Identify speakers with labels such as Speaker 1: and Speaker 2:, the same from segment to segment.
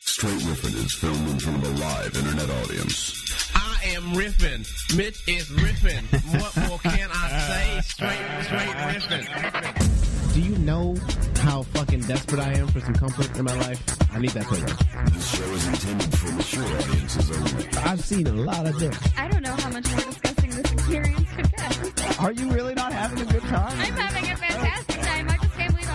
Speaker 1: Straight Riffin is filmed in front of a live internet audience.
Speaker 2: I am riffing. Mitch is riffing. What more can I say? Straight, straight riffing.
Speaker 3: Do you know how fucking desperate I am for some comfort in my life? I need that so bad.
Speaker 1: This show is intended for mature audiences only.
Speaker 3: I've seen a lot of dick.
Speaker 4: I don't know how much more disgusting this experience could get.
Speaker 5: Are you really not having a good time?
Speaker 4: I'm having a fantastic time. I just can't believe how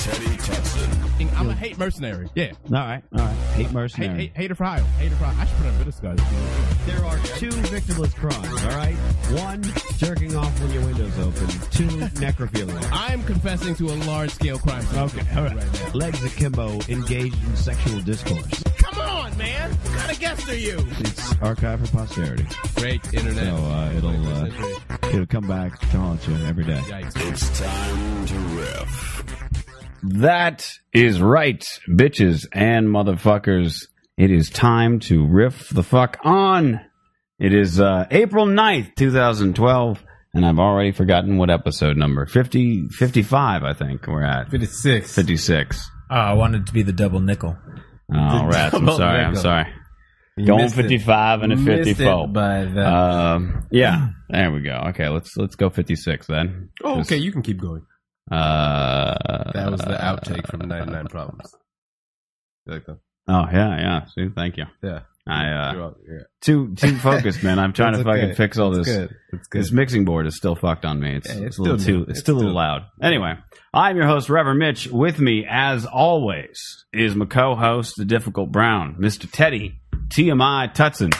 Speaker 1: Teddy Tutson.
Speaker 2: I'm a hate mercenary. Yeah.
Speaker 5: right, all right. Hate mercy.
Speaker 2: Hate, hate, hater for hire. Hater for hire. I should put on a bit of scars.
Speaker 5: There are two victimless crimes. All right, one jerking off when your window's open. Two necrophilia.
Speaker 2: I am confessing to a large scale crime. Okay. All right. now.
Speaker 5: Legs akimbo, engaged in sexual discourse.
Speaker 2: Come on, man. What kind of guest are you?
Speaker 5: It's archived for posterity,
Speaker 2: Great internet.
Speaker 5: so uh, it'll uh, it'll come back to haunt you every day.
Speaker 2: Yikes.
Speaker 1: It's time to riff.
Speaker 6: That is right, bitches and motherfuckers. It is time to riff the fuck on. It is uh, April 9th, 2012, and I've already forgotten what episode number. 50, 55, I think we're at.
Speaker 7: 56.
Speaker 6: 56.
Speaker 7: Oh, I wanted to be the double nickel.
Speaker 6: Oh, rats. I'm
Speaker 7: double
Speaker 6: sorry. I'm
Speaker 7: nickel.
Speaker 6: sorry.
Speaker 7: You
Speaker 6: Going
Speaker 7: missed it.
Speaker 6: 55 and a
Speaker 7: Missed it uh,
Speaker 6: 54.
Speaker 7: by the-
Speaker 6: Um, yeah, there we go. Okay, let's let's go 56 then.
Speaker 2: Oh, okay. You can keep going.
Speaker 6: Uh,
Speaker 2: That was the outtake from
Speaker 7: uh,
Speaker 2: 99 Problems. You like that?
Speaker 6: Oh yeah, yeah. See, thank you.
Speaker 2: Yeah.
Speaker 6: I uh,
Speaker 2: You're all- yeah.
Speaker 6: too too focused, man. I'm trying to
Speaker 2: That's
Speaker 6: fucking
Speaker 2: okay.
Speaker 6: fix all
Speaker 2: It's
Speaker 6: this.
Speaker 2: good. It's good.
Speaker 6: This mixing board is still fucked on me. It's,
Speaker 2: Yeah, it's
Speaker 6: it's a little
Speaker 2: still
Speaker 6: too.
Speaker 2: new.
Speaker 6: It's,
Speaker 2: It's
Speaker 6: still a little
Speaker 2: still-
Speaker 6: loud. Anyway, I'm your host, Reverend Mitch. With me, as always, is my co-host, the difficult Brown, Mr. Teddy TMI Tutson.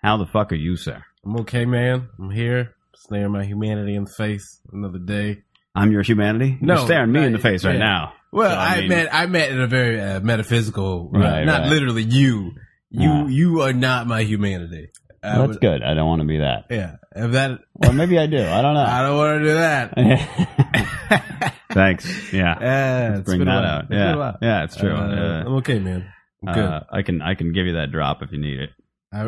Speaker 6: How the fuck are you, sir?
Speaker 2: I'm okay, man. I'm here. Staring my humanity in the face another day.
Speaker 6: I'm your humanity.
Speaker 2: No,
Speaker 6: You're staring me in the
Speaker 2: I-
Speaker 6: face right
Speaker 2: yeah.
Speaker 6: now.
Speaker 2: Well,
Speaker 6: So,
Speaker 2: I,
Speaker 6: mean,
Speaker 2: meant I meant in a very uh, metaphysical,
Speaker 6: Right,
Speaker 2: not
Speaker 6: right.
Speaker 2: literally you. You
Speaker 6: Yeah.
Speaker 2: you are not my humanity. I
Speaker 6: That's
Speaker 2: would-
Speaker 6: good. I don't want to be that.
Speaker 2: Yeah, if that
Speaker 6: Well, maybe I do. I don't know.
Speaker 2: I don't want to do that.
Speaker 6: Thanks. Yeah.
Speaker 2: Yeah, it's
Speaker 6: Bring
Speaker 2: been a
Speaker 6: that
Speaker 2: while.
Speaker 6: out.
Speaker 2: It's been
Speaker 6: Yeah.
Speaker 2: a while.
Speaker 6: yeah, it's true.
Speaker 2: Uh,
Speaker 6: Uh,
Speaker 2: I'm okay, man. I'm good.
Speaker 6: uh, I can I can give you that drop if you need it.
Speaker 2: I, I, I,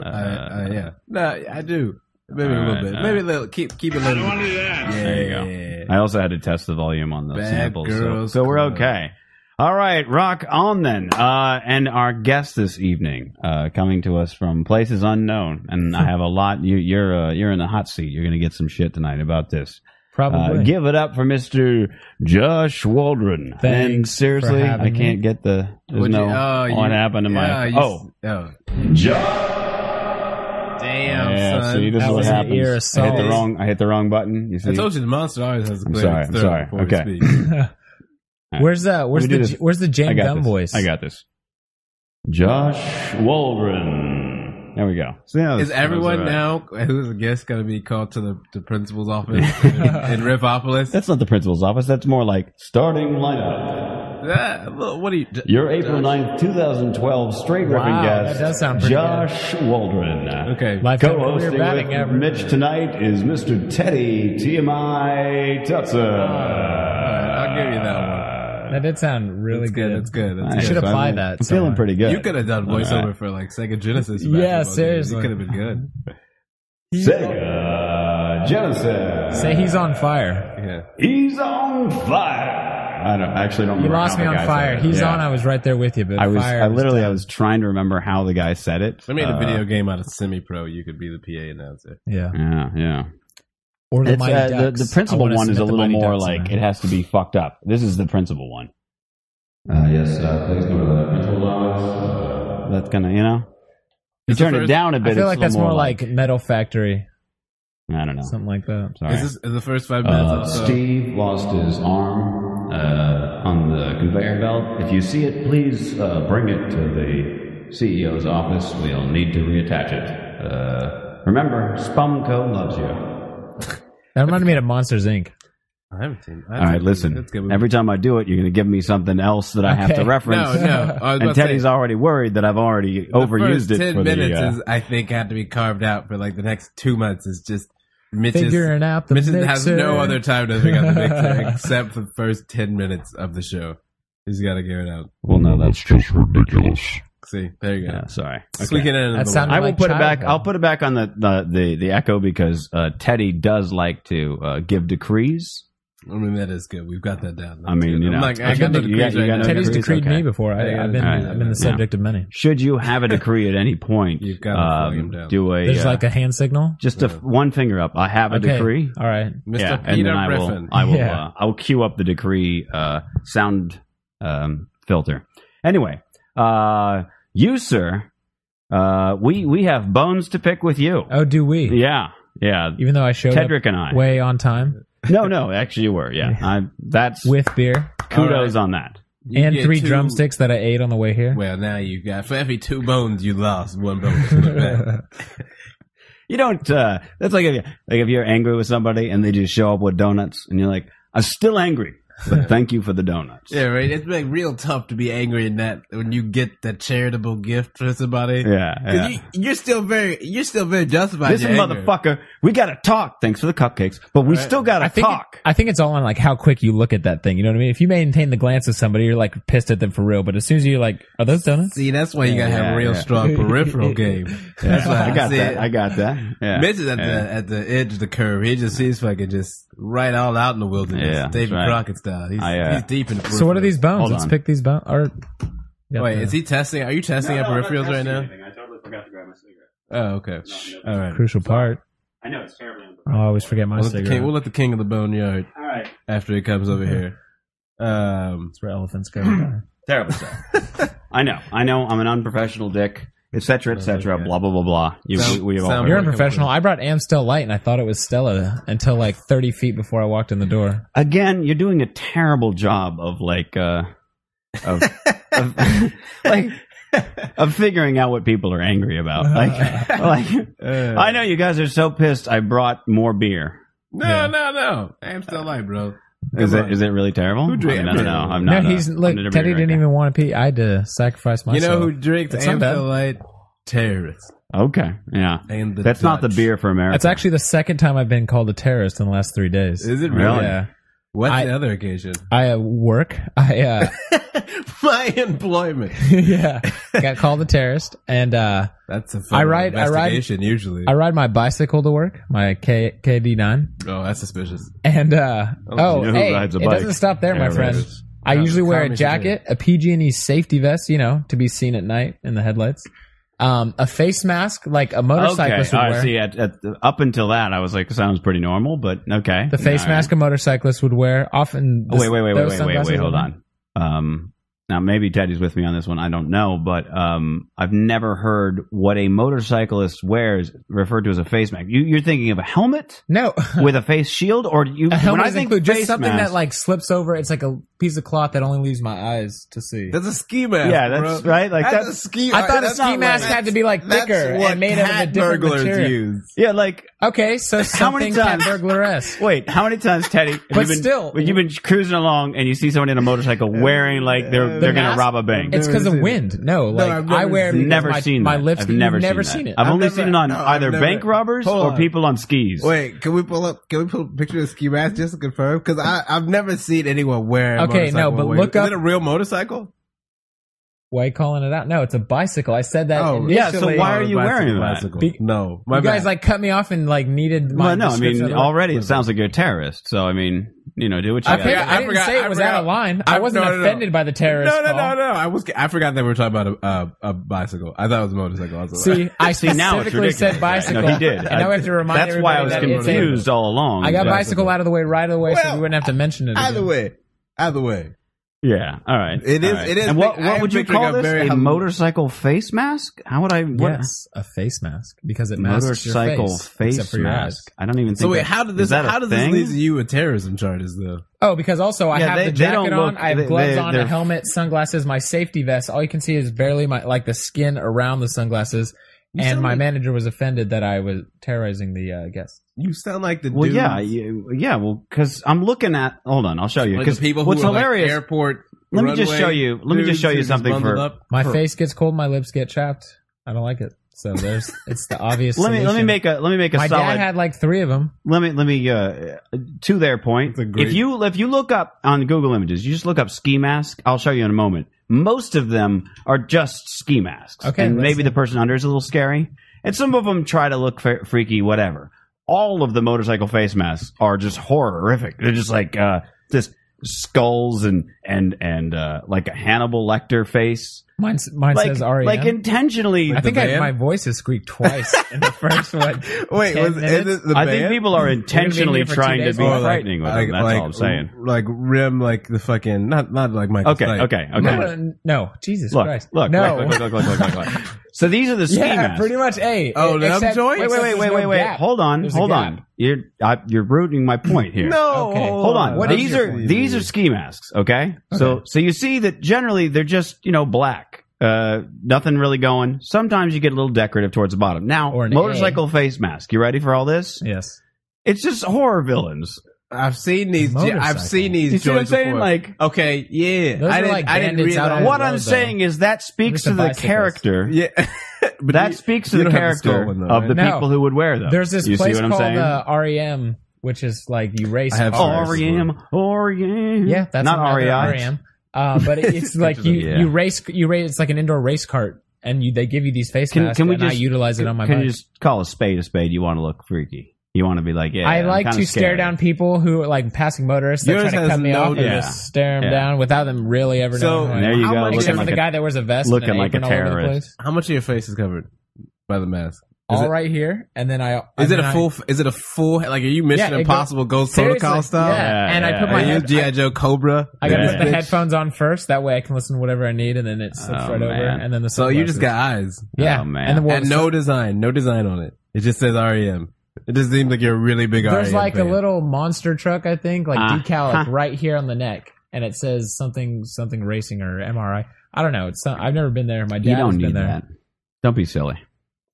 Speaker 6: uh,
Speaker 2: yeah. No, I do. Maybe a
Speaker 6: all
Speaker 2: little
Speaker 6: right,
Speaker 2: bit.
Speaker 6: all
Speaker 2: Maybe
Speaker 6: right.
Speaker 2: a little. Keep keep it little. I want to do that. Yeah.
Speaker 6: There
Speaker 2: you
Speaker 6: I also had to test the volume on those
Speaker 2: Bad
Speaker 6: samples, so,
Speaker 2: Girls
Speaker 6: so we're
Speaker 2: Club.
Speaker 6: okay. All right, rock on then. Uh, and our guest this evening, uh, coming to us from places unknown, and I have a lot. You, you're uh, you're in the hot seat. You're going to get some shit tonight about this. Uh,
Speaker 7: Probably.
Speaker 6: give it up for Mister Josh Waldron.
Speaker 7: Thanks
Speaker 6: and seriously,
Speaker 7: for having
Speaker 6: I can't
Speaker 7: me.
Speaker 6: get the. There's
Speaker 2: Would you-
Speaker 6: no.
Speaker 2: oh, you-
Speaker 6: what happened to
Speaker 2: yeah,
Speaker 6: my?
Speaker 2: you
Speaker 6: oh,
Speaker 2: s- oh. Damn,
Speaker 6: Yeah,
Speaker 2: son.
Speaker 6: see, this
Speaker 7: That
Speaker 6: is what
Speaker 7: was an ear
Speaker 6: happens. I hit the
Speaker 7: assault.
Speaker 6: wrong. I hit the wrong button. You see,
Speaker 2: I told you the monster always has a
Speaker 6: I'm
Speaker 2: clear
Speaker 6: sorry, I'm
Speaker 2: throat
Speaker 6: sorry.
Speaker 2: before he
Speaker 6: Okay.
Speaker 2: speaks.
Speaker 7: Where's uh Where's
Speaker 6: Let me
Speaker 7: the
Speaker 6: do
Speaker 7: J-
Speaker 6: this.
Speaker 7: Where's the
Speaker 6: I
Speaker 7: James
Speaker 6: got
Speaker 7: Gunn
Speaker 6: this.
Speaker 7: voice?
Speaker 6: I got this. Josh Waldron. There we go. See, that was-
Speaker 2: Is everyone
Speaker 6: that was all
Speaker 2: now
Speaker 6: right.
Speaker 2: who's a guest going to be called to the, the principal's office in, in Ripopolis?
Speaker 6: That's not the principal's office. That's more like starting lineup.
Speaker 2: Ah, look, what are you? d-
Speaker 6: Your April 9th, 2012 straight
Speaker 7: Wow,
Speaker 6: ripping guest.
Speaker 7: that does sound pretty
Speaker 6: Josh Waldron.
Speaker 2: Okay,
Speaker 7: Lifetime career
Speaker 6: Co-hosting
Speaker 7: batting
Speaker 6: with
Speaker 7: average.
Speaker 6: Mitch tonight is Mr. Teddy TMI Tutson.
Speaker 2: I'll give you that one.
Speaker 7: That did sound really
Speaker 2: That's good.
Speaker 7: good.
Speaker 2: That's good. That's
Speaker 7: I
Speaker 2: good.
Speaker 7: should apply
Speaker 6: I'm-
Speaker 7: that
Speaker 6: I'm
Speaker 7: somewhere.
Speaker 6: feeling pretty good.
Speaker 2: You could have done voiceover
Speaker 6: Alright.
Speaker 2: for like Sega Genesis.
Speaker 7: Yeah,
Speaker 2: basketball games.
Speaker 7: seriously.
Speaker 2: You could have been good.
Speaker 6: Sega Genesis.
Speaker 7: Say he's on fire.
Speaker 2: Yeah.
Speaker 6: He's on fire. I don't I actually don't.
Speaker 7: You
Speaker 6: remember
Speaker 7: lost me
Speaker 6: how the
Speaker 7: on
Speaker 6: guy
Speaker 7: fire.
Speaker 6: said it.
Speaker 7: He's
Speaker 6: Yeah.
Speaker 7: on. I was right there with you, but
Speaker 6: I was.
Speaker 7: fire
Speaker 6: I literally. I was trying to remember how the guy said it.
Speaker 2: If I made a
Speaker 6: Uh,
Speaker 2: video game out of Semi Pro, you could be the PA announcer.
Speaker 7: yeah.
Speaker 6: Yeah, yeah.
Speaker 7: Or the
Speaker 6: It's,
Speaker 7: Mighty
Speaker 6: uh, the,
Speaker 7: Ducks. I
Speaker 6: the principal
Speaker 7: wanna
Speaker 6: one
Speaker 7: submit
Speaker 6: is a
Speaker 7: the
Speaker 6: little
Speaker 7: Mighty
Speaker 6: more
Speaker 7: Ducks in
Speaker 6: like
Speaker 7: there.
Speaker 6: it has to be fucked up. This is the principal one. Uh, yes, uh, please go to the principal office. That's gonna, you know, you
Speaker 2: Is the
Speaker 6: turn it
Speaker 2: first-
Speaker 6: down a bit.
Speaker 7: I feel
Speaker 6: it's
Speaker 7: like
Speaker 6: a
Speaker 7: that's
Speaker 6: little
Speaker 7: more like Metal Factory,
Speaker 6: I don't know.
Speaker 7: something like that.
Speaker 6: Sorry.
Speaker 2: Is this is the first five minutes?
Speaker 6: Uh,
Speaker 2: also-
Speaker 6: Steve lost his arm uh, on the conveyor belt. If you see it, please uh, bring it to the CEO's office. We'll need to reattach it. Uh, remember, Spumco loves you.
Speaker 7: That reminded me of Monsters Inc.
Speaker 2: I haven't seen. I
Speaker 6: All
Speaker 2: haven't
Speaker 6: right,
Speaker 2: seen-
Speaker 6: listen.
Speaker 2: That's good.
Speaker 6: Every time I do it, you're going to give me something else that I have to
Speaker 7: Okay.
Speaker 2: no, no. I
Speaker 6: reference.
Speaker 2: was
Speaker 6: And
Speaker 2: about to
Speaker 6: Teddy's
Speaker 2: say,
Speaker 6: already worried that I've already
Speaker 2: the
Speaker 6: overused
Speaker 2: first
Speaker 6: it
Speaker 2: Ten
Speaker 6: for
Speaker 2: minutes
Speaker 6: the. Uh,
Speaker 2: is, I think, had to be carved out for like the next two months. Is just Mitch's.
Speaker 7: Figuring out the
Speaker 2: Mitch
Speaker 7: mixer.
Speaker 2: has no other time to figure out the mixer except the first ten minutes of the show. He's got to give it out.
Speaker 6: well, no, that's
Speaker 8: That's just ridiculous.
Speaker 2: See, there you go.
Speaker 6: Yeah, sorry.
Speaker 2: Squeak it in.
Speaker 9: That
Speaker 2: the
Speaker 9: sounded
Speaker 6: I will
Speaker 9: like
Speaker 6: put it back.
Speaker 9: childhood.
Speaker 6: I'll put it back on the the the, the echo because uh, Teddy does like to uh, give decrees.
Speaker 2: I mean, that is good. We've got that down.
Speaker 6: I mean,
Speaker 2: That's good.
Speaker 6: you know,
Speaker 2: I'm like, I
Speaker 6: you
Speaker 2: got
Speaker 6: got-
Speaker 2: no
Speaker 6: you got-
Speaker 2: degrees
Speaker 6: you
Speaker 2: right
Speaker 6: got
Speaker 2: now.
Speaker 6: no
Speaker 9: Teddy's
Speaker 6: Agreed,
Speaker 9: decreed
Speaker 6: okay.
Speaker 9: me before. I,
Speaker 2: Yeah,
Speaker 9: have been,
Speaker 6: alright,
Speaker 9: I've been the
Speaker 6: yeah.
Speaker 9: subject of many.
Speaker 6: Should you have a decree at any point, um,
Speaker 2: You've got to flag him down.
Speaker 6: do a
Speaker 9: There's
Speaker 6: uh,
Speaker 9: like a hand signal.
Speaker 6: just a f- one finger up. I have a
Speaker 9: Okay.
Speaker 6: decree.
Speaker 9: All right.
Speaker 2: Mr.
Speaker 6: Yeah, and
Speaker 2: Peter
Speaker 6: then I will
Speaker 2: Griffin.
Speaker 6: I will
Speaker 9: Yeah.
Speaker 6: uh, I will queue up the decree uh, sound um, filter. Anyway, uh, you sir, uh, we we have bones to pick with you.
Speaker 9: Oh, do we?
Speaker 6: Yeah, yeah.
Speaker 9: Even though I showed
Speaker 6: Tedrick and I.
Speaker 9: up way on time
Speaker 6: No, no, actually you were. Yeah, I, that's
Speaker 9: with beer
Speaker 6: kudos on that.
Speaker 2: You
Speaker 9: and
Speaker 2: get
Speaker 9: three
Speaker 2: two-
Speaker 9: drumsticks that I ate on the way here.
Speaker 2: Well, now you got for every two bones you lost, one bone. was put back.
Speaker 6: You don't. Uh, that's like if you, like if you're angry with somebody and they just show up with donuts and you're like, I'm still angry, but thank you for the donuts.
Speaker 2: yeah, right. It's like real tough to be angry in that when you get that charitable gift for somebody.
Speaker 6: yeah.
Speaker 2: 'Cause
Speaker 6: yeah.
Speaker 2: You, you're still very, you're still very justified.
Speaker 6: Listen,
Speaker 2: your anger.
Speaker 6: motherfucker, we gotta talk. Thanks for the cupcakes, but we
Speaker 2: Right.
Speaker 6: still gotta
Speaker 9: I think
Speaker 6: talk.
Speaker 9: I think it's all on like how quick you look at that thing. You know what I mean? If you maintain the glance of somebody, you're like pissed at them for real. But as soon as you're like, are those donuts?
Speaker 2: See, that's why you gotta have
Speaker 6: Yeah,
Speaker 2: a real
Speaker 6: yeah.
Speaker 2: strong peripheral game. That's why
Speaker 6: I got
Speaker 2: see
Speaker 6: that.
Speaker 2: it.
Speaker 6: I got that. Yeah.
Speaker 2: Mitch is at
Speaker 6: yeah.
Speaker 2: the at the edge of the curve. He just he's fucking just right all out in the wilderness,
Speaker 6: Yeah, that's
Speaker 2: David
Speaker 6: right.
Speaker 2: Crockett style. He's,
Speaker 6: I, uh,
Speaker 2: he's deep in. The
Speaker 9: So what are
Speaker 2: peripherals.
Speaker 9: these bones?
Speaker 6: Hold
Speaker 9: Let's
Speaker 6: on.
Speaker 9: pick these bones. Or
Speaker 2: Wait, is he testing? Are you testing at peripherals right now?
Speaker 6: I totally forgot to grab my cigarette.
Speaker 2: Oh, okay. All right.
Speaker 9: crucial part?
Speaker 6: I know it's terribly.
Speaker 9: Oh, I always forget my
Speaker 2: We'll let, the
Speaker 9: cigarette.
Speaker 2: king, we'll let the king of the boneyard
Speaker 6: All right.
Speaker 2: after he comes over here. Um,
Speaker 9: That's where elephants go. to die.
Speaker 6: Terrible stuff. I know. I know. I'm an unprofessional dick, etc., etc.
Speaker 2: Oh, Okay.
Speaker 6: Blah blah blah blah. You,
Speaker 2: Sound-
Speaker 6: we, we have all
Speaker 2: sound-
Speaker 9: You're
Speaker 2: Wake up
Speaker 9: unprofessional. I brought Amstel Light, and I thought it was Stella until like 30 feet before I walked in the door.
Speaker 6: again. You're doing a terrible job of like, uh, of, of like, of figuring out what people are angry about. Like,
Speaker 9: Uh-huh.
Speaker 6: like
Speaker 2: uh,
Speaker 6: I know you guys are so pissed. I brought more beer.
Speaker 2: No, no, no. I'm still alive, bro.
Speaker 6: Is
Speaker 2: Come
Speaker 6: it
Speaker 2: on.
Speaker 6: is it really terrible?
Speaker 2: Who drank
Speaker 6: I, mean, I don't know. I'm
Speaker 9: No,
Speaker 6: not.
Speaker 9: he's
Speaker 6: uh,
Speaker 9: look.
Speaker 6: I'm not a beer
Speaker 9: Teddy didn't
Speaker 6: drinker.
Speaker 9: even want to pee. I had to sacrifice
Speaker 2: You
Speaker 9: myself.
Speaker 2: know who drinks
Speaker 9: It's not bad.
Speaker 2: Amstelite? Terrorists.
Speaker 6: Okay, yeah.
Speaker 2: And the
Speaker 6: That's not the
Speaker 2: Dutch.
Speaker 6: beer for America.
Speaker 9: That's actually the second time I've been called a terrorist in the last three days.
Speaker 2: Is it
Speaker 6: Really?
Speaker 2: really?
Speaker 9: Yeah.
Speaker 2: What's
Speaker 9: I-
Speaker 2: the other occasion?
Speaker 9: I uh, work. I uh,
Speaker 2: My employment.
Speaker 9: yeah got called a terrorist, and uh,
Speaker 2: That's a fun
Speaker 9: I ride- I ride-
Speaker 2: investigation usually.
Speaker 9: I ride my bicycle to work, my K KD nine,
Speaker 2: oh, that's suspicious.
Speaker 9: and uh, oh,
Speaker 6: you know who
Speaker 9: hey, it
Speaker 6: rides a bike?
Speaker 9: doesn't stop there,
Speaker 6: Yeah,
Speaker 9: my
Speaker 6: right.
Speaker 9: friend.
Speaker 6: It's-
Speaker 9: I
Speaker 2: yeah,
Speaker 9: usually
Speaker 2: it's
Speaker 9: wear a
Speaker 2: comedy to do.
Speaker 9: jacket, a PG&E E safety vest, you know, to be seen at night in the headlights. Um, a face mask like a motorcyclist
Speaker 6: okay.
Speaker 9: would
Speaker 6: all right,
Speaker 9: wear.
Speaker 6: see, at, at, up until that, I was like, sounds pretty normal, but okay.
Speaker 9: The face
Speaker 6: All right.
Speaker 9: mask a motorcyclist would wear. Often,
Speaker 6: Oh, wait, wait, wait, wait,
Speaker 9: those
Speaker 6: wait, wait,
Speaker 9: sunglasses
Speaker 6: wait. Hold
Speaker 9: are-
Speaker 6: on. Um, now maybe Teddy's with me on this one. I don't know, but um, I've never heard what a motorcyclist wears referred to as a face mask. You, you're thinking of a helmet
Speaker 9: No,
Speaker 6: with a face shield, or you?
Speaker 9: a
Speaker 6: when
Speaker 9: helmet
Speaker 6: I
Speaker 9: doesn't
Speaker 6: think
Speaker 9: include just
Speaker 6: face
Speaker 9: something
Speaker 6: mask,
Speaker 9: that like slips over. It's like a piece of cloth that only leaves my eyes to see.
Speaker 2: That's a ski mask.
Speaker 6: Yeah, that's
Speaker 2: bro.
Speaker 6: right, like,
Speaker 2: that's,
Speaker 6: that's-
Speaker 2: a ski.
Speaker 9: I thought a
Speaker 2: that's
Speaker 9: ski
Speaker 2: not
Speaker 9: mask
Speaker 2: like-
Speaker 9: had to be like
Speaker 2: that's
Speaker 9: thicker
Speaker 2: what
Speaker 9: and made out of a
Speaker 2: cat
Speaker 9: different
Speaker 2: burglars
Speaker 9: material.
Speaker 2: use.
Speaker 6: yeah, like
Speaker 9: Okay, so
Speaker 6: How many
Speaker 9: something cat
Speaker 6: times-
Speaker 9: burglar-esque.
Speaker 6: Wait, how many times, Teddy? Have
Speaker 9: But
Speaker 6: you been,
Speaker 9: still- Uh,
Speaker 6: when you've been cruising along and you see someone in a motorcycle wearing like they're they're gonna
Speaker 9: mask?
Speaker 6: rob a bank.
Speaker 9: It's because of wind. No, like
Speaker 2: I've never
Speaker 9: I wear it
Speaker 6: I've
Speaker 9: because
Speaker 6: never
Speaker 9: my,
Speaker 6: seen
Speaker 9: my
Speaker 6: that.
Speaker 9: lips.
Speaker 6: I've
Speaker 9: You've
Speaker 6: never,
Speaker 9: never
Speaker 6: seen,
Speaker 9: seen
Speaker 6: that.
Speaker 9: it.
Speaker 6: I've, only
Speaker 2: never-
Speaker 6: seen it on
Speaker 2: no, I've
Speaker 6: either
Speaker 2: never-
Speaker 6: bank robbers
Speaker 2: Hold
Speaker 6: or
Speaker 2: on.
Speaker 6: people on skis.
Speaker 2: Wait, can we pull up? Can we pull a picture of the ski mask just to confirm? Because I I've never seen anyone wear. A
Speaker 9: Okay, no,
Speaker 2: motorcycle
Speaker 9: but
Speaker 2: wear-
Speaker 9: look
Speaker 2: Is
Speaker 9: up-
Speaker 2: it a real motorcycle?
Speaker 9: Why are you calling it out? No, it's a bicycle. I said that
Speaker 2: Oh,
Speaker 9: initially.
Speaker 6: yeah, so why are you
Speaker 2: Bicycle,
Speaker 6: wearing that?
Speaker 2: bicycle.
Speaker 9: Be-
Speaker 2: no, my
Speaker 9: you guys
Speaker 2: bad.
Speaker 9: like cut me off and like needed my
Speaker 6: Well, no, I mean
Speaker 9: description of the-
Speaker 6: already it sounds like you're a terrorist. So I mean, you know, do what you
Speaker 9: I,
Speaker 6: got.
Speaker 9: think-
Speaker 2: Yeah,
Speaker 9: I
Speaker 2: I
Speaker 9: didn't
Speaker 2: forgot-
Speaker 9: say it
Speaker 2: I
Speaker 9: was
Speaker 2: forgot-
Speaker 9: out of line. I,
Speaker 2: I-
Speaker 9: wasn't
Speaker 2: no, no, no.
Speaker 9: offended by the terrorist.
Speaker 2: no, no,
Speaker 9: call.
Speaker 2: no, no. I was I forgot that we were talking about a uh, a bicycle. I thought it was a motorcycle. I was like-
Speaker 9: See, I
Speaker 6: See, now it's
Speaker 9: specifically
Speaker 6: ridiculous.
Speaker 9: said bicycle.
Speaker 6: No, he did.
Speaker 9: And now we have to remind
Speaker 6: That's why I was
Speaker 9: everybody that it's a-
Speaker 6: confused all along.
Speaker 9: I got
Speaker 6: But-
Speaker 9: bicycle out of the way right away, so
Speaker 2: Well,
Speaker 9: we wouldn't have to mention it.
Speaker 2: either
Speaker 9: again.
Speaker 2: way, either way.
Speaker 6: Yeah, all right.
Speaker 2: It is-
Speaker 6: all right.
Speaker 2: it is
Speaker 6: And what,
Speaker 2: big- I
Speaker 6: what
Speaker 2: am
Speaker 6: would you
Speaker 2: picturing
Speaker 6: call
Speaker 2: a
Speaker 6: this?
Speaker 2: very
Speaker 6: A
Speaker 2: hum-
Speaker 6: motorcycle face mask? How would I? What?
Speaker 9: Yes, a face mask because it masks your
Speaker 6: Motorcycle
Speaker 9: face,
Speaker 6: face
Speaker 9: except for your eyes.
Speaker 6: mask. I don't even think.
Speaker 2: So wait,
Speaker 6: that-
Speaker 2: how did
Speaker 6: is
Speaker 2: this?
Speaker 6: that a
Speaker 2: How does
Speaker 6: thing?
Speaker 2: this lead you with terrorism charges though?
Speaker 9: Oh, because also I
Speaker 6: Yeah,
Speaker 9: have
Speaker 6: they-
Speaker 9: the
Speaker 6: they
Speaker 9: jacket
Speaker 6: don't
Speaker 9: on,
Speaker 6: look-
Speaker 9: I have
Speaker 6: they-
Speaker 9: gloves
Speaker 6: they-
Speaker 9: on,
Speaker 6: they're-
Speaker 9: a helmet, sunglasses, my safety vest. All you can see is barely my like the skin around the sunglasses. And
Speaker 2: sound
Speaker 9: my
Speaker 2: like-
Speaker 9: manager was offended that I was terrorizing the uh, guests.
Speaker 2: You sound like the
Speaker 6: Well,
Speaker 2: dude.
Speaker 6: yeah, you- yeah. Well, because I'm looking at. Hold on, I'll show you.
Speaker 2: like the
Speaker 6: Because
Speaker 2: people who
Speaker 6: what's
Speaker 2: were, like,
Speaker 6: hilarious.
Speaker 2: airport.
Speaker 6: Let me just
Speaker 2: runway
Speaker 6: show you- let me just
Speaker 2: dudes
Speaker 6: show you
Speaker 2: who just
Speaker 6: something
Speaker 2: bundled
Speaker 6: for-
Speaker 2: up.
Speaker 9: My
Speaker 2: For-
Speaker 9: face gets cold, my lips get chapped. I don't like it. So there's it's the obvious.
Speaker 6: let me let me
Speaker 9: solution.
Speaker 6: make a let me make a
Speaker 9: my
Speaker 6: solid.
Speaker 9: dad had like three of them.
Speaker 6: let me let me uh, to their point.
Speaker 2: It's a great-
Speaker 6: If you if you look up on Google Images, you just look up ski mask. I'll show you in a moment. most of them are just ski masks.
Speaker 9: Okay,
Speaker 6: and
Speaker 9: let's
Speaker 6: maybe
Speaker 9: see.
Speaker 6: the person under is a little scary, and some of them try to look fa- freaky, whatever. All of the motorcycle face masks are just horrific. They're just like uh, this skulls and and and uh, like a Hannibal Lecter face,
Speaker 9: Mine, s- mine
Speaker 6: like
Speaker 9: says REM.
Speaker 6: like intentionally.
Speaker 9: I think I,
Speaker 2: band?
Speaker 9: my voice has squeaked twice in the first one.
Speaker 2: Wait,
Speaker 9: 10
Speaker 2: was
Speaker 9: minutes?
Speaker 2: it the, the
Speaker 6: I
Speaker 2: band?
Speaker 6: think people are intentionally
Speaker 9: here for two
Speaker 6: trying to
Speaker 9: days.
Speaker 6: be
Speaker 9: Oh,
Speaker 2: like-
Speaker 6: frightening with them. That's all I'm saying.
Speaker 2: Like rim, like the fucking not not like Michael.
Speaker 6: Okay,
Speaker 2: Stipe.
Speaker 6: okay, okay.
Speaker 9: No, no, no, no, Jesus
Speaker 6: Look,
Speaker 9: Christ.
Speaker 6: look,
Speaker 9: no.
Speaker 6: look, look, look, look, look, look, look. So these are the ski
Speaker 9: yeah,
Speaker 6: masks.
Speaker 9: pretty much. Hey, e,
Speaker 2: Oh, them
Speaker 9: except-
Speaker 2: joints?
Speaker 6: wait, wait,
Speaker 9: except
Speaker 6: wait,
Speaker 9: there's
Speaker 6: wait,
Speaker 9: no
Speaker 6: wait, wait.
Speaker 9: gap.
Speaker 6: Hold on,
Speaker 9: There's a
Speaker 6: hold
Speaker 9: gap.
Speaker 6: on. You're I, you're ruining my point here.
Speaker 2: No,
Speaker 9: Okay,
Speaker 6: Hold on.
Speaker 9: What
Speaker 6: these
Speaker 9: is your
Speaker 6: are
Speaker 9: point?
Speaker 6: these are ski masks, okay? So so you see that generally they're just, you know, black. Uh nothing really going. Sometimes you get a little decorative towards the bottom. Now,
Speaker 9: Or an
Speaker 6: motorcycle face mask. You ready for all this?
Speaker 9: Yes.
Speaker 6: It's just horror villains.
Speaker 2: I've seen these.
Speaker 9: Motorcycle.
Speaker 2: I've seen these.
Speaker 6: You see what I'm
Speaker 2: joints
Speaker 6: saying?
Speaker 2: before.
Speaker 6: Like-
Speaker 2: okay, yeah.
Speaker 9: Those
Speaker 2: I
Speaker 9: are
Speaker 2: didn't.
Speaker 9: like
Speaker 2: I didn't
Speaker 9: bandits
Speaker 2: realize.
Speaker 9: out on-
Speaker 6: What
Speaker 9: know,
Speaker 6: I'm
Speaker 9: though.
Speaker 6: saying is that speaks
Speaker 9: Just
Speaker 6: to
Speaker 9: the
Speaker 6: the
Speaker 9: bicycles.
Speaker 6: character.
Speaker 2: yeah, But
Speaker 6: That
Speaker 2: you-
Speaker 6: speaks to
Speaker 2: you
Speaker 6: the
Speaker 2: don't have to
Speaker 6: character
Speaker 2: stole one, though,
Speaker 6: of
Speaker 2: right?
Speaker 6: the
Speaker 9: No.
Speaker 6: people who would wear them.
Speaker 9: There's this
Speaker 6: you
Speaker 9: place
Speaker 6: see what I'm
Speaker 9: called
Speaker 6: saying?
Speaker 9: uh, REM, which is like you race.
Speaker 2: I have
Speaker 9: cars.
Speaker 2: sorry, this is
Speaker 6: REM, REM.
Speaker 9: Yeah,
Speaker 6: E
Speaker 9: that's
Speaker 6: not E
Speaker 9: another
Speaker 6: REI.
Speaker 9: REM. Uh, but it, it's like you,
Speaker 6: Yeah.
Speaker 9: you race you race. It's like an indoor race cart, and you they give you these face
Speaker 6: Can,
Speaker 9: masks,
Speaker 6: can we
Speaker 9: and
Speaker 6: just
Speaker 9: I utilize it on my
Speaker 6: Can
Speaker 9: bike.
Speaker 6: you just call a spade a spade? You want to look freaky. You want to be like, yeah.
Speaker 9: I
Speaker 6: I'm
Speaker 9: like
Speaker 6: kinda
Speaker 9: to stare
Speaker 6: scared.
Speaker 9: down people who are like passing motorists that
Speaker 2: Yours
Speaker 9: try to
Speaker 2: has
Speaker 9: cut me
Speaker 2: no
Speaker 9: off and
Speaker 6: Yeah.
Speaker 9: just stare them
Speaker 6: Yeah.
Speaker 9: down without them really ever
Speaker 2: So-
Speaker 9: knowing. who I
Speaker 6: There
Speaker 9: am.
Speaker 6: you
Speaker 2: How
Speaker 6: go,
Speaker 2: much
Speaker 9: Except
Speaker 6: looking
Speaker 9: for
Speaker 6: like
Speaker 9: the
Speaker 6: a-
Speaker 9: guy that wears a vest,
Speaker 6: looking
Speaker 9: and an
Speaker 6: like a
Speaker 9: apron all over the
Speaker 6: terrorist.
Speaker 9: place.
Speaker 2: How much of your face is covered by the mask?
Speaker 9: All
Speaker 2: it-
Speaker 9: right here, and then I
Speaker 2: Is it
Speaker 9: and
Speaker 2: a
Speaker 9: then I-
Speaker 2: full? Is it a full? Like, are you Mission
Speaker 9: Yeah, it
Speaker 2: Impossible Ghost Protocol
Speaker 9: Seriously,
Speaker 2: style?
Speaker 9: Yeah,
Speaker 6: Yeah,
Speaker 9: and I
Speaker 6: yeah,
Speaker 9: put
Speaker 2: Are
Speaker 9: my
Speaker 6: yeah.
Speaker 2: you
Speaker 9: head,
Speaker 2: GI Joe Cobra?
Speaker 9: I gotta
Speaker 6: Yeah.
Speaker 9: put the
Speaker 2: Bitch.
Speaker 9: headphones on first. That way I can listen to whatever I need, and then it slips
Speaker 6: Oh,
Speaker 9: right over.
Speaker 6: man.
Speaker 9: And then the
Speaker 2: So you just got
Speaker 9: sunglasses.
Speaker 2: eyes
Speaker 9: yeah,
Speaker 6: Oh, man.
Speaker 9: and then we'll
Speaker 2: and no design, no design on it. It just says REM. It just seems like you're a really big REM.
Speaker 9: There's like a
Speaker 2: fan.
Speaker 9: little monster truck, I think, like
Speaker 6: Ah,
Speaker 9: decal like,
Speaker 6: huh.
Speaker 9: right here on the neck, and it says something something racing or MRI. I don't know. It's some, I've never been there. My dad
Speaker 6: You don't
Speaker 9: has been
Speaker 6: need
Speaker 9: there.
Speaker 6: that. Don't be silly.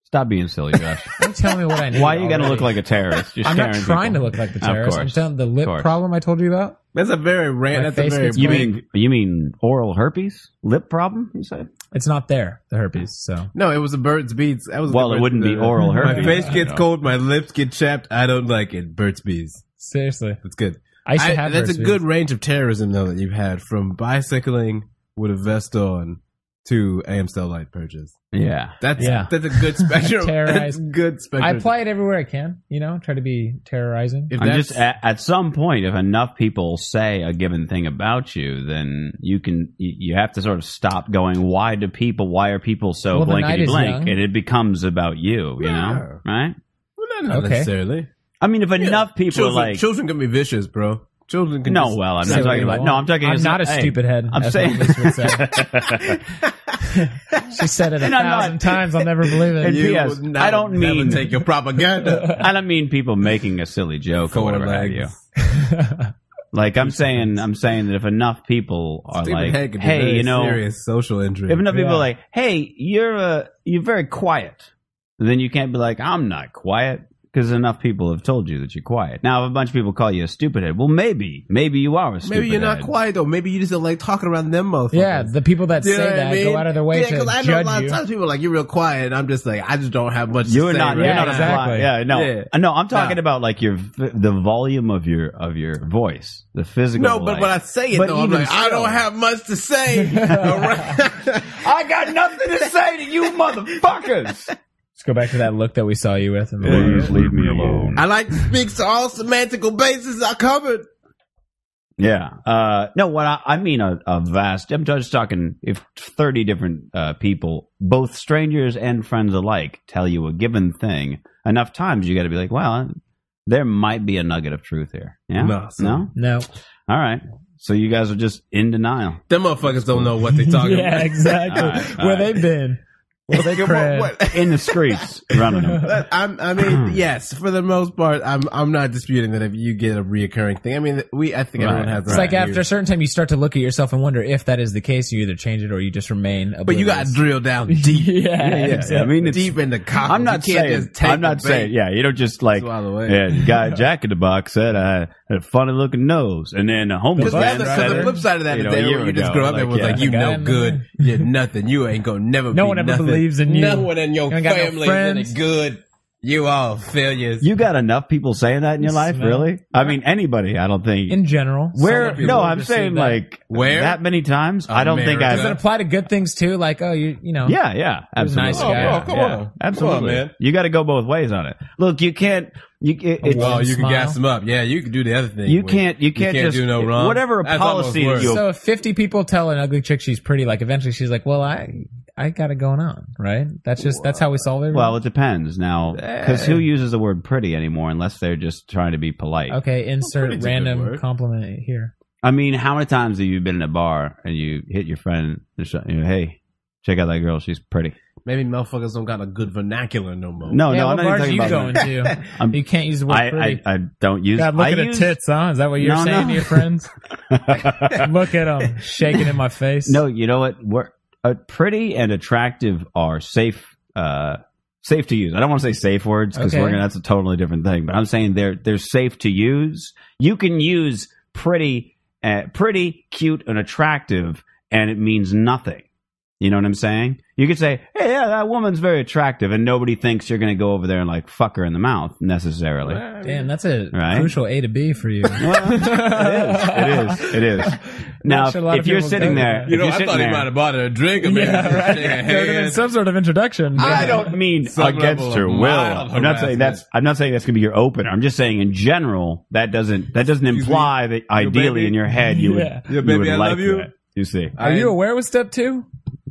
Speaker 6: Stop being silly, Josh.
Speaker 9: Don't tell me what I need.
Speaker 6: Why are you gonna
Speaker 9: already.
Speaker 6: look like a terrorist? You're
Speaker 9: I'm not
Speaker 6: scaring
Speaker 9: trying
Speaker 6: people.
Speaker 9: to look like the
Speaker 6: Of
Speaker 9: terrorist. I'm
Speaker 6: course.
Speaker 9: telling the lip
Speaker 6: course.
Speaker 9: problem I told you about.
Speaker 2: That's a very rant.
Speaker 9: My
Speaker 2: That's a
Speaker 9: face
Speaker 2: very.
Speaker 9: gets
Speaker 6: You
Speaker 9: big.
Speaker 6: mean you mean oral herpes, lip problem? You said.
Speaker 9: It's not there. The herpes. So
Speaker 2: No, it was a bird's bees. That was
Speaker 6: Well,
Speaker 2: the
Speaker 6: it
Speaker 2: Burt's
Speaker 6: wouldn't be
Speaker 2: Bees.
Speaker 6: oral
Speaker 2: My
Speaker 6: herpes.
Speaker 2: face
Speaker 6: I
Speaker 2: gets
Speaker 6: know.
Speaker 2: cold. My lips get chapped. I don't like it. Bird's bees.
Speaker 9: seriously,
Speaker 2: That's good.
Speaker 9: I used to
Speaker 2: I-
Speaker 9: have.
Speaker 2: that's
Speaker 9: herpes.
Speaker 2: a good range of terrorism though that you've had from bicycling with a vest on to Amstel light purges.
Speaker 6: Yeah.
Speaker 2: That's
Speaker 9: Yeah.
Speaker 2: that's a good spectrum. that's
Speaker 9: Terrorize.
Speaker 2: good
Speaker 9: I
Speaker 2: spectrum.
Speaker 9: apply it everywhere I can. You know, try to be terrorizing.
Speaker 2: If
Speaker 6: I'm
Speaker 2: that's-
Speaker 6: just at, at some point, if enough people say a given thing about you, then you can you, you have to sort of stop going. Why do people? Why are people so
Speaker 9: Well, the night
Speaker 6: blankety
Speaker 9: is
Speaker 6: blank?
Speaker 9: young.
Speaker 6: And it becomes about you. You know, right?
Speaker 2: well, not
Speaker 9: Okay.
Speaker 2: necessarily.
Speaker 6: I mean, if enough people
Speaker 2: Children,
Speaker 6: are like,
Speaker 2: children can be vicious, bro. Children can.
Speaker 6: no,
Speaker 2: just-
Speaker 6: well, I'm
Speaker 9: Say
Speaker 6: not
Speaker 9: what
Speaker 6: talking
Speaker 9: you
Speaker 6: about.
Speaker 9: want.
Speaker 6: No, I'm talking.
Speaker 9: I'm
Speaker 6: as-
Speaker 9: not a
Speaker 6: hey,
Speaker 9: stupid head.
Speaker 6: I'm
Speaker 9: as
Speaker 6: saying.
Speaker 9: my niece would say. she said it a
Speaker 6: And I'm not-
Speaker 9: thousand times. I'll never believe it.
Speaker 6: And
Speaker 2: You
Speaker 6: P.S.,
Speaker 2: would
Speaker 6: I don't
Speaker 2: never
Speaker 6: mean-
Speaker 2: take your propaganda.
Speaker 6: I don't mean people making a silly joke
Speaker 2: Four
Speaker 6: or whatever have
Speaker 2: legs.
Speaker 6: you. Like I'm saying, I'm saying that if enough people are
Speaker 2: Stephen Hank
Speaker 6: like,
Speaker 2: could be
Speaker 6: hey,
Speaker 2: very
Speaker 6: you know,
Speaker 2: serious social injury.
Speaker 6: If enough people
Speaker 9: Yeah.
Speaker 6: are like, "Hey, you're uh, you're very quiet," then you can't be like, "I'm not quiet," because enough people have told you that you're quiet. Now, if a bunch of people call you a stupid head, well, maybe, maybe you are a stupid.
Speaker 2: Maybe you're not
Speaker 6: head.
Speaker 2: quiet though. Maybe you just don't like talking around them motherfuckers.
Speaker 9: yeah, the people that
Speaker 2: Do you
Speaker 9: say
Speaker 2: know what
Speaker 9: that
Speaker 2: I mean?
Speaker 9: go out of their way
Speaker 2: yeah,
Speaker 9: to
Speaker 2: 'cause I know a lot
Speaker 9: judge
Speaker 2: of
Speaker 9: you.
Speaker 2: times people are like you're real quiet, and I'm just like I just don't have much.
Speaker 6: You're
Speaker 2: to
Speaker 6: not.
Speaker 2: Say
Speaker 6: You're
Speaker 2: right
Speaker 6: not
Speaker 2: now.
Speaker 9: exactly.
Speaker 6: quiet. Yeah. No.
Speaker 2: Yeah.
Speaker 6: Uh, No. I'm talking
Speaker 2: No.
Speaker 6: about like your v- the volume of your of your voice, the physical.
Speaker 2: No, but
Speaker 6: like-
Speaker 2: when I say it
Speaker 6: But
Speaker 2: though, I'm
Speaker 6: even
Speaker 2: like I
Speaker 6: still-
Speaker 2: don't have much to say.
Speaker 6: I got nothing to say to you, motherfuckers.
Speaker 9: Let's go back to that look that we saw you with. In the
Speaker 6: Please leave me alone.
Speaker 2: I like to speak to all semantical bases I covered.
Speaker 6: Yeah. Uh, no, what I, I mean, a, a vast, I'm just talking if 30 different uh, people, both strangers and friends alike, tell you a given thing enough times, you got to be like, well, there might be a nugget of truth here. Yeah.
Speaker 2: No, so-
Speaker 6: No?
Speaker 9: no.
Speaker 6: All right. So you guys are just in denial.
Speaker 2: Them motherfuckers don't know what they talking
Speaker 9: Yeah,
Speaker 2: about.
Speaker 9: exactly.
Speaker 6: All right, all
Speaker 9: Where
Speaker 6: right.
Speaker 9: they been? Where they
Speaker 2: What-
Speaker 9: cred?
Speaker 2: what-
Speaker 6: In the streets, running them.
Speaker 2: But I'm, I
Speaker 6: Hmm.
Speaker 2: mean, yes, for the most part, I'm, I'm not disputing that if you get a reoccurring thing, I mean, we, I think everyone
Speaker 6: Right.
Speaker 2: has.
Speaker 9: It's
Speaker 2: their
Speaker 9: like
Speaker 2: own
Speaker 9: after a
Speaker 2: views.
Speaker 9: certain time, you start to look at yourself and wonder if that is the case. You either change it or you just remain. Oblivious.
Speaker 2: but you got to drill down deep.
Speaker 9: yeah,
Speaker 6: Yeah,
Speaker 9: exactly.
Speaker 6: I mean, it's,
Speaker 2: deep in the cockles.
Speaker 6: I'm not
Speaker 2: You can't
Speaker 6: saying.
Speaker 2: Just take
Speaker 6: I'm not
Speaker 2: the bait.
Speaker 6: saying. Yeah, you don't just like.
Speaker 2: Swallow it.
Speaker 6: Yeah, the guy Jack in the Box said I had a funny looking nose, and then a
Speaker 2: Because
Speaker 6: homeless
Speaker 2: the,
Speaker 6: man
Speaker 2: other- 'cause
Speaker 6: said-
Speaker 2: the flip side of that
Speaker 6: You
Speaker 2: is
Speaker 6: know,
Speaker 2: that
Speaker 6: a year
Speaker 2: you just
Speaker 6: ago,
Speaker 2: grow up
Speaker 6: like,
Speaker 2: and was
Speaker 6: yeah.
Speaker 2: like, you
Speaker 9: Like, I
Speaker 2: no
Speaker 9: am-
Speaker 2: good, you're nothing, you ain't gonna never.
Speaker 9: No
Speaker 2: be
Speaker 9: one ever
Speaker 2: nothing.
Speaker 9: believes in you.
Speaker 2: No one in your
Speaker 9: You ain't got no
Speaker 2: family is any
Speaker 9: friends.
Speaker 2: good.
Speaker 7: You all failures.
Speaker 6: You got enough people saying that in your life,
Speaker 9: Smell.
Speaker 6: really? I mean, anybody. I don't think.
Speaker 9: in general.
Speaker 6: where?
Speaker 7: Some people
Speaker 6: No,
Speaker 7: would
Speaker 6: I'm
Speaker 7: just
Speaker 6: saying
Speaker 7: say that.
Speaker 6: like
Speaker 7: Where?
Speaker 6: that many times. I don't think
Speaker 7: America.
Speaker 6: I've.
Speaker 9: Does it apply to good things too? Like, oh, you you know,
Speaker 6: Yeah, yeah,
Speaker 9: was a
Speaker 6: absolutely.
Speaker 9: nice guy.
Speaker 6: Yeah,
Speaker 2: Oh, come
Speaker 6: yeah,
Speaker 2: on. Come on,
Speaker 6: absolutely,
Speaker 2: man.
Speaker 6: You got to go both ways on it. Look, you can't. You it, it's,
Speaker 2: well, you
Speaker 9: smile.
Speaker 2: can gas them up. Yeah, you can do the other thing.
Speaker 6: you
Speaker 2: where
Speaker 6: can't you can't, just
Speaker 2: do no wrong.
Speaker 6: whatever
Speaker 2: That's
Speaker 6: policy
Speaker 2: almost worse.
Speaker 6: you
Speaker 9: So if 50 people tell an ugly chick she's pretty, like eventually she's like, well, I I got it going on, right? That's just that's how we solve it.
Speaker 6: well, it depends now because
Speaker 9: Eh.
Speaker 6: who uses the word pretty anymore unless they're just trying to be polite.
Speaker 9: okay, insert
Speaker 2: pretty's a good
Speaker 9: random
Speaker 2: word.
Speaker 9: compliment here.
Speaker 6: I mean, how many times have you been in a bar and you hit your friend and sh- you know, hey, check out that girl, she's pretty.
Speaker 2: Maybe motherfuckers don't got a good vernacular no more.
Speaker 6: Oh, No,
Speaker 9: yeah,
Speaker 6: no, I'm
Speaker 9: what
Speaker 6: not even
Speaker 9: bars
Speaker 6: talking
Speaker 9: you
Speaker 6: about.
Speaker 9: going to?
Speaker 6: I'm-
Speaker 9: you can't use the word
Speaker 6: I, I
Speaker 9: pretty.
Speaker 6: I don't use.
Speaker 9: God, look
Speaker 6: I
Speaker 9: at
Speaker 6: use-
Speaker 9: her tits, huh? Is that what you're
Speaker 6: No,
Speaker 9: saying
Speaker 6: no.
Speaker 9: to your friends? look at them shaking in my face.
Speaker 6: No, you know what? We're, uh, pretty and attractive are safe. Uh, safe to use. I don't want to say safe words because
Speaker 9: Okay.
Speaker 6: we're gonna. That's a totally different thing. But I'm saying they're they're safe to use. You can use pretty, uh, pretty, cute, and attractive, and it means nothing. You know what I'm saying? You could say, "Hey, yeah, that woman's very attractive," and nobody thinks you're gonna go over there and like fuck her in the mouth necessarily.
Speaker 9: Damn, that's a
Speaker 6: Right?
Speaker 9: crucial A to B for you.
Speaker 6: it is. It is. Now,
Speaker 9: Not
Speaker 6: if,
Speaker 9: sure a lot of
Speaker 6: you're
Speaker 9: people
Speaker 6: sitting
Speaker 9: go
Speaker 6: there,
Speaker 9: there.
Speaker 6: if
Speaker 2: You know,
Speaker 6: you're
Speaker 2: I
Speaker 6: sitting
Speaker 2: thought
Speaker 6: there,
Speaker 2: he might have bought her a drink. I mean,
Speaker 9: yeah, right.
Speaker 2: shake her
Speaker 9: There would've been
Speaker 2: hand.
Speaker 9: some sort of introduction.
Speaker 6: I don't mean
Speaker 2: Some
Speaker 6: against
Speaker 2: level
Speaker 6: her
Speaker 2: of
Speaker 6: will.
Speaker 2: mild
Speaker 6: I'm not
Speaker 2: harassment.
Speaker 6: saying that's. I'm not saying that's gonna be your opener. I'm just saying in general that doesn't that doesn't
Speaker 2: Excuse
Speaker 6: imply that ideally
Speaker 2: baby?
Speaker 6: in your head you
Speaker 9: Yeah.
Speaker 6: would
Speaker 2: Your
Speaker 6: you
Speaker 2: baby,
Speaker 6: would
Speaker 2: I
Speaker 6: like
Speaker 2: love you?
Speaker 6: that. You see,
Speaker 9: Are you aware with step two?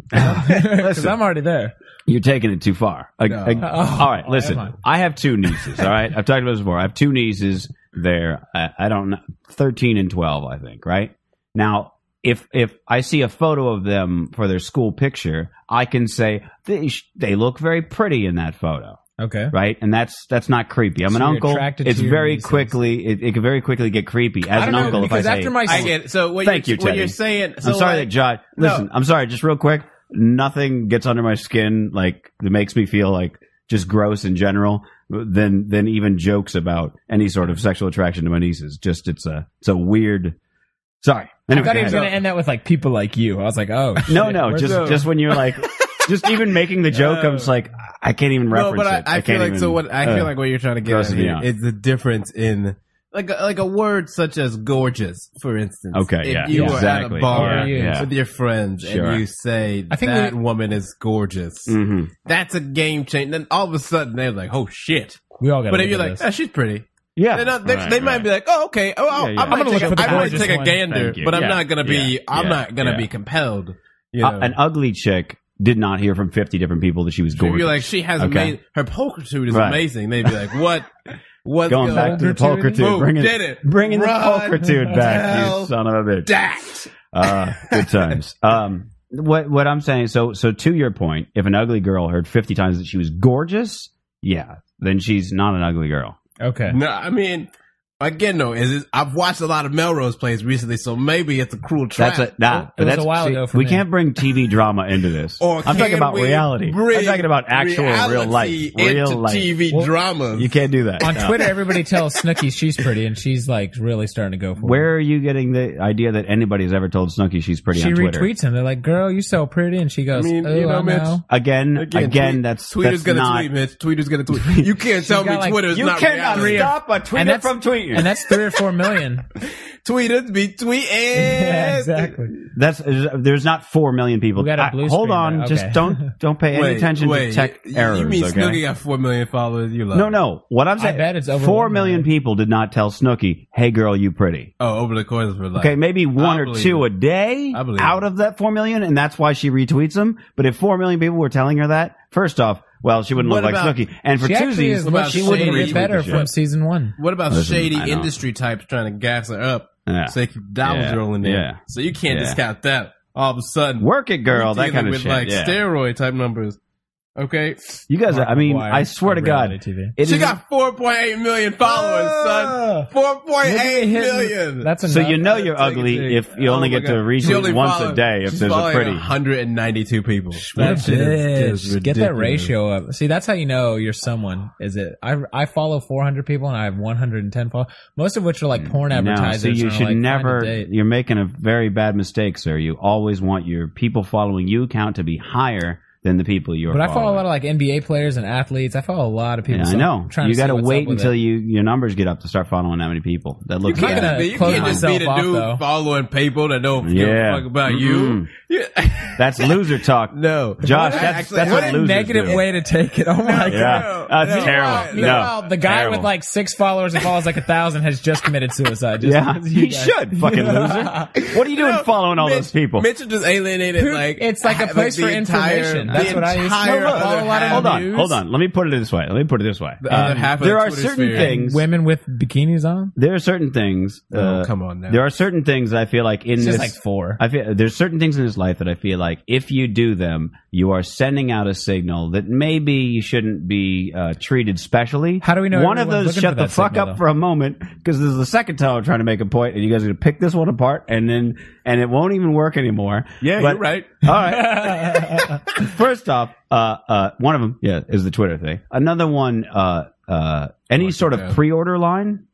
Speaker 9: Because I'm already there.
Speaker 6: you're taking it too far. I- I-
Speaker 9: Oh,
Speaker 6: all right,
Speaker 9: am
Speaker 6: listen.
Speaker 9: I?
Speaker 6: I? have two nieces. All right, I've talked about this before. I have two nieces. They're I, I don't know, thirteen and twelve. I think right now. If if I see a photo of them for their school picture, I can say they sh- they look very pretty in that photo.
Speaker 9: Okay.
Speaker 6: right? And that's that's not creepy. I'm
Speaker 9: So
Speaker 6: an
Speaker 9: you're
Speaker 6: uncle.
Speaker 9: attracted
Speaker 6: It's
Speaker 9: to your
Speaker 6: very
Speaker 9: nieces.
Speaker 6: quickly. It, it can very quickly get creepy as
Speaker 9: I
Speaker 6: an
Speaker 9: don't know,
Speaker 6: uncle. If I
Speaker 9: because
Speaker 6: say,
Speaker 9: after my
Speaker 7: I get it. So what
Speaker 6: Thank
Speaker 7: you're,
Speaker 6: you,
Speaker 7: what
Speaker 6: Teddy.
Speaker 7: you're saying. So
Speaker 6: I'm sorry
Speaker 7: like,
Speaker 6: that John. Listen, I'm sorry. Just real quick, nothing gets under my skin like that makes me feel like just gross in general. Than than even jokes about any sort of sexual attraction to my nieces. Just it's a it's a weird. Sorry.
Speaker 9: I
Speaker 6: Anyway,
Speaker 9: thought he
Speaker 6: go
Speaker 9: was
Speaker 6: ahead.
Speaker 9: going to end that with like people like you. I was like, oh, shit.
Speaker 6: no, no,
Speaker 9: Where's
Speaker 6: just
Speaker 9: the-
Speaker 6: just when you're like, just even making the joke, I'm just like, I can't even
Speaker 2: No,
Speaker 6: reference
Speaker 2: but I,
Speaker 6: it.
Speaker 2: I, feel
Speaker 6: can't
Speaker 2: like
Speaker 6: even,
Speaker 2: so. What I
Speaker 6: uh,
Speaker 2: feel like what you're trying to get
Speaker 6: grosses
Speaker 2: at
Speaker 6: me
Speaker 2: here
Speaker 6: out.
Speaker 2: is the difference in like a, like a word such as gorgeous, for instance.
Speaker 6: Okay,
Speaker 2: if
Speaker 6: yeah,
Speaker 2: you
Speaker 6: yeah.
Speaker 2: were at
Speaker 6: exactly.
Speaker 2: a bar
Speaker 6: Yeah, yeah.
Speaker 2: with your friends
Speaker 6: Sure.
Speaker 2: and you say
Speaker 9: I think
Speaker 2: that
Speaker 9: we-
Speaker 2: woman is gorgeous,
Speaker 6: Mhm.
Speaker 2: that's a game change. Then all of a sudden they're like, "Oh shit!"
Speaker 9: we all got.
Speaker 2: But if you're like, "Ah, "She's pretty,"
Speaker 6: Yeah,
Speaker 2: they're not, they,
Speaker 6: Right,
Speaker 2: they might
Speaker 6: right.
Speaker 2: be like, "Oh, okay, oh, I'll-
Speaker 6: Yeah, yeah.
Speaker 2: I might
Speaker 9: I'm gonna
Speaker 2: take
Speaker 9: look for
Speaker 2: a,
Speaker 9: the
Speaker 2: I might
Speaker 9: gorgeous
Speaker 2: take a
Speaker 9: one.
Speaker 2: gander,"
Speaker 6: Thank you.
Speaker 2: but I'm
Speaker 6: Yeah,
Speaker 2: not gonna be,
Speaker 6: yeah,
Speaker 2: I'm
Speaker 6: yeah,
Speaker 2: not gonna
Speaker 6: yeah.
Speaker 2: be compelled. You
Speaker 6: Uh,
Speaker 2: know?
Speaker 6: an ugly chick did not hear from 50 different people that she was
Speaker 2: She'd
Speaker 6: gorgeous.
Speaker 2: be like, she has
Speaker 6: Okay.
Speaker 2: amazing. Her pulchritude is
Speaker 6: Right.
Speaker 2: amazing. They'd be like, what? What's
Speaker 6: Going back to the
Speaker 9: Pulchritude?
Speaker 6: pulchritude.
Speaker 2: Boom,
Speaker 6: Bringing,
Speaker 2: did it.
Speaker 6: bringing the
Speaker 2: Run
Speaker 6: pulchritude
Speaker 2: the
Speaker 6: back, you
Speaker 2: hell
Speaker 6: son of a bitch.
Speaker 2: Dax.
Speaker 6: Uh, good times. Um, what, what I'm saying, so, so to your point, if an ugly girl heard 50 times that she was gorgeous, yeah, then she's not an ugly girl.
Speaker 9: okay,
Speaker 2: No, I mean, again, though, is is- I've watched a lot of Melrose plays recently, so maybe it's a cruel trap.
Speaker 6: That's a, nah,
Speaker 9: It was
Speaker 6: that's,
Speaker 9: a while
Speaker 6: see,
Speaker 9: ago for
Speaker 6: we
Speaker 9: me.
Speaker 6: can't bring TV drama into this.
Speaker 2: Or
Speaker 6: I'm talking
Speaker 2: can
Speaker 6: about
Speaker 2: we
Speaker 6: reality. I'm
Speaker 2: bring
Speaker 6: talking about actual real
Speaker 2: reality
Speaker 6: life. Real
Speaker 2: into
Speaker 6: life.
Speaker 2: TV
Speaker 9: Well,
Speaker 2: dramas.
Speaker 6: You can't do that.
Speaker 9: on
Speaker 6: No.
Speaker 9: Twitter, everybody tells Snooki she's pretty, and she's like really starting to go for it.
Speaker 6: Where are you getting the idea that anybody's ever told Snooki she's pretty
Speaker 9: She
Speaker 6: on Twitter?
Speaker 9: retweets him. They're like, "Girl, you're so pretty," and she goes,
Speaker 2: I mean,
Speaker 9: "Oh,
Speaker 2: you know,
Speaker 9: I
Speaker 2: Mitch,
Speaker 9: know."
Speaker 6: Again, again,
Speaker 2: tweet-
Speaker 6: that's
Speaker 2: Tweeter's
Speaker 6: that's
Speaker 2: gonna
Speaker 6: not.
Speaker 2: tweet, Mitch. Tweeter's gonna tweet. You can't tell
Speaker 9: got,
Speaker 2: me
Speaker 9: like-
Speaker 2: Twitter's
Speaker 6: You
Speaker 2: not
Speaker 6: cannot
Speaker 2: reality.
Speaker 6: stop a
Speaker 9: And
Speaker 6: tweeter
Speaker 9: that's-
Speaker 6: from tweeting.
Speaker 9: and that's three or four million.
Speaker 2: Tweeters be tweeting.
Speaker 9: yeah, exactly.
Speaker 6: that's there's not four million people.
Speaker 9: We got a
Speaker 6: I-
Speaker 9: blue
Speaker 6: hold
Speaker 9: screen
Speaker 6: on,
Speaker 9: now,
Speaker 6: just
Speaker 9: okay.
Speaker 6: don't don't pay any
Speaker 2: Wait,
Speaker 6: attention
Speaker 2: wait,
Speaker 6: to tech
Speaker 2: you,
Speaker 6: errors.
Speaker 2: You mean
Speaker 6: okay?
Speaker 2: Snooki got four million followers? You love
Speaker 6: no,
Speaker 2: it.
Speaker 6: no. What I'm
Speaker 9: I
Speaker 6: saying,
Speaker 9: bet it's
Speaker 6: four
Speaker 9: overwhelming.
Speaker 6: million people did not tell Snooki, "Hey, girl, you pretty."
Speaker 2: Oh, over the course of her life.
Speaker 6: Okay, maybe one or
Speaker 2: believe
Speaker 6: two
Speaker 2: it.
Speaker 6: a day
Speaker 2: I believe
Speaker 6: out
Speaker 2: it.
Speaker 6: of that four million, and that's why she retweets them. But if four million people were telling her that, first off, well, she wouldn't
Speaker 2: What
Speaker 6: look
Speaker 2: about-
Speaker 6: like Snooki, and for
Speaker 9: She actually is
Speaker 6: Tuesdays,
Speaker 2: about
Speaker 9: what she would
Speaker 2: shady
Speaker 9: get
Speaker 2: retweet
Speaker 9: better
Speaker 6: shit.
Speaker 9: from season one.
Speaker 2: What about
Speaker 6: Listen,
Speaker 2: shady
Speaker 6: I know.
Speaker 2: industry types trying to gas her up?
Speaker 6: Yeah.
Speaker 2: So they keep dollars
Speaker 6: Yeah.
Speaker 2: rolling in.
Speaker 6: Yeah.
Speaker 2: So you can't
Speaker 6: Yeah.
Speaker 2: discount that. All of a sudden,
Speaker 6: work it, girl,
Speaker 2: you're
Speaker 6: that kind
Speaker 2: dealing
Speaker 6: of
Speaker 2: with
Speaker 6: shit.
Speaker 2: like
Speaker 6: yeah.
Speaker 2: steroid type numbers. Okay,
Speaker 6: You guys, are, I mean, I swear to God,
Speaker 9: Reality TV.
Speaker 6: it
Speaker 2: she
Speaker 6: is-
Speaker 2: got 4.8 million followers, son.
Speaker 9: Ah.
Speaker 2: 4.8
Speaker 9: Hitting-
Speaker 2: million.
Speaker 9: That's enough.
Speaker 6: so you know
Speaker 2: Take
Speaker 6: you're
Speaker 2: it, take
Speaker 6: ugly
Speaker 2: it.
Speaker 6: if you only
Speaker 2: Oh my
Speaker 6: get to
Speaker 2: God. She only
Speaker 6: retweet once a
Speaker 2: followed-
Speaker 6: day if
Speaker 2: she's
Speaker 6: there's a
Speaker 2: following
Speaker 6: pretty.
Speaker 2: 192 people.
Speaker 9: What a
Speaker 2: That shit is just
Speaker 9: bitch. Get that
Speaker 2: ridiculous.
Speaker 9: ratio up. See, that's how you know you're someone. Is it? I I follow 400 people and I have 110 followers, most of which are like porn
Speaker 6: No,
Speaker 9: advertisers.
Speaker 6: so you
Speaker 9: and are
Speaker 6: should
Speaker 9: like, find a
Speaker 6: never.
Speaker 9: date.
Speaker 6: You're making a very bad mistake, sir. You always want your people following you count to be higher than the people you're.
Speaker 9: But I follow a
Speaker 6: following.
Speaker 9: lot of like NBA players and athletes. I follow a lot of people.
Speaker 6: Yeah,
Speaker 9: so
Speaker 6: I
Speaker 9: I'm
Speaker 6: know.
Speaker 9: trying
Speaker 6: you
Speaker 9: got to see what's
Speaker 6: wait
Speaker 9: up with
Speaker 6: until
Speaker 9: it.
Speaker 6: you your numbers get up to start following that many people. That looks.
Speaker 9: can't
Speaker 6: at it.
Speaker 9: gonna
Speaker 2: be- you
Speaker 9: close
Speaker 2: can't just be the
Speaker 9: myself off,
Speaker 2: dude
Speaker 9: though.
Speaker 2: following people that don't give a
Speaker 6: Yeah. Mm-hmm.
Speaker 2: fuck about
Speaker 6: Mm-mm.
Speaker 2: you. Yeah.
Speaker 6: That's loser talk.
Speaker 2: no,
Speaker 6: Josh,
Speaker 2: What
Speaker 6: that's-
Speaker 2: actually-
Speaker 6: that's
Speaker 2: what
Speaker 6: what
Speaker 2: a-
Speaker 6: losers
Speaker 9: Negative
Speaker 6: do.
Speaker 9: way to take it. Oh my god.
Speaker 6: Yeah,
Speaker 2: No,
Speaker 6: that's
Speaker 2: no.
Speaker 6: terrible.
Speaker 9: Meanwhile,
Speaker 6: no,
Speaker 9: the guy
Speaker 6: terrible.
Speaker 9: with like six followers and follows like a thousand has just committed suicide. Just
Speaker 6: yeah,
Speaker 9: because of you
Speaker 6: he
Speaker 9: guys.
Speaker 6: should fucking loser. What are you doing
Speaker 2: No,
Speaker 6: following all
Speaker 2: Mitch-
Speaker 6: those people?
Speaker 2: Mitchell just alienated
Speaker 9: Who-
Speaker 2: like
Speaker 9: it's like a
Speaker 2: ha-
Speaker 9: place
Speaker 2: the
Speaker 9: for
Speaker 2: entire-
Speaker 9: information.
Speaker 2: the
Speaker 9: That's what I used to
Speaker 2: entire
Speaker 9: do.
Speaker 2: other
Speaker 9: Follow a lot of
Speaker 2: half-
Speaker 6: hold on,
Speaker 9: news.
Speaker 6: hold on. Let me put it this way. Let me put it this way.
Speaker 2: The other half of
Speaker 6: there
Speaker 2: the
Speaker 6: are
Speaker 2: Twitter
Speaker 6: certain
Speaker 2: sphere.
Speaker 6: things.
Speaker 9: Women with bikinis on.
Speaker 6: There are certain things.
Speaker 2: Oh,
Speaker 6: uh,
Speaker 2: come on now.
Speaker 6: There are certain things that I feel like in
Speaker 9: It's
Speaker 6: this.
Speaker 9: just like four.
Speaker 6: I feel there's certain things in his life that I feel like if you do them, you are sending out a signal that maybe you shouldn't be uh, treated specially.
Speaker 9: How do we know
Speaker 6: One of those
Speaker 9: everyone's looking
Speaker 6: shut
Speaker 9: for
Speaker 6: the
Speaker 9: that
Speaker 6: fuck
Speaker 9: signal,
Speaker 6: up
Speaker 9: though?
Speaker 6: for a moment because this is the second time I'm trying to make a point, and you guys are gonna pick this one apart, and then and it won't even work anymore.
Speaker 2: Yeah,
Speaker 6: But-
Speaker 2: you're right.
Speaker 6: All right. First off, uh, uh, one of them, yeah, is the Twitter thing. Another one, uh, uh, any sort of
Speaker 2: yeah.
Speaker 6: pre-order line.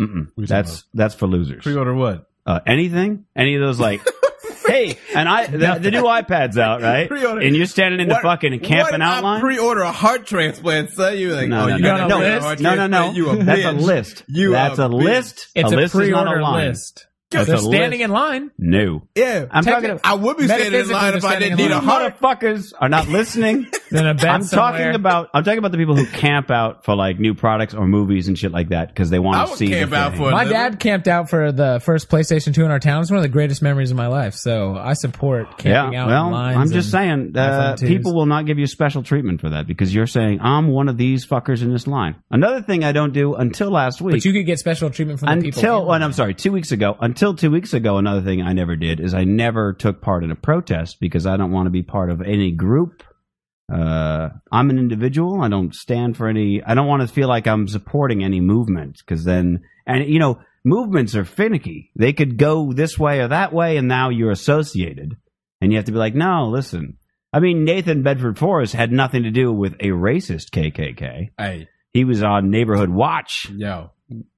Speaker 6: Mm-mm.
Speaker 2: We
Speaker 6: That's that's for losers
Speaker 2: Pre-order what?
Speaker 6: uh, anything, any of those like, hey, and I the, the new iPad's out, right?
Speaker 2: Pre-order.
Speaker 6: And you're standing in the
Speaker 2: What-
Speaker 6: fucking camping
Speaker 2: what
Speaker 6: out
Speaker 2: I
Speaker 6: line.
Speaker 2: Pre-order a heart transplant, son. You like?
Speaker 6: no,
Speaker 2: oh,
Speaker 6: no,
Speaker 2: you
Speaker 6: no,
Speaker 2: got
Speaker 6: no,
Speaker 2: a
Speaker 6: no,
Speaker 2: heart
Speaker 6: no, no, no,
Speaker 2: transplant? You a
Speaker 6: That's a
Speaker 2: bitch.
Speaker 6: list.
Speaker 2: You
Speaker 6: That's
Speaker 2: a
Speaker 6: a,
Speaker 2: bitch.
Speaker 6: list.
Speaker 9: It's a,
Speaker 6: list is not
Speaker 9: pre-order
Speaker 6: a line.
Speaker 9: list.
Speaker 6: That's
Speaker 9: They're
Speaker 6: a list.
Speaker 9: standing in line.
Speaker 6: No,
Speaker 2: Yeah,
Speaker 6: I'm talking.
Speaker 9: Technically-
Speaker 6: about
Speaker 2: I would be standing in
Speaker 9: Metaphysically,
Speaker 2: line if
Speaker 9: they're
Speaker 2: I didn't
Speaker 9: standing in
Speaker 2: need a
Speaker 9: line.
Speaker 2: heart.
Speaker 6: motherfuckers are not listening.
Speaker 9: Then a bed
Speaker 6: I'm
Speaker 9: somewhere.
Speaker 6: talking about. I'm talking about the people who camp out for like new products or movies and shit like that because they
Speaker 2: I
Speaker 6: want to
Speaker 2: would
Speaker 6: see. the
Speaker 2: camp out
Speaker 6: thing.
Speaker 2: for a
Speaker 9: My
Speaker 2: living.
Speaker 9: dad camped out for the first PlayStation 2 in our town. It's one of the greatest memories of my life. So I support camping out
Speaker 6: well,
Speaker 9: in lines.
Speaker 6: I'm just saying,
Speaker 9: and-
Speaker 6: uh,
Speaker 9: FMTs.
Speaker 6: people will not give you special treatment for that because you're saying I'm one of these fuckers in this line. Another thing I don't do until last week.
Speaker 9: But you could get special treatment from the people.
Speaker 6: until, well, I'm sorry, two weeks ago. Until two weeks ago, another thing I never did is I never took part in a protest because I don't want to be part of any group. Uh, I'm an individual. I don't stand for any. I don't want to feel like I'm supporting any movement because then, and you know, movements are finicky. They could go this way or that way, and now you're associated, and you have to be like, no, listen. I mean, Nathan Bedford Forrest had nothing to do with a racist KKK.
Speaker 2: Hey,
Speaker 6: He was on neighborhood watch.
Speaker 2: yo.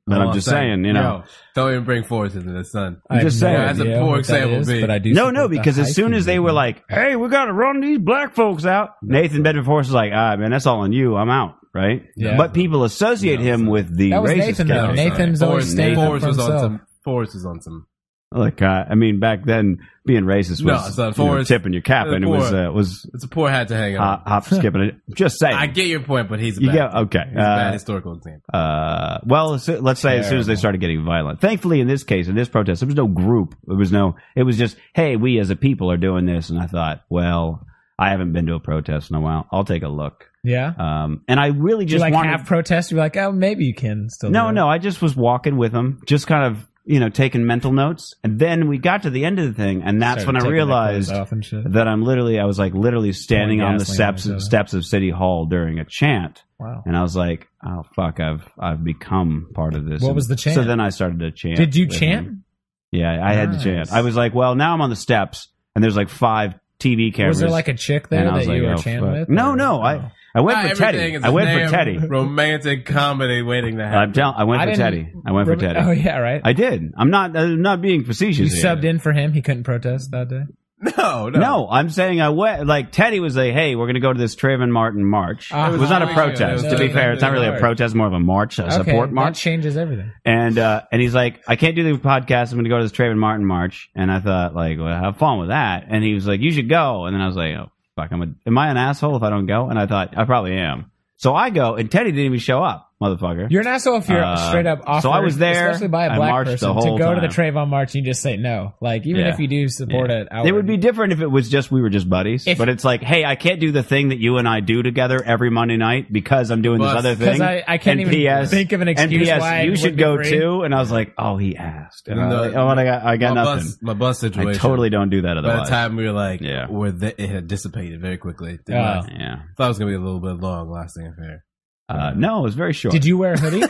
Speaker 6: But
Speaker 2: Oh,
Speaker 6: I'm just saying, you know.
Speaker 2: Yo, don't even bring Forrest into the sun.
Speaker 9: I'm
Speaker 6: just saying.
Speaker 2: That's a poor example, B.
Speaker 9: but I do.
Speaker 6: No,
Speaker 9: support
Speaker 6: no,
Speaker 9: the
Speaker 6: because as soon
Speaker 9: hiking
Speaker 6: as they were
Speaker 9: movement.
Speaker 6: like, "Hey, we got to run these black folks out," Nathan Bedford Forrest is like, "Ah, man, that's all on you. I'm out." Right?
Speaker 9: Yeah.
Speaker 6: But people associate him with the
Speaker 9: That was
Speaker 6: racist
Speaker 9: Nathan, though.
Speaker 6: guy.
Speaker 9: Nathan's always
Speaker 2: Forrest,
Speaker 9: standing up
Speaker 2: Forrest
Speaker 9: for
Speaker 2: was on
Speaker 9: himself.
Speaker 2: some. Forrest was on some.
Speaker 6: Look, uh, I mean, back then being racist was
Speaker 2: No, it's not
Speaker 6: you know,
Speaker 2: Forrest.
Speaker 6: tipping your cap,
Speaker 2: It's
Speaker 6: and it was
Speaker 2: poor.
Speaker 6: uh, was
Speaker 2: It's a poor hat to hang on.
Speaker 6: hop, hop skipping. it. Just saying.
Speaker 2: I get your point, but he's a
Speaker 6: Uh, you
Speaker 2: bad,
Speaker 6: get okay.
Speaker 2: he's a bad
Speaker 6: Uh,
Speaker 2: historical example.
Speaker 6: uh, well, as soo- let's say as soon as they started getting violent. Thankfully, in this case, in this protest, there was no group. There was no. It was just, hey, we as a people are doing this. And I thought, well, I haven't been to a protest in a while. I'll take a look.
Speaker 9: yeah,
Speaker 6: Um, and I really
Speaker 9: you
Speaker 6: just
Speaker 9: like
Speaker 6: wanted.
Speaker 9: have protests. You're like, oh, maybe you can still.
Speaker 6: no,
Speaker 9: do it.
Speaker 6: no, I just was walking with him, just kind of you know taking mental notes. And then we got to the end of the thing, and that's
Speaker 9: Started
Speaker 6: when I
Speaker 9: taking their clothes
Speaker 6: realized
Speaker 9: off and shit.
Speaker 6: that I'm literally, I was like literally standing on the
Speaker 9: gasoline on
Speaker 6: steps
Speaker 9: each other.
Speaker 6: steps of City Hall during a chant.
Speaker 9: Wow.
Speaker 6: And I was like, "Oh fuck, I've I've become part of this."
Speaker 9: What
Speaker 6: And
Speaker 9: was the chant?
Speaker 6: So then I started to chant.
Speaker 9: Did you
Speaker 6: with
Speaker 9: chant?
Speaker 6: him. Yeah, I had to chant.
Speaker 9: Nice.
Speaker 6: I was like, "Well, now I'm on the steps, and there's like five TV cameras."
Speaker 9: Was there like a chick there
Speaker 6: and I
Speaker 9: that
Speaker 6: was
Speaker 9: you
Speaker 6: like,
Speaker 9: were
Speaker 6: "Oh,
Speaker 9: chanting
Speaker 6: fuck."
Speaker 9: with?
Speaker 6: No,
Speaker 9: or-
Speaker 6: no, I I went
Speaker 2: Ah,
Speaker 6: for
Speaker 2: everything
Speaker 6: Teddy.
Speaker 2: is
Speaker 6: I went
Speaker 2: a
Speaker 6: for
Speaker 2: damn
Speaker 6: Teddy. Uh,
Speaker 2: Romantic comedy waiting to happen.
Speaker 6: I'm telling. I went
Speaker 9: I
Speaker 6: for
Speaker 9: didn't
Speaker 6: Teddy. I went for
Speaker 9: remember-
Speaker 6: Teddy.
Speaker 9: Oh yeah, right.
Speaker 6: I did. I'm not. I'm not being
Speaker 9: you
Speaker 6: facetious. here.
Speaker 9: subbed in for him. He couldn't protest that day.
Speaker 2: no, no,
Speaker 6: No, I'm saying I went. Like Teddy was like, "Hey, we're going to go to this Trayvon Martin march."
Speaker 9: Ah,
Speaker 6: it was not a
Speaker 9: yeah,
Speaker 6: protest.
Speaker 9: yeah,
Speaker 6: to be
Speaker 9: yeah,
Speaker 6: fair, it's not really a
Speaker 9: yeah.
Speaker 6: protest, more of a march, a
Speaker 9: okay,
Speaker 6: support
Speaker 9: That
Speaker 6: march.
Speaker 9: changes everything.
Speaker 6: And uh, and he's like, "I can't do the podcast. I'm going to go to this Trayvon Martin march." And I thought, like, well, have fun with that. And he was like, "You should go." And then I was like, "Oh fuck, I'm a, am I an asshole if I don't go?" And I thought, I probably am. So I go, and Teddy didn't even show up, motherfucker.
Speaker 9: You're an asshole if you're
Speaker 6: Uh,
Speaker 9: straight up offered,
Speaker 6: so I was there.
Speaker 9: especially by
Speaker 6: I
Speaker 9: a black
Speaker 6: marched the
Speaker 9: person,
Speaker 6: whole
Speaker 9: to go to the
Speaker 6: time.
Speaker 9: Trayvon March and you just say no. Like, even
Speaker 6: Yeah.
Speaker 9: if you do support
Speaker 6: Yeah.
Speaker 9: it, outward,
Speaker 6: It would be different if it was just we were just buddies.
Speaker 9: If-
Speaker 6: but it's like, hey, I can't do the thing that you and I do together every Monday night because I'm doing
Speaker 2: Bus.
Speaker 6: this other thing.
Speaker 9: because I, I can't
Speaker 6: and
Speaker 9: even think of an excuse
Speaker 6: And PS,
Speaker 9: why
Speaker 6: you
Speaker 9: it
Speaker 6: should
Speaker 9: wouldn't be
Speaker 6: go
Speaker 9: free.
Speaker 6: too. And I was like, oh, he asked. And I was
Speaker 2: No,
Speaker 6: like, oh, and I got, I got
Speaker 2: my
Speaker 6: nothing.
Speaker 2: Bus, my bus situation.
Speaker 6: I totally don't do that
Speaker 2: By the
Speaker 6: otherwise.
Speaker 2: time we were like,
Speaker 6: Yeah.
Speaker 2: yeah, where the, it had dissipated very quickly. Did
Speaker 9: Oh.
Speaker 2: not-
Speaker 6: yeah.
Speaker 2: Thought it was gonna be a little bit long lasting affair.
Speaker 6: Uh, no, it was very short.
Speaker 9: Did you wear a hoodie?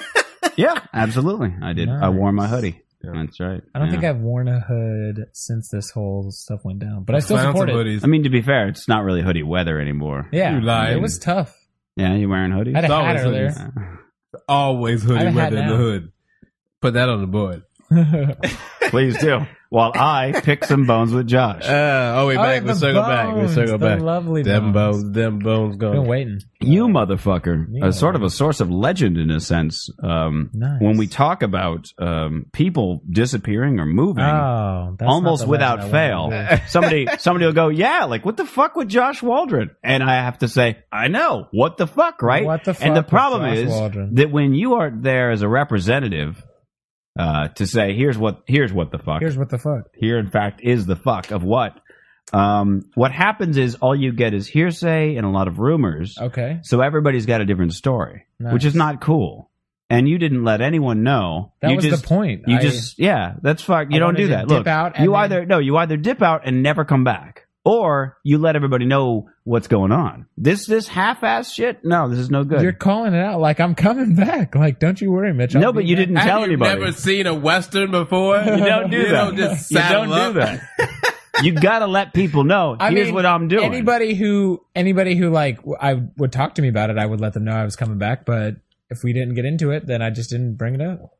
Speaker 6: Yeah, absolutely. I did. I wore my hoodie.
Speaker 2: Yeah.
Speaker 6: That's right.
Speaker 9: I don't
Speaker 6: Yeah.
Speaker 9: think I've worn a hood since this whole stuff went down, but I still
Speaker 2: Found
Speaker 9: support
Speaker 2: some
Speaker 9: it.
Speaker 2: hoodies.
Speaker 6: I mean, to be fair, it's not really hoodie weather anymore.
Speaker 9: Yeah,
Speaker 2: You lying.
Speaker 9: it was tough.
Speaker 6: Yeah, you wearing
Speaker 9: I had
Speaker 6: hoodies?
Speaker 9: a
Speaker 2: It's
Speaker 9: hat
Speaker 2: always
Speaker 9: earlier.
Speaker 2: hoodies. Always hoodie
Speaker 9: I had
Speaker 2: weather in the
Speaker 9: now.
Speaker 2: hood. Put that on the board.
Speaker 6: Please do. While I pick some bones with Josh.
Speaker 2: Uh, oh, wait, back. We circle back. We circle back.
Speaker 9: Lovely
Speaker 2: Them bones, them bones
Speaker 9: Been
Speaker 2: gone.
Speaker 9: waiting.
Speaker 6: you motherfucker
Speaker 9: Me
Speaker 6: uh, sort of a source of legend in a sense um,
Speaker 9: Nice.
Speaker 6: when we talk about um, people disappearing or moving
Speaker 9: Oh, that's
Speaker 6: almost
Speaker 9: not the
Speaker 6: without
Speaker 9: legend I
Speaker 6: fail
Speaker 9: wanted to
Speaker 6: somebody somebody will go yeah like what the fuck with josh waldron and i have to say i know what the fuck right
Speaker 9: What the
Speaker 6: and the
Speaker 9: fuck with
Speaker 6: problem
Speaker 9: Josh
Speaker 6: is
Speaker 9: Waldron?
Speaker 6: that when you are there as a representative uh, to say here's what here's what the
Speaker 9: do.
Speaker 6: fuck
Speaker 9: Here's what the fuck.
Speaker 6: here in fact is the fuck of what um, what happens is all you get is hearsay and a lot of rumors
Speaker 9: Okay.
Speaker 6: so everybody's got a different story,
Speaker 9: Nice.
Speaker 6: which is not cool. And you didn't let anyone know.
Speaker 9: That
Speaker 6: you
Speaker 9: was
Speaker 6: just,
Speaker 9: the point.
Speaker 6: You
Speaker 9: I-
Speaker 6: just yeah, that's fuck. You
Speaker 9: I
Speaker 6: don't
Speaker 9: wanted
Speaker 6: do
Speaker 9: to
Speaker 6: that.
Speaker 9: dip
Speaker 6: Look,
Speaker 9: out and
Speaker 6: you
Speaker 9: then-
Speaker 6: either no, you either dip out and never come back, or you let everybody know what's going on. This this half ass shit. No, this is no good.
Speaker 9: You're calling it out like I'm coming back. Like, don't you worry, Mitch. I'll
Speaker 6: no,
Speaker 9: be
Speaker 6: but you
Speaker 9: back.
Speaker 6: didn't
Speaker 2: Have
Speaker 6: tell
Speaker 2: you
Speaker 6: anybody.
Speaker 2: never seen a Western before? You
Speaker 6: don't do
Speaker 2: you
Speaker 6: that.
Speaker 2: Don't just
Speaker 6: you
Speaker 2: saddle
Speaker 6: don't
Speaker 2: up.
Speaker 6: do that. you gotta let people know.
Speaker 9: I
Speaker 6: Here's
Speaker 9: mean,
Speaker 6: what I'm doing.
Speaker 9: Anybody who anybody who like w- I would talk to me about it, I would let them know I was coming back. But if we didn't get into it, then I just didn't bring it up.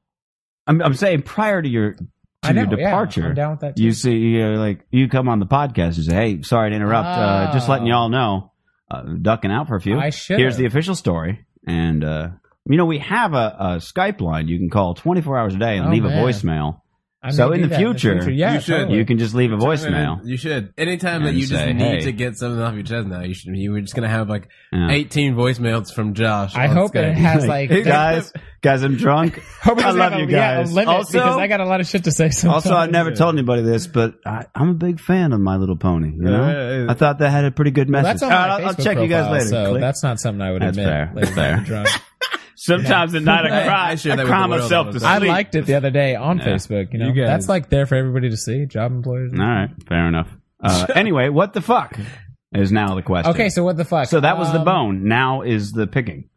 Speaker 6: I'm, I'm saying prior to your to
Speaker 9: I know,
Speaker 6: your
Speaker 9: yeah,
Speaker 6: departure,
Speaker 9: I'm down with that. Too.
Speaker 6: you see, you're like you come on the podcast and say, "Hey, sorry to interrupt. Uh, just letting
Speaker 9: Oh.
Speaker 6: y'all know, uh, ducking out for a few.
Speaker 9: I should.
Speaker 6: Here's the official story." And uh, you know, we have a, a Skype line you can call 24 hours a day and
Speaker 9: Oh,
Speaker 6: leave
Speaker 9: man.
Speaker 6: a voicemail.
Speaker 9: I may
Speaker 6: so
Speaker 9: do
Speaker 6: in the
Speaker 9: that
Speaker 6: future,
Speaker 9: yeah,
Speaker 2: you should.
Speaker 9: totally.
Speaker 6: You can just leave a
Speaker 2: Anytime
Speaker 6: voicemail.
Speaker 2: that- You should. Anytime that
Speaker 6: And
Speaker 2: you just
Speaker 6: say,
Speaker 2: need
Speaker 6: hey.
Speaker 2: to get something off your chest now, you should. You were just gonna have like
Speaker 6: Yeah.
Speaker 2: 18 voicemails from Josh. Oh,
Speaker 9: I
Speaker 2: on
Speaker 9: hope it
Speaker 2: Skype.
Speaker 9: has like.
Speaker 6: Hey, guys, guys, I'm drunk.
Speaker 9: hope it
Speaker 6: I
Speaker 9: doesn't
Speaker 6: love
Speaker 9: have
Speaker 6: you
Speaker 9: a- yeah, a
Speaker 6: guys.
Speaker 9: limit
Speaker 6: Also-
Speaker 9: because I got a lot of shit to say. Sometimes.
Speaker 6: Also, I never told anybody this, but I, I'm a big fan of My Little Pony. You know,
Speaker 2: Yeah, yeah.
Speaker 6: I thought that had a pretty good
Speaker 9: Well,
Speaker 6: message.
Speaker 9: that's on
Speaker 6: All
Speaker 9: my
Speaker 6: right, I'll, I'll
Speaker 9: Facebook
Speaker 6: check you guys
Speaker 9: profile,
Speaker 6: later.
Speaker 9: So
Speaker 6: Click.
Speaker 9: that's not something I would
Speaker 6: That's
Speaker 9: admit.
Speaker 6: fair.
Speaker 9: later
Speaker 6: Fair.
Speaker 9: when I'm drunk.
Speaker 6: Sometimes at night I
Speaker 2: I-
Speaker 6: cry,
Speaker 2: I
Speaker 6: I,
Speaker 2: share that with
Speaker 6: cry
Speaker 2: the world
Speaker 6: myself
Speaker 2: all
Speaker 6: to
Speaker 2: the
Speaker 6: sleep.
Speaker 9: I liked it the other day on
Speaker 6: Yeah.
Speaker 9: Facebook. You know,
Speaker 2: You guys-
Speaker 9: that's like there for everybody to see. Job employers.
Speaker 6: All right, fair enough. Uh, anyway, what the fuck is now the question?
Speaker 9: Okay, so what the fuck?
Speaker 6: so that was the
Speaker 9: Um,
Speaker 6: bone. Now is the picking.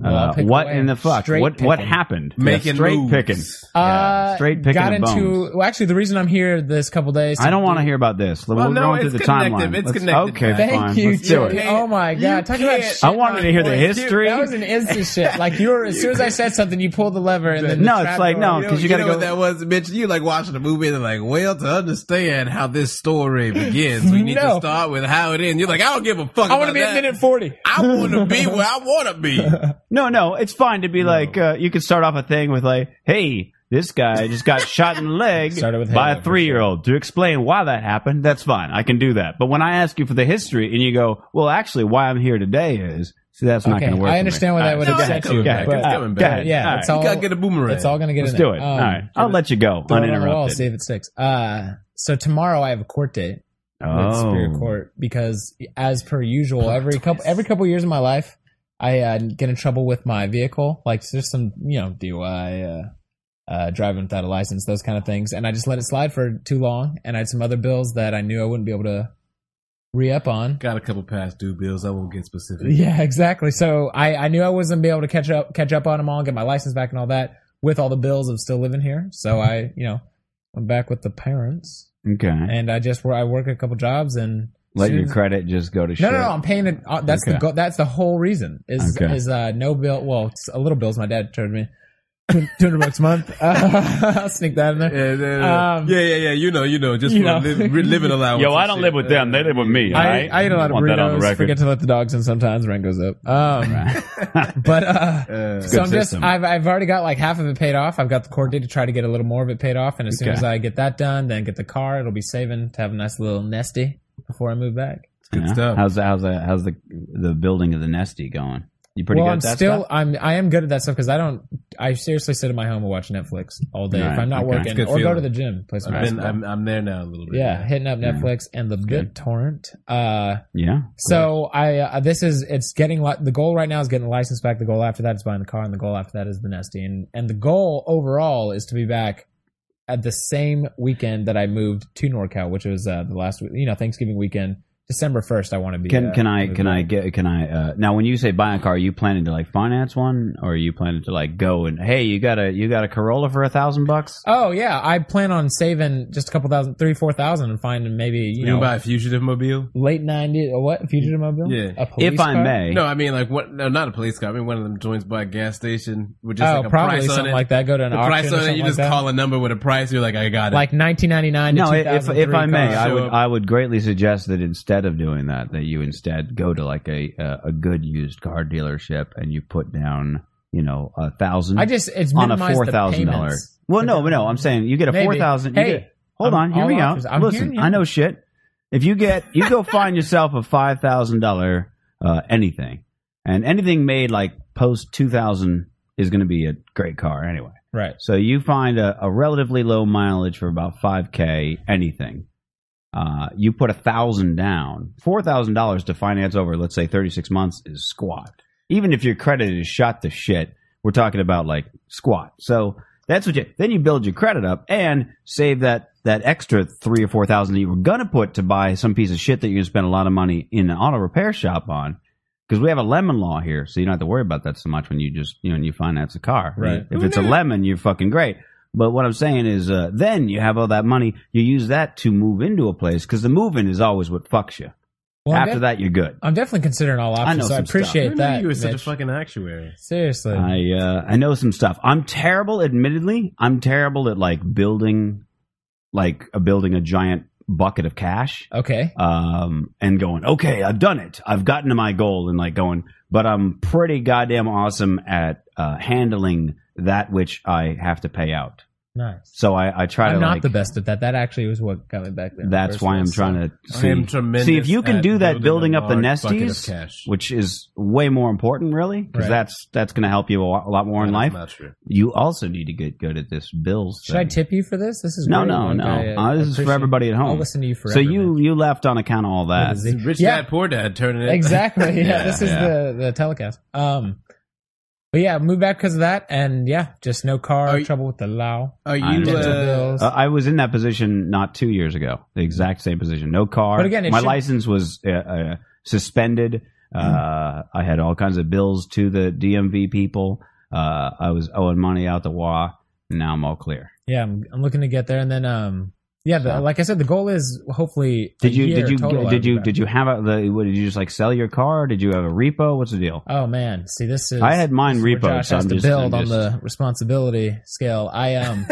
Speaker 9: well, I'll
Speaker 6: Uh,
Speaker 9: pick
Speaker 6: what
Speaker 9: away.
Speaker 6: in the fuck?
Speaker 9: Straight
Speaker 6: what what
Speaker 9: picking.
Speaker 6: happened?
Speaker 2: Making
Speaker 6: Yeah, straight
Speaker 2: moves.
Speaker 6: picking.
Speaker 9: Uh,
Speaker 6: Straight picking
Speaker 9: got
Speaker 6: of
Speaker 9: into
Speaker 6: bones.
Speaker 9: well, actually the reason I'm here this couple days.
Speaker 6: I don't want to hear about this.
Speaker 2: Well,
Speaker 6: We're
Speaker 2: no,
Speaker 6: going through the
Speaker 2: it's
Speaker 6: timeline.
Speaker 2: connected. It's
Speaker 6: Let's-
Speaker 2: connected.
Speaker 6: Okay,
Speaker 9: Thank
Speaker 6: fine.
Speaker 9: you,
Speaker 6: Let's do
Speaker 9: Jimmy.
Speaker 6: it.
Speaker 9: Oh my
Speaker 2: You
Speaker 9: god, talk about
Speaker 2: can't-
Speaker 9: shit.
Speaker 6: I wanted to hear the
Speaker 2: Well,
Speaker 6: history.
Speaker 9: That was an instant shit. Like you were as soon as I said something, you pulled the lever and then
Speaker 6: No,
Speaker 9: the
Speaker 6: it's
Speaker 9: trap
Speaker 6: like,
Speaker 9: door-
Speaker 6: no.
Speaker 2: You know,
Speaker 6: 'cause you
Speaker 2: you
Speaker 6: gotta
Speaker 2: know what
Speaker 6: go-
Speaker 2: that was, bitch. You like watching the movie and like, well, to understand how this story begins, we need
Speaker 9: No.
Speaker 2: to start with how it ends. You're like, I don't give a fuck.
Speaker 9: I
Speaker 2: want to
Speaker 9: be at minute forty.
Speaker 2: I want to be where I want to be.
Speaker 6: No, no, it's fine to be like uh, you could start off a thing with like, "Hey, this guy just got shot in the leg
Speaker 9: Started with
Speaker 6: by
Speaker 9: hey,
Speaker 6: a three-year-old." To explain why that happened, that's fine. I can do that. But when I ask you for the history and you go, "Well, actually, why I'm here today is," see, that's not
Speaker 9: Okay,
Speaker 6: going to work.
Speaker 9: I
Speaker 6: for me.
Speaker 9: understand why that
Speaker 6: All
Speaker 9: would
Speaker 6: right,
Speaker 2: upset
Speaker 6: go ahead,
Speaker 2: you,
Speaker 6: Go ahead,
Speaker 9: but-
Speaker 6: go ahead,
Speaker 2: It's coming
Speaker 6: go
Speaker 2: back.
Speaker 6: ahead.
Speaker 9: Yeah,
Speaker 6: All
Speaker 9: it's
Speaker 6: right,
Speaker 9: all.
Speaker 2: gotta get a boomerang.
Speaker 9: It's all gonna get
Speaker 6: Let's
Speaker 9: in
Speaker 6: do
Speaker 9: there.
Speaker 6: it.
Speaker 9: Um,
Speaker 6: all right, I'll let you go
Speaker 9: throw it on the wall, see
Speaker 6: uninterrupted.
Speaker 9: if it sticks. Uh, so tomorrow I have a court date.
Speaker 6: Oh.
Speaker 9: with Superior Court because, as per usual, every couple every couple years of my life, I uh, get in trouble with my vehicle, like just some you know DUI, uh, uh, driving without a license, those kind of things, and I just let it slide for too long, and I had some other bills that I knew I wouldn't be able to re up on.
Speaker 2: Got a couple past due bills. I won't get specific.
Speaker 9: Yeah, exactly. So I, I knew I wasn't be able to catch up catch up on them all, get my license back and all that with all the bills of still living here. So I, you know, went back with the parents
Speaker 6: Okay,
Speaker 9: and I just wor- I work a couple jobs and
Speaker 6: let
Speaker 9: soon
Speaker 6: your
Speaker 9: as-
Speaker 6: credit just go to shit.
Speaker 9: no, no, no. I'm paying it. Uh, that's
Speaker 6: Okay.
Speaker 9: the go- that's the whole reason is
Speaker 6: Okay.
Speaker 9: is uh, no bill. Well, it's a little bills. My dad charged me two hundred bucks a month. Uh, I'll sneak that in there.
Speaker 2: Yeah, yeah, yeah.
Speaker 9: Um,
Speaker 2: yeah, yeah, yeah. You know, you know, just
Speaker 9: You
Speaker 2: for
Speaker 9: know.
Speaker 2: Li- re- living allowance.
Speaker 6: Yo, I
Speaker 2: and
Speaker 6: don't
Speaker 2: shit.
Speaker 6: live with them. They live with me.
Speaker 9: I,
Speaker 6: alright?
Speaker 9: I eat a lot of
Speaker 6: want that on the
Speaker 9: burritos.
Speaker 6: record.
Speaker 9: Forget to let the dogs in sometimes. Rent goes up. Um, but uh,
Speaker 2: Uh,
Speaker 9: so I'm just
Speaker 6: system.
Speaker 9: I've I've already got like half of it paid off. I've got the court date to try to get a little more of it paid off, and as soon
Speaker 6: Okay.
Speaker 9: as I get that done, then get the car. It'll be saving to have a nice little nesty before I move back.
Speaker 2: good stuff.
Speaker 6: How's how's the, how's the the building of the nesty going? You pretty
Speaker 9: well,
Speaker 6: good
Speaker 9: I'm
Speaker 6: at that
Speaker 9: still
Speaker 6: stuff?
Speaker 9: I'm I am good at that stuff because I don't I seriously sit in my home and watch Netflix all day
Speaker 6: Alright,
Speaker 9: if I'm not
Speaker 6: okay.
Speaker 2: It's
Speaker 9: working
Speaker 2: a
Speaker 9: or
Speaker 2: good
Speaker 9: go
Speaker 2: feeling.
Speaker 9: to the gym play some
Speaker 2: I've been,
Speaker 9: basketball.
Speaker 2: I'm, I'm there now a little bit.
Speaker 9: yeah, hitting up
Speaker 6: Mm.
Speaker 9: Netflix and the BitTorrent. Uh,
Speaker 6: yeah.
Speaker 9: so I uh, this is it's getting li- the goal right now is getting the license back. The goal after that is buying the car, and the goal after that is the nesty. And and the goal overall is to be back at the same weekend that I moved to NorCal, which was uh, the last week- you know Thanksgiving weekend. December first, I want to be.
Speaker 6: Can
Speaker 9: uh,
Speaker 6: can I
Speaker 9: moved
Speaker 6: can I
Speaker 9: out.
Speaker 6: get can I uh, now when you say buy a car, are you planning to like finance one or are you planning to like go and hey you got a you got a Corolla for a thousand bucks?
Speaker 9: Oh yeah, I plan on saving just a couple thousand, three four thousand, and finding maybe you
Speaker 2: You gonna
Speaker 9: know
Speaker 2: buy a fugitive mobile?
Speaker 9: late nineties or what fugitive mobile?
Speaker 2: Yeah.
Speaker 9: a police
Speaker 6: If I
Speaker 9: car?
Speaker 6: may,
Speaker 2: No, I mean like what? No, not a police car. I mean one of them joints by a gas station with just
Speaker 9: oh,
Speaker 2: like a
Speaker 9: probably
Speaker 2: price on
Speaker 9: something
Speaker 2: it.
Speaker 9: like that. Go to an
Speaker 2: The
Speaker 9: auction
Speaker 2: price
Speaker 9: or
Speaker 2: on it.
Speaker 9: something
Speaker 2: You
Speaker 9: like
Speaker 2: just
Speaker 9: that.
Speaker 2: call a number with a price. You're like, I got it.
Speaker 9: like nineteen ninety nine.
Speaker 6: no, if if I may, I
Speaker 2: Show
Speaker 6: would
Speaker 2: up.
Speaker 6: I would greatly suggest that instead of doing that, that you instead go to like a uh, a good used car dealership and you put down you know a thousand.
Speaker 9: I just it's
Speaker 6: on a
Speaker 9: minimized
Speaker 6: four
Speaker 9: the
Speaker 6: thousand dollar.
Speaker 9: payments.
Speaker 6: Well, no, but no, I'm saying you get a
Speaker 9: Maybe.
Speaker 6: four thousand. you
Speaker 9: Hey,
Speaker 6: get- hold
Speaker 9: I'm
Speaker 6: on, here
Speaker 9: all
Speaker 6: we go.
Speaker 9: offers. I'm
Speaker 6: Listen,
Speaker 9: hearing you.
Speaker 6: I know shit. If you get, you go find yourself a five thousand dollar uh, anything, and anything made like post two thousand is going to be a great car anyway.
Speaker 9: Right.
Speaker 6: So you find a, a relatively low mileage for about five k anything. Uh, you put a thousand down, four thousand dollars to finance over, let's say thirty six months is squat. Even if your credit is shot to shit, we're talking about like squat. So that's what you then you build your credit up and save that that extra three or four thousand that you were gonna put to buy some piece of shit that you're gonna spend a lot of money in an auto repair shop on. Because we have a lemon law here, so you don't have to worry about that so much when you just you know when you finance a car.
Speaker 9: Right.
Speaker 6: If it's a lemon, you're fucking great. But what I'm saying is, uh, then you have all that money. You use that to move into a place because the moving is always what fucks you.
Speaker 9: Well, I'm,
Speaker 6: After
Speaker 9: def-
Speaker 6: that, you're good.
Speaker 9: I'm definitely considering all options.
Speaker 6: know
Speaker 9: so I
Speaker 6: some stuff.
Speaker 9: appreciate
Speaker 2: Who knew
Speaker 9: that.
Speaker 2: you were such a
Speaker 9: Mitch.
Speaker 2: fucking actuary.
Speaker 9: Seriously,
Speaker 6: I uh, I know some stuff. I'm terrible, admittedly. I'm terrible at like building, like uh, building a giant bucket of cash,
Speaker 9: okay.
Speaker 6: um, and going, okay, I've done it. I've gotten to my goal, and like going. But I'm pretty goddamn awesome at uh, handling that which I have to pay out.
Speaker 9: Nice.
Speaker 6: So I, I try
Speaker 9: I'm
Speaker 6: to
Speaker 9: not
Speaker 6: like.
Speaker 9: the best at that. That actually was what got me back there.
Speaker 6: That's why I'm trying to
Speaker 9: uh,
Speaker 2: I am
Speaker 6: see.
Speaker 2: tremendous.
Speaker 6: See if you can
Speaker 2: at
Speaker 6: do that, building
Speaker 2: a
Speaker 6: up the
Speaker 2: large bucket of
Speaker 6: nesties,
Speaker 2: cash.
Speaker 6: which is way more important, really, because
Speaker 9: Right.
Speaker 6: that's that's going to help you a lot, a lot more in
Speaker 2: That's
Speaker 6: life.
Speaker 2: not true.
Speaker 6: You also need to get good at this bills.
Speaker 9: Should I
Speaker 6: thing.
Speaker 9: tip you for this? This is
Speaker 6: No,
Speaker 9: great.
Speaker 6: no,
Speaker 9: Like,
Speaker 6: no. Uh,
Speaker 9: I,
Speaker 6: this is for
Speaker 9: appreciate-
Speaker 6: everybody at home.
Speaker 9: I'll listen to you forever.
Speaker 6: so you you left on account of all that.
Speaker 9: Mitch.
Speaker 2: Rich
Speaker 9: yeah,
Speaker 2: dad, poor dad, turning it.
Speaker 9: exactly. Yeah, this is
Speaker 6: yeah.
Speaker 9: the the telecast. Um, but yeah, moved back because of that, and yeah, just no car,
Speaker 2: Are you-
Speaker 9: trouble with the law.
Speaker 2: Are
Speaker 6: I
Speaker 2: you?
Speaker 6: understand.
Speaker 2: Uh,
Speaker 9: bills.
Speaker 6: Uh, I was in that position not two years ago. The exact same position. No car.
Speaker 9: But again, it
Speaker 6: my
Speaker 9: should-
Speaker 6: license was uh, uh, suspended. Uh,
Speaker 9: Hmm.
Speaker 6: I had all kinds of bills to the DMV people. Uh, I was owing money out the WA. Now I'm all clear.
Speaker 9: yeah, I'm, I'm looking to get there, and then um, yeah, the,
Speaker 6: So-
Speaker 9: like I said, the goal is hopefully.
Speaker 6: Did you did you did you did you have a, the what, did you just like sell your car? Did you have a repo? What's the deal?
Speaker 9: Oh man, see this is.
Speaker 6: I had mine
Speaker 9: this is where
Speaker 6: repoed,
Speaker 9: Josh
Speaker 6: so
Speaker 9: has
Speaker 6: I'm
Speaker 9: to
Speaker 6: just-
Speaker 9: build
Speaker 6: I'm
Speaker 9: on
Speaker 6: just-
Speaker 9: the responsibility scale. I um.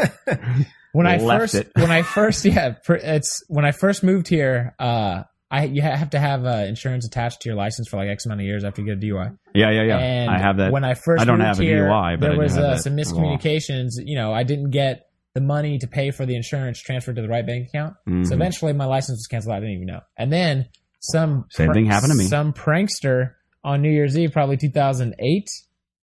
Speaker 9: When I
Speaker 6: Left
Speaker 9: first,
Speaker 6: it.
Speaker 9: when I first, yeah, pr- it's when I first moved here. Uh, I you have to have uh, insurance attached to your license for like X amount of years after you get a DUI.
Speaker 6: Yeah, yeah, yeah.
Speaker 9: And
Speaker 6: I have that.
Speaker 9: When I first
Speaker 6: I don't
Speaker 9: moved
Speaker 6: have a
Speaker 9: here,
Speaker 6: DUI, but I
Speaker 9: there
Speaker 6: do
Speaker 9: was
Speaker 6: have
Speaker 9: uh,
Speaker 6: that
Speaker 9: some
Speaker 6: law.
Speaker 9: miscommunications. You know, I didn't get the money to pay for the insurance transferred to the right bank account. So
Speaker 6: Mhm.
Speaker 9: eventually, my license was canceled. I didn't even know. And then some
Speaker 6: Same thing happened to me.
Speaker 9: Some prankster on New Year's Eve, probably 2008,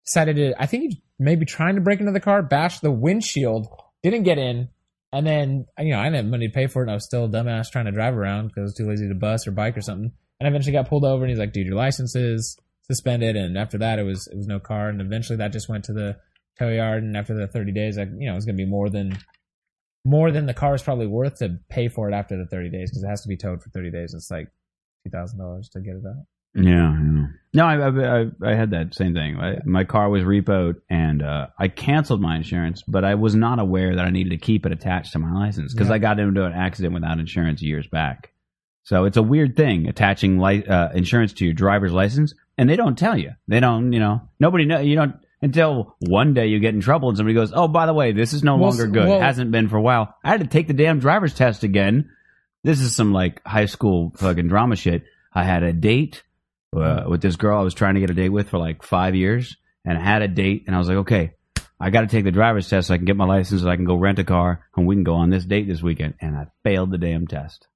Speaker 9: decided to. I think he maybe trying to break into the car, bashed the windshield, didn't get in. And then, you know, I didn't have money to pay for it, and I was still a dumbass trying to drive around because I was too lazy to bus or bike or something. And I eventually got pulled over, and he's like, "Dude, your license is suspended." And after that, it was it was no car, and eventually that just went to the tow yard. And after the 30 days, I, you know, it was going to be more than more than the car is probably worth to pay for it after the 30 days because it has to be towed for 30 days. It's like two thousand dollars to get it out.
Speaker 6: Yeah, yeah. No, I, I I I had that same thing. I, my car was repoed, and uh, I canceled my insurance, but I was not aware that I needed to keep it attached to my license because
Speaker 9: Yeah.
Speaker 6: I got into an accident without insurance years back. So it's a weird thing attaching li- uh, insurance to your driver's license, and they don't tell you. They don't, you know, nobody know. You don't until one day you get in trouble and somebody goes, "Oh, by the way, this is no
Speaker 9: Well,
Speaker 6: longer good.
Speaker 9: well-
Speaker 6: Hasn't been for a while." I had to take the damn driver's test again. This is some like high school fucking drama shit. I had a date uh,
Speaker 9: Hmm.
Speaker 6: with this girl I was trying to get a date with for like five years, and I had a date, and I was like, okay, I got to take the driver's test so I can get my license, so I can go rent a car, and we can go on this date this weekend. And I failed the damn test.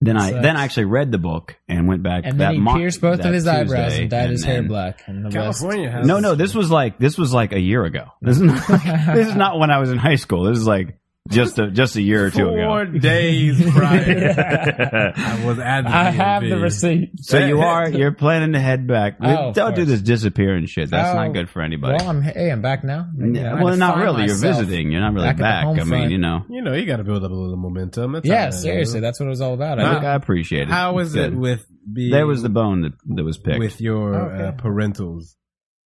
Speaker 6: Then I
Speaker 9: Sucks.
Speaker 6: then I actually read the book and went back.
Speaker 9: And
Speaker 6: that
Speaker 9: then he
Speaker 6: mon-
Speaker 9: pierced both
Speaker 6: that
Speaker 9: of his eyebrows
Speaker 6: Tuesday,
Speaker 9: and dyed his hair
Speaker 6: then-
Speaker 9: black. And the rest-
Speaker 2: California has
Speaker 9: Hmm.
Speaker 6: No, no, this was like this was like a year ago. This is not like, this is not when I was in high school. This is like just a just a year or two
Speaker 2: Four
Speaker 6: ago.
Speaker 2: days prior, I was at the
Speaker 9: I have
Speaker 2: DMV.
Speaker 9: the receipt.
Speaker 6: so you are you're planning to head back.
Speaker 9: Oh, of
Speaker 6: Don't do
Speaker 9: course.
Speaker 6: this disappearance shit. That's
Speaker 9: Oh,
Speaker 6: not good for anybody.
Speaker 9: Well, I'm hey, I'm back now. You know, I
Speaker 6: Yeah,
Speaker 9: had
Speaker 6: well,
Speaker 9: to
Speaker 6: not
Speaker 9: find
Speaker 6: really. You're
Speaker 9: myself.
Speaker 6: visiting. You're not really
Speaker 9: back at the
Speaker 6: back. I
Speaker 9: home
Speaker 6: mean,
Speaker 9: front.
Speaker 6: you know.
Speaker 2: You know, you got to build up a little momentum. That's all
Speaker 9: Yeah,
Speaker 2: that is.
Speaker 9: seriously, that's what it was all about.
Speaker 6: I
Speaker 9: I
Speaker 6: think I appreciate it.
Speaker 2: How is
Speaker 6: It's
Speaker 2: it
Speaker 6: good.
Speaker 2: with being
Speaker 6: There was the bone that, that was picked.
Speaker 2: with your
Speaker 9: Oh, okay.
Speaker 2: uh, parentals?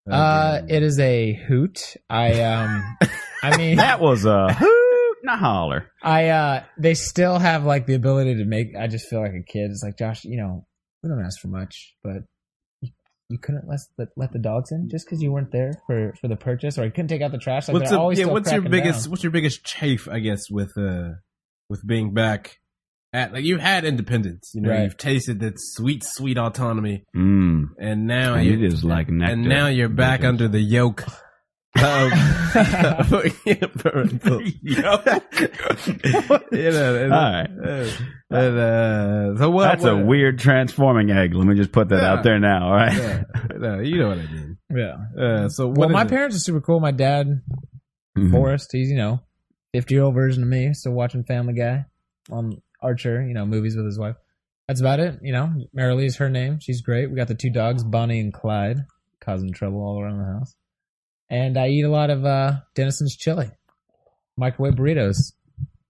Speaker 9: Uh,
Speaker 2: Again.
Speaker 9: it is a hoot. I um, I mean,
Speaker 6: that was a hoot, not holler.
Speaker 9: I uh, they still have like the ability to make. I just feel like a kid. It's like Josh, you know, we don't ask for much, but you, you couldn't let the, let the dogs in just because you weren't there for for the purchase, or you couldn't take out the trash. Like
Speaker 2: what's
Speaker 9: they're
Speaker 2: the-
Speaker 9: always
Speaker 2: yeah,
Speaker 9: still
Speaker 2: what's your
Speaker 9: cracking
Speaker 2: biggest
Speaker 9: down.
Speaker 2: what's your biggest chafe i guess with uh with being back at like you've had independence you know
Speaker 9: Right.
Speaker 2: you've tasted that sweet sweet autonomy
Speaker 6: Mm.
Speaker 2: and now
Speaker 6: And
Speaker 2: you
Speaker 6: it is like nectar.
Speaker 2: and now you're back
Speaker 6: Bitches.
Speaker 2: under the yoke of parental. you know, and,
Speaker 6: All right.
Speaker 2: uh, and, uh, so what,
Speaker 6: Ah. That's a
Speaker 2: what-
Speaker 6: weird transforming egg. Let me just put that
Speaker 2: Yeah.
Speaker 6: out there now. All right.
Speaker 2: yeah, no, you know what I mean.
Speaker 9: Yeah.
Speaker 2: Uh, so what
Speaker 9: Well,
Speaker 2: is
Speaker 9: my
Speaker 2: it?
Speaker 9: parents are super cool. My dad,
Speaker 6: Mhm.
Speaker 9: Forrest, he's you know, fifty year old version of me, still watching Family Guy, um, Archer, you know, movies with his wife. That's about it. You know, Marilee is her name. She's great. We got the two dogs, Bonnie and Clyde, causing trouble all around the house. And I eat a lot of uh, Denison's chili, microwave burritos.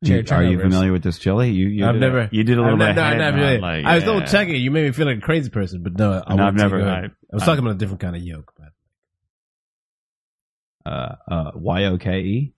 Speaker 6: You- are
Speaker 9: cherry
Speaker 6: you
Speaker 9: turnovers.
Speaker 6: familiar with this chili? You, you
Speaker 2: I've
Speaker 6: did a-
Speaker 2: never.
Speaker 6: you did a little
Speaker 2: I've never-
Speaker 6: bit.
Speaker 2: no,
Speaker 6: of head
Speaker 2: I've never-
Speaker 6: nod, like,
Speaker 2: I was double
Speaker 6: yeah.
Speaker 2: checking. it. You made me feel like a crazy person, but no, I
Speaker 6: No, I've
Speaker 2: wouldn't take
Speaker 6: never.
Speaker 2: a-
Speaker 6: I,
Speaker 2: I was talking about a different kind of yolk. But
Speaker 6: uh, uh, y o k e.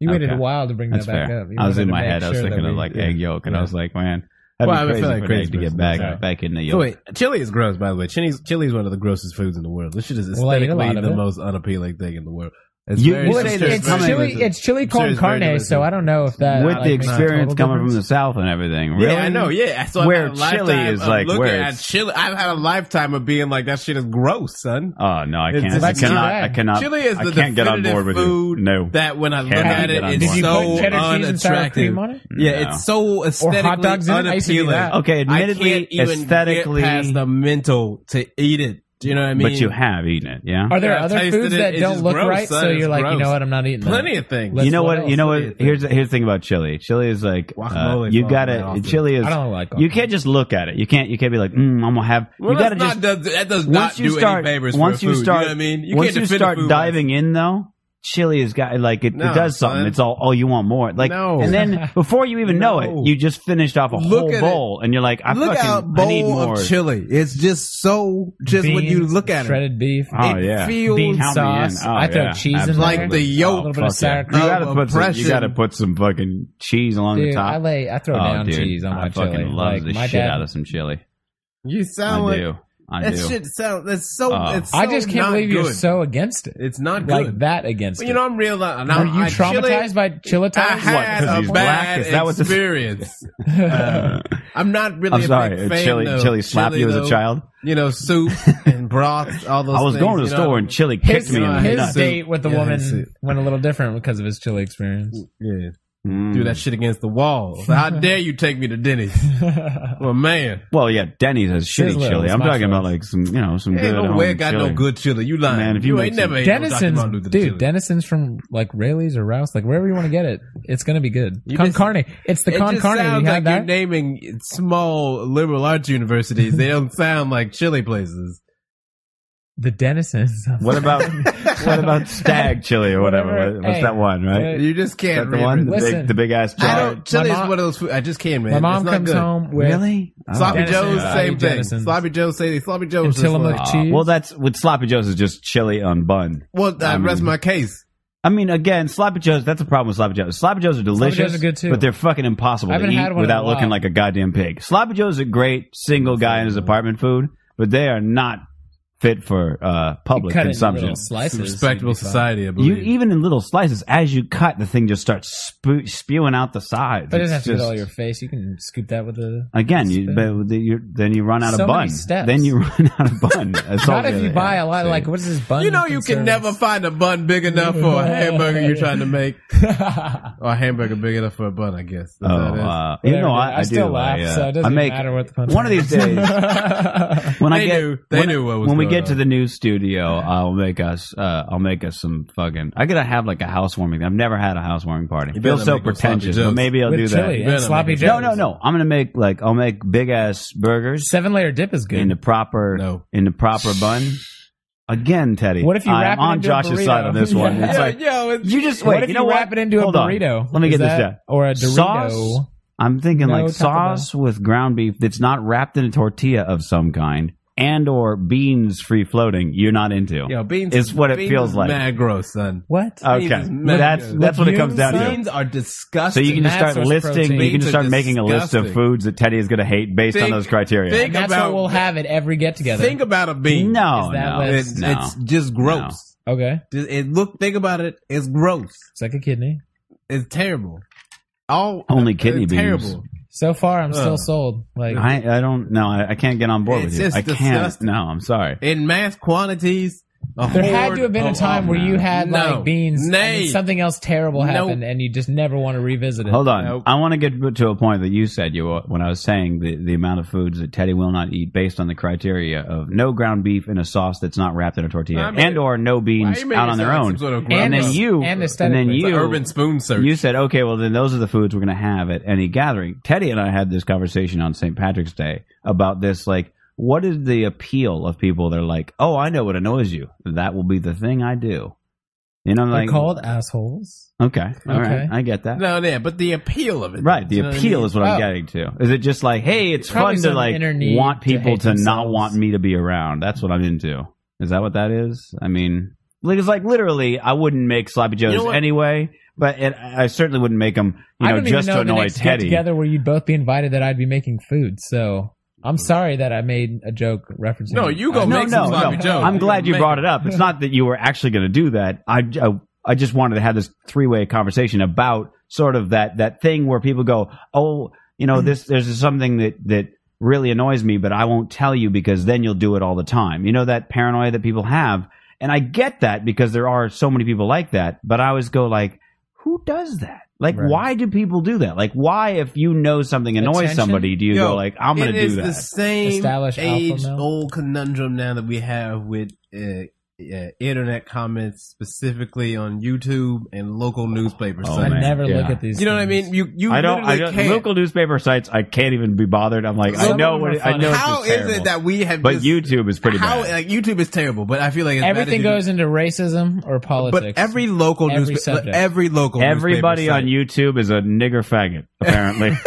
Speaker 9: You waited
Speaker 6: Okay.
Speaker 9: a while to bring
Speaker 6: That's
Speaker 9: that back
Speaker 6: fair.
Speaker 9: up. You
Speaker 6: I was
Speaker 9: wanted
Speaker 6: in
Speaker 9: to
Speaker 6: my
Speaker 9: make
Speaker 6: head. I was
Speaker 9: sure that
Speaker 6: thinking of
Speaker 9: we-
Speaker 6: like egg yolk, and I
Speaker 2: yeah.
Speaker 6: was like, man, that'd
Speaker 2: Well, I
Speaker 6: be
Speaker 2: would
Speaker 6: crazy
Speaker 2: feel like
Speaker 6: for an
Speaker 2: crazy
Speaker 6: egg to get
Speaker 2: person,
Speaker 6: back
Speaker 2: sorry.
Speaker 6: back in the
Speaker 2: so
Speaker 6: yolk.
Speaker 2: wait, uh, chili is gross, by the way. Chili's chili is one of the grossest foods in the world. This shit is
Speaker 9: Well, I eat a
Speaker 2: aesthetically
Speaker 9: lot of
Speaker 2: the
Speaker 9: it.
Speaker 2: most unappealing thing in the world. It's
Speaker 6: You-
Speaker 2: very
Speaker 6: Well,
Speaker 9: Well, it's,
Speaker 2: sister-
Speaker 9: it's
Speaker 2: very
Speaker 9: chili.
Speaker 2: sister-
Speaker 9: It's chili
Speaker 2: Sure,
Speaker 9: con
Speaker 2: it's very
Speaker 9: carne,
Speaker 2: delicious.
Speaker 9: so I don't know if that
Speaker 6: With
Speaker 9: like,
Speaker 6: the
Speaker 9: makes a
Speaker 6: experience
Speaker 9: total
Speaker 6: coming
Speaker 9: difference.
Speaker 6: from the south and everything, really?
Speaker 2: Yeah, I know. Yeah, so
Speaker 6: Where
Speaker 2: I've had a
Speaker 6: chili
Speaker 2: lifetime
Speaker 6: is
Speaker 2: of
Speaker 6: like,
Speaker 2: looking
Speaker 6: where
Speaker 2: at
Speaker 6: it's-
Speaker 2: chili. I've had a lifetime of being like that. Shit is gross, son.
Speaker 6: Oh no, I
Speaker 2: It's
Speaker 6: can't. I
Speaker 9: just too
Speaker 6: cannot.
Speaker 9: bad.
Speaker 6: I cannot.
Speaker 2: Chili is
Speaker 6: I
Speaker 2: the
Speaker 6: can't get on board with
Speaker 2: definitive food
Speaker 6: you. No,
Speaker 2: That when I look
Speaker 6: Cannot
Speaker 2: at
Speaker 6: get
Speaker 2: it,
Speaker 6: on
Speaker 2: it's
Speaker 6: board. Did you
Speaker 2: so
Speaker 9: put cheddar cheese and sour
Speaker 2: unattractive.
Speaker 9: cream on it?
Speaker 2: Yeah,
Speaker 6: No.
Speaker 2: it's so aesthetically
Speaker 9: hot dogs in it? I used to do
Speaker 2: unappealing.
Speaker 9: that.
Speaker 6: Okay, admittedly,
Speaker 2: I can't even
Speaker 6: aesthetically-
Speaker 2: get past the mental to eat it. Do you know what I mean?
Speaker 6: but you have eaten it, yeah.
Speaker 9: Are there
Speaker 2: Yeah, I
Speaker 9: other
Speaker 2: tasted
Speaker 9: foods
Speaker 2: it.
Speaker 9: that
Speaker 2: It's
Speaker 9: don't
Speaker 2: just
Speaker 9: look
Speaker 2: gross,
Speaker 9: right?
Speaker 2: son.
Speaker 9: So
Speaker 2: It's
Speaker 9: you're like, you
Speaker 2: gross.
Speaker 9: know what? I'm not eating that.
Speaker 2: plenty of things.
Speaker 9: Let's-
Speaker 6: you know
Speaker 9: what
Speaker 6: what?
Speaker 9: else?
Speaker 6: you know
Speaker 2: What do
Speaker 6: what?
Speaker 2: you think?
Speaker 6: here's here's the thing about chili. Chili is like uh,
Speaker 2: Guacamole
Speaker 6: you
Speaker 2: falls right
Speaker 6: gotta.
Speaker 2: off
Speaker 6: Chili is
Speaker 9: I don't like.
Speaker 6: you
Speaker 9: guacamole.
Speaker 6: can't just look at it. You can't. You can't be like, mm, I'm gonna have.
Speaker 2: Well,
Speaker 6: you gotta
Speaker 2: that's
Speaker 6: just
Speaker 2: not, does, that does not
Speaker 6: once
Speaker 2: do
Speaker 6: you start.
Speaker 2: any favors
Speaker 6: Once
Speaker 2: for
Speaker 6: you
Speaker 2: food,
Speaker 6: start.
Speaker 2: you know what I mean? You
Speaker 6: once
Speaker 2: can't
Speaker 6: you
Speaker 2: defend a
Speaker 6: start
Speaker 2: food
Speaker 6: diving in though. Chili has got like it,
Speaker 2: No,
Speaker 6: it does something.
Speaker 2: son.
Speaker 6: It's all oh you want more like
Speaker 2: No.
Speaker 6: and then before you even know
Speaker 2: No.
Speaker 6: it you just finished off a
Speaker 2: Look
Speaker 6: whole
Speaker 2: at it.
Speaker 6: bowl and you're like I
Speaker 2: look
Speaker 6: fucking
Speaker 2: out
Speaker 6: I need
Speaker 2: bowl
Speaker 6: more
Speaker 2: of chili. It's just so just when you
Speaker 9: Beans,
Speaker 2: look at it.
Speaker 9: shredded beef,
Speaker 6: oh
Speaker 2: It
Speaker 6: yeah
Speaker 2: feels
Speaker 9: bean
Speaker 6: Count me in.
Speaker 9: sauce.
Speaker 6: Oh,
Speaker 9: I throw
Speaker 6: yeah.
Speaker 9: cheese in there.
Speaker 6: Absolutely.
Speaker 2: Like the yolk.
Speaker 9: a little bit of
Speaker 6: fuck
Speaker 9: sour
Speaker 6: yeah.
Speaker 9: cream.
Speaker 6: You
Speaker 2: of
Speaker 6: gotta put some. You
Speaker 2: oppression.
Speaker 6: gotta put some fucking cheese along
Speaker 9: Dude,
Speaker 6: the top.
Speaker 9: I lay, I throw
Speaker 6: oh,
Speaker 9: down
Speaker 6: dude,
Speaker 9: cheese on my
Speaker 6: I fucking
Speaker 9: chili.
Speaker 6: love
Speaker 9: like
Speaker 6: the
Speaker 9: my
Speaker 6: shit
Speaker 9: dad,
Speaker 6: out of some chili.
Speaker 2: You
Speaker 6: I
Speaker 2: sound like
Speaker 6: do. I
Speaker 2: that
Speaker 6: do.
Speaker 2: shit sounds that's so
Speaker 6: Oh.
Speaker 2: it's
Speaker 9: I
Speaker 2: so
Speaker 9: just can't
Speaker 2: not
Speaker 9: believe you're
Speaker 2: good.
Speaker 9: so against it,
Speaker 2: it's not good.
Speaker 9: like that against
Speaker 2: But
Speaker 9: it.
Speaker 2: you know I'm real now
Speaker 9: Are you
Speaker 2: I- chili-
Speaker 9: traumatized by chili
Speaker 2: I
Speaker 9: towers?
Speaker 2: had
Speaker 6: 'cause
Speaker 2: a
Speaker 6: he's
Speaker 2: bad
Speaker 6: black? Is that what this-
Speaker 2: experience. Uh, I'm not really
Speaker 6: I'm
Speaker 2: a
Speaker 6: sorry. uh,
Speaker 2: big fan
Speaker 6: Chili,
Speaker 2: of
Speaker 6: chili slapped you as a
Speaker 2: though.
Speaker 6: child.
Speaker 2: You know, soup and broth, all those
Speaker 6: I was
Speaker 2: things,
Speaker 6: going to the
Speaker 2: you know?
Speaker 6: store and chili kicked
Speaker 9: His,
Speaker 6: me. in the
Speaker 2: his uh,
Speaker 6: nuts.
Speaker 2: day-
Speaker 9: date with the
Speaker 2: Yeah, his
Speaker 9: woman
Speaker 2: suit.
Speaker 9: went a little different because of his chili experience.
Speaker 2: Yeah.
Speaker 6: Mm.
Speaker 2: do that shit against the wall. So how dare you take me to Denny's? well, man,
Speaker 6: Well, yeah, Denny's has shitty
Speaker 9: Sizzler
Speaker 6: chili.
Speaker 9: was
Speaker 6: I'm
Speaker 9: my
Speaker 6: talking about
Speaker 9: choice.
Speaker 6: like some, you know, some
Speaker 2: ain't
Speaker 6: good
Speaker 2: no
Speaker 6: home
Speaker 2: way got
Speaker 6: chili.
Speaker 2: no good chili. You lying?
Speaker 6: Man, if you
Speaker 2: you,
Speaker 6: make
Speaker 2: ain't
Speaker 6: some-
Speaker 2: never ate no Dr.
Speaker 9: Denison's,
Speaker 2: Martin Luther
Speaker 9: dude,
Speaker 2: chili.
Speaker 9: Denison's from like Rayleigh's or Rouse, like wherever you want to get it, it's gonna be good.
Speaker 2: You
Speaker 9: con
Speaker 2: just-
Speaker 9: carne, it's the
Speaker 2: it
Speaker 9: con
Speaker 2: just
Speaker 9: carne. You
Speaker 2: sounds
Speaker 9: had
Speaker 2: like you're
Speaker 9: that?
Speaker 2: naming small liberal arts universities. they don't sound like chili places.
Speaker 9: the Denison's.
Speaker 6: What about what about stag chili or whatever?
Speaker 9: Whatever.
Speaker 6: What's
Speaker 9: Hey.
Speaker 6: that one? Right?
Speaker 9: Hey.
Speaker 2: You just
Speaker 6: Is that
Speaker 2: can't
Speaker 6: the
Speaker 2: read
Speaker 6: one? The
Speaker 2: it.
Speaker 9: Listen.
Speaker 6: big, the big ass
Speaker 2: I
Speaker 6: jar?
Speaker 2: don't. Chili
Speaker 9: My
Speaker 2: is
Speaker 9: mom-
Speaker 2: one of those. Food, I just can't, man.
Speaker 9: My mom
Speaker 2: It's not
Speaker 9: comes
Speaker 2: good.
Speaker 9: home with
Speaker 6: really?
Speaker 2: Sloppy
Speaker 6: Oh.
Speaker 9: Dennison's,
Speaker 2: Joe's,
Speaker 9: I
Speaker 2: same
Speaker 9: eat
Speaker 2: thing.
Speaker 9: Dennison's.
Speaker 2: Sloppy Joe's, say Sloppy Joe's.
Speaker 9: And Tillamook
Speaker 2: Like,
Speaker 6: Ah,
Speaker 9: cheese.
Speaker 6: well, that's with sloppy joes is just chili on bun.
Speaker 2: well, I
Speaker 6: I
Speaker 2: rest
Speaker 6: mean-
Speaker 2: my case.
Speaker 6: I mean, again, sloppy joes. That's a problem with sloppy joes. Sloppy joes are delicious,
Speaker 9: Joes are good, too.
Speaker 6: but they're fucking impossible
Speaker 9: I
Speaker 6: to
Speaker 9: haven't
Speaker 6: eat
Speaker 9: had one in a
Speaker 6: without
Speaker 9: while.
Speaker 6: looking like a goddamn pig. Sloppy joes are great single guy in his apartment food, but they are not fit for uh, public
Speaker 9: cut it into
Speaker 6: consumption.
Speaker 9: little slices.
Speaker 2: Respectable
Speaker 9: You'd be fine.
Speaker 2: society, I
Speaker 6: You
Speaker 2: believe.
Speaker 6: even in little slices, as you cut, the thing just starts spew- spewing out the sides.
Speaker 9: But
Speaker 6: It's
Speaker 9: it doesn't have to get
Speaker 6: just-
Speaker 9: all your face. You can scoop that with a.
Speaker 6: again. You,
Speaker 9: Spin.
Speaker 6: but the- you- then you run out
Speaker 9: So
Speaker 6: of
Speaker 9: many
Speaker 6: bun.
Speaker 9: steps.
Speaker 6: Then you run out of bun. That's all
Speaker 9: Not
Speaker 6: the
Speaker 9: if you
Speaker 6: other-
Speaker 9: buy a lot.
Speaker 6: yeah,
Speaker 9: Like
Speaker 6: see.
Speaker 9: what is this bun?
Speaker 2: You know, you can never find a bun big enough for a hamburger you're trying to make,
Speaker 9: never.
Speaker 2: or a hamburger big enough for a bun. I guess.
Speaker 6: Oh, uh, you know, I, I,
Speaker 9: still
Speaker 6: do.
Speaker 9: laugh,
Speaker 6: I, uh,
Speaker 9: so it doesn't
Speaker 6: I make
Speaker 9: matter what the punch
Speaker 6: one of these days. when I
Speaker 2: They
Speaker 6: get
Speaker 2: knew- they
Speaker 6: when,
Speaker 2: knew what was
Speaker 6: when we get to the new studio, I'll make us. Uh, I'll make us some fucking. I gotta have like a housewarming. I've never had a housewarming party. It
Speaker 2: You
Speaker 6: feels
Speaker 2: better
Speaker 6: so
Speaker 2: make those sloppy
Speaker 6: pretentious, but
Speaker 2: joes.
Speaker 6: maybe I'll
Speaker 9: with
Speaker 6: do
Speaker 9: chili
Speaker 6: that.
Speaker 2: Yeah,
Speaker 9: and sloppy joes.
Speaker 6: No, no, no. I'm gonna make like I'll make big ass burgers
Speaker 9: Seven layer dip is
Speaker 6: in the
Speaker 9: good.
Speaker 6: proper
Speaker 2: No.
Speaker 6: in the proper bun. Again, Teddy.
Speaker 9: What if you
Speaker 6: I'm
Speaker 9: wrap it
Speaker 6: on
Speaker 9: into a
Speaker 6: Josh's
Speaker 9: burrito?
Speaker 6: side on this one.
Speaker 9: Yeah.
Speaker 6: It's like
Speaker 2: yo, it's,
Speaker 6: you just wait.
Speaker 9: what if
Speaker 6: you
Speaker 9: you,
Speaker 6: know
Speaker 9: wrap
Speaker 6: what?
Speaker 9: it into
Speaker 6: Hold
Speaker 9: a
Speaker 6: on.
Speaker 9: burrito?
Speaker 6: Let me
Speaker 9: Is
Speaker 6: get this
Speaker 9: that-
Speaker 6: down.
Speaker 9: Or a Dorito.
Speaker 6: Sauce? I'm thinking
Speaker 9: No,
Speaker 6: like
Speaker 9: Taco
Speaker 6: sauce with ground beef that's not wrapped in a tortilla of some kind, and or beans free floating. You're not into.
Speaker 2: yo, beans
Speaker 6: It's what it
Speaker 2: beans
Speaker 6: feels
Speaker 2: is
Speaker 6: like.
Speaker 2: Mad gross, son.
Speaker 9: What?
Speaker 6: okay,
Speaker 2: beans is
Speaker 6: But that's
Speaker 2: mad.
Speaker 6: that's what it comes down to.
Speaker 2: Beans are
Speaker 6: So
Speaker 2: disgusting.
Speaker 6: you can just
Speaker 9: That's
Speaker 6: start
Speaker 9: what's
Speaker 6: listing.
Speaker 9: protein.
Speaker 6: You can just
Speaker 2: Beans
Speaker 6: start
Speaker 2: are
Speaker 6: making a list of
Speaker 2: disgusting.
Speaker 6: foods that Teddy is going to hate based on
Speaker 2: Think-
Speaker 6: those criteria.
Speaker 2: think-
Speaker 9: And that's
Speaker 2: about-
Speaker 9: what we'll have at every get together.
Speaker 2: think about a bean.
Speaker 6: no,
Speaker 9: Is that
Speaker 6: no,
Speaker 9: what-
Speaker 2: It-
Speaker 6: no.
Speaker 2: it's just gross.
Speaker 9: okay,
Speaker 2: Just- It look, think about it. It's gross.
Speaker 9: it's like a kidney.
Speaker 2: It's terrible. All
Speaker 6: Only
Speaker 2: it's
Speaker 6: kidney beans.
Speaker 2: Terrible.
Speaker 9: So far, I'm still
Speaker 2: Ugh.
Speaker 9: sold. Like
Speaker 6: I, I don't know. I, I can't get on board
Speaker 2: It's
Speaker 6: with you.
Speaker 2: just
Speaker 6: I can't.
Speaker 2: disgusting.
Speaker 6: No, I'm sorry.
Speaker 2: in mass quantities. a
Speaker 9: there had
Speaker 2: horde-
Speaker 9: to have been
Speaker 2: oh,
Speaker 9: a time
Speaker 2: oh,
Speaker 9: where you had
Speaker 2: No.
Speaker 9: like beans, and
Speaker 2: Nay.
Speaker 9: then something else terrible
Speaker 2: Nope.
Speaker 9: happened, and you just never want to revisit it.
Speaker 6: Hold on.
Speaker 2: Nope.
Speaker 6: I want to get to a point that you said you when I was saying the, the amount of foods that Teddy will not eat based on the criteria of no ground beef in a sauce that's not wrapped in a tortilla
Speaker 2: I mean-
Speaker 6: and or no beans
Speaker 2: Why you making
Speaker 6: out on
Speaker 2: it
Speaker 6: their
Speaker 2: sound like
Speaker 6: own.
Speaker 2: some sort of
Speaker 6: and then
Speaker 2: gross-
Speaker 6: you
Speaker 9: and
Speaker 6: and, then
Speaker 9: aesthetically.
Speaker 2: It's
Speaker 6: you
Speaker 2: an urban spoon search.
Speaker 6: you said okay well then those are the foods we're going to have at any gathering. Teddy and I had this conversation on St. Patrick's Day about this like what is the appeal of people that are like, "Oh, I know what annoys you. That will be the thing I do." You know
Speaker 9: They're
Speaker 6: like
Speaker 9: called assholes.
Speaker 6: Okay. all right,
Speaker 9: Okay.
Speaker 6: I get that.
Speaker 2: no, yeah, but the appeal of it,
Speaker 6: Right. The
Speaker 2: you know what I
Speaker 6: appeal
Speaker 2: mean?
Speaker 6: is what I'm
Speaker 9: Oh.
Speaker 6: getting to. Is it just like, hey, it's fun
Speaker 9: Probably
Speaker 6: to
Speaker 9: some
Speaker 6: like
Speaker 9: inner need
Speaker 6: want
Speaker 9: to
Speaker 6: people
Speaker 9: hate
Speaker 6: to, not
Speaker 9: themselves.
Speaker 6: want me to be around? That's what I'm into. Is that what that is? I mean, like it's like literally, I wouldn't make sloppy joes
Speaker 2: know what?
Speaker 6: anyway, but it, I certainly wouldn't make them, you
Speaker 9: I
Speaker 6: know,
Speaker 9: don't
Speaker 6: just
Speaker 9: even
Speaker 6: to
Speaker 9: know the
Speaker 6: annoy
Speaker 9: next get
Speaker 6: Teddy.
Speaker 9: together where you'd both be invited that I'd be making food. So I'm sorry that I made a joke referencing.
Speaker 2: No, you
Speaker 9: I-
Speaker 2: go
Speaker 6: No,
Speaker 2: make some
Speaker 6: no,
Speaker 2: sloppy
Speaker 6: no.
Speaker 2: joes.
Speaker 6: I'm
Speaker 2: You
Speaker 6: glad
Speaker 2: go
Speaker 6: you
Speaker 2: make
Speaker 6: brought it up. It's not that you were actually going to do that. I, I, I just wanted to have this three way conversation about sort of that that thing where people go, oh, you know, this there's something that that really annoys me, but I won't tell you because then you'll do it all the time. You know that paranoia that people have, and I get that because there are so many people like that. But I always go like, who does that? Like,
Speaker 9: Right.
Speaker 6: why do people do that? Like, why if you know something annoys
Speaker 9: Attention?
Speaker 6: somebody, do you
Speaker 2: Yo,
Speaker 6: go like, I'm going
Speaker 2: It
Speaker 6: to do
Speaker 2: is
Speaker 6: that?
Speaker 2: the same
Speaker 9: Establish alpha male.
Speaker 2: age old conundrum now that we have with uh, uh, internet comments, specifically on YouTube and local newspaper
Speaker 6: Oh,
Speaker 9: I
Speaker 2: sites.
Speaker 6: man.
Speaker 9: never
Speaker 6: Yeah.
Speaker 9: look at these.
Speaker 2: You know what I
Speaker 9: things.
Speaker 2: mean? You you
Speaker 6: I don't. I
Speaker 2: literally
Speaker 6: don't
Speaker 2: can't.
Speaker 6: local newspaper sites. I can't even be bothered. I'm like,
Speaker 9: Some
Speaker 6: I
Speaker 9: of
Speaker 6: know
Speaker 9: them
Speaker 6: what
Speaker 9: are
Speaker 6: it, I know.
Speaker 2: How
Speaker 6: it's just
Speaker 2: is it
Speaker 6: terrible.
Speaker 2: that we have?
Speaker 6: But
Speaker 2: just-
Speaker 6: YouTube is pretty
Speaker 2: how
Speaker 6: bad.
Speaker 2: like YouTube is terrible, but I feel like it's bad
Speaker 9: Everything
Speaker 2: that you-
Speaker 9: goes into racism or politics.
Speaker 2: But every local
Speaker 9: Every
Speaker 2: newspaper,
Speaker 9: subject.
Speaker 2: every local
Speaker 6: Everybody
Speaker 2: newspaper
Speaker 6: on
Speaker 2: site-
Speaker 6: YouTube is a nigger faggot, apparently.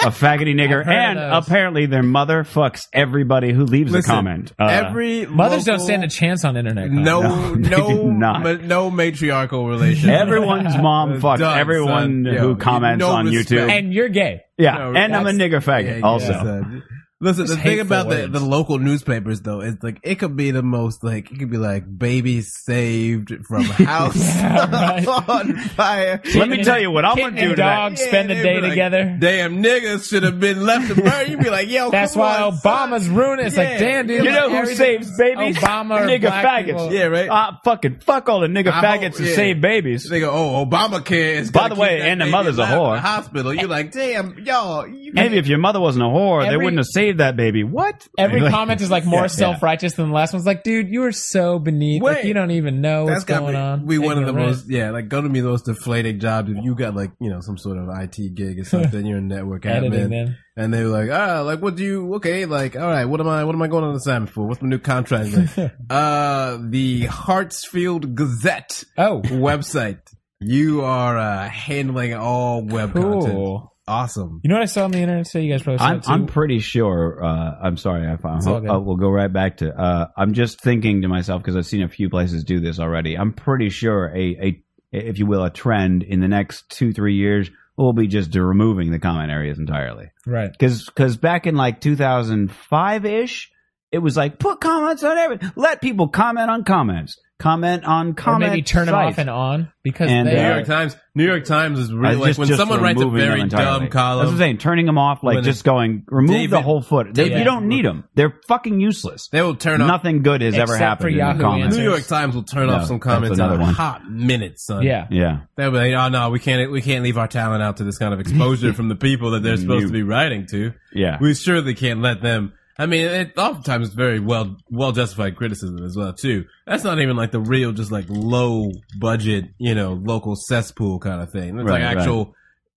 Speaker 6: a faggoty nigger,
Speaker 9: I've heard
Speaker 6: and
Speaker 9: of those.
Speaker 6: apparently their mother fucks everybody who leaves
Speaker 2: Listen,
Speaker 6: a comment. Uh,
Speaker 2: every
Speaker 9: mothers
Speaker 2: local,
Speaker 9: don't stand a chance on internet.
Speaker 2: no
Speaker 9: content.
Speaker 6: No,
Speaker 2: no
Speaker 6: they do not.
Speaker 2: ma- no matriarchal relation.
Speaker 6: everyone's mom fucks
Speaker 2: Done,
Speaker 6: everyone
Speaker 2: son.
Speaker 6: who
Speaker 2: Yo,
Speaker 6: comments
Speaker 2: no
Speaker 6: on
Speaker 2: respect.
Speaker 6: YouTube.
Speaker 9: and you're gay.
Speaker 6: yeah,
Speaker 2: no,
Speaker 6: and I'm a
Speaker 2: that's-
Speaker 6: nigger
Speaker 2: Yeah,
Speaker 6: faggot
Speaker 2: yeah,
Speaker 6: also.
Speaker 2: son. Listen,
Speaker 9: Just
Speaker 2: the thing
Speaker 9: hateful
Speaker 2: about the,
Speaker 9: words.
Speaker 2: the local newspapers though is like it could be the most like it could be like baby saved from house
Speaker 9: Yeah, right.
Speaker 2: on fire.
Speaker 6: Let me tell you what I'm going
Speaker 9: Kitten
Speaker 6: to do
Speaker 9: and
Speaker 6: to that.
Speaker 9: dog spend the
Speaker 2: they'd
Speaker 9: day
Speaker 2: be like,
Speaker 9: together.
Speaker 2: Damn niggas should have been left to burn. You'd be like, yo,
Speaker 9: That's
Speaker 2: come
Speaker 9: why
Speaker 2: on, son.
Speaker 9: Obama's ruining. it. It's like,
Speaker 2: Yeah.
Speaker 9: damn, dude.
Speaker 6: You
Speaker 9: like,
Speaker 6: know who
Speaker 9: everything-
Speaker 6: saves babies?
Speaker 9: Obama or
Speaker 6: nigger
Speaker 9: black
Speaker 6: faggots.
Speaker 9: people.
Speaker 2: Yeah, right.
Speaker 6: Uh, fucking fuck all the nigger
Speaker 2: I
Speaker 6: faggots
Speaker 2: hope-
Speaker 6: who
Speaker 2: yeah.
Speaker 6: save babies.
Speaker 2: They go, oh, Obamacare is.
Speaker 6: By
Speaker 2: gonna
Speaker 6: the way,
Speaker 2: keep that
Speaker 6: and the
Speaker 2: baby
Speaker 6: mother's a
Speaker 2: alive
Speaker 6: whore.
Speaker 2: In the hospital, you're like, damn, y'all. You
Speaker 6: Maybe if your mother wasn't a whore, they
Speaker 9: Every-
Speaker 6: wouldn't have saved that baby. What?
Speaker 9: Every
Speaker 6: Like,
Speaker 9: comment is like more self righteous than the last one's like, dude, you are so beneath. Like,
Speaker 2: Wait.
Speaker 9: you don't even know
Speaker 2: that's
Speaker 9: what's
Speaker 2: got
Speaker 9: going
Speaker 2: to
Speaker 9: on.
Speaker 2: be one of the
Speaker 9: Ignorant.
Speaker 2: most. Yeah, like go to be the most deflating jobs if you got like you know some sort of IT gig or something. you're a network
Speaker 9: editing
Speaker 2: admin,
Speaker 9: then.
Speaker 2: and they were like, ah, like what do you? Okay, like all right, what am I? What am I going on assignment for? What's my new contract? Like, uh, the Hartsfield Gazette
Speaker 9: Oh,
Speaker 2: website. You are uh, handling all web content.
Speaker 9: cool.
Speaker 2: Awesome.
Speaker 9: You know what I saw on the internet today? You guys probably saw
Speaker 6: I'm,
Speaker 9: it too.
Speaker 6: I'm pretty sure. Uh, I'm sorry. I found.
Speaker 9: It's all good.
Speaker 6: Uh, we'll go right back to. Uh, I'm just thinking to myself because I've seen a few places do this already. I'm pretty sure a, a if you will a trend in the next two three years will be just to removing the comment areas entirely.
Speaker 9: right.
Speaker 6: Because back in like 2005 ish, it was like put comments on everything. Let people comment on comments. Comment on
Speaker 9: Or
Speaker 6: comments.
Speaker 9: maybe turn them off and on because
Speaker 6: And,
Speaker 9: they
Speaker 2: New
Speaker 6: uh,
Speaker 9: are
Speaker 2: York Times. New York Times is really
Speaker 6: Uh,
Speaker 2: like when someone writes a
Speaker 6: removing them
Speaker 2: very
Speaker 6: entirely.
Speaker 2: dumb column.
Speaker 6: That's what I'm saying. Turning them off, like
Speaker 2: When
Speaker 6: just going remove the
Speaker 2: David-
Speaker 6: whole foot. They,
Speaker 9: David-
Speaker 6: you don't need them. They're fucking useless.
Speaker 2: They will turn off.
Speaker 6: Nothing good has ever
Speaker 9: Except for
Speaker 6: happened in the
Speaker 9: Yahoo
Speaker 6: comments.
Speaker 2: New York Times will turn
Speaker 6: No,
Speaker 2: off some
Speaker 6: that's
Speaker 2: comments in
Speaker 6: another
Speaker 2: a
Speaker 6: one.
Speaker 2: hot minute, son.
Speaker 9: yeah.
Speaker 6: Yeah,
Speaker 2: They'll be like, oh no, we can't, we can't leave our talent out to this kind of exposure from the people that they're supposed to be writing to.
Speaker 6: yeah.
Speaker 2: We surely can't let them I mean, it oftentimes it's very well well justified criticism as well too. That's not even like the real, just like low budget, you know, local cesspool kind of thing. It's like
Speaker 6: Right, right.
Speaker 2: actual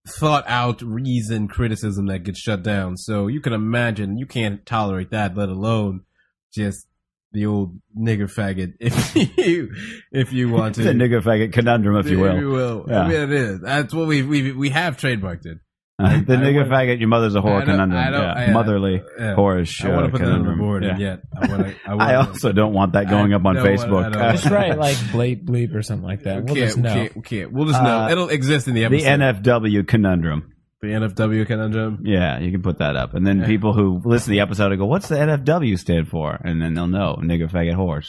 Speaker 2: thought out, reasoned criticism that gets shut down. So you can imagine you can't tolerate that, let alone just the old nigger faggot. If you if you want
Speaker 6: the
Speaker 2: to,
Speaker 6: nigger faggot conundrum, if you
Speaker 2: If
Speaker 6: will. Yeah.
Speaker 2: I mean, it is. That's what we we we have trademarked it.
Speaker 6: Uh, the
Speaker 2: I
Speaker 6: nigger
Speaker 2: wanna-
Speaker 6: faggot, your mother's a whore
Speaker 2: I don't-
Speaker 6: conundrum.
Speaker 2: I don't-
Speaker 6: yeah.
Speaker 2: I-
Speaker 6: Motherly,
Speaker 2: yeah.
Speaker 6: whorish.
Speaker 2: I want
Speaker 6: uh,
Speaker 2: to put that on the
Speaker 6: conundrum.
Speaker 2: board, and
Speaker 6: Yeah.
Speaker 2: yet I want to. I,
Speaker 6: I
Speaker 2: wanna-
Speaker 6: also don't want that going
Speaker 2: I
Speaker 6: up on
Speaker 2: don't wanna- I
Speaker 6: Facebook.
Speaker 2: don't wanna-
Speaker 9: Just write like bleep bleep or something like that.
Speaker 2: We
Speaker 9: We'll
Speaker 2: can't,
Speaker 9: just
Speaker 2: we
Speaker 9: know.
Speaker 2: can't. We can't. We'll just know.
Speaker 6: Uh,
Speaker 2: It'll exist in the
Speaker 6: the
Speaker 2: episode.
Speaker 6: NFW conundrum.
Speaker 2: the NFW conundrum.
Speaker 6: Yeah, you can put that up. And then people who listen to the episode will go, what's the NFW stand for? And then they'll know, nigger faggot whores.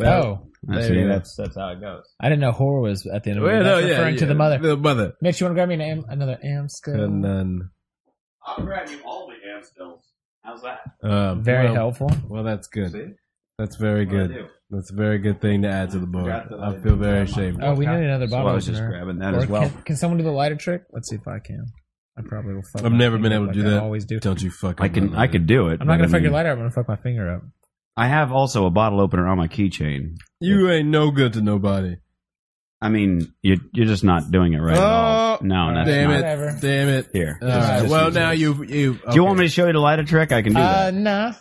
Speaker 9: Oh,
Speaker 6: And
Speaker 9: There
Speaker 6: see,
Speaker 9: you go.
Speaker 6: that's, that's how it goes.
Speaker 9: I didn't know horror was at the end of it.
Speaker 2: Well,
Speaker 9: That's referring to the mother.
Speaker 2: The mother.
Speaker 9: Mitch, you want to grab me an am- another Amstel?
Speaker 6: uh,
Speaker 2: Conun-
Speaker 6: I'll grab you all the Amstels. How's that?
Speaker 2: um,
Speaker 9: Very
Speaker 2: well,
Speaker 9: helpful.
Speaker 2: Well, that's good.
Speaker 6: See?
Speaker 2: That's very
Speaker 6: What I
Speaker 2: good.
Speaker 6: do.
Speaker 2: That's a very good thing to add to the board.
Speaker 6: Forgot that
Speaker 2: I
Speaker 6: I
Speaker 2: feel
Speaker 6: didn't
Speaker 2: very
Speaker 6: have my-
Speaker 2: ashamed.
Speaker 9: Oh, we need another
Speaker 6: So
Speaker 9: bottle
Speaker 6: I was just
Speaker 9: opener.
Speaker 6: grabbing that
Speaker 9: Or
Speaker 6: as well.
Speaker 9: Can, can someone do the lighter trick? Let's see if I can. I probably will. Fuck
Speaker 2: I've
Speaker 9: my
Speaker 2: never been
Speaker 9: finger
Speaker 2: able
Speaker 9: up
Speaker 2: to
Speaker 9: like
Speaker 2: do that.
Speaker 9: I always do.
Speaker 2: Don't you fucking?
Speaker 6: I can
Speaker 2: run
Speaker 6: I
Speaker 2: on
Speaker 6: can
Speaker 2: it.
Speaker 6: do it. but
Speaker 9: I'm not gonna
Speaker 6: I mean,
Speaker 9: figure lighter. I'm gonna fuck my finger up.
Speaker 6: I have also a bottle opener on my keychain.
Speaker 2: You ain't no good to nobody.
Speaker 6: I mean, you're you're just not doing it right. at all.
Speaker 2: Oh,
Speaker 6: No, that's
Speaker 2: Damn
Speaker 6: not
Speaker 2: it!
Speaker 9: Whatever.
Speaker 2: Damn it!
Speaker 6: here.
Speaker 9: Uh,
Speaker 2: All right.
Speaker 6: Just-
Speaker 2: well,
Speaker 6: just-
Speaker 2: now you you.
Speaker 6: Do you want me to show you the lighter trick? I can do
Speaker 9: Uh,
Speaker 6: that.
Speaker 9: nah.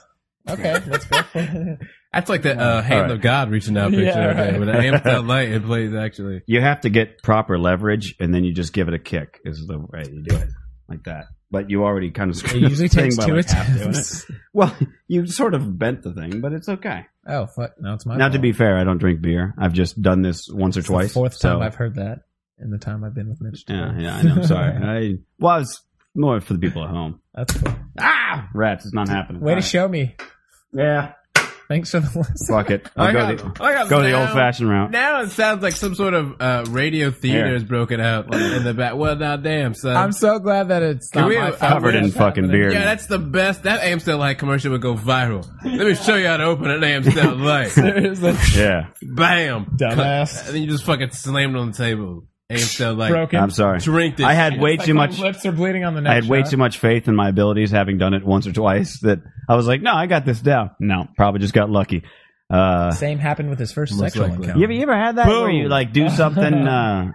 Speaker 9: Okay, let's go.
Speaker 2: That's like the uh, hand
Speaker 6: All right.
Speaker 2: of God reaching out picture
Speaker 9: Yeah,
Speaker 2: yeah,
Speaker 9: right.
Speaker 2: with an Amstel light. It plays actually.
Speaker 6: You have to get proper leverage, and then you just give it a kick. Is the way you do it like that. But you already kind of
Speaker 9: It
Speaker 6: screwed
Speaker 9: usually
Speaker 6: the thing
Speaker 9: takes
Speaker 6: by,
Speaker 9: two
Speaker 6: like, half doing
Speaker 9: attempts.
Speaker 6: it. Well, you sort of bent the thing, but it's okay.
Speaker 9: Oh fuck! Now it's my.
Speaker 6: Now, to
Speaker 9: fault.
Speaker 6: be fair, I don't drink beer. I've just done this once or
Speaker 9: It's the
Speaker 6: twice.
Speaker 9: fourth
Speaker 6: so-
Speaker 9: time I've heard that in the time I've been with Mitch.
Speaker 6: Yeah, yeah, I know. Sorry. I well, I was more for the people at home.
Speaker 9: That's cool.
Speaker 6: Ah, rats! It's not happening.
Speaker 9: Way
Speaker 6: All
Speaker 9: to
Speaker 6: right.
Speaker 9: show me.
Speaker 6: Yeah.
Speaker 9: Thanks for the lesson.
Speaker 6: Fuck it. I'll
Speaker 2: I
Speaker 6: go
Speaker 2: got-
Speaker 6: the,
Speaker 2: I got
Speaker 6: go the
Speaker 2: now-
Speaker 6: old fashioned route.
Speaker 2: Now it sounds like some sort of uh, radio theater
Speaker 6: Here.
Speaker 2: is broken out in the back. Well, now damn son.
Speaker 9: I'm so glad that it's not
Speaker 2: we
Speaker 9: my
Speaker 2: have-
Speaker 9: fault.
Speaker 6: Covered in fucking beer.
Speaker 2: yeah, that's the best. That Amstel Light commercial would go viral. Let me show you how to open an Amstel Light.
Speaker 9: Seriously.
Speaker 6: yeah.
Speaker 2: Bam.
Speaker 9: Dumbass.
Speaker 2: And then you just fucking slammed it on the table. Amstel Light.
Speaker 9: Broken.
Speaker 6: I'm sorry.
Speaker 2: Drink this.
Speaker 6: I had
Speaker 2: shit.
Speaker 6: way too much.
Speaker 9: Lips are bleeding on the neck.
Speaker 6: I had way too much faith in my abilities, having done it once or twice. That I was like, no, I got this down. No, probably just got lucky. Uh,
Speaker 9: Same happened with his first
Speaker 2: Most
Speaker 9: sexual
Speaker 2: likely.
Speaker 9: encounter.
Speaker 6: you ever you ever had that where you like do something, uh,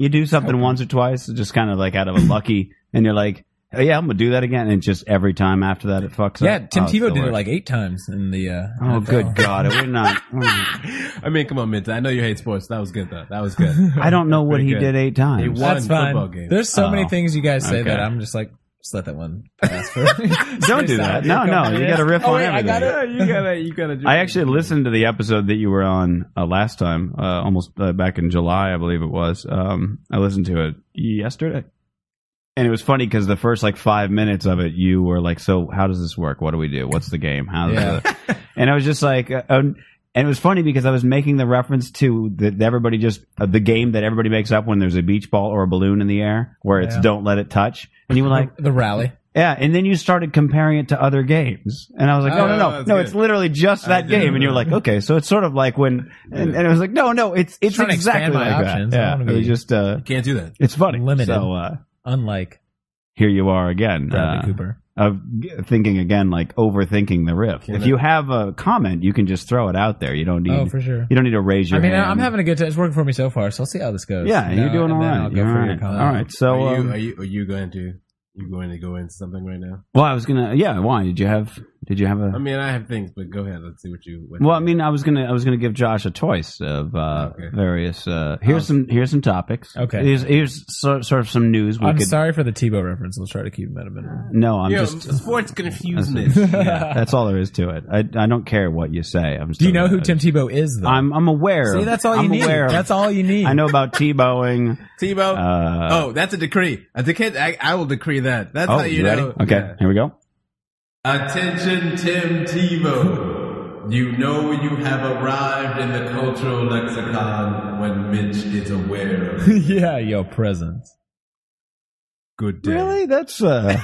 Speaker 6: you do something once or twice, just kind of like out of a lucky, and you're like, oh, yeah, I'm gonna do that again, and just every time after that it fucks
Speaker 9: Yeah,
Speaker 6: up.
Speaker 9: Tim
Speaker 6: Oh, it's the
Speaker 9: Tebow did it
Speaker 6: worst.
Speaker 9: like eight times in the. Uh,
Speaker 6: Oh,
Speaker 9: NFL.
Speaker 6: good God! We're not. I
Speaker 2: I mean, come on, Minta. I know you hate sports. That was good though. That was good.
Speaker 6: don't know what
Speaker 2: Pretty
Speaker 6: he
Speaker 2: good.
Speaker 6: did eight
Speaker 2: He
Speaker 6: times.
Speaker 2: won
Speaker 9: That's
Speaker 2: football
Speaker 9: fine.
Speaker 2: games.
Speaker 9: There's so many
Speaker 6: Oh,
Speaker 9: things you guys say
Speaker 6: okay.
Speaker 9: that I'm just like, just let that one pass. For don't
Speaker 6: Don't do that. No, no, you got to riff on everything.
Speaker 9: Oh, I got it.
Speaker 2: you gotta, you gotta.
Speaker 6: I actually listened to the episode that you were on uh, last time, uh, almost uh, back in July, I believe it was. Um, I listened to it yesterday, and it was funny because the first like five minutes of it, you were like, "So how does this work? What do we do? What's the game? How?" does
Speaker 9: Yeah.
Speaker 6: it-" and I was just like, uh, um, and it was funny because I was making the reference to that everybody just uh, the game that everybody makes up when there's a beach ball or a balloon in the air, where it's
Speaker 9: Yeah.
Speaker 6: "Don't let it touch," and you were like.
Speaker 9: The rally.
Speaker 6: Yeah, and then you started comparing it to other games, and I was like, no,
Speaker 2: Oh,
Speaker 6: no, no,
Speaker 2: that's
Speaker 6: no,
Speaker 2: good.
Speaker 6: it's literally just that
Speaker 2: did.
Speaker 6: game, and you're like, okay, so it's sort of like when, and, and I was like, no, no, it's it's
Speaker 9: Trying to expand
Speaker 6: exactly
Speaker 9: my
Speaker 6: like
Speaker 9: options. I
Speaker 6: that.
Speaker 9: wanna
Speaker 6: Yeah,
Speaker 9: be-
Speaker 6: it's just uh,
Speaker 2: Can't do that.
Speaker 6: it's funny.
Speaker 9: Limited.
Speaker 6: So uh,
Speaker 9: Unlike
Speaker 6: here you are again,
Speaker 9: Bradley
Speaker 6: uh,
Speaker 9: Cooper.
Speaker 6: of thinking again, like overthinking the riff.
Speaker 2: Can
Speaker 6: if
Speaker 2: I-
Speaker 6: you have a comment, you can just throw it out there. You don't need,
Speaker 9: Oh, for sure.
Speaker 6: you don't need to raise
Speaker 9: I
Speaker 6: your.
Speaker 9: mean, I-
Speaker 6: hand.
Speaker 9: I'm having a good time. It's working for me so far, so I'll see how this goes.
Speaker 6: Yeah,
Speaker 9: You know,
Speaker 6: you're doing
Speaker 9: and
Speaker 6: all
Speaker 9: then
Speaker 6: right.
Speaker 9: I'll go
Speaker 6: You're
Speaker 9: for
Speaker 6: all
Speaker 9: your
Speaker 6: right.
Speaker 9: comment.
Speaker 6: All right. So,
Speaker 2: are you,
Speaker 6: um,
Speaker 2: are you, are you going to, you going to go into something right now?
Speaker 6: well, I was gonna. Yeah. Why did you have? Did you have a?
Speaker 2: I mean, I have things, but go ahead. Let's see what you. What
Speaker 6: Well, I mean, I was gonna, I was gonna give Josh a choice of uh,
Speaker 2: Okay.
Speaker 6: various. Uh, here's some, here's some topics.
Speaker 9: Okay.
Speaker 6: Here's, here's so, sort of some news we
Speaker 9: I'm
Speaker 6: could.
Speaker 9: sorry for the Tebow reference. I'll try to keep him at a minimum.
Speaker 6: No, I'm
Speaker 2: you know,
Speaker 6: just. uh,
Speaker 2: sports confuse me.
Speaker 6: That's, yeah, that's all there is to it. I, I don't care what you say. I'm.
Speaker 9: Do
Speaker 6: still
Speaker 9: you know who
Speaker 6: gonna-
Speaker 9: Tim Tebow is, though?
Speaker 6: I'm, I'm aware.
Speaker 9: See,
Speaker 6: of-
Speaker 9: that's all you
Speaker 6: I'm
Speaker 9: need.
Speaker 6: Aware of-
Speaker 9: That's all you need.
Speaker 6: I know about T-bowing.
Speaker 2: Tebow.
Speaker 6: Uh,
Speaker 2: oh, that's a decree. A decree. I, I will decree that. That's
Speaker 6: oh,
Speaker 2: how you
Speaker 6: you ready?
Speaker 2: know.
Speaker 6: Okay,
Speaker 2: Yeah.
Speaker 6: here we go.
Speaker 2: Attention, Tim Tebow. You know you have arrived in the cultural lexicon when Mitch is aware of.
Speaker 9: yeah, yo, presence.
Speaker 2: Good day.
Speaker 6: Really? That's. uh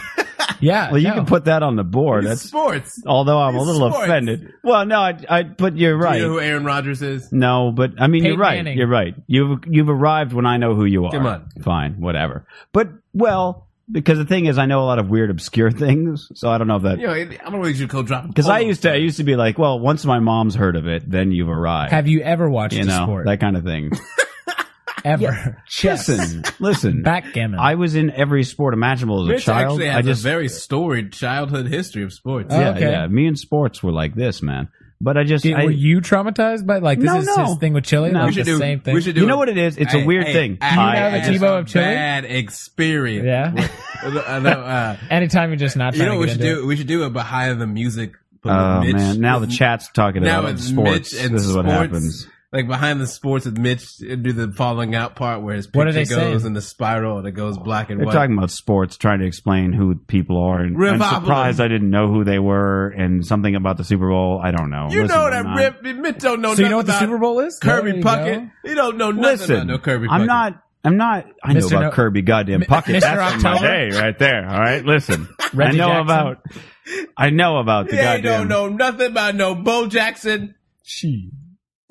Speaker 9: Yeah.
Speaker 6: Well, you
Speaker 9: no.
Speaker 6: can put that on the board.
Speaker 2: It's
Speaker 6: That's.
Speaker 2: sports.
Speaker 6: Although I'm a
Speaker 2: it's
Speaker 6: little
Speaker 2: sports.
Speaker 6: offended. Well, no, I, I. But you're
Speaker 2: Do
Speaker 6: right.
Speaker 2: You know who Aaron Rodgers is?
Speaker 6: No, but I mean,
Speaker 9: Peyton
Speaker 6: you're right.
Speaker 9: Manning.
Speaker 6: You're right. You've you've arrived when I know who you are.
Speaker 2: Come on.
Speaker 6: fine, whatever. But well, because the thing is, I know a lot of weird, obscure things, so I don't know if that.
Speaker 2: You know, I don't know whether you should call dropping.
Speaker 6: Because I used to, I used to be like, well, once my mom's heard of it, then you've arrived.
Speaker 9: Have you ever watched
Speaker 6: you
Speaker 9: a
Speaker 6: know
Speaker 9: sport?
Speaker 6: that kind of thing.
Speaker 9: ever.
Speaker 6: Listen, listen.
Speaker 9: Backgammon.
Speaker 6: I was in every sport imaginable as a
Speaker 2: Mitch
Speaker 6: child.
Speaker 2: actually has
Speaker 6: I just
Speaker 2: a very storied childhood history of sports.
Speaker 9: Oh.
Speaker 6: yeah,
Speaker 9: okay.
Speaker 6: yeah. Me and sports were like this, man. But I just
Speaker 9: Did-
Speaker 6: I,
Speaker 9: were you traumatized by like this
Speaker 6: No,
Speaker 9: is
Speaker 6: no.
Speaker 9: his thing with Chile?
Speaker 6: No. We
Speaker 9: like the
Speaker 2: should do-
Speaker 9: same thing.
Speaker 2: we should do
Speaker 6: you
Speaker 2: it.
Speaker 6: know what it is? It's a
Speaker 2: Hey,
Speaker 6: weird
Speaker 2: hey,
Speaker 6: thing.
Speaker 2: I-
Speaker 6: I-
Speaker 9: have a
Speaker 6: I
Speaker 2: it's
Speaker 6: just-
Speaker 9: Tebow of Chile?
Speaker 2: Bad experience.
Speaker 9: Yeah.
Speaker 2: I know, uh,
Speaker 9: Anytime you're just not
Speaker 2: you
Speaker 9: trying
Speaker 2: know what
Speaker 9: to
Speaker 2: we
Speaker 9: get
Speaker 2: should
Speaker 9: into
Speaker 2: do? We should do a behind the music. but
Speaker 6: Oh
Speaker 2: with Mitch-
Speaker 6: man! Now the
Speaker 2: with-
Speaker 6: chat's talking
Speaker 2: now
Speaker 6: about
Speaker 2: it's
Speaker 6: sports.
Speaker 2: Mitch and
Speaker 6: this is what
Speaker 2: sports.
Speaker 6: happens.
Speaker 2: Like behind the sports with Mitch, and do the falling out part where his picture
Speaker 9: What are they
Speaker 2: goes
Speaker 9: saying?
Speaker 2: in the spiral and it goes black and
Speaker 6: They're
Speaker 2: white.
Speaker 6: talking about sports, trying to explain who people are, and I'm
Speaker 2: Revival.
Speaker 6: surprised I didn't know who they were, and something about the Super Bowl. I don't know.
Speaker 2: you
Speaker 6: Listen,
Speaker 2: know
Speaker 6: I'm
Speaker 2: that
Speaker 6: not-
Speaker 2: Rip Mitch don't know.
Speaker 9: it. So you
Speaker 2: nothing
Speaker 9: know what the
Speaker 2: about
Speaker 9: Super Bowl is? There
Speaker 2: Kirby
Speaker 9: you
Speaker 2: Puckett.
Speaker 9: go.
Speaker 2: He don't know nothing
Speaker 6: Listen,
Speaker 2: about no Kirby.
Speaker 6: I'm
Speaker 2: Puckett.
Speaker 6: not. I'm not. I know
Speaker 9: Mr.
Speaker 6: about
Speaker 9: No-
Speaker 6: Kirby goddamn
Speaker 9: M-
Speaker 6: Puckett.
Speaker 9: Mr.
Speaker 6: That's from my
Speaker 9: October?
Speaker 6: day right there. All right, listen. I
Speaker 9: Reggie
Speaker 6: know
Speaker 9: Jackson?
Speaker 6: about. I know about the
Speaker 2: He ain't don't
Speaker 6: goddamn.
Speaker 2: know nothing about no Bo Jackson.
Speaker 9: She.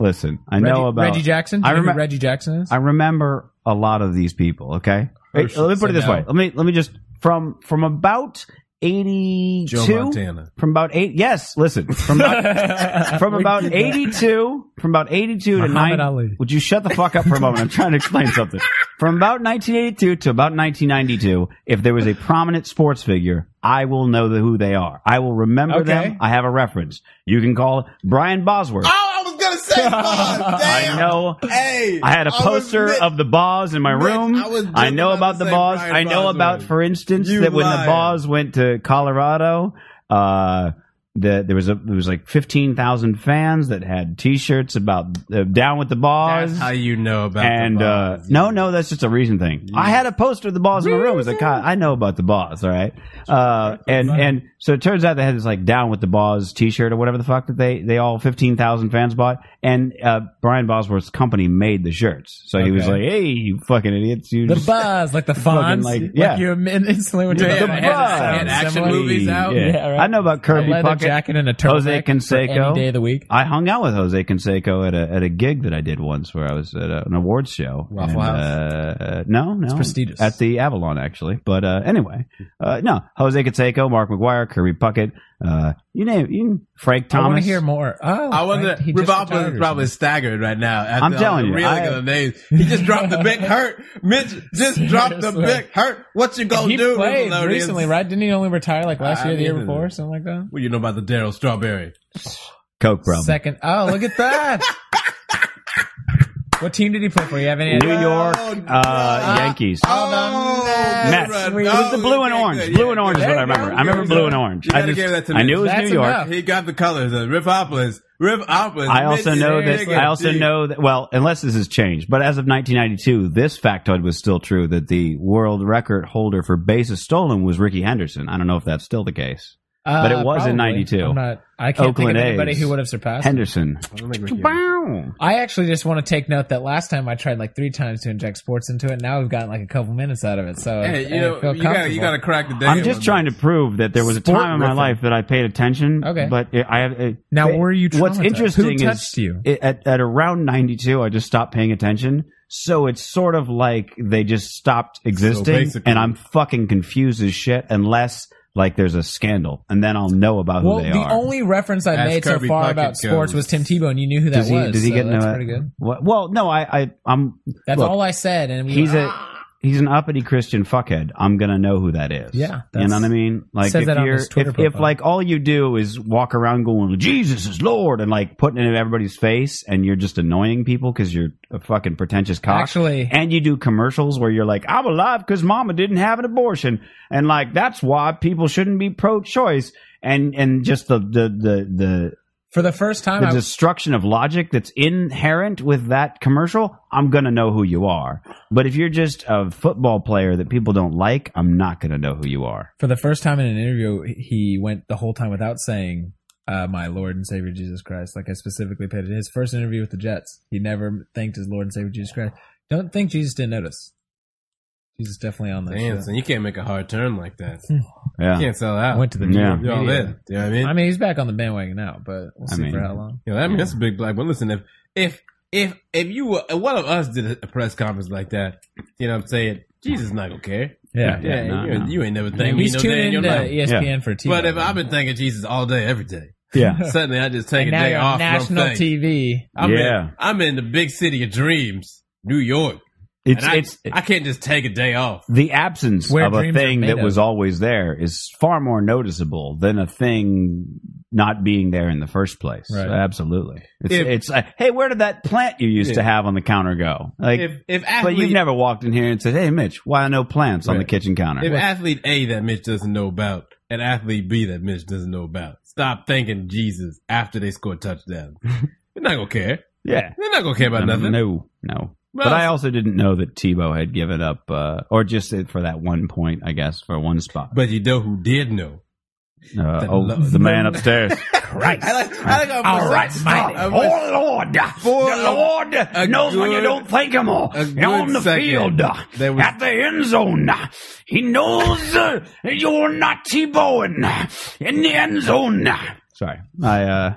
Speaker 6: Listen, I know
Speaker 9: Reggie-
Speaker 6: about
Speaker 9: Reggie Jackson. Do
Speaker 6: I
Speaker 9: you know who
Speaker 6: remem-
Speaker 9: Reggie Jackson is?
Speaker 6: I remember a lot of these people. Okay, Hey,
Speaker 2: Hershey,
Speaker 6: let me
Speaker 2: Oh,
Speaker 6: put it
Speaker 2: so
Speaker 6: this
Speaker 2: no.
Speaker 6: way. Let me let me just from from about eighty
Speaker 2: Joe
Speaker 6: two
Speaker 2: Montana.
Speaker 6: from about eight. Yes, listen from about, from about eighty two from about eighty two to nine.
Speaker 9: Muhammad Ali.
Speaker 6: Would you shut the fuck up for a moment? I'm trying to explain something. From about 1982 to about 1992, if there was a prominent sports figure, I will know who they are. I will remember
Speaker 9: Okay.
Speaker 6: them. I have a reference. You can call Brian Bosworth.
Speaker 2: Oh, I was gonna say. Oh,
Speaker 6: I
Speaker 2: damn.
Speaker 6: know
Speaker 2: Hey,
Speaker 6: I had a
Speaker 2: was
Speaker 6: poster
Speaker 2: Mitch.
Speaker 6: of the Boz in my
Speaker 2: Mitch,
Speaker 6: room.
Speaker 2: I was just
Speaker 6: I, know
Speaker 2: about
Speaker 6: about
Speaker 2: to
Speaker 6: the
Speaker 2: say
Speaker 6: Boz.
Speaker 2: Brian
Speaker 6: I know
Speaker 2: Bosworth.
Speaker 6: about, for instance,
Speaker 2: You
Speaker 6: that when the
Speaker 2: liar.
Speaker 6: Boz went to Colorado, uh, the, there was a there was like fifteen thousand fans that had T-shirts about uh, down with the Boz.
Speaker 2: That's how you know about
Speaker 6: and
Speaker 2: the
Speaker 6: uh,
Speaker 2: Boz.
Speaker 6: no, no, that's just a reason thing. I had a poster of the Boz in my room. It's like, God, I know about the Boz, all right. Uh, and and so it turns out they had this like down with the Boz T-shirt or whatever the fuck that they they all fifteen thousand fans bought. And uh, Brian Bosworth's company made the shirts, so he was
Speaker 9: Okay.
Speaker 6: like, "Hey, you fucking idiots, you
Speaker 9: the
Speaker 6: just-
Speaker 9: buzz, like the fonz.
Speaker 6: like-
Speaker 9: Like,
Speaker 6: yeah.
Speaker 9: you im- instantly went to
Speaker 2: Yeah,
Speaker 9: the,
Speaker 2: the
Speaker 9: I
Speaker 6: buzz.
Speaker 9: had a sound
Speaker 2: They had action
Speaker 9: similar.
Speaker 2: movies out.
Speaker 6: Yeah,
Speaker 9: Yeah, right.
Speaker 6: I know about
Speaker 9: A
Speaker 6: Kirby
Speaker 9: leather
Speaker 6: Puckett.
Speaker 9: jacket and a
Speaker 6: Jose
Speaker 9: turtleneck for
Speaker 6: Canseco.
Speaker 9: any day of the week.
Speaker 6: I hung out with Jose Canseco at a at a gig that I did once, where I was at a, an awards show.
Speaker 2: Waffle
Speaker 6: And,
Speaker 2: House?
Speaker 6: Uh, no, no, it's
Speaker 9: prestigious.
Speaker 6: at the Avalon actually. But uh, anyway, uh, no, Jose Canseco, Mark McGuire, Kirby Puckett, uh, you name, you, Frank
Speaker 9: I
Speaker 6: Thomas.
Speaker 9: want to hear more. Oh,
Speaker 2: I wonder.
Speaker 9: right, he just
Speaker 2: Revolver
Speaker 9: retired
Speaker 2: is
Speaker 9: or
Speaker 2: probably staggered right now. after
Speaker 6: I'm
Speaker 2: all
Speaker 6: telling
Speaker 2: the
Speaker 6: you,
Speaker 2: really
Speaker 6: I-
Speaker 2: good names. He just dropped the big hurt. Mitch just dropped the
Speaker 9: Seriously.
Speaker 2: big hurt. What you
Speaker 9: something.
Speaker 2: gonna
Speaker 9: He
Speaker 2: do?
Speaker 9: played
Speaker 2: Nickelodeon?
Speaker 9: recently, right? Didn't he only retire like last
Speaker 2: I
Speaker 9: year, the year
Speaker 2: mean, uh,
Speaker 9: before, something like that?
Speaker 2: What you know about the Daryl Strawberry?
Speaker 6: Coke problem.
Speaker 9: Second. Oh, look at that. what team did he play for? You have any
Speaker 6: New
Speaker 9: idea?
Speaker 6: York
Speaker 2: Oh,
Speaker 6: uh, Yankees.
Speaker 2: Oh,
Speaker 6: Mets.
Speaker 2: Mets.
Speaker 6: It was the blue and
Speaker 2: Okay,
Speaker 6: orange.
Speaker 2: good.
Speaker 6: Blue
Speaker 2: Yeah,
Speaker 6: and orange is
Speaker 2: good.
Speaker 6: what I
Speaker 9: There you
Speaker 6: remember.
Speaker 9: go.
Speaker 6: I remember
Speaker 9: You
Speaker 6: blue
Speaker 9: gotta
Speaker 6: and orange.
Speaker 2: give
Speaker 6: I just
Speaker 2: that to
Speaker 6: I
Speaker 2: Mitch.
Speaker 6: knew it was
Speaker 9: That's
Speaker 6: New York.
Speaker 9: enough.
Speaker 2: He got the colors. Uh, Riffopolis. Riffopolis.
Speaker 6: I also
Speaker 2: Mitch
Speaker 6: know
Speaker 2: is
Speaker 6: that
Speaker 2: big
Speaker 6: I also
Speaker 2: and
Speaker 6: know that well, unless this has changed, but as of 1992, this factoid was still true that the world record holder for bases stolen was Ricky Henderson. I don't know if that's still the case.
Speaker 9: Uh,
Speaker 6: But it was in
Speaker 9: probably.
Speaker 6: 92.
Speaker 9: I'm not, I can't
Speaker 6: Oakland
Speaker 9: think of anybody
Speaker 6: A's.
Speaker 9: who would have surpassed him.
Speaker 6: Henderson.
Speaker 2: deep.
Speaker 6: Bow.
Speaker 9: I actually just want to take note that last time I tried like three times to inject sports into it. Now we've gotten like a couple minutes out of it. So
Speaker 2: Hey,
Speaker 9: I
Speaker 2: you know,
Speaker 9: feel
Speaker 2: you gotta, you
Speaker 9: comfortable.
Speaker 2: gotta crack the day.
Speaker 6: I'm just trying to prove that there was a
Speaker 2: Sport
Speaker 6: time in my
Speaker 2: reference.
Speaker 6: life that I paid attention.
Speaker 9: Okay.
Speaker 6: but it- I have. it-
Speaker 9: Now,
Speaker 6: it-
Speaker 9: were you
Speaker 6: What's
Speaker 9: traumatized?
Speaker 6: interesting
Speaker 9: Who
Speaker 6: is
Speaker 9: touched you?
Speaker 6: it- at at around 92, I just stopped paying attention. So it's sort of like they just stopped existing,
Speaker 2: basically-
Speaker 6: and I'm fucking confused as shit. Unless like there's a scandal, and then I'll know about who
Speaker 9: Well,
Speaker 6: they
Speaker 9: the
Speaker 6: are.
Speaker 9: only reference I
Speaker 2: As
Speaker 9: made
Speaker 2: Kirby
Speaker 9: so far
Speaker 2: Puckett
Speaker 9: about sports
Speaker 2: goes.
Speaker 9: was Tim Tebow, and you knew who that
Speaker 6: does he
Speaker 9: was.
Speaker 6: does he
Speaker 9: so
Speaker 6: get
Speaker 9: that's
Speaker 6: into
Speaker 9: pretty good?
Speaker 6: What, well, no, I, I I'm
Speaker 9: That's
Speaker 6: look,
Speaker 9: all I said, and we
Speaker 6: he's a he's an uppity Christian fuckhead. I'm gonna know who that is.
Speaker 9: Yeah,
Speaker 6: you
Speaker 9: that's-
Speaker 6: know what I mean. Like
Speaker 9: says
Speaker 6: if
Speaker 9: that on
Speaker 6: you're
Speaker 9: his Twitter
Speaker 6: if, if
Speaker 9: profile.
Speaker 6: like all you do is walk around going Jesus is Lord and like putting it in everybody's face and you're just annoying people because you're a fucking pretentious cock.
Speaker 9: actually
Speaker 6: and you do commercials where you're like, "I'm alive because Mama didn't have an abortion," and like that's why people shouldn't be pro-choice. And and just the the the the
Speaker 9: for the first time.
Speaker 6: the
Speaker 9: I,
Speaker 6: destruction of logic that's inherent with that commercial, I'm gonna know who you are. But if you're just a football player that people don't like, I'm not gonna know who you are.
Speaker 9: for the first time in an interview, he went the whole time without saying uh, "My Lord and Savior Jesus Christ." Like I specifically paid it. His first interview with the Jets, he never thanked his Lord and Savior Jesus Christ. Don't think Jesus didn't notice. Jesus definitely on that.
Speaker 2: Damn,
Speaker 9: shit.
Speaker 2: son, you can't make a hard turn like that. You
Speaker 6: Yeah.
Speaker 2: can't sell out.
Speaker 9: Went to the
Speaker 6: Yeah.
Speaker 9: yeah.
Speaker 2: You're all in. You know what I mean?
Speaker 9: I mean, he's back on the bandwagon now, but we'll
Speaker 6: I
Speaker 9: see for
Speaker 6: mean-
Speaker 9: how long.
Speaker 2: Yeah, I mean that's a big black one. Listen, if if if if you were if one of us did a press conference like that, you know what I'm saying? Jesus not gonna care.
Speaker 9: Yeah.
Speaker 2: Yeah,
Speaker 6: no,
Speaker 2: you,
Speaker 6: no.
Speaker 2: you ain't never think you
Speaker 9: He's
Speaker 2: know
Speaker 9: tuning
Speaker 2: day in
Speaker 9: in
Speaker 2: your
Speaker 9: to E
Speaker 2: life.
Speaker 9: ESPN for TV.
Speaker 2: But if I've been thinking Jesus all day, every day,
Speaker 6: yeah.
Speaker 2: suddenly I just take
Speaker 9: and
Speaker 2: a
Speaker 9: now
Speaker 2: day
Speaker 9: you're
Speaker 2: off
Speaker 9: on
Speaker 2: from
Speaker 9: national
Speaker 2: thinking.
Speaker 9: TV.
Speaker 2: I'm
Speaker 6: Yeah.
Speaker 2: in, I'm in the big city of dreams, New York.
Speaker 6: It's
Speaker 2: and I,
Speaker 6: it's
Speaker 2: I can't just take a day off.
Speaker 6: the absence
Speaker 9: Where
Speaker 6: of a
Speaker 9: dreams are
Speaker 6: thing
Speaker 9: made
Speaker 6: that
Speaker 9: of.
Speaker 6: was always there is far more noticeable than a thing not being there in the first place.
Speaker 9: Right.
Speaker 6: Absolutely. It's,
Speaker 2: If-
Speaker 6: it's like, hey, where did that plant you used to
Speaker 2: Yeah.
Speaker 6: have on the counter go? Like,
Speaker 2: If if
Speaker 6: but
Speaker 2: athlete,
Speaker 6: you've never walked in here and said, hey, Mitch, why no plants on the
Speaker 2: Right.
Speaker 6: kitchen counter?
Speaker 2: if athlete A that Mitch doesn't know about, and athlete B that Mitch doesn't know about, stop thanking Jesus after they score touchdowns. They're not gonna care.
Speaker 6: yeah.
Speaker 2: They're not gonna care about
Speaker 6: Um,
Speaker 2: nothing.
Speaker 6: No, no.
Speaker 2: Well,
Speaker 6: but I also didn't know that Tebow had given up, uh, or just it for that one point, I guess, for one spot.
Speaker 2: but you know who did know.
Speaker 6: Uh,
Speaker 2: the
Speaker 6: oh,
Speaker 2: lo-
Speaker 6: the man upstairs. Christ.
Speaker 2: I like, I like how
Speaker 6: All right, mighty.
Speaker 2: I was-
Speaker 6: Oh, Lord.
Speaker 2: For
Speaker 6: the Lord
Speaker 2: a
Speaker 6: knows when you
Speaker 2: good-
Speaker 6: don't think him or
Speaker 2: a good
Speaker 6: on the
Speaker 2: second,
Speaker 6: field,
Speaker 2: there was-
Speaker 6: at the end zone. He knows uh, you're not T-Bowing in the end zone. Sorry. I, uh,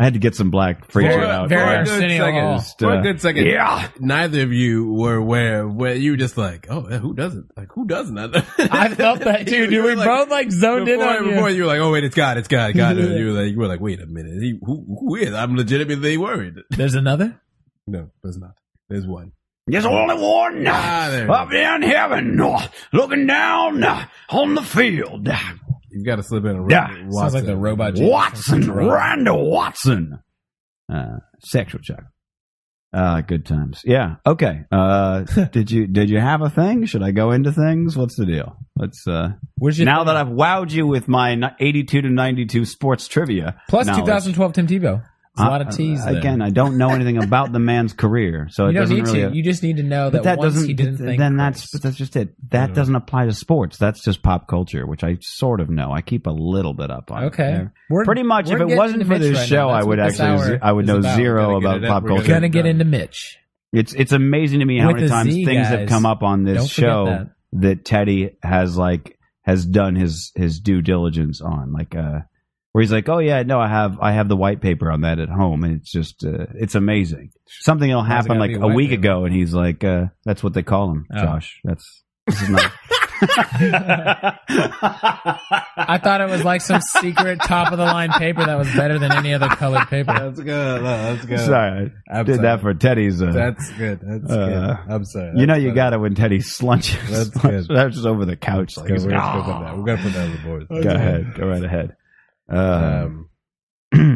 Speaker 6: I had to get some black freezer
Speaker 9: Very-
Speaker 6: out.
Speaker 9: very
Speaker 2: for a good
Speaker 9: Arsenio
Speaker 2: second.
Speaker 9: Hall.
Speaker 2: For a good second.
Speaker 6: Yeah.
Speaker 2: Neither of you were aware where you were just like, oh, who doesn't? Like, who doesn't?
Speaker 9: I felt that too, dude. We both like zoned
Speaker 2: Before,
Speaker 9: in on you.
Speaker 2: before you were like, oh wait, it's God, it's God, God. And you were like, you were like, wait a minute, he, who, who is? I'm legitimately worried.
Speaker 9: There's another.
Speaker 2: No, there's not. There's one.
Speaker 6: There's only one
Speaker 2: Ah, there it
Speaker 6: up there in heaven, looking down on the field.
Speaker 2: You've got to slip in a
Speaker 6: Yeah.
Speaker 2: Watson.
Speaker 9: Sounds like the robot. Jesus.
Speaker 6: Watson, Randall Watson. Uh, sexual chuck. Uh, good times. Yeah. Okay. Uh, did you did you have a thing? Should I go into things? What's the deal? Let's. Uh,
Speaker 9: Where's your
Speaker 6: now that I've wowed you with my ni- eighty-two to ninety-two sports trivia,
Speaker 9: plus
Speaker 6: knowledge,
Speaker 9: 2012 Tim Tebow. It's a
Speaker 6: uh,
Speaker 9: lot of teas
Speaker 6: uh, Again, I don't know anything about the man's career, so
Speaker 9: you
Speaker 6: it
Speaker 9: don't
Speaker 6: doesn't
Speaker 9: need
Speaker 6: really. uh,
Speaker 9: to. You just need to know that, once he didn't
Speaker 6: th-
Speaker 9: think.
Speaker 6: then that's
Speaker 9: Christ.
Speaker 6: but that's just it. That doesn't apply to sports. That's just pop culture, which I sort of know. I keep a little bit up on.
Speaker 9: okay.
Speaker 6: Yeah.
Speaker 9: We're-
Speaker 6: Pretty much,
Speaker 9: we're
Speaker 6: if it
Speaker 9: getting
Speaker 6: wasn't
Speaker 9: into
Speaker 6: for
Speaker 9: Mitch
Speaker 6: this
Speaker 9: right now.
Speaker 6: show, I
Speaker 9: That's
Speaker 6: would
Speaker 9: what this
Speaker 6: actually
Speaker 9: hour
Speaker 6: ze- I would
Speaker 9: is
Speaker 6: know
Speaker 9: about.
Speaker 6: zero
Speaker 2: We're gonna
Speaker 6: about
Speaker 2: get it
Speaker 6: pop
Speaker 2: up. We're
Speaker 6: culture.
Speaker 2: gonna-
Speaker 9: Gonna get into Mitch.
Speaker 6: It's it's amazing to me how
Speaker 9: With
Speaker 6: many
Speaker 9: a
Speaker 6: times
Speaker 9: Z,
Speaker 6: things have
Speaker 9: guys.
Speaker 6: come up on this
Speaker 9: Don't forget
Speaker 6: show
Speaker 9: that.
Speaker 6: that. Teddy has like has done his his due diligence on, like uh, where he's like, oh yeah, no, I have I have the white paper on that at home, and it's just uh, it's amazing. Something will
Speaker 9: Why does it
Speaker 6: happen
Speaker 9: gotta
Speaker 6: like
Speaker 9: be
Speaker 6: a
Speaker 9: white
Speaker 6: week
Speaker 9: paper?
Speaker 6: ago, and he's like, uh, that's what they call him,
Speaker 9: Oh.
Speaker 6: Josh. That's this is not.
Speaker 9: I thought it was like some secret top of the line paper that was better than any other colored paper.
Speaker 2: That's good. That's good.
Speaker 6: sorry, I
Speaker 2: I'm
Speaker 6: did
Speaker 2: sorry.
Speaker 6: that for Teddy's. Uh,
Speaker 2: That's good. That's
Speaker 6: Uh,
Speaker 2: good. I'm sorry.
Speaker 6: you know
Speaker 2: That's
Speaker 6: you
Speaker 2: funny.
Speaker 6: got it when Teddy slunches,
Speaker 2: That's good.
Speaker 6: slunches, slouches over the couch.
Speaker 2: That's
Speaker 6: Like,
Speaker 2: good.
Speaker 6: he's
Speaker 2: We're
Speaker 6: like,
Speaker 2: gonna put
Speaker 6: "Ah."
Speaker 2: that. We're gonna put that on the board.
Speaker 6: Go ahead. Go right ahead. Uh,
Speaker 2: Um,
Speaker 6: uh,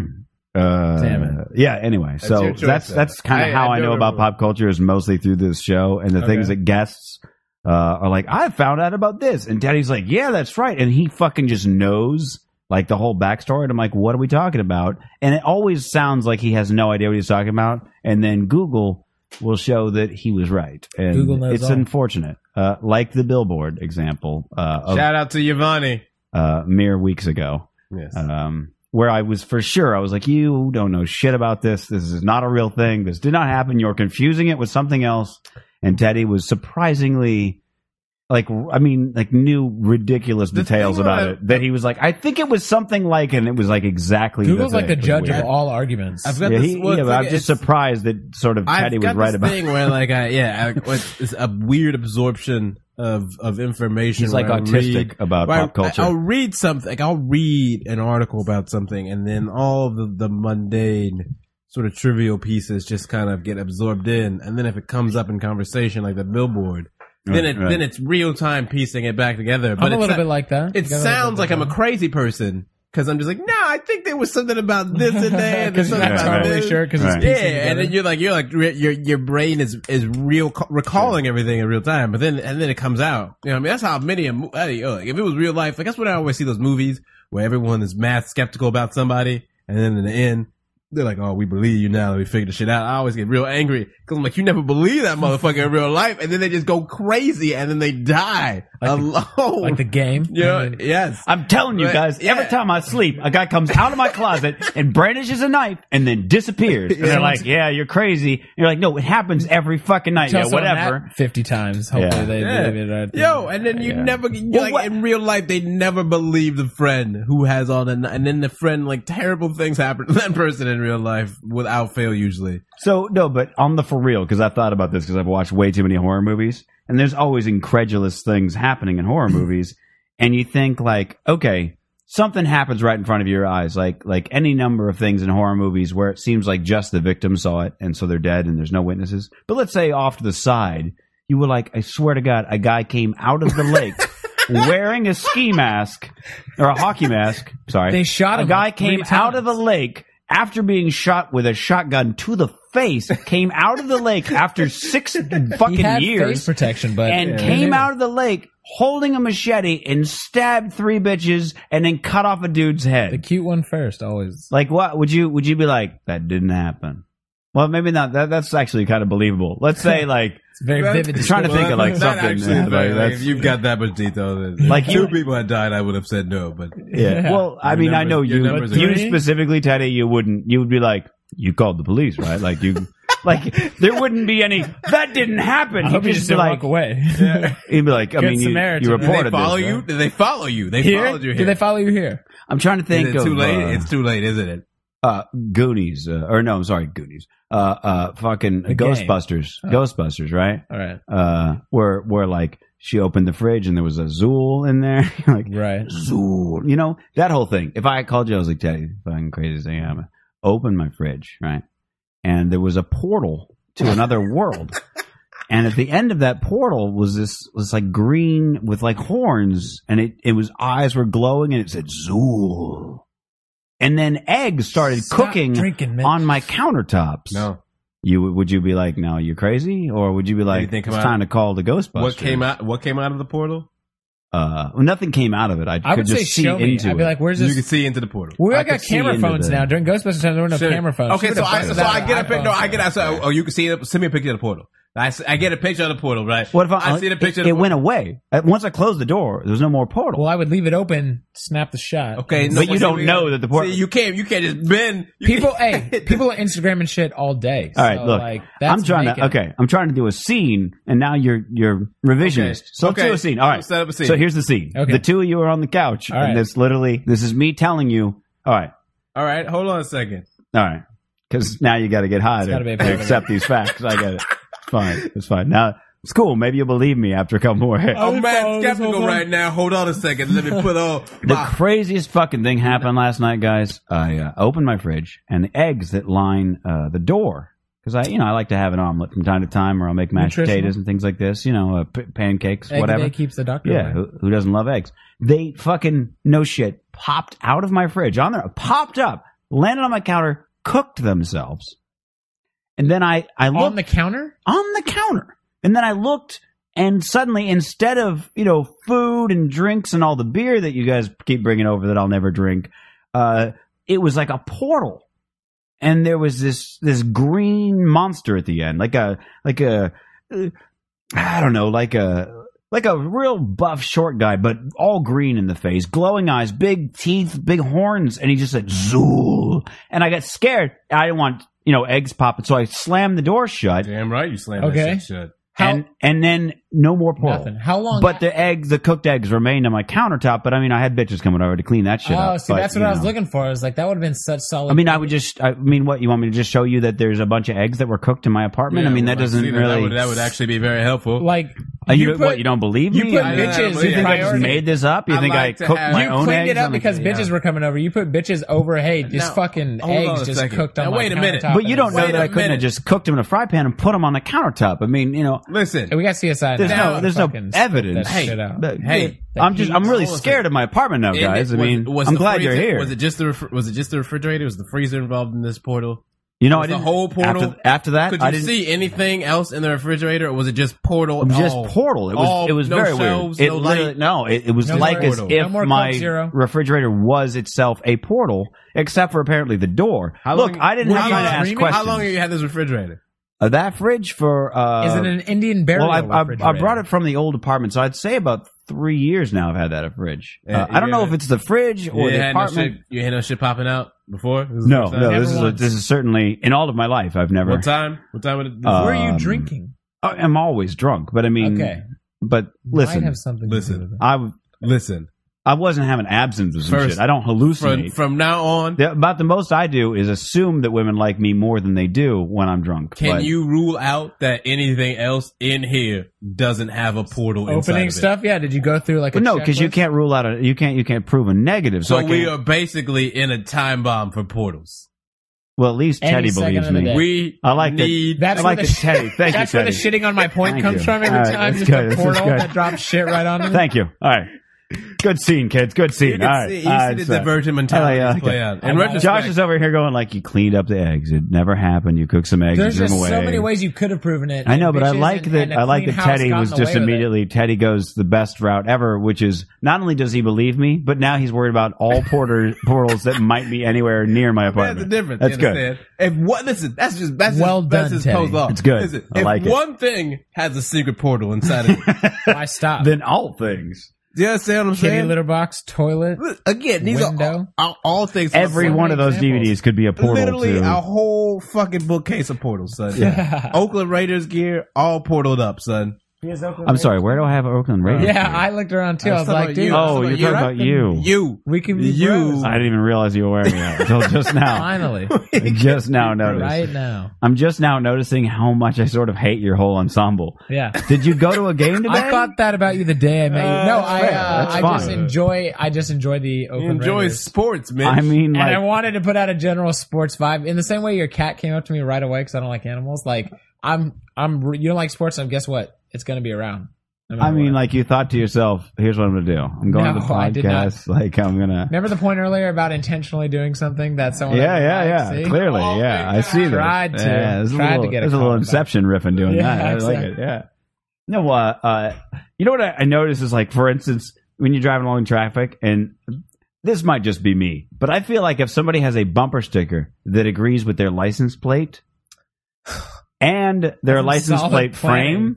Speaker 9: Damn it.
Speaker 6: Yeah. Anyway, so
Speaker 2: your choice,
Speaker 6: that's
Speaker 2: though.
Speaker 6: that's kind
Speaker 2: I-
Speaker 6: of how
Speaker 2: I
Speaker 6: I, know
Speaker 2: don't
Speaker 6: about
Speaker 2: know.
Speaker 6: pop culture is mostly through this show and the things that guests uh, are like. I found out about this, and Daddy's like, "Yeah, that's right," and he fucking just knows like the whole backstory. And I'm like, "What are we talking about?" And it always sounds like he has no idea what he's talking about, and then Google will show that he was right. And
Speaker 9: Google knows
Speaker 6: it's
Speaker 9: all.
Speaker 6: unfortunate, uh, like the billboard example uh, of
Speaker 2: shout out to Giovanni.
Speaker 6: uh, mere weeks ago
Speaker 2: Yes.
Speaker 6: um, where I was for sure. I was like, you don't know shit about this. This is not a real thing. This did not happen. You're confusing it with something else. And Teddy was surprisingly, like, I mean, like knew ridiculous
Speaker 2: The
Speaker 6: details
Speaker 2: thing
Speaker 6: about
Speaker 2: that-
Speaker 6: it that he was like, I think it was something like, and it was like exactly.
Speaker 9: Google's like the
Speaker 6: thing. It was
Speaker 9: judge
Speaker 6: weird.
Speaker 9: of all arguments.
Speaker 2: I've got
Speaker 6: Yeah,
Speaker 2: this.
Speaker 6: he-
Speaker 2: well,
Speaker 6: yeah,
Speaker 2: it's
Speaker 6: but
Speaker 2: like-
Speaker 6: I'm just
Speaker 2: it's-
Speaker 6: surprised that sort of Teddy
Speaker 2: I've
Speaker 6: was
Speaker 2: got
Speaker 6: right
Speaker 2: this
Speaker 6: about.
Speaker 2: thing where like I yeah, I, it's, it's a weird absorption of of information.
Speaker 6: He's like
Speaker 2: where I'll
Speaker 6: autistic
Speaker 2: read-
Speaker 6: about
Speaker 2: where I-
Speaker 6: pop culture.
Speaker 2: I'll read something. Like I'll read an article about something, and then all the the mundane sort of trivial pieces just kind of get absorbed in. And then if it comes up in conversation, like the billboard, then
Speaker 6: Right,
Speaker 2: it
Speaker 6: right.
Speaker 2: then it's real time piecing it back together. But
Speaker 9: I'm a
Speaker 2: it's
Speaker 9: little
Speaker 2: not-
Speaker 9: bit like that.
Speaker 2: it
Speaker 9: Got a little
Speaker 2: sounds
Speaker 9: bit
Speaker 2: like I'm a crazy person because I'm just like, no, I think there was something about this and that. and there's
Speaker 9: Because you're
Speaker 2: something
Speaker 9: not
Speaker 6: that's
Speaker 2: about
Speaker 6: right.
Speaker 9: totally
Speaker 2: this.
Speaker 9: sure. Because
Speaker 6: Right.
Speaker 9: it's
Speaker 2: Yeah, and
Speaker 9: piecing
Speaker 2: then
Speaker 9: together.
Speaker 2: you're like, you're like, re- your your brain is is real ca- recalling everything in real time, but then and then it comes out. You know, what I mean, that's how many. a mo- hey, uh, If it was real life, like that's when I always see those movies where everyone is math skeptical about somebody, and then in the end. They're like, oh, we believe you now that we figured the shit out. I always get real angry because I'm like, you never believe that motherfucker in real life, and then they just go crazy and then they die alone.
Speaker 9: like the game.
Speaker 2: you know,
Speaker 9: And then-
Speaker 2: yes,
Speaker 6: I'm telling you
Speaker 2: Right.
Speaker 6: guys, every
Speaker 2: Yeah.
Speaker 6: time I sleep, a guy comes out of my closet and brandishes a knife and then disappears. And they're like, "Yeah, you're crazy." And you're like, "No, it happens every fucking night.
Speaker 9: tell
Speaker 6: Yeah,
Speaker 9: someone that
Speaker 6: whatever."
Speaker 9: 50 times. Hopefully
Speaker 6: Yeah.
Speaker 9: they
Speaker 2: Yeah.
Speaker 9: believe it. right
Speaker 2: Yo, and then you
Speaker 6: Yeah.
Speaker 2: never you
Speaker 6: Well,
Speaker 2: like
Speaker 6: what-
Speaker 2: in real life they never believe the friend who has all the and then the friend like terrible things happen to that person in real life without fail usually.
Speaker 6: So no, but on the for real, because I've thought about this because I've watched way too many horror movies, and there's always incredulous things happening in horror movies, and you think like, okay, something happens right in front of your eyes, like like any number of things in horror movies where it seems like just the victim saw it, and so they're dead, and there's no witnesses. But let's say off to the side, you were like, I swear to God, a guy came out of the lake. Wearing a ski mask or a hockey mask, sorry,
Speaker 9: They shot
Speaker 6: a
Speaker 9: him
Speaker 6: guy
Speaker 9: like three
Speaker 6: came out of
Speaker 9: times.
Speaker 6: the lake after being shot with a shotgun to the face, came out of the lake after six
Speaker 9: He
Speaker 6: fucking
Speaker 9: had face
Speaker 6: years
Speaker 9: protection, but
Speaker 6: and came out of the lake holding a machete and stabbed three bitches and then cut off a dude's
Speaker 9: the
Speaker 6: head.
Speaker 9: cute one first always.
Speaker 6: Like what would you would you be like that didn't happen? Well, maybe not. That, that's actually kind of believable. Let's say like
Speaker 9: It's very vivid.
Speaker 6: I'm trying to think of like
Speaker 2: Not
Speaker 6: something.
Speaker 2: actually,
Speaker 6: yeah,
Speaker 2: but,
Speaker 6: like,
Speaker 2: like,
Speaker 6: that's-
Speaker 2: if you've got that much detail, then
Speaker 6: Like
Speaker 2: like two
Speaker 6: you-
Speaker 2: people had died, I would have said no. But
Speaker 6: Yeah. Well, I
Speaker 2: Your
Speaker 6: mean, I
Speaker 2: numbers-
Speaker 6: know
Speaker 2: your
Speaker 6: you.
Speaker 2: numbers
Speaker 9: are-
Speaker 6: You
Speaker 9: Three?
Speaker 6: specifically, Teddy, you wouldn't. You would be like, you called the police, right? Like you, like there wouldn't be any. That didn't happen.
Speaker 9: I
Speaker 6: He'd
Speaker 9: hope
Speaker 6: be
Speaker 9: you
Speaker 6: just
Speaker 9: just
Speaker 6: be
Speaker 9: didn't
Speaker 6: like,
Speaker 9: walk away.
Speaker 6: he'd be like, I
Speaker 9: Good
Speaker 6: mean, you,
Speaker 9: Samaritan.
Speaker 6: you
Speaker 9: Did they
Speaker 2: did they
Speaker 6: reported
Speaker 2: follow
Speaker 6: this.
Speaker 2: you?
Speaker 6: right?
Speaker 2: Did they follow you? They
Speaker 9: Here?
Speaker 2: followed you.
Speaker 9: Did
Speaker 2: Here.
Speaker 9: they follow you here?
Speaker 6: I'm trying to think
Speaker 2: Is it
Speaker 6: of
Speaker 2: too late?
Speaker 6: uh,
Speaker 2: it's too late, isn't it?
Speaker 6: uh, Goonies, uh, or no, I'm sorry, Goonies. Uh, uh, fucking
Speaker 9: The game.
Speaker 6: Ghostbusters,
Speaker 2: Oh.
Speaker 6: Ghostbusters, right?
Speaker 9: All right.
Speaker 6: Uh, where where like she opened the fridge and there was a Zool in there, like
Speaker 9: Right.
Speaker 6: Zool. You know, that whole thing. If I called you, I was like, Teddy, fucking crazy thing happened. Open my fridge, right? And there was a portal to another world. And at the end of that portal was this was like green with like horns and it, it was eyes were glowing and it said Zool. And then eggs started
Speaker 9: Stop
Speaker 6: cooking
Speaker 9: drinking, Mitch.
Speaker 6: on my countertops.
Speaker 2: No.
Speaker 6: You would you be like, No, you're crazy? Or would you be like
Speaker 2: Anything come
Speaker 6: it's
Speaker 2: out?
Speaker 6: time to call the Ghostbusters?
Speaker 2: What came out? What came out of the portal?
Speaker 6: Uh, well, nothing came out of it. I,
Speaker 9: I
Speaker 6: could
Speaker 9: would
Speaker 6: just
Speaker 9: say
Speaker 6: see
Speaker 9: show me.
Speaker 6: into
Speaker 9: I'd be
Speaker 6: it.
Speaker 9: like, where's
Speaker 2: You can
Speaker 9: this?
Speaker 2: see into the portal.
Speaker 9: We all
Speaker 6: I
Speaker 9: got
Speaker 6: could see
Speaker 9: camera
Speaker 6: into
Speaker 9: phones
Speaker 6: the-
Speaker 9: now. During Ghostbusters time, there were no
Speaker 2: Sure.
Speaker 9: camera phones.
Speaker 2: Okay,
Speaker 9: Who
Speaker 2: so
Speaker 9: the
Speaker 2: I
Speaker 9: fuck
Speaker 2: so
Speaker 9: is that?
Speaker 2: I get a picture. No, I
Speaker 9: iPhone.
Speaker 2: get. I said, oh, you can see it. Send me a picture of the portal. I, s- I get a picture of the portal, right?
Speaker 6: What if I, uh,
Speaker 2: I, see the picture?
Speaker 6: It,
Speaker 2: of the
Speaker 6: it
Speaker 2: portal.
Speaker 6: went away Uh, once I closed the door. There was no more portal.
Speaker 9: Well, I would leave it open, snap the shot.
Speaker 2: Okay,
Speaker 6: But you
Speaker 2: see,
Speaker 6: don't
Speaker 2: we-
Speaker 6: know that the portal-
Speaker 2: See, you can't. You can't just bend. You
Speaker 9: People,
Speaker 2: can't-
Speaker 9: hey, people are Instagramming shit all day.
Speaker 6: All right,
Speaker 9: so,
Speaker 6: look,
Speaker 9: like, that's
Speaker 6: I'm trying
Speaker 9: making-
Speaker 6: to okay. I'm trying to do a scene, and now you're you're revisionist. So let's
Speaker 2: Okay.
Speaker 6: do a scene. All right,
Speaker 2: Set up a scene.
Speaker 6: So here's the scene.
Speaker 9: Okay.
Speaker 6: The two of you are on the couch,
Speaker 9: All
Speaker 6: and
Speaker 9: right.
Speaker 6: it's literally this is me telling you. All right,
Speaker 2: All right, hold on a second.
Speaker 6: all right, because now you got to get high
Speaker 9: It's gotta be
Speaker 6: to,
Speaker 9: a part
Speaker 6: to
Speaker 9: of it.
Speaker 6: accept these facts. I get it. It's fine. It's fine. Now it's cool. Maybe you'll believe me after a couple more hits.
Speaker 2: Oh,
Speaker 9: this
Speaker 2: man,
Speaker 9: whole- this whole
Speaker 2: skeptical
Speaker 9: phone-
Speaker 2: right now. Hold on a second. Let me put on
Speaker 6: The
Speaker 2: my
Speaker 6: craziest fucking thing happened last night, guys. I uh, opened my fridge, and the eggs that line uh, the door, because I, you know, I like to have an omelet from time to time, or I'll make mashed
Speaker 9: Nutritional.
Speaker 6: potatoes and things like this. You know, uh, p- pancakes,
Speaker 9: Egg
Speaker 6: whatever.
Speaker 9: Day keeps the doctor.
Speaker 6: Yeah,
Speaker 9: away.
Speaker 6: who, who doesn't love eggs? They fucking no shit popped out of my fridge on there, popped up, landed on my counter, cooked themselves, and then I I looked
Speaker 9: on the counter.
Speaker 6: on the counter. And then I looked, and suddenly, instead of you know food and drinks and all the beer that you guys keep bringing over that I'll never drink, uh, it was like a portal, and there was this this green monster at the end, like a like a uh, I don't know, like a like a real buff short guy, but all green in the face, glowing eyes, big teeth, big horns, and he just said Zool, and I got scared. I didn't want you know eggs popping, so I slammed the door shut
Speaker 2: Damn right, you slammed
Speaker 9: Okay.
Speaker 2: that shit shut.
Speaker 9: How,
Speaker 6: and and then no more portal.
Speaker 9: nothing. How long?
Speaker 6: But the eggs, the cooked eggs, remained on my countertop. But I mean, I had bitches coming over to clean that shit
Speaker 9: oh,
Speaker 6: up.
Speaker 9: see,
Speaker 6: but,
Speaker 9: that's what
Speaker 6: you
Speaker 9: I was
Speaker 6: know.
Speaker 9: looking for. I was like, that would have been such solid.
Speaker 6: I mean, I would just. I mean, what you want me to just show you that there's a bunch of eggs that were cooked in my apartment? I mean, that doesn't really.
Speaker 2: That would, that would actually be very helpful.
Speaker 9: like
Speaker 6: Uh, you,
Speaker 9: you
Speaker 6: what
Speaker 9: put-
Speaker 6: you don't believe
Speaker 9: you
Speaker 6: me?
Speaker 9: put
Speaker 6: I-
Speaker 2: bitch-
Speaker 9: bitches.
Speaker 2: but yeah, I
Speaker 9: in
Speaker 6: you think I just
Speaker 9: priority.
Speaker 6: made this up? You
Speaker 2: I
Speaker 6: think
Speaker 2: like
Speaker 6: I
Speaker 2: to
Speaker 6: cooked
Speaker 2: have-
Speaker 6: my
Speaker 9: you
Speaker 6: own
Speaker 9: cleaned
Speaker 6: eggs?
Speaker 9: it up
Speaker 6: I'm like,
Speaker 9: because
Speaker 6: yeah.
Speaker 9: bitches were coming over. You put bitches over. Hey, this
Speaker 2: Now,
Speaker 9: fucking
Speaker 2: hold on
Speaker 9: eggs
Speaker 2: a
Speaker 9: just
Speaker 2: second.
Speaker 9: cooked on
Speaker 2: Now,
Speaker 9: my
Speaker 2: wait a minute.
Speaker 9: countertop
Speaker 6: But you don't
Speaker 9: and-
Speaker 6: know
Speaker 2: Wait
Speaker 6: that
Speaker 2: a
Speaker 6: I couldn't have
Speaker 2: minute.
Speaker 6: just cooked them in a fry pan and put them on the countertop. I mean, you know,
Speaker 2: Listen,
Speaker 9: Hey, we got CSI.
Speaker 6: there's
Speaker 9: now.
Speaker 6: no, there's no
Speaker 9: Fucking spit
Speaker 6: evidence.
Speaker 9: That shit out.
Speaker 6: But-
Speaker 2: Hey,
Speaker 6: I'm just, I'm really
Speaker 2: hold on a
Speaker 6: scared
Speaker 2: second.
Speaker 6: of my apartment now,
Speaker 2: and
Speaker 6: guys. I
Speaker 2: was-
Speaker 6: mean,
Speaker 2: was
Speaker 6: I'm
Speaker 2: the
Speaker 6: glad you're
Speaker 2: freezer-
Speaker 6: here.
Speaker 2: Was it just the ref- was it just the refrigerator? Was the freezer involved in this portal?
Speaker 6: You know, I
Speaker 2: Was the
Speaker 6: didn't.
Speaker 2: whole portal-
Speaker 6: after, after that,
Speaker 2: Could
Speaker 6: I
Speaker 2: you
Speaker 6: didn't
Speaker 2: see anything else in the refrigerator, or was it just portal?
Speaker 6: It was just
Speaker 2: all-
Speaker 6: portal. It was
Speaker 2: all-
Speaker 6: it was
Speaker 2: no
Speaker 6: very
Speaker 2: shelves,
Speaker 6: weird. It
Speaker 2: no
Speaker 6: literally
Speaker 2: light.
Speaker 6: no. It, it was
Speaker 9: No
Speaker 6: like
Speaker 9: more-
Speaker 6: as
Speaker 2: no
Speaker 6: if
Speaker 9: more Coke
Speaker 6: my
Speaker 9: Zero.
Speaker 6: refrigerator was itself a portal, except for apparently the door. Look, I didn't
Speaker 2: were
Speaker 6: have
Speaker 2: you
Speaker 6: time to ask
Speaker 2: dreaming?
Speaker 6: questions.
Speaker 2: How long have you had this refrigerator?
Speaker 6: Uh, that fridge for uh,
Speaker 9: Is it an Indian burial?
Speaker 6: well, I, I, I
Speaker 9: refrigerator?
Speaker 6: brought it from the old apartment, so I'd say about three years now. I've had that fridge.
Speaker 2: Yeah,
Speaker 6: uh, I don't
Speaker 2: yeah.
Speaker 6: know if it's the fridge or
Speaker 2: you
Speaker 6: the
Speaker 2: had no shit.
Speaker 6: apartment.
Speaker 2: You had no shit popping out before. This is the
Speaker 6: No,
Speaker 2: first
Speaker 6: no,
Speaker 2: time?
Speaker 6: this is a,
Speaker 9: once.
Speaker 6: this is certainly in all of my life. I've never.
Speaker 2: What time? What time? Would it,
Speaker 6: Uh,
Speaker 9: Where are
Speaker 6: um,
Speaker 9: you drinking?
Speaker 6: I- I'm always drunk, but I mean,
Speaker 9: Okay.
Speaker 6: but
Speaker 9: Might
Speaker 6: listen,
Speaker 9: have something.
Speaker 2: listen.
Speaker 9: To do with it.
Speaker 6: I w-
Speaker 2: listen,
Speaker 6: I wasn't having absence or some
Speaker 2: First-
Speaker 6: shit. I don't
Speaker 2: From
Speaker 6: hallucinate.
Speaker 2: from now on,
Speaker 6: The- about the most I do is assume that women like me more than they do when I'm drunk.
Speaker 2: can
Speaker 6: but-
Speaker 2: you rule out that anything else in here doesn't have a portal inside of
Speaker 9: Opening
Speaker 2: it?
Speaker 9: stuff? Yeah. Did you go through like a
Speaker 6: But no, because you
Speaker 9: checklist?
Speaker 6: can't rule out a you can't you can't prove a negative. So,
Speaker 2: So
Speaker 6: I
Speaker 2: we
Speaker 6: can't-
Speaker 2: are basically in a time bomb for portals.
Speaker 6: well, at least
Speaker 9: Any
Speaker 6: Teddy
Speaker 9: second
Speaker 6: believes
Speaker 9: of the day.
Speaker 6: me.
Speaker 2: We
Speaker 6: I like that-
Speaker 2: need
Speaker 6: I like
Speaker 9: where
Speaker 6: the Teddy. Thank you,
Speaker 9: That's where the
Speaker 6: Teddy.
Speaker 9: shitting on my point
Speaker 6: Thank
Speaker 9: comes
Speaker 6: you.
Speaker 9: from every
Speaker 6: All right,
Speaker 9: time.
Speaker 6: that's
Speaker 9: Just
Speaker 6: good,
Speaker 9: a
Speaker 6: this is
Speaker 9: portal
Speaker 6: good.
Speaker 9: that drops shit right on me.
Speaker 6: Thank you. All right. Good scene, kids. Good scene.
Speaker 2: You
Speaker 6: All
Speaker 2: can
Speaker 6: right.
Speaker 2: see, you
Speaker 6: All
Speaker 2: see
Speaker 6: right,
Speaker 2: the
Speaker 6: so-
Speaker 2: divergent mentality
Speaker 6: I like, uh,
Speaker 2: play out. In
Speaker 9: I'm all-
Speaker 2: retrospect,
Speaker 6: Josh is over here going like, "You cleaned up the eggs. It never happened. You cooked some eggs.
Speaker 9: There's
Speaker 6: and threw
Speaker 9: just
Speaker 6: them away."
Speaker 9: so many ways you could have proven it.
Speaker 6: I know,
Speaker 9: and
Speaker 6: but I
Speaker 9: bitches
Speaker 6: like
Speaker 9: and-
Speaker 6: that.
Speaker 9: and a
Speaker 6: I like
Speaker 9: clean
Speaker 6: that
Speaker 9: house
Speaker 6: Teddy
Speaker 9: got
Speaker 6: was
Speaker 9: in the
Speaker 6: just
Speaker 9: way with it.
Speaker 6: immediately. Teddy goes the best route ever, which is not only does he believe me, but now he's worried about all porter portals that might be anywhere near my
Speaker 2: That's
Speaker 6: apartment.
Speaker 2: the difference.
Speaker 6: That's
Speaker 2: you
Speaker 6: good.
Speaker 2: understand? If what listen, that's just that's
Speaker 9: Well
Speaker 2: just, that's
Speaker 9: done,
Speaker 2: just post
Speaker 9: Teddy.
Speaker 2: law.
Speaker 6: It's good.
Speaker 2: Listen,
Speaker 6: I
Speaker 2: if
Speaker 6: like it.
Speaker 2: one thing has a secret portal inside of it,
Speaker 9: Why stop?
Speaker 6: Then all things.
Speaker 2: do you understand what I'm
Speaker 9: Kitty
Speaker 2: saying?
Speaker 9: litter box, toilet.
Speaker 2: Look, Again, these are all,
Speaker 9: Window.
Speaker 2: all, all things.
Speaker 6: Every
Speaker 2: Listen,
Speaker 6: one of those
Speaker 9: examples.
Speaker 6: DVDs could be a portal
Speaker 2: literally
Speaker 6: to.
Speaker 2: a whole fucking bookcase of portals, son. Oakland Raiders gear, all portaled up, son.
Speaker 6: I'm sorry. Where do I have Oakland Raiders?
Speaker 9: Yeah, I looked around too. I was
Speaker 2: talking
Speaker 9: like,
Speaker 2: about
Speaker 9: dude,
Speaker 2: you.
Speaker 6: Oh,
Speaker 2: That's
Speaker 6: you're
Speaker 2: about
Speaker 6: talking about you.
Speaker 2: You,
Speaker 9: we can be
Speaker 2: You-
Speaker 9: bros.
Speaker 6: I didn't even realize you were wearing that until just now.
Speaker 9: Finally,
Speaker 6: I just now noticed.
Speaker 9: right now.
Speaker 6: I'm just now noticing how much I sort of hate your whole ensemble.
Speaker 9: Yeah.
Speaker 6: Did you go to a game today?
Speaker 9: I thought that about you the day I met you. No, I uh,
Speaker 6: That's
Speaker 9: I
Speaker 6: fine.
Speaker 9: just enjoy I just enjoy the
Speaker 2: you
Speaker 9: open
Speaker 2: enjoy
Speaker 9: Raiders.
Speaker 2: sports, man.
Speaker 6: I mean,
Speaker 9: and I
Speaker 6: like,
Speaker 9: wanted to put out a general sports vibe in the same way your cat came up to me right away because I don't like animals. Like I'm, I'm. re- You don't like sports, and guess what? It's gonna be around. no matter
Speaker 6: I mean,
Speaker 9: what.
Speaker 6: like, you thought to yourself, "Here's what I'm gonna do. I'm going to the
Speaker 9: No, I did not.
Speaker 6: podcast. Like, I'm gonna."
Speaker 9: remember the point earlier about intentionally doing something that someone.
Speaker 6: yeah,
Speaker 9: doesn't
Speaker 6: yeah,
Speaker 9: like?
Speaker 6: yeah.
Speaker 9: See? Oh,
Speaker 6: Clearly, yeah. I see that.
Speaker 9: Tried to.
Speaker 6: Yeah, there's
Speaker 9: Tried
Speaker 6: a
Speaker 9: to
Speaker 6: little,
Speaker 9: get a
Speaker 6: there's a little
Speaker 9: comment back.
Speaker 6: Inception riffing doing
Speaker 9: Yeah,
Speaker 6: that. I like
Speaker 9: exactly.
Speaker 6: it. Yeah. No, uh, uh, you know what I, I notice is like, for instance, when you're driving along traffic, and this might just be me, but I feel like if somebody has a bumper sticker that agrees with their license plate. And their
Speaker 9: Some
Speaker 6: license
Speaker 9: solid
Speaker 6: plate
Speaker 9: planning.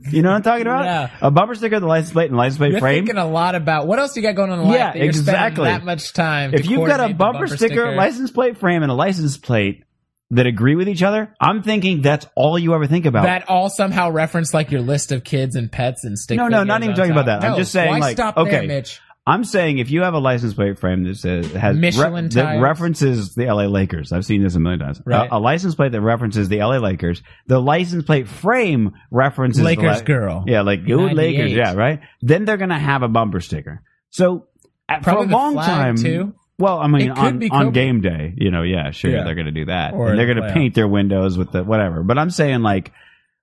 Speaker 6: frame. You know what I'm talking about?
Speaker 9: Yeah.
Speaker 6: A bumper sticker, the license plate, and license plate
Speaker 9: You're
Speaker 6: frame.
Speaker 9: thinking a lot about what else you got going on in life
Speaker 6: Yeah,
Speaker 9: that you're
Speaker 6: exactly.
Speaker 9: spending that much time.
Speaker 6: if
Speaker 9: to
Speaker 6: you've got a
Speaker 9: coordinate
Speaker 6: bumper,
Speaker 9: the
Speaker 6: sticker, license plate frame, and a license plate that agree with each other, I'm thinking that's all you ever think about.
Speaker 9: that all somehow reference like your list of kids and pets and stick.
Speaker 6: No, no, not
Speaker 9: figures
Speaker 6: even talking
Speaker 9: on
Speaker 6: about
Speaker 9: top.
Speaker 6: that. I'm
Speaker 9: No,
Speaker 6: just saying,
Speaker 9: why
Speaker 6: like,
Speaker 9: stop
Speaker 6: okay.
Speaker 9: there, Mitch.
Speaker 6: I'm saying if you have a license plate frame that says has
Speaker 9: Michelin
Speaker 6: that
Speaker 9: tires.
Speaker 6: references the LA Lakers, I've seen this a million times.
Speaker 9: Right.
Speaker 6: A, a license plate that references the LA Lakers, the license plate frame references the
Speaker 9: Lakers
Speaker 6: La-
Speaker 9: girl.
Speaker 6: Yeah, like good
Speaker 9: 98.
Speaker 6: Lakers. Yeah, right. Then they're gonna have a bumper sticker. So at, for a
Speaker 9: Probably the
Speaker 6: long
Speaker 9: flag,
Speaker 6: time,
Speaker 9: too.
Speaker 6: well, I mean,
Speaker 9: It could
Speaker 6: on,
Speaker 9: be
Speaker 6: on
Speaker 9: Cobra.
Speaker 6: game day, you know, yeah, sure,
Speaker 9: Yeah.
Speaker 6: they're gonna do that,
Speaker 9: Or
Speaker 6: and they're
Speaker 9: in the
Speaker 6: gonna
Speaker 9: playoff.
Speaker 6: paint their windows with the whatever. But I'm saying like,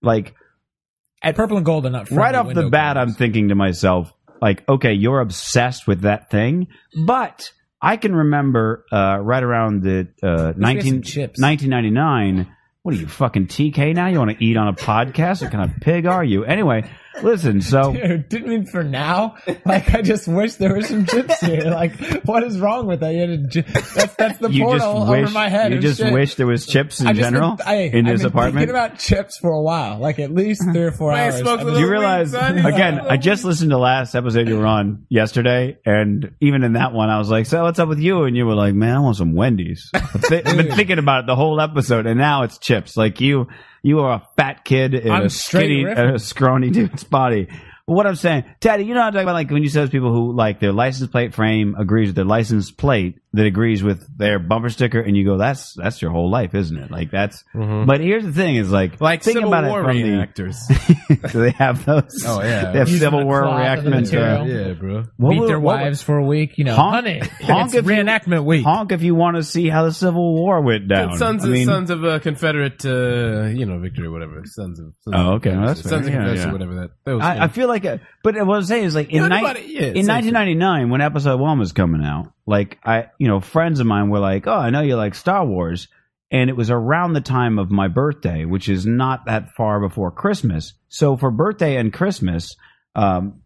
Speaker 6: like
Speaker 9: At purple and gold are not
Speaker 6: right off the bat, I'm thinking to myself, like, okay, you're obsessed with that thing, but I can remember uh, right around the uh,
Speaker 9: get
Speaker 6: 19,
Speaker 9: some chips.
Speaker 6: 1999. What are you fucking TK now? You want to eat on a podcast? What kind of pig are you? Anyway, listen. So
Speaker 9: Dude, didn't mean for now. Like I just wish there were some chips here. Like what is wrong with that? You had a j- that's that's the
Speaker 6: you
Speaker 9: portal
Speaker 6: just
Speaker 9: over
Speaker 6: wish
Speaker 9: my head.
Speaker 6: you
Speaker 9: of
Speaker 6: just
Speaker 9: shit.
Speaker 6: wish there was chips in
Speaker 9: I just
Speaker 6: general
Speaker 9: been- I,
Speaker 6: in
Speaker 9: I've
Speaker 6: this
Speaker 9: been
Speaker 6: apartment. Uh-huh.
Speaker 9: Thinking about chips for a while, like at least three or four
Speaker 2: Man,
Speaker 9: hours.
Speaker 2: smokes a little
Speaker 9: I've been-
Speaker 6: you realize
Speaker 2: weed, son. He's
Speaker 6: again?
Speaker 2: like,
Speaker 6: I just listened to last episode you were on yesterday, and even in that one, I was like, "So what's up with you?" And you were like, "Man, I want some Wendy's." I've thi- I've been thinking about it the whole episode, and now it's chips. Like you, you are a fat kid in
Speaker 9: I'm
Speaker 6: a skinny,
Speaker 9: straight riffing.
Speaker 6: a scrawny dude's body. But what I'm saying, Teddy, you know how I'm talking about like when you say those people who like their license plate frame agrees with their license plate that agrees with their bumper sticker, and you go, "That's that's your whole life, isn't it?" Like that's. But here's the thing: is like
Speaker 2: Mm-hmm. like
Speaker 6: think
Speaker 2: Civil
Speaker 6: about
Speaker 2: War
Speaker 6: it from the
Speaker 2: reenactors.
Speaker 6: do they have those?
Speaker 2: Oh, yeah.
Speaker 6: they have
Speaker 9: Using
Speaker 6: Civil
Speaker 9: the
Speaker 6: War
Speaker 9: cloth and the
Speaker 6: reenactments.
Speaker 9: material.
Speaker 6: uh,
Speaker 2: yeah, bro.
Speaker 6: what
Speaker 9: beat
Speaker 6: would-
Speaker 9: their
Speaker 6: what would-
Speaker 9: wives for a week. You know,
Speaker 6: Honk-
Speaker 9: honey,
Speaker 6: honk
Speaker 9: it's
Speaker 6: if you-
Speaker 9: reenactment week.
Speaker 6: honk if you want to see how the Civil War went down.
Speaker 2: Sons,
Speaker 6: I mean,
Speaker 2: sons of uh, Confederate, uh, you know, victory, whatever. Sons of. Sons
Speaker 6: Oh,
Speaker 2: of
Speaker 6: okay, well, that's
Speaker 2: Confederacy. sons
Speaker 6: fair.
Speaker 2: of
Speaker 6: Yeah,
Speaker 2: Confederacy,
Speaker 6: yeah.
Speaker 2: whatever that. Those,
Speaker 6: I, I feel like, a, but what I'm saying is like in,
Speaker 2: Yeah,
Speaker 6: ni-
Speaker 2: nobody- yeah,
Speaker 6: in
Speaker 2: same
Speaker 6: 1999 when Episode One was coming out, like I, you know, friends of mine were like, "Oh, I know you like Star Wars," and it was around the time of my birthday, which is not that far before Christmas. So for birthday and Christmas, um,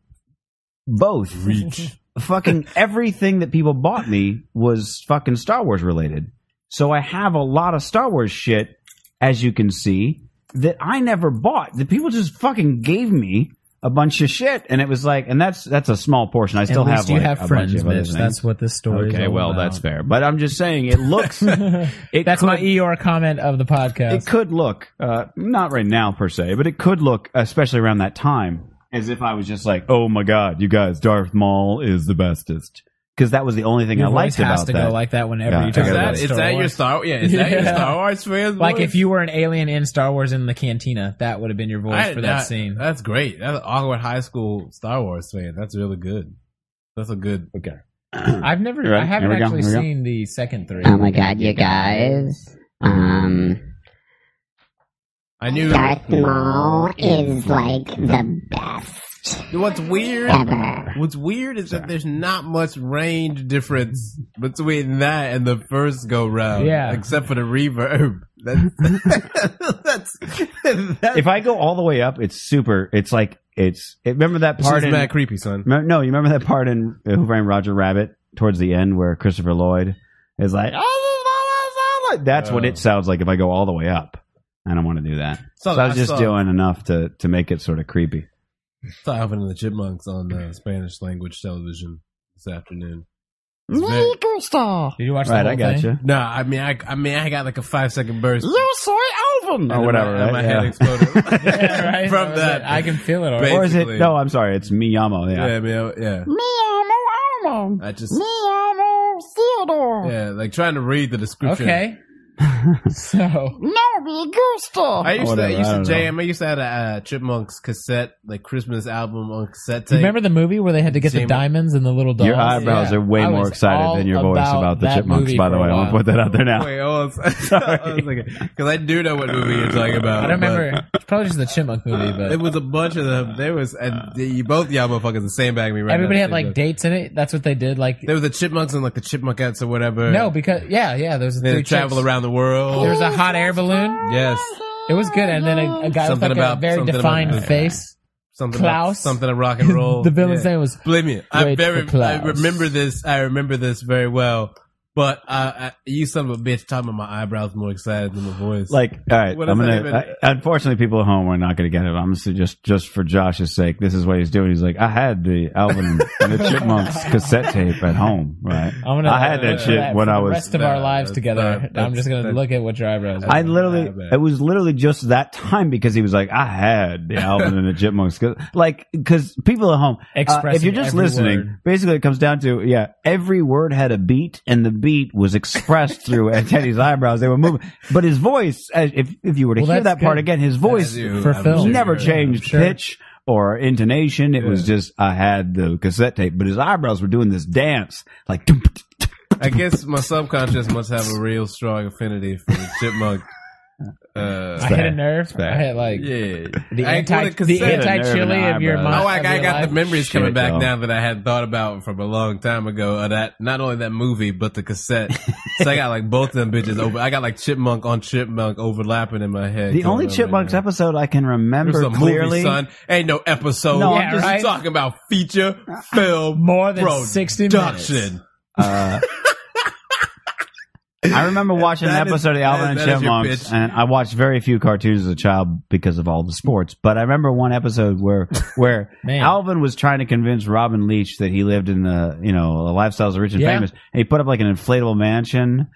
Speaker 6: both
Speaker 2: reach.
Speaker 6: fucking everything that people bought me was fucking Star Wars related. So I have a lot of Star Wars shit, as you can see, that I never bought. That people just fucking gave me a bunch of shit, and it was like, and that's that's a small portion. I
Speaker 9: At
Speaker 6: still
Speaker 9: least
Speaker 6: have
Speaker 9: you
Speaker 6: like,
Speaker 9: have
Speaker 6: a
Speaker 9: friends,
Speaker 6: bunch of other
Speaker 9: Mitch.
Speaker 6: things.
Speaker 9: That's what this story is.
Speaker 6: okay.
Speaker 9: all
Speaker 6: Well,
Speaker 9: about.
Speaker 6: that's fair, but I'm just saying it looks. it
Speaker 9: That's
Speaker 6: could,
Speaker 9: my Eeyore comment of the podcast.
Speaker 6: It could look, uh, not right now per se, but it could look, especially around that time, as if I was just like, "Oh my god, you guys, Darth Maul is the bestest." because that was the only thing I
Speaker 9: Your voice
Speaker 6: liked
Speaker 9: has
Speaker 6: about
Speaker 9: to
Speaker 6: that.
Speaker 9: go like that whenever
Speaker 6: Yeah,
Speaker 9: you
Speaker 6: I
Speaker 9: talk
Speaker 6: gotta
Speaker 2: Is
Speaker 9: about
Speaker 2: that,
Speaker 6: go.
Speaker 2: is
Speaker 9: Star
Speaker 2: that your Star? Yeah,
Speaker 9: Wars.
Speaker 2: is that your
Speaker 9: Yeah.
Speaker 2: Star Wars fan?
Speaker 9: Like
Speaker 2: voice?
Speaker 9: if you were an alien in Star Wars in the cantina, that would have been your voice
Speaker 2: I-
Speaker 9: for that, scene.
Speaker 2: That's great. That's an awkward high school Star Wars fan. That's really good. That's a good. Okay.
Speaker 9: I've never,
Speaker 6: Right,
Speaker 9: I haven't
Speaker 6: here we go,
Speaker 9: actually
Speaker 6: here we go.
Speaker 9: seen the second three.
Speaker 10: Oh my god, you guys. Um,
Speaker 2: I knew.
Speaker 10: Darth Maul is like the best
Speaker 2: What's weird?
Speaker 10: ever.
Speaker 2: What's weird is that there's not much range difference between that and the first go round.
Speaker 9: Yeah.
Speaker 2: Except for the reverb. That's. that's, that's
Speaker 6: if I go all the way up, it's super. It's like it's. It, remember that part in
Speaker 2: mad creepy, son.
Speaker 6: Remember- no, you remember that part in Who Framed Roger Rabbit towards the end where Christopher Lloyd is like, "Ah, la, la, la, la." that's what
Speaker 2: Oh.
Speaker 6: it sounds like if I go all the way up. I don't want to do that.
Speaker 2: So
Speaker 6: So I was
Speaker 2: I
Speaker 6: just
Speaker 2: saw-
Speaker 6: doing enough to to make it sort of creepy.
Speaker 2: saw Alvin and the Chipmunks on uh, Spanish language television this afternoon. It's very-
Speaker 9: Did you watch
Speaker 6: right,
Speaker 9: the whole
Speaker 6: I got
Speaker 9: thing?
Speaker 6: you.
Speaker 2: Nah, I mean, I, I mean, I got like a five second burst.
Speaker 6: Alvin,
Speaker 2: And
Speaker 6: or Oh, whatever.
Speaker 2: My, and my
Speaker 6: right?
Speaker 2: head
Speaker 6: Yeah.
Speaker 2: exploded
Speaker 9: Yeah, right?
Speaker 2: from
Speaker 9: was
Speaker 2: that.
Speaker 9: like, I can feel it already.
Speaker 6: Or is it?
Speaker 2: basically.
Speaker 6: No, I'm sorry. It's Miyamo.
Speaker 2: yeah,
Speaker 6: Yeah.
Speaker 2: yeah, man, yeah. I just me, Theodore. Yeah, like trying to read the description.
Speaker 9: Okay. so
Speaker 2: I used to, I
Speaker 6: Whatever,
Speaker 2: used to
Speaker 6: I don't
Speaker 2: jam. I used to have a uh, Chipmunks cassette, like Christmas album on cassette tape.
Speaker 9: remember the movie where they had to get the
Speaker 2: Jamie-
Speaker 9: diamonds and the little dolls?
Speaker 6: Your eyebrows
Speaker 9: Yeah.
Speaker 6: are way
Speaker 9: I
Speaker 6: more
Speaker 9: was
Speaker 6: excited
Speaker 9: all
Speaker 6: than your voice about the
Speaker 9: that
Speaker 6: chipmunks.
Speaker 9: movie
Speaker 6: By the
Speaker 9: for a
Speaker 6: way, I want to
Speaker 9: while.
Speaker 6: put that out there now.
Speaker 2: Wait, hold on. Because I do know what movie you're talking about.
Speaker 9: I don't
Speaker 2: but-
Speaker 9: remember. It's probably just the chipmunk movie,
Speaker 2: It
Speaker 9: but
Speaker 2: was a bunch of them. There was, and the- you both y'all motherfuckers the same bag me right.
Speaker 9: everybody
Speaker 2: now.
Speaker 9: had like dates in it. That's what they did. Like
Speaker 2: There was the chipmunks and like the chipmunkettes or whatever.
Speaker 9: no, because yeah, yeah. There was a
Speaker 2: they
Speaker 9: three
Speaker 2: travel
Speaker 9: chicks.
Speaker 2: around the world.
Speaker 9: There was a hot air balloon.
Speaker 2: yes,
Speaker 9: It was good, and then a, a guy
Speaker 2: Something
Speaker 9: with like
Speaker 2: about-
Speaker 9: a very
Speaker 2: something
Speaker 9: defined
Speaker 2: about-
Speaker 9: face.
Speaker 2: something
Speaker 9: Klaus.
Speaker 2: About, something of rock and roll.
Speaker 9: the villain's
Speaker 2: Yeah.
Speaker 9: name was
Speaker 2: Believe me, I
Speaker 9: Wait
Speaker 2: very
Speaker 9: for Klaus.
Speaker 2: I remember this. I remember this very well. But uh, I, you son of a bitch, talking about my eyebrows more excited than my voice.
Speaker 6: Like, all right,
Speaker 2: What
Speaker 6: I'm
Speaker 2: does
Speaker 6: gonna.
Speaker 2: that even-
Speaker 6: I- unfortunately, people at home are not gonna get it. I'm gonna just just for Josh's sake. This is what he's doing. He's like, I had the Alvin and the Chipmunks cassette tape at home. Right.
Speaker 9: I'm gonna,
Speaker 6: I had that
Speaker 9: for
Speaker 6: shit
Speaker 9: that-
Speaker 6: when
Speaker 9: for
Speaker 6: I
Speaker 9: the
Speaker 6: was-
Speaker 9: rest of our
Speaker 2: Nah, that's
Speaker 9: lives
Speaker 2: not-
Speaker 9: together. I'm
Speaker 2: that's-
Speaker 9: just gonna
Speaker 2: that-
Speaker 9: look at what your eyebrows. are.
Speaker 6: I uh, literally,
Speaker 2: bad.
Speaker 6: it was literally just that time because he was like, I had the Alvin and the Chipmunks. 'Cause- Like, because people at home, uh, if
Speaker 9: Expressing
Speaker 6: you're just
Speaker 9: every
Speaker 6: listening,
Speaker 9: word.
Speaker 6: basically it comes down to, yeah, every word had a beat and the beat was expressed through Teddy's eyebrows. They were moving. But his voice, as if, if you were to
Speaker 9: Well,
Speaker 6: hear
Speaker 9: that's
Speaker 6: that part
Speaker 9: good.
Speaker 6: again, his
Speaker 2: As
Speaker 6: voice
Speaker 2: you-
Speaker 9: for
Speaker 2: I'm
Speaker 9: film.
Speaker 2: sure
Speaker 6: never
Speaker 2: you're-
Speaker 6: changed
Speaker 9: Sure.
Speaker 6: pitch or intonation. It was just, I had the cassette tape, but his eyebrows were doing this dance, like,
Speaker 2: I guess my subconscious must have a real strong affinity for the chipmunk.
Speaker 9: I
Speaker 2: Uh,
Speaker 9: hit a nerve. I
Speaker 6: bad.
Speaker 9: hit like
Speaker 2: yeah,
Speaker 9: the
Speaker 2: I
Speaker 9: anti
Speaker 2: wanna
Speaker 9: the
Speaker 2: consider-
Speaker 9: anti chili
Speaker 6: Nerve
Speaker 9: of your
Speaker 6: and
Speaker 9: mind.
Speaker 6: eyebrows.
Speaker 2: Oh, I, I got the memories
Speaker 6: Shit,
Speaker 2: coming back
Speaker 6: yo.
Speaker 2: now that I had thought about from a long time ago. Of that not only that movie, but the cassette. so I got like both them bitches over. I got like chipmunk on chipmunk overlapping in my head.
Speaker 6: the
Speaker 2: going
Speaker 6: only
Speaker 2: on right
Speaker 6: Chipmunks
Speaker 2: now.
Speaker 6: episode I can
Speaker 2: It was
Speaker 6: remember
Speaker 2: a
Speaker 6: clearly.
Speaker 2: movie, son. Ain't no episode.
Speaker 6: No,
Speaker 2: No,
Speaker 6: I'm
Speaker 2: I'm
Speaker 9: just-
Speaker 2: just talking about feature film
Speaker 9: Uh, more than sixty minutes.
Speaker 2: production.
Speaker 6: Uh, I remember watching
Speaker 2: That
Speaker 6: an
Speaker 2: is-
Speaker 6: episode of Alvin
Speaker 2: that-
Speaker 6: and
Speaker 2: that is your
Speaker 6: Chipmunks,
Speaker 2: bitch.
Speaker 6: and I watched very few cartoons as a child because of all the sports. But I remember one episode where where
Speaker 9: Man.
Speaker 6: Alvin was trying to convince Robin Leach that he lived in the you know the lifestyles of rich and
Speaker 9: Yeah.
Speaker 6: famous, and he put up like an inflatable mansion.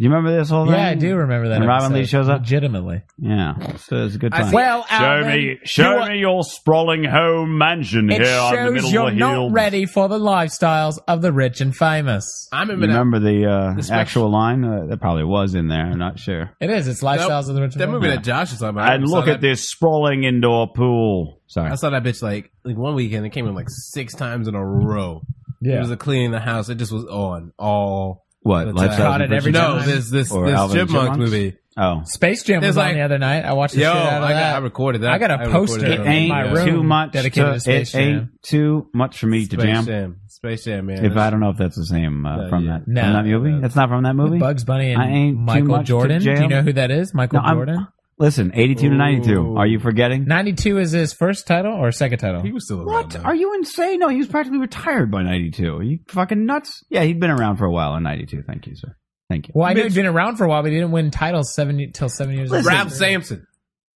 Speaker 6: Do you remember this whole thing?
Speaker 9: Yeah, I do remember that.
Speaker 6: And Robin
Speaker 9: episode.
Speaker 6: Lee shows up?
Speaker 9: legitimately.
Speaker 6: Yeah, so it was a good time.
Speaker 9: Well, Alvin, you are-
Speaker 6: your sprawling home mansion
Speaker 9: It shows you're not ready for the lifestyles of the rich and famous.
Speaker 2: I
Speaker 6: You
Speaker 2: remember that
Speaker 6: remember the uh,
Speaker 2: special-
Speaker 6: actual line? Uh, that probably was in there. I'm not sure.
Speaker 9: It is. It's lifestyles of the rich and
Speaker 2: that
Speaker 9: famous.
Speaker 2: movie that Josh is talking about. I
Speaker 6: and
Speaker 2: saw
Speaker 6: look
Speaker 2: that-
Speaker 6: at this sprawling indoor pool. Sorry.
Speaker 2: I saw that bitch like like one weekend. It came in like six times in a row. It
Speaker 9: Yeah.
Speaker 2: was a cleaning the house. It just was on all.
Speaker 6: what?
Speaker 2: That's
Speaker 6: Life
Speaker 2: right.
Speaker 9: Caught it every
Speaker 2: No,
Speaker 9: time.
Speaker 2: this this
Speaker 6: Or
Speaker 2: this
Speaker 6: Alvin and
Speaker 2: chipmunk
Speaker 6: Chipmunks?
Speaker 2: movie.
Speaker 6: Oh.
Speaker 9: Space Jam was
Speaker 2: There's
Speaker 9: on
Speaker 2: like-
Speaker 9: the other night. I watched the
Speaker 2: Yo,
Speaker 9: shit out of
Speaker 2: I,
Speaker 9: that.
Speaker 2: got, I recorded that.
Speaker 9: I got a
Speaker 2: recorded
Speaker 9: poster
Speaker 2: that
Speaker 9: in
Speaker 6: It
Speaker 2: on
Speaker 6: ain't
Speaker 9: my
Speaker 2: video.
Speaker 9: room.
Speaker 6: too much.
Speaker 9: dedicated
Speaker 6: To,
Speaker 9: to Space
Speaker 6: it ain't
Speaker 9: Jam.
Speaker 6: too much for me to
Speaker 2: Space
Speaker 6: jam.
Speaker 2: Jam. Space Jam, man.
Speaker 6: If I don't know if that's the same uh,
Speaker 2: Uh,
Speaker 6: from
Speaker 2: yeah.
Speaker 6: that
Speaker 9: No.
Speaker 6: from that movie.
Speaker 2: Uh,
Speaker 6: That's not from that movie.
Speaker 9: Bugs Bunny
Speaker 6: I ain't
Speaker 9: and
Speaker 6: too
Speaker 9: Michael
Speaker 6: much to
Speaker 9: Jordan. Do you
Speaker 6: jam.
Speaker 9: know who that is? Michael
Speaker 6: No, I'm-
Speaker 9: Jordan.
Speaker 6: Listen, 82 to 92.
Speaker 2: Ooh.
Speaker 6: Are you forgetting?
Speaker 9: 92 is his first title or second title?
Speaker 2: he was still around.
Speaker 6: What?
Speaker 2: though.
Speaker 6: Are you insane? No, he was practically retired by 92. Are you fucking nuts? Yeah, he'd been around for a while in 92. Thank you, sir. Thank you.
Speaker 9: Well, I knew he'd been around for a while, but he didn't win titles seven till seven years ago.
Speaker 2: Ralph Sampson?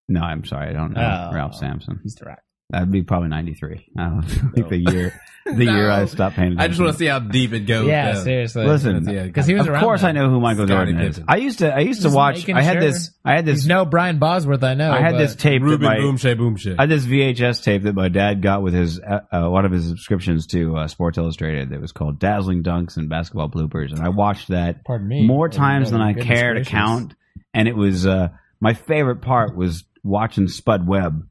Speaker 6: No, I'm sorry. I don't know.
Speaker 9: Oh.
Speaker 6: Ralph Sampson.
Speaker 9: He's the rock.
Speaker 6: That'd be probably ninety three. I think the year the
Speaker 2: No.
Speaker 6: year I stopped paying.
Speaker 2: I just want to see how deep it goes.
Speaker 9: yeah,
Speaker 2: down.
Speaker 9: seriously.
Speaker 6: Listen,
Speaker 2: Yeah,
Speaker 9: because he was
Speaker 6: of
Speaker 9: around.
Speaker 6: course I know who Michael
Speaker 2: Scottie
Speaker 6: Jordan is.
Speaker 2: Pippen.
Speaker 6: I used to I used to
Speaker 9: Just
Speaker 6: watch.
Speaker 9: making
Speaker 6: I had
Speaker 9: sure.
Speaker 6: this. I had this.
Speaker 9: No, Brian Bosworth. I know.
Speaker 6: I had
Speaker 9: but-
Speaker 6: this tape. that
Speaker 2: Ruben
Speaker 6: my,
Speaker 2: Boomshay Boomshay.
Speaker 6: I had this VHS tape that my dad got with his uh, uh, one of his subscriptions to uh, Sports Illustrated that was called "Dazzling Dunks and Basketball Bloopers," and I watched that
Speaker 9: Pardon me.
Speaker 6: more
Speaker 9: Oh,
Speaker 6: times than I
Speaker 9: goodness
Speaker 6: care to
Speaker 9: gracious.
Speaker 6: count. And it was uh, my favorite part was watching Spud Webb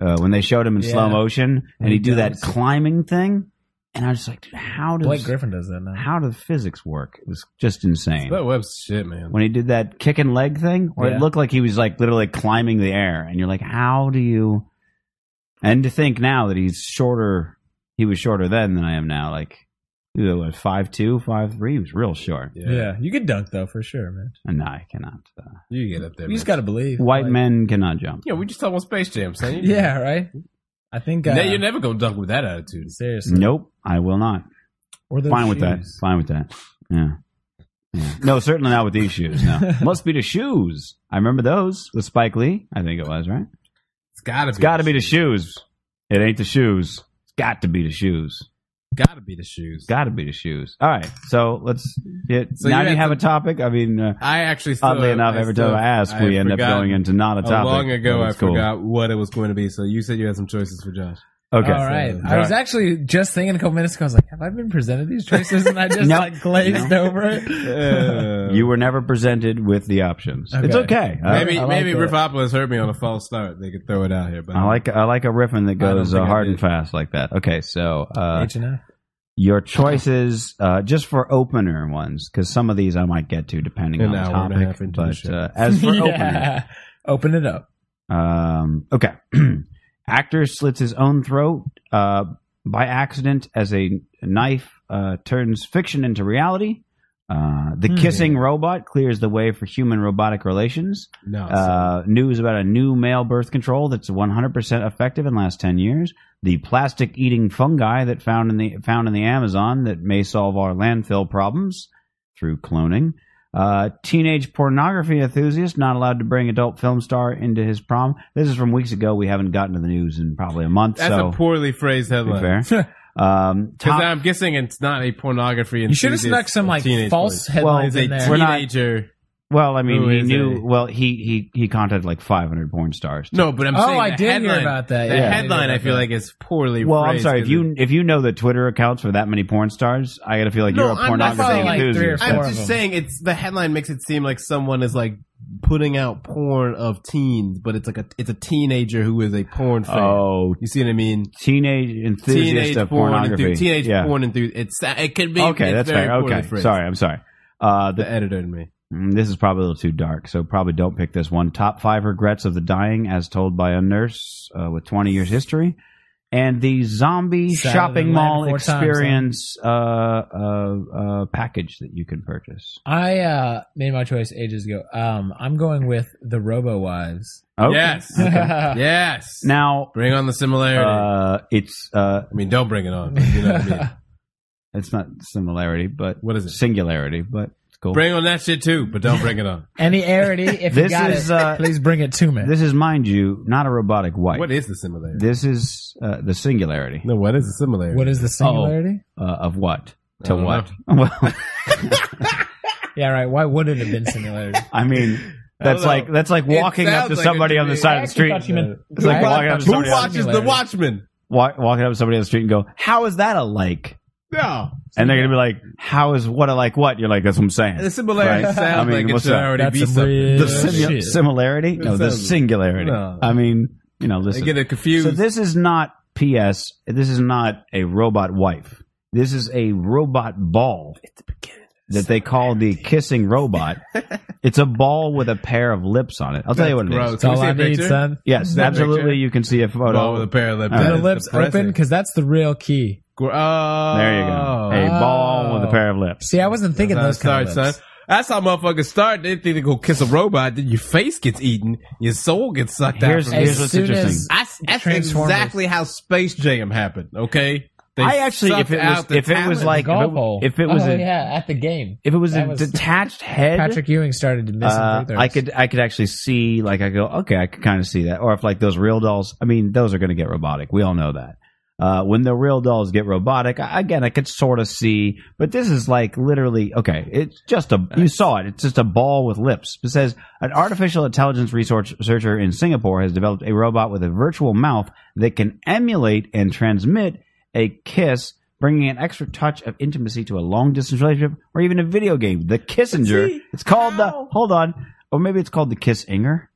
Speaker 6: uh, when they showed him in
Speaker 9: Yeah.
Speaker 6: slow motion, and
Speaker 9: He
Speaker 6: he'd do that
Speaker 9: does.
Speaker 6: climbing thing, and I was like, dude, how does
Speaker 9: Blake Griffin does that now.
Speaker 6: how does physics work? It was just insane.
Speaker 2: That web's shit, man.
Speaker 6: When he did that kick and leg thing, where
Speaker 9: Yeah.
Speaker 6: it looked like he was like literally climbing the air, and you're like, how do you? And to think now that he's shorter, he was shorter then than I am now. Like, he was what, five two, five three. He was real short.
Speaker 2: Yeah.
Speaker 9: Yeah. you could dunk though for sure, man.
Speaker 6: And no, I cannot. Uh,
Speaker 2: You get up there.
Speaker 9: You just
Speaker 2: man.
Speaker 9: got to believe.
Speaker 6: white
Speaker 9: Like-
Speaker 6: men cannot jump.
Speaker 2: yeah, we just talked about Space Jam, son. You-
Speaker 9: Yeah, right. I think. Uh,
Speaker 2: Ne- you're never gonna dunk with that attitude.
Speaker 9: seriously.
Speaker 6: Nope, I will not.
Speaker 9: Or those
Speaker 6: Fine with that.
Speaker 9: shoes.
Speaker 6: Fine with that. Yeah. Yeah. No, certainly not with these shoes. No, must be the shoes. I remember those with Spike Lee. I think it was right.
Speaker 2: It's gotta be.
Speaker 6: It's got to be the shoes. It ain't the shoes. It's got to be the shoes.
Speaker 2: Gotta be the shoes.
Speaker 6: It's got to be the shoes. All right. So let's get.
Speaker 2: So
Speaker 6: now
Speaker 2: you
Speaker 6: do you
Speaker 2: had
Speaker 6: have a topic? I mean, uh,
Speaker 2: I actually still,
Speaker 6: oddly enough,
Speaker 2: I
Speaker 6: every
Speaker 2: still-
Speaker 6: time I ask,
Speaker 2: I
Speaker 6: we end up
Speaker 2: forgot-
Speaker 6: going into not a
Speaker 2: uh,
Speaker 6: topic.
Speaker 2: Long ago, I
Speaker 6: That's cool.
Speaker 2: forgot what it was going to be. So you said you had some choices for Josh.
Speaker 6: Okay.
Speaker 9: All right.
Speaker 6: So-
Speaker 9: I was actually just thinking a couple minutes ago. I was like, "Have I been presented these choices?" And I just
Speaker 6: No.
Speaker 9: like glazed
Speaker 6: No.
Speaker 9: over it.
Speaker 2: Uh,
Speaker 6: you were never presented with the options. It's
Speaker 9: Okay.
Speaker 6: okay. I-
Speaker 2: maybe
Speaker 9: I like
Speaker 2: maybe
Speaker 9: it.
Speaker 2: Riffopolis heard me on a false start. They could throw it out here, but
Speaker 6: I like I like a riffing that
Speaker 2: I don't
Speaker 6: goes
Speaker 2: think
Speaker 6: uh,
Speaker 2: I
Speaker 6: hard and
Speaker 2: did.
Speaker 6: fast like that. Okay, so uh,
Speaker 9: H and F.
Speaker 6: your choices uh, just for opener ones because some of these I might get to depending
Speaker 2: An
Speaker 6: on the
Speaker 2: hour and a
Speaker 6: topic.
Speaker 2: half into the
Speaker 6: but
Speaker 2: show.
Speaker 6: uh, as for opener,
Speaker 9: Yeah. Open it up.
Speaker 6: Um, okay. Actor slits his own throat uh, by accident as a knife uh, turns fiction into reality. Uh, the
Speaker 9: Hmm.
Speaker 6: kissing robot clears the way for human robotic relations.
Speaker 2: no.
Speaker 6: Uh, news about a new male birth control that's 100% effective in the last 10 years. The plastic eating fungi that found in the found in the Amazon that may solve our landfill problems through cloning. Uh, teenage pornography enthusiast not allowed to bring adult film star into his prom. This is from weeks ago. We haven't gotten to the news in probably a month.
Speaker 2: that's
Speaker 6: so
Speaker 2: a poorly phrased
Speaker 6: to be
Speaker 2: headline.
Speaker 6: fair. um,
Speaker 2: Because
Speaker 6: top-
Speaker 2: I'm guessing it's not a pornography.
Speaker 9: You should have
Speaker 2: enthusiast
Speaker 9: snuck some
Speaker 2: or
Speaker 9: like
Speaker 2: teenage
Speaker 9: false
Speaker 2: boy.
Speaker 9: headlines
Speaker 6: Well,
Speaker 9: in
Speaker 2: It's
Speaker 9: there.
Speaker 2: a
Speaker 6: We're not-
Speaker 2: teenager.
Speaker 6: well, I mean,
Speaker 2: Who
Speaker 6: he
Speaker 2: is
Speaker 6: knew.
Speaker 2: it?
Speaker 6: Well, he he he contacted like 500 porn stars.
Speaker 2: No, but I'm
Speaker 9: Oh,
Speaker 2: saying
Speaker 9: I
Speaker 2: the
Speaker 9: did hear
Speaker 2: headline,
Speaker 9: about that.
Speaker 2: The
Speaker 9: Yeah.
Speaker 2: headline, I feel like, is poorly.
Speaker 6: Well, I'm
Speaker 2: phrased
Speaker 6: sorry if
Speaker 2: 'cause it-
Speaker 6: you if you know the Twitter accounts for that many porn stars, I gotta feel like
Speaker 2: No,
Speaker 6: you're a
Speaker 2: I'm not
Speaker 6: pornography
Speaker 2: saying, like,
Speaker 9: three or
Speaker 6: enthusiast.
Speaker 2: I'm
Speaker 9: four.
Speaker 6: That's-
Speaker 9: of
Speaker 2: just
Speaker 9: them.
Speaker 2: saying it's the headline makes it seem like someone is like putting out porn of teens, but it's like a it's a teenager who is a porn fan.
Speaker 6: Oh,
Speaker 2: You see what I mean?
Speaker 6: teenage enthusiast
Speaker 2: Teenage
Speaker 6: of
Speaker 2: porn,
Speaker 6: pornography.
Speaker 2: enthusiast. Teenage
Speaker 6: yeah.
Speaker 2: porn enthusiast. It's it could be.
Speaker 6: Okay,
Speaker 2: it's
Speaker 6: that's
Speaker 2: very
Speaker 6: fair.
Speaker 2: poorly
Speaker 6: Okay,
Speaker 2: phrased.
Speaker 6: sorry, I'm sorry. Uh,
Speaker 2: the
Speaker 6: the,
Speaker 2: editor in me.
Speaker 6: mm, this is probably a little too dark, so probably don't pick this one. Top five regrets of the dying, as told by a nurse uh, with 20 years history, and the zombie
Speaker 9: Salad
Speaker 6: shopping
Speaker 9: and
Speaker 6: mall
Speaker 9: Latin four times, huh?
Speaker 6: experience uh, uh, uh, package that you can purchase.
Speaker 9: I uh, made my choice ages ago. Um, I'm going with the Robo Wives.
Speaker 6: Okay.
Speaker 2: Yes, yes.
Speaker 6: Uh, Now,
Speaker 2: bring on the similarity.
Speaker 6: uh, it's uh,
Speaker 2: I mean, don't bring it on. but You know what I mean?
Speaker 6: it's not similarity, but
Speaker 2: What is it?
Speaker 6: singularity, but it's cool.
Speaker 2: Bring on that shit too, but don't bring it on.
Speaker 9: Any arity, if
Speaker 6: This
Speaker 9: you got
Speaker 6: is,
Speaker 9: it,
Speaker 6: uh,
Speaker 9: please bring it to me.
Speaker 6: this is, mind you, not a robotic wife.
Speaker 2: What is the similarity?
Speaker 6: this is uh, the singularity
Speaker 2: no, what is the similarity?
Speaker 9: what is the singularity?
Speaker 6: uh, of what
Speaker 2: I
Speaker 6: to
Speaker 2: don't
Speaker 6: what? Well,
Speaker 9: Yeah, right. Why would it have been singularity?
Speaker 6: I mean, that's
Speaker 2: know.
Speaker 6: like that's like
Speaker 2: It
Speaker 6: walking up
Speaker 2: sounds
Speaker 6: to
Speaker 2: like
Speaker 6: somebody
Speaker 2: it
Speaker 6: on the
Speaker 2: to me.
Speaker 6: side of the street,
Speaker 9: thought you meant-
Speaker 6: It's like walking
Speaker 9: I thought
Speaker 6: up to
Speaker 9: you
Speaker 2: Who
Speaker 9: meant
Speaker 6: somebody else.
Speaker 2: watches The
Speaker 9: singularity.
Speaker 2: Watchmen?
Speaker 6: walk, walking up to somebody on the street and go, "How is that alike?"
Speaker 2: No,
Speaker 6: And they're gonna be like, "How is what alike what?" You're like, "That's what I'm saying."
Speaker 2: the similarity
Speaker 6: Right.
Speaker 2: sounds
Speaker 6: I mean,
Speaker 2: like it
Speaker 6: what's
Speaker 2: should
Speaker 6: that?
Speaker 2: already
Speaker 9: That's
Speaker 2: be
Speaker 9: some
Speaker 2: something.
Speaker 9: real
Speaker 6: the simu-
Speaker 9: shit.
Speaker 6: similarity, no, the
Speaker 2: sounds-
Speaker 6: singularity.
Speaker 2: No.
Speaker 6: I mean, you know,
Speaker 2: They
Speaker 6: listen.
Speaker 2: get it confused.
Speaker 6: So this is not PS. This is not a robot wife. This is a robot ball that they call the kissing robot. it's a ball with a pair of lips on it. I'll tell you what it is.
Speaker 2: gross.
Speaker 9: That's
Speaker 2: Can we
Speaker 9: all
Speaker 2: see a
Speaker 9: I need,
Speaker 2: picture?
Speaker 9: son.
Speaker 6: Yes,
Speaker 2: that
Speaker 6: absolutely.
Speaker 2: picture?
Speaker 6: You can see a
Speaker 2: Ball
Speaker 6: photo.
Speaker 2: with a pair of lips.
Speaker 6: All
Speaker 9: Are
Speaker 6: right.
Speaker 2: That
Speaker 9: the
Speaker 2: is
Speaker 9: lips
Speaker 2: depressing.
Speaker 9: open because that's the real key.
Speaker 2: Gr- Oh,
Speaker 6: there you go. A ball
Speaker 9: Oh.
Speaker 6: with a pair of lips.
Speaker 9: See, I wasn't thinking
Speaker 6: Uh-huh.
Speaker 2: That's
Speaker 9: those
Speaker 2: how
Speaker 9: kind
Speaker 2: it
Speaker 9: of
Speaker 2: starts,
Speaker 9: lips.
Speaker 2: son. That's how motherfuckers start. They think they go kiss a robot, then your face gets eaten, your soul gets sucked
Speaker 6: Here's,
Speaker 2: out. From
Speaker 6: here's
Speaker 2: you.
Speaker 9: As
Speaker 6: what's
Speaker 9: soon as-
Speaker 6: interesting.
Speaker 2: That's, that's
Speaker 9: Transformers.
Speaker 2: exactly how Space Jam happened. Okay, They
Speaker 6: I actually, if
Speaker 2: sucked
Speaker 6: it was,
Speaker 2: out the
Speaker 6: if it was
Speaker 2: talent.
Speaker 6: like, if
Speaker 9: golf
Speaker 6: it,
Speaker 9: hole.
Speaker 6: if it was
Speaker 9: oh,
Speaker 6: a,
Speaker 9: yeah, at the game.
Speaker 6: if it was a
Speaker 9: That was-
Speaker 6: detached head,
Speaker 9: Patrick Ewing started missing
Speaker 6: uh,
Speaker 9: free throws.
Speaker 6: I could, I could actually see, like, I go, okay, I could kind of see that. Or if like those real dolls, I mean, those are going to get robotic. We all know that. Uh, when the real dolls get robotic, I, again, I could sort of see, but this is like literally, okay, it's just a, you saw it, it's just a ball with lips. It says, an artificial intelligence research- researcher in Singapore has developed a robot with a virtual mouth that can emulate and transmit a kiss, bringing an extra touch of intimacy to a long distance relationship or even a video game. The Kissinger. it's called the, hold on, or maybe it's called the Kissinger.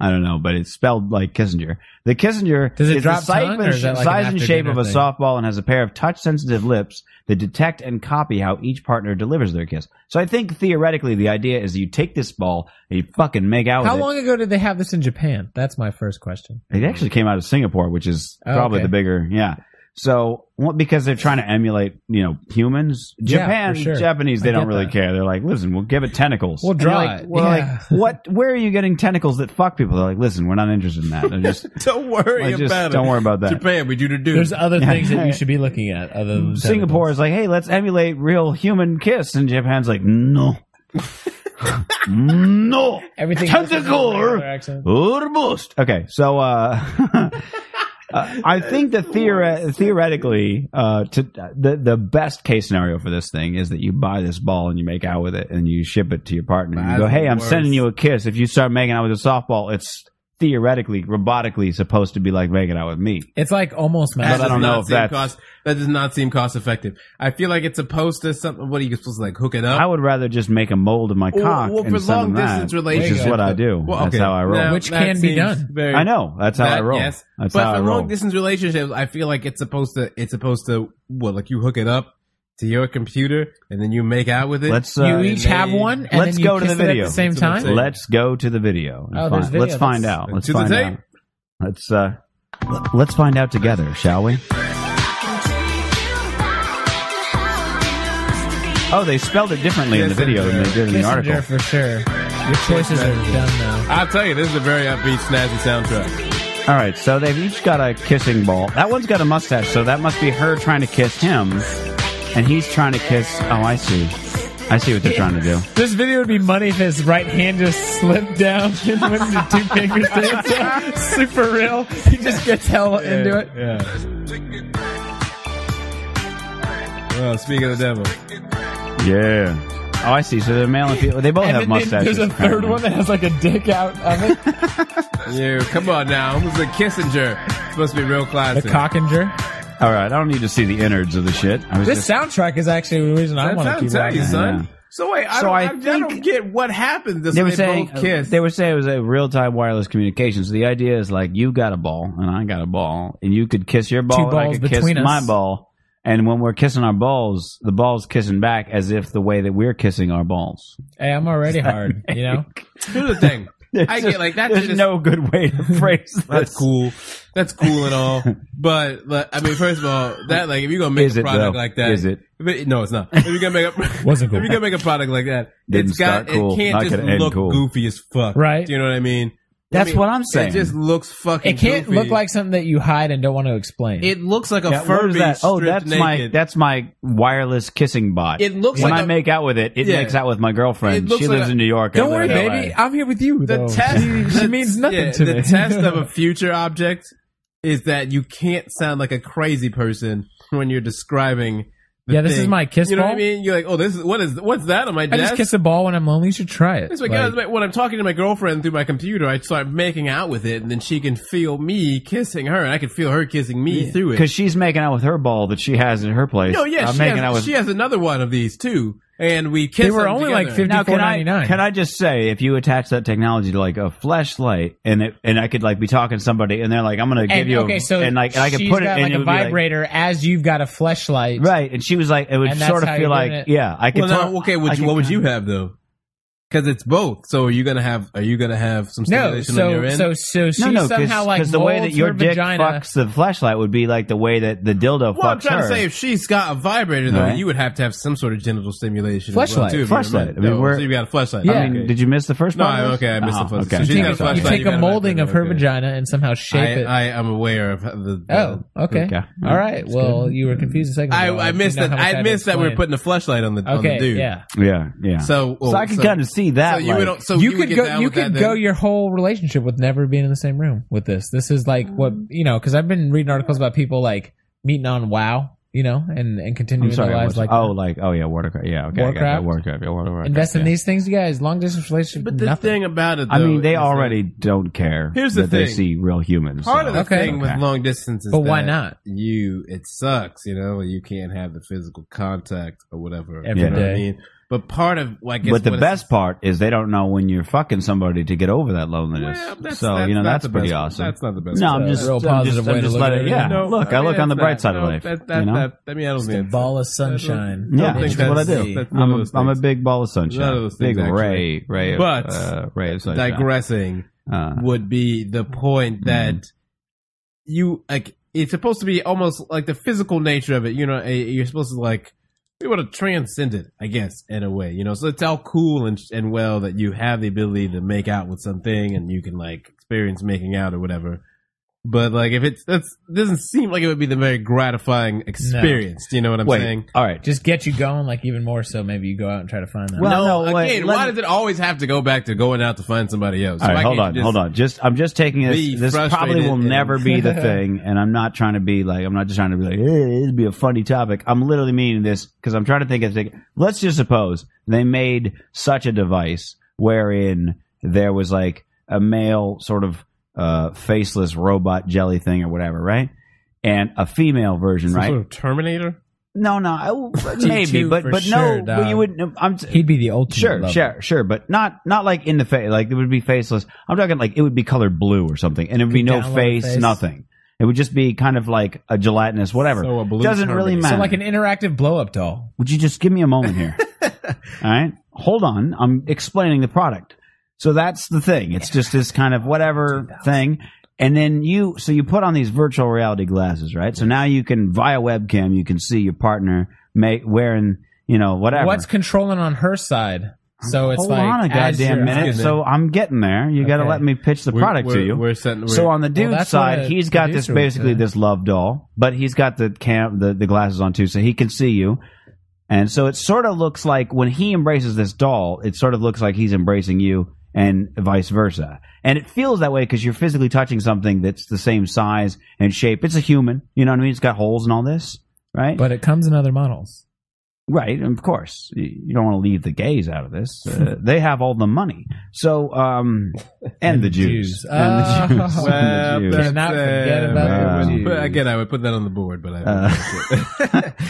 Speaker 6: I don't know, but it's spelled like Kissinger. The Kissinger
Speaker 9: Does it
Speaker 6: is
Speaker 9: drop
Speaker 6: the size,
Speaker 9: tongue, or is that like an
Speaker 6: size and
Speaker 9: after
Speaker 6: shape
Speaker 9: dinner
Speaker 6: of a
Speaker 9: thing?
Speaker 6: softball and has a pair of touch sensitive lips that detect and copy how each partner delivers their kiss. So I think theoretically the idea is you take this ball and you fucking make out
Speaker 9: How
Speaker 6: with
Speaker 9: long ago did they have this in Japan? That's my first question.
Speaker 6: it. It actually came out of Singapore, which is
Speaker 9: Oh,
Speaker 6: probably
Speaker 9: okay.
Speaker 6: the bigger, yeah. So well, because they're trying to emulate, you know, humans,
Speaker 9: Yeah,
Speaker 6: Japan,
Speaker 9: for sure.
Speaker 6: Japanese, they
Speaker 9: I
Speaker 6: don't
Speaker 9: get
Speaker 6: really
Speaker 9: that.
Speaker 6: care. They're like, listen, we'll give it tentacles.
Speaker 9: We'll
Speaker 6: And you're
Speaker 9: draw
Speaker 6: like,
Speaker 9: it.
Speaker 6: Well,
Speaker 9: Yeah.
Speaker 6: like, what? Where are you getting tentacles that fuck people? They're like, listen, we're not interested in that. They're just
Speaker 2: don't worry
Speaker 6: Like,
Speaker 2: about
Speaker 6: just
Speaker 2: it.
Speaker 6: don't worry about that.
Speaker 2: Japan, would you to do?
Speaker 9: There's other
Speaker 6: Yeah.
Speaker 9: things that you should be looking at other than
Speaker 6: Singapore is like, hey, let's emulate real human kiss, and Japan's like, no, no,
Speaker 9: everything.
Speaker 6: tentacle.
Speaker 9: Accent.
Speaker 6: Almost. Okay, so uh, uh, I think that theore- theoretically, uh, to, the the best case scenario for this thing is that you buy this ball and you make out with it and you ship it to your partner. and You
Speaker 2: That's
Speaker 6: go, hey, I'm
Speaker 2: worse.
Speaker 6: sending you a kiss. If you start making out with a softball, it's theoretically, robotically supposed to be like making out with me.
Speaker 9: It's like almost
Speaker 2: That
Speaker 6: But I
Speaker 9: magic.
Speaker 2: does
Speaker 6: don't
Speaker 2: not
Speaker 6: know if
Speaker 2: seem
Speaker 6: that's-
Speaker 2: cost, that does not seem cost effective. I feel like it's supposed to something. What are you supposed to like hook it up?
Speaker 6: I would rather just make a mold of my
Speaker 2: Oh. Well,
Speaker 6: cock
Speaker 2: well,
Speaker 6: and
Speaker 2: for
Speaker 6: send them
Speaker 2: long
Speaker 6: that,
Speaker 2: distance
Speaker 6: which is
Speaker 2: relationships-
Speaker 6: what I do.
Speaker 2: Well,
Speaker 6: That's
Speaker 2: okay.
Speaker 6: how I roll.
Speaker 2: Now,
Speaker 9: Which
Speaker 2: that
Speaker 9: can be
Speaker 2: seems
Speaker 9: done.
Speaker 2: very-
Speaker 6: I know that's how
Speaker 2: that-
Speaker 6: I roll.
Speaker 2: Yes,
Speaker 6: That's
Speaker 2: but
Speaker 6: how
Speaker 2: for
Speaker 6: I roll.
Speaker 2: long distance relationships, I feel like it's supposed to. It's supposed to. What like you hook it up to your computer and then you make out with it.
Speaker 6: Let's uh,
Speaker 9: You each have
Speaker 2: they-
Speaker 9: one, and
Speaker 6: let's
Speaker 9: then you
Speaker 6: go to
Speaker 9: kiss
Speaker 6: the
Speaker 9: it
Speaker 6: video.
Speaker 9: at the same
Speaker 2: That's what I'm
Speaker 9: time.
Speaker 2: saying.
Speaker 6: Let's go to the video. and
Speaker 9: Oh,
Speaker 6: find-
Speaker 9: there's video.
Speaker 6: Let's find
Speaker 9: Let's-
Speaker 6: out. Let's
Speaker 2: To the
Speaker 6: find
Speaker 2: tape.
Speaker 6: out. Let's uh, l- let's find out together, shall we? Oh, they spelled it differently in the
Speaker 2: Yes,
Speaker 6: video than they did in the
Speaker 9: Kissinger
Speaker 6: article.
Speaker 9: for sure. Your choices are done now.
Speaker 2: I'll tell you, this is a very upbeat, snazzy soundtrack.
Speaker 6: All right, so they've each got a kissing ball. That one's got a mustache, so that must be her trying to kiss him, and he's trying to kiss. Oh, I see. I see what they're trying to do.
Speaker 9: This video would be money if his right hand just slipped down and went into two fingers. It's super real. He just gets hell into it.
Speaker 2: Yeah. Well, speaking of the devil,
Speaker 6: Yeah. Oh, I see. So they're male and female. They both
Speaker 9: And
Speaker 6: have
Speaker 9: then
Speaker 6: mustaches.
Speaker 9: there's a third
Speaker 6: apparently.
Speaker 9: one that has like a dick out of it.
Speaker 2: you come on now. Who's the Kissinger? It's supposed to be real
Speaker 9: the
Speaker 2: classic.
Speaker 9: cockinger.
Speaker 6: All right, I don't need to see the innards of the shit. I was
Speaker 9: This
Speaker 6: just,
Speaker 9: soundtrack is actually the reason I
Speaker 2: That's
Speaker 9: want
Speaker 2: how
Speaker 9: to
Speaker 2: I'm
Speaker 9: keep
Speaker 2: telling you,
Speaker 9: watching.
Speaker 2: son.
Speaker 6: Yeah.
Speaker 2: So wait, I,
Speaker 6: So
Speaker 2: don't,
Speaker 6: I
Speaker 2: I, I don't
Speaker 6: think-
Speaker 2: get what happened. This
Speaker 6: they were
Speaker 2: they
Speaker 6: saying
Speaker 2: both kissed.
Speaker 6: they were saying it was a real time wireless communication. So the idea is like you got a ball and I got a ball, and you could kiss your ball,
Speaker 9: Two
Speaker 6: and I
Speaker 9: balls
Speaker 6: could kiss
Speaker 9: between us.
Speaker 6: my ball, and when we're kissing our balls, the ball's kissing back as if the way that we're kissing our balls.
Speaker 9: Hey, I'm already hard, you know?
Speaker 2: Here's the thing. I
Speaker 6: There's
Speaker 2: get like that.
Speaker 6: There's
Speaker 2: shit is-
Speaker 6: no good way to phrase this.
Speaker 2: That's cool. That's cool and all, but like, I mean, first of all, that like if you're gonna make
Speaker 6: Is
Speaker 2: a
Speaker 6: it,
Speaker 2: product
Speaker 6: though?
Speaker 2: like that,
Speaker 6: Is it?
Speaker 2: if No, it's not. If you're gonna make a
Speaker 9: Wasn't cool.
Speaker 2: If you're gonna make a product like that,
Speaker 6: Didn't
Speaker 2: it's got
Speaker 6: start cool,
Speaker 2: it can't
Speaker 6: not
Speaker 2: just
Speaker 6: gonna end
Speaker 2: look
Speaker 6: cool.
Speaker 2: goofy as fuck,
Speaker 9: Right.
Speaker 2: Do you know what I mean?
Speaker 6: That's
Speaker 2: I mean,
Speaker 6: what I'm saying.
Speaker 2: It just looks fucking.
Speaker 9: It can't
Speaker 2: goofy.
Speaker 9: look like something that you hide and don't want to explain.
Speaker 2: It looks like a
Speaker 6: Yeah, what is
Speaker 2: Furby
Speaker 6: that? Oh,
Speaker 2: stripped
Speaker 6: that's my
Speaker 2: naked.
Speaker 6: that's my wireless kissing bot.
Speaker 2: It looks
Speaker 6: when
Speaker 2: like
Speaker 6: I
Speaker 2: a-
Speaker 6: make out with it, it
Speaker 2: Yeah.
Speaker 6: makes out with my
Speaker 2: It
Speaker 6: girlfriend.
Speaker 2: looks
Speaker 6: She
Speaker 2: like
Speaker 6: lives
Speaker 2: a-
Speaker 6: in New York. I
Speaker 9: don't
Speaker 6: live
Speaker 9: worry,
Speaker 6: in LA.
Speaker 9: baby. I'm here with you.
Speaker 2: the
Speaker 9: though.
Speaker 2: test the-
Speaker 9: She means nothing
Speaker 2: yeah,
Speaker 9: to
Speaker 2: the
Speaker 9: me.
Speaker 2: test of a future object is that you can't sound like a crazy person when you're describing. The
Speaker 9: Yeah, this
Speaker 2: thing.
Speaker 9: is my kiss
Speaker 2: You know what I
Speaker 9: ball.
Speaker 2: mean? You're like, oh, this is what is what's that on my
Speaker 9: I
Speaker 2: desk?
Speaker 9: just kiss a ball when I'm lonely. You should try it.
Speaker 2: It's like,
Speaker 9: Like,
Speaker 2: yeah, it's like when I'm talking to my girlfriend through my computer, I start making out with it, and then she can feel me kissing her, and I can feel her kissing me through
Speaker 6: because
Speaker 2: it.
Speaker 6: she's making out with her ball that she has in her place.
Speaker 2: No, yeah,
Speaker 6: I'm
Speaker 2: she
Speaker 6: making
Speaker 2: has,
Speaker 6: out with.
Speaker 2: she has another one of these too, and we kiss.
Speaker 9: They were
Speaker 2: them
Speaker 9: only like
Speaker 2: together.
Speaker 9: 50
Speaker 6: now, can I,
Speaker 9: $54.99.
Speaker 6: can I just say if you attach that technology to like a flashlight and it and I could like be talking to somebody and they're like I'm gonna give
Speaker 9: and,
Speaker 6: you a,
Speaker 9: okay, so
Speaker 6: and like and I could
Speaker 9: she's
Speaker 6: put it
Speaker 9: got
Speaker 6: in
Speaker 9: like
Speaker 6: it
Speaker 9: a
Speaker 6: would be, like-
Speaker 9: vibrator as you've got a fleshlight.
Speaker 6: right and she was like it would
Speaker 9: And that's
Speaker 6: sort of
Speaker 9: how
Speaker 6: feel
Speaker 9: you're
Speaker 6: like
Speaker 9: doing it.
Speaker 6: yeah I could
Speaker 2: Well,
Speaker 6: talk,
Speaker 2: now, okay,
Speaker 6: I
Speaker 2: would you,
Speaker 6: could
Speaker 2: what would
Speaker 6: kinda-
Speaker 2: you have though? Because it's both. So are you gonna have? Are you gonna have some
Speaker 9: No,
Speaker 2: stimulation on your
Speaker 9: so
Speaker 2: end?
Speaker 9: so so she
Speaker 6: No, no,
Speaker 9: somehow like
Speaker 6: because the way that
Speaker 9: molds
Speaker 6: your
Speaker 9: her
Speaker 6: dick
Speaker 9: vagina.
Speaker 6: fucks the flashlight would be like the way that the dildo
Speaker 2: well, I'm
Speaker 6: fucks
Speaker 2: trying
Speaker 6: her.
Speaker 2: to say if she's got a vibrator though,
Speaker 6: Right.
Speaker 2: you would have to have some sort of genital stimulation.
Speaker 6: Fleshlight,
Speaker 2: as well, too,
Speaker 6: fleshlight.
Speaker 2: if
Speaker 6: I
Speaker 2: you're a
Speaker 6: mean,
Speaker 2: man.
Speaker 6: we're-
Speaker 2: so you got a flashlight.
Speaker 9: Yeah.
Speaker 6: I mean, did you miss the first
Speaker 2: No,
Speaker 6: part? of
Speaker 2: I-
Speaker 6: this?
Speaker 2: okay, I missed
Speaker 6: Oh,
Speaker 2: the first-
Speaker 6: Okay.
Speaker 2: so she's
Speaker 9: You
Speaker 2: got a
Speaker 9: take, a, you
Speaker 2: flashlight,
Speaker 9: take
Speaker 2: you got
Speaker 9: a
Speaker 2: a
Speaker 9: molding of her
Speaker 2: okay.
Speaker 9: vagina and somehow shape
Speaker 2: I,
Speaker 9: it.
Speaker 2: I am aware of the. the
Speaker 9: oh, okay.
Speaker 6: Okay.
Speaker 9: All right. Well, you were confused a second
Speaker 2: I,
Speaker 9: ago.
Speaker 2: I
Speaker 9: You
Speaker 2: missed
Speaker 9: know
Speaker 2: that.
Speaker 9: how much
Speaker 2: I
Speaker 9: had to
Speaker 2: missed that we are
Speaker 9: explain.
Speaker 2: putting the flashlight on the on the
Speaker 9: Okay.
Speaker 2: dude.
Speaker 9: Yeah.
Speaker 6: Yeah, yeah.
Speaker 2: So,
Speaker 6: so I can kind of see that.
Speaker 2: So Oh, you
Speaker 6: like-
Speaker 2: would. So
Speaker 9: you,
Speaker 2: would
Speaker 9: could
Speaker 2: get
Speaker 9: go.
Speaker 2: down
Speaker 9: You
Speaker 2: with that
Speaker 9: could
Speaker 2: then?
Speaker 9: go your whole relationship with never being in the same room with this. This is like what you know. Because I've been reading articles about people like meeting on WoW, you know, and and
Speaker 6: I'm
Speaker 9: continuing
Speaker 6: sorry.
Speaker 9: their lives
Speaker 6: what's-
Speaker 9: like
Speaker 6: oh, like oh yeah, Warcraft. Yeah, okay. I got that.
Speaker 9: Warcraft?
Speaker 6: Warcraft. Yeah, Warcraft.
Speaker 9: invest in
Speaker 6: yeah.
Speaker 9: these things, you guys. Long distance relationship,
Speaker 2: But the
Speaker 9: nothing.
Speaker 2: thing about it,
Speaker 6: I mean,
Speaker 2: though,
Speaker 6: they
Speaker 2: is that
Speaker 6: already don't care.
Speaker 2: Here's the
Speaker 6: that They
Speaker 2: thing.
Speaker 6: see real humans.
Speaker 2: Part
Speaker 6: so-
Speaker 2: of the
Speaker 9: Okay.
Speaker 2: thing with
Speaker 6: Okay.
Speaker 2: long distance is
Speaker 9: But why
Speaker 2: that
Speaker 9: not?
Speaker 2: You, it sucks, you know, you can't have the physical contact or whatever
Speaker 9: Every
Speaker 2: you know what
Speaker 9: day.
Speaker 2: I mean, but part of, well, I guess,
Speaker 6: But the
Speaker 2: what
Speaker 6: best
Speaker 2: it's-
Speaker 6: part is they don't know when you're fucking somebody to get over that loneliness.
Speaker 2: Well, that's-
Speaker 6: so you know
Speaker 2: not
Speaker 6: that's
Speaker 2: the
Speaker 6: pretty
Speaker 2: best-
Speaker 6: awesome.
Speaker 2: That's not the best.
Speaker 6: no,
Speaker 2: part.
Speaker 6: I'm just,
Speaker 9: real
Speaker 6: I'm
Speaker 9: positive
Speaker 6: just,
Speaker 9: way
Speaker 6: I'm
Speaker 9: to
Speaker 6: just
Speaker 9: look at
Speaker 6: let it.
Speaker 9: it.
Speaker 6: Yeah,
Speaker 2: No,
Speaker 6: look, I,
Speaker 2: mean,
Speaker 6: look on the
Speaker 2: that's
Speaker 6: bright
Speaker 2: not-
Speaker 6: side
Speaker 2: no,
Speaker 6: of life.
Speaker 2: That, that,
Speaker 6: you know?
Speaker 2: that, I mean, I don't think
Speaker 9: ball of
Speaker 2: that's- I don't-
Speaker 9: sunshine.
Speaker 2: I don't
Speaker 6: yeah,
Speaker 2: think
Speaker 6: that's what I
Speaker 2: that's-
Speaker 6: do.
Speaker 2: that's one
Speaker 6: I'm
Speaker 2: of
Speaker 6: a,
Speaker 2: those
Speaker 6: I'm a
Speaker 2: things.
Speaker 6: big ball of
Speaker 2: None of
Speaker 6: sunshine,
Speaker 2: those
Speaker 6: big
Speaker 2: things, actually.
Speaker 6: ray, ray, of,
Speaker 2: But-
Speaker 6: uh, ray of sunshine.
Speaker 2: Digressing
Speaker 6: Uh,
Speaker 2: would be the
Speaker 6: Mm-hmm.
Speaker 2: point that you like. It's supposed to be almost like the physical nature of it. You know, eh, you're supposed to like be able to transcend it, I guess, in a way. You know, so it's all cool and and well that you have the ability to make out with something and you can like experience making out or whatever. But like, if it's that's doesn't seem like it would be the very gratifying experience. Do You know what I'm
Speaker 6: wait,
Speaker 2: saying?
Speaker 6: all right.
Speaker 9: just get you going, like even more so. Maybe you go out and try to find that.
Speaker 6: Well, no,
Speaker 2: Again,
Speaker 6: wait, let
Speaker 2: why
Speaker 6: me-
Speaker 2: does it always have to go back to going out to find somebody else?
Speaker 6: All right,
Speaker 2: Why
Speaker 6: hold
Speaker 2: can't
Speaker 6: on,
Speaker 2: you just-
Speaker 6: hold on. Just I'm just taking
Speaker 2: be
Speaker 6: this. This probably
Speaker 2: frustrated
Speaker 6: will
Speaker 2: and-
Speaker 6: never be the thing, and I'm not trying to be like I'm not just trying to be like eh, it'd be a funny topic. I'm literally meaning this because I'm trying to think of like let's just suppose they made such a device wherein there was like a male sort of uh, faceless robot jelly thing or whatever, right? And a female version,
Speaker 2: Some
Speaker 6: right?
Speaker 2: sort of Terminator.
Speaker 6: no, no, I, maybe,
Speaker 9: T2
Speaker 6: but
Speaker 9: for
Speaker 6: but
Speaker 9: sure,
Speaker 6: no, but
Speaker 9: dog.
Speaker 6: you wouldn't. I'm
Speaker 9: he'd be the ultimate.
Speaker 6: Sure,
Speaker 9: lover.
Speaker 6: sure, sure, but not not like in the face. Like it would be faceless. I'm talking like it would be colored blue or something, and it would be no
Speaker 9: download a
Speaker 6: face,
Speaker 9: face.
Speaker 6: nothing. It would just be kind of like a gelatinous whatever.
Speaker 2: So a blue
Speaker 6: Doesn't really
Speaker 2: Terminator.
Speaker 6: matter.
Speaker 9: So like an interactive blow up doll.
Speaker 6: would you just give me a moment here? All right, hold on. I'm explaining the product. So that's the thing. It's just this kind of whatever thing. And then you, so you put on these virtual reality glasses, right? So now you can, via webcam, you can see your partner make, wearing, you know, whatever.
Speaker 9: What's controlling on her side? So it's
Speaker 6: Hold
Speaker 9: like
Speaker 6: on a
Speaker 9: as
Speaker 6: goddamn
Speaker 9: you're-
Speaker 6: minute.
Speaker 2: Excuse
Speaker 6: So I'm getting there. You got to
Speaker 9: Okay.
Speaker 6: let me pitch the
Speaker 2: We're-
Speaker 6: product
Speaker 2: we're-
Speaker 6: to you.
Speaker 2: We're setting. We're,
Speaker 6: so on the dude's
Speaker 9: that's what
Speaker 6: side,
Speaker 9: a
Speaker 6: he's got this
Speaker 9: producer would
Speaker 6: basically
Speaker 9: do.
Speaker 6: this love doll, but he's got the cam the, the glasses on too, so he can see you. And so it sort of looks like when he embraces this doll, it sort of looks like he's embracing you and vice versa. And it feels that way because you're physically touching something that's the same size and shape. It's a human, you know what I mean? It's got holes and all this, right?
Speaker 9: But it comes in other models.
Speaker 6: Right, and of course, you you don't want to leave the gays out of this. Uh, they have all the money, so um, and, the Jews,
Speaker 9: Jews.
Speaker 6: and the
Speaker 9: Oh.
Speaker 6: Jews, and
Speaker 2: Well,
Speaker 6: the Jews.
Speaker 2: that's,
Speaker 9: Cannot forget
Speaker 2: uh,
Speaker 9: about
Speaker 2: well,
Speaker 6: the
Speaker 2: but
Speaker 6: Jews.
Speaker 2: again, I would put that on the board, but I.
Speaker 6: Uh,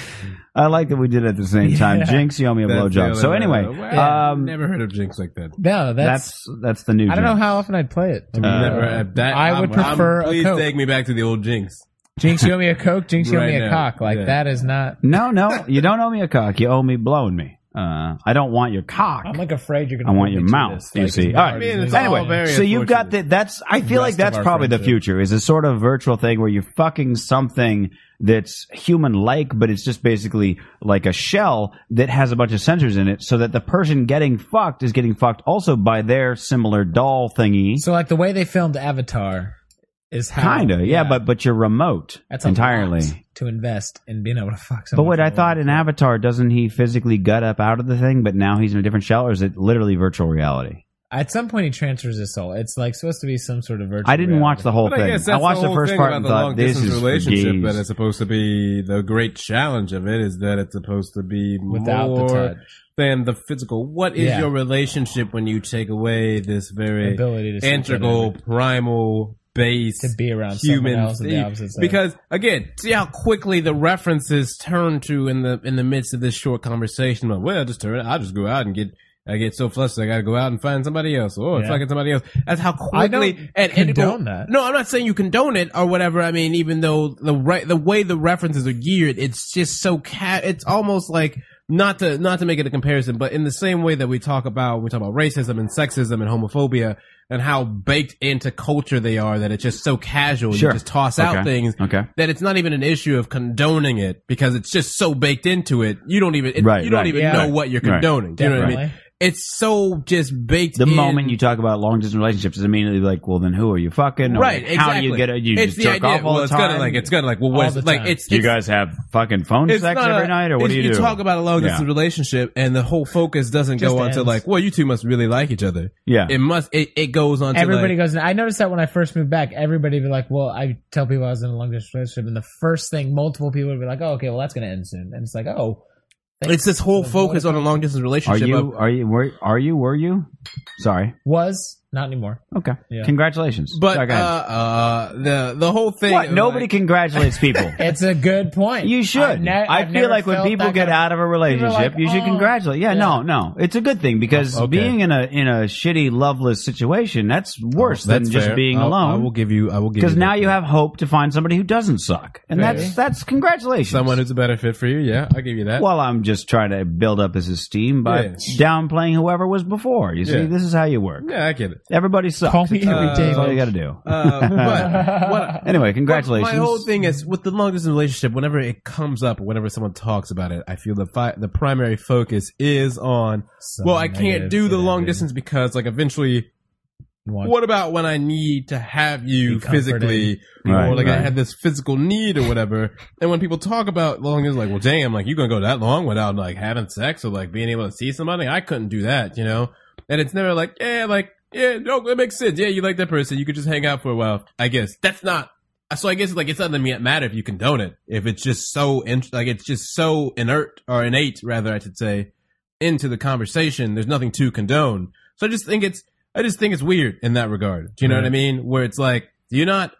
Speaker 6: I like that we did it at the same time.
Speaker 9: Yeah.
Speaker 6: Jinx, you owe me a
Speaker 2: That's the
Speaker 6: blowjob.
Speaker 2: other-
Speaker 6: So anyway,
Speaker 2: Well,
Speaker 6: um,
Speaker 2: never heard of Jinx like that.
Speaker 9: No, that's,
Speaker 6: that's that's the new.
Speaker 9: I don't know
Speaker 6: Jinx.
Speaker 9: how often I'd play it. I, mean,
Speaker 6: Uh,
Speaker 2: Never, uh, that
Speaker 9: I would
Speaker 2: I'm- I'm-
Speaker 9: prefer a
Speaker 2: please
Speaker 9: Coke.
Speaker 2: take me back to the old Jinx.
Speaker 9: Jinx, you owe me a coke. Jinx, you owe
Speaker 2: Right
Speaker 9: me a
Speaker 2: now.
Speaker 9: cock. Like
Speaker 2: Yeah.
Speaker 9: that is not.
Speaker 6: No, no, you don't owe me a cock. You owe me blowing me. Uh, I don't want your cock.
Speaker 9: I'm like afraid you're gonna.
Speaker 6: I want
Speaker 9: put
Speaker 6: your
Speaker 9: me to
Speaker 6: mouth,
Speaker 9: this.
Speaker 6: you
Speaker 9: Like,
Speaker 6: see.
Speaker 9: it's
Speaker 6: All right.
Speaker 9: hard
Speaker 2: I mean,
Speaker 9: to
Speaker 2: it's
Speaker 9: do.
Speaker 2: all
Speaker 6: anyway,
Speaker 2: very
Speaker 6: so you've got the
Speaker 2: unfortunate.
Speaker 6: that's I feel like
Speaker 2: Rest of
Speaker 6: that's
Speaker 2: our
Speaker 6: probably the
Speaker 2: friendship.
Speaker 6: future is a sort of virtual thing where you're fucking something that's human like, but it's just basically like a shell that has a bunch of sensors in it so that the person getting fucked is getting fucked also by their similar doll thingy.
Speaker 9: So like the way they filmed Avatar is how
Speaker 6: Kinda, yeah, but but you're remote
Speaker 9: that's a
Speaker 6: entirely.
Speaker 9: lot to invest in being able to fuck.
Speaker 6: But
Speaker 9: someone
Speaker 6: wait,
Speaker 9: for
Speaker 6: I
Speaker 9: a
Speaker 6: thought
Speaker 9: while.
Speaker 6: in Avatar, doesn't he physically gut up out of the thing, but now he's in a different shell, or is it literally virtual reality?
Speaker 9: at some point he transfers his soul. It's like supposed to be some sort of virtual.
Speaker 6: I didn't watch the whole
Speaker 2: But I
Speaker 6: thing.
Speaker 2: guess
Speaker 6: I,
Speaker 2: that's
Speaker 6: watched
Speaker 2: the,
Speaker 6: the,
Speaker 2: whole
Speaker 6: first
Speaker 2: thing
Speaker 6: part
Speaker 2: about
Speaker 6: and
Speaker 2: the
Speaker 6: thought
Speaker 2: long
Speaker 6: this
Speaker 2: distance
Speaker 6: is for
Speaker 2: relationship
Speaker 6: gays.
Speaker 2: that it's supposed to be the great challenge of it is that it's supposed to be
Speaker 9: Without the
Speaker 2: more
Speaker 9: touch.
Speaker 2: than the physical. What is
Speaker 9: Yeah.
Speaker 2: your relationship when you take away this very
Speaker 9: Ability to see
Speaker 2: integral, primal base
Speaker 9: To be around someone
Speaker 2: human
Speaker 9: else of the
Speaker 2: thing?
Speaker 9: opposite sex.
Speaker 2: Because again, see how quickly the references turn to in the in the midst of this short conversation. Of, well, just turn. I just go out and get. I get so flustered. I gotta go out and find somebody else, or
Speaker 9: Yeah.
Speaker 2: fucking somebody else. That's how
Speaker 9: I don't
Speaker 2: quickly and integral-
Speaker 9: condone that.
Speaker 2: no, I'm not saying you condone it or whatever. I mean, even though the right, the way the references are geared, it's just so cat. It's almost like not to not to make it a comparison, but in the same way that we talk about we talk about racism and sexism and homophobia and how baked into culture they are that it's just so casual
Speaker 6: Sure.
Speaker 2: you just toss out
Speaker 6: Okay.
Speaker 2: things
Speaker 6: Okay.
Speaker 2: that it's not even an issue of condoning it because it's just so baked into it you don't even it,
Speaker 6: Right,
Speaker 2: you don't
Speaker 6: right.
Speaker 2: even
Speaker 9: Yeah.
Speaker 2: know what you're
Speaker 6: Right.
Speaker 2: condoning. Do you know what I mean?
Speaker 9: Definitely.
Speaker 2: It's so just baked.
Speaker 6: The
Speaker 2: in-
Speaker 6: moment you talk about long distance relationships, it's immediately like, well, then who are you fucking? Or
Speaker 2: right,
Speaker 6: like, How do
Speaker 2: exactly.
Speaker 6: you get it? You
Speaker 2: it's
Speaker 6: just jerk off all
Speaker 2: well,
Speaker 6: the
Speaker 2: it's
Speaker 6: time.
Speaker 2: kind of like it's kind of like well, what's
Speaker 9: All the
Speaker 2: like
Speaker 9: time.
Speaker 2: it's,
Speaker 6: you
Speaker 2: it's-
Speaker 6: guys have fucking phone
Speaker 2: it's
Speaker 6: sex
Speaker 2: not
Speaker 6: every
Speaker 2: a-
Speaker 6: night, or what do
Speaker 2: it's-
Speaker 6: you do?
Speaker 2: talk about a long distance
Speaker 6: Yeah.
Speaker 2: relationship, and the whole focus doesn't
Speaker 9: Just
Speaker 2: go on to
Speaker 9: ends.
Speaker 2: like, well, you two must really like each other.
Speaker 6: yeah.
Speaker 2: It must. It, it goes on.
Speaker 9: Everybody
Speaker 2: to like,
Speaker 9: goes. I noticed that when I first moved back, everybody would be like, "Well, I tell people I was in a long distance relationship," and the first thing multiple people would be like, "Oh, okay, well that's going to end soon," and it's like, "Oh, goes-
Speaker 2: It's this whole focus on a long distance
Speaker 6: Are
Speaker 2: relationship.
Speaker 6: you?
Speaker 2: of-
Speaker 6: Are you? Were, are you? Were you? Sorry.
Speaker 9: was not anymore."
Speaker 6: Okay.
Speaker 9: Yeah.
Speaker 6: Congratulations.
Speaker 2: but
Speaker 6: Sorry,
Speaker 2: uh,
Speaker 6: go ahead.
Speaker 2: uh, the the whole thing.
Speaker 6: what?
Speaker 2: of,
Speaker 6: Nobody
Speaker 2: like-
Speaker 6: congratulates people.
Speaker 9: It's a good point.
Speaker 6: You should.
Speaker 9: I've ne-
Speaker 6: I
Speaker 9: I've
Speaker 6: feel
Speaker 9: never
Speaker 6: like when
Speaker 9: felt
Speaker 6: people
Speaker 9: that
Speaker 6: get
Speaker 9: kind of-
Speaker 6: out of a relationship,
Speaker 9: like,
Speaker 6: you should
Speaker 9: "Oh."
Speaker 6: congratulate. Yeah,
Speaker 9: Yeah.
Speaker 6: no, no, it's a good thing because
Speaker 2: Okay.
Speaker 6: being in a in a shitty, loveless situation that's worse
Speaker 9: Oh,
Speaker 6: than
Speaker 2: That's
Speaker 6: just
Speaker 2: fair.
Speaker 6: being
Speaker 2: I'll- I will
Speaker 6: alone.
Speaker 2: give you. I will give
Speaker 6: Because
Speaker 2: you
Speaker 6: now
Speaker 2: that.
Speaker 6: you have hope to find somebody who doesn't suck, and
Speaker 9: Right.
Speaker 6: that's that's congratulations.
Speaker 2: someone who's a better fit for you. Yeah, I'll give you that.
Speaker 6: well, I'm just trying to build up his esteem by
Speaker 2: Yeah.
Speaker 6: downplaying whoever was before. You see,
Speaker 2: Yeah.
Speaker 6: this is how you work.
Speaker 2: yeah, I get it.
Speaker 6: Everybody sucks.
Speaker 9: Call me
Speaker 6: It's-
Speaker 9: every day,
Speaker 6: That's all you
Speaker 9: man.
Speaker 6: got to do.
Speaker 2: Uh, but what,
Speaker 6: Anyway, congratulations.
Speaker 2: My whole thing is with the long distance relationship. Whenever it comes up, whenever someone talks about it, I feel the fi- the primary focus is on.
Speaker 9: So
Speaker 2: well, I can't
Speaker 9: negative
Speaker 2: do the
Speaker 9: for that,
Speaker 2: long
Speaker 9: dude.
Speaker 2: distance because, like, eventually.
Speaker 9: You want-
Speaker 2: What about when I need to have you
Speaker 9: Be comforted.
Speaker 2: physically,
Speaker 6: Right,
Speaker 2: or like I
Speaker 6: right.
Speaker 2: have this physical need or whatever? And when people talk about long distance, like, well, damn, like you gonna go that long without like having sex or like being able to see somebody? I couldn't do that, you know. And it's never like, yeah, like, yeah, no, it makes sense. Yeah, you like that person, you could just hang out for a while. I guess that's not. So I guess like it doesn't ma- matter if you condone it if it's just so in- like it's just so inert or innate rather I should say into the conversation. There's nothing to condone. So I just think it's I just think it's weird in that regard. Do you know what I mean? Where it's like, do you not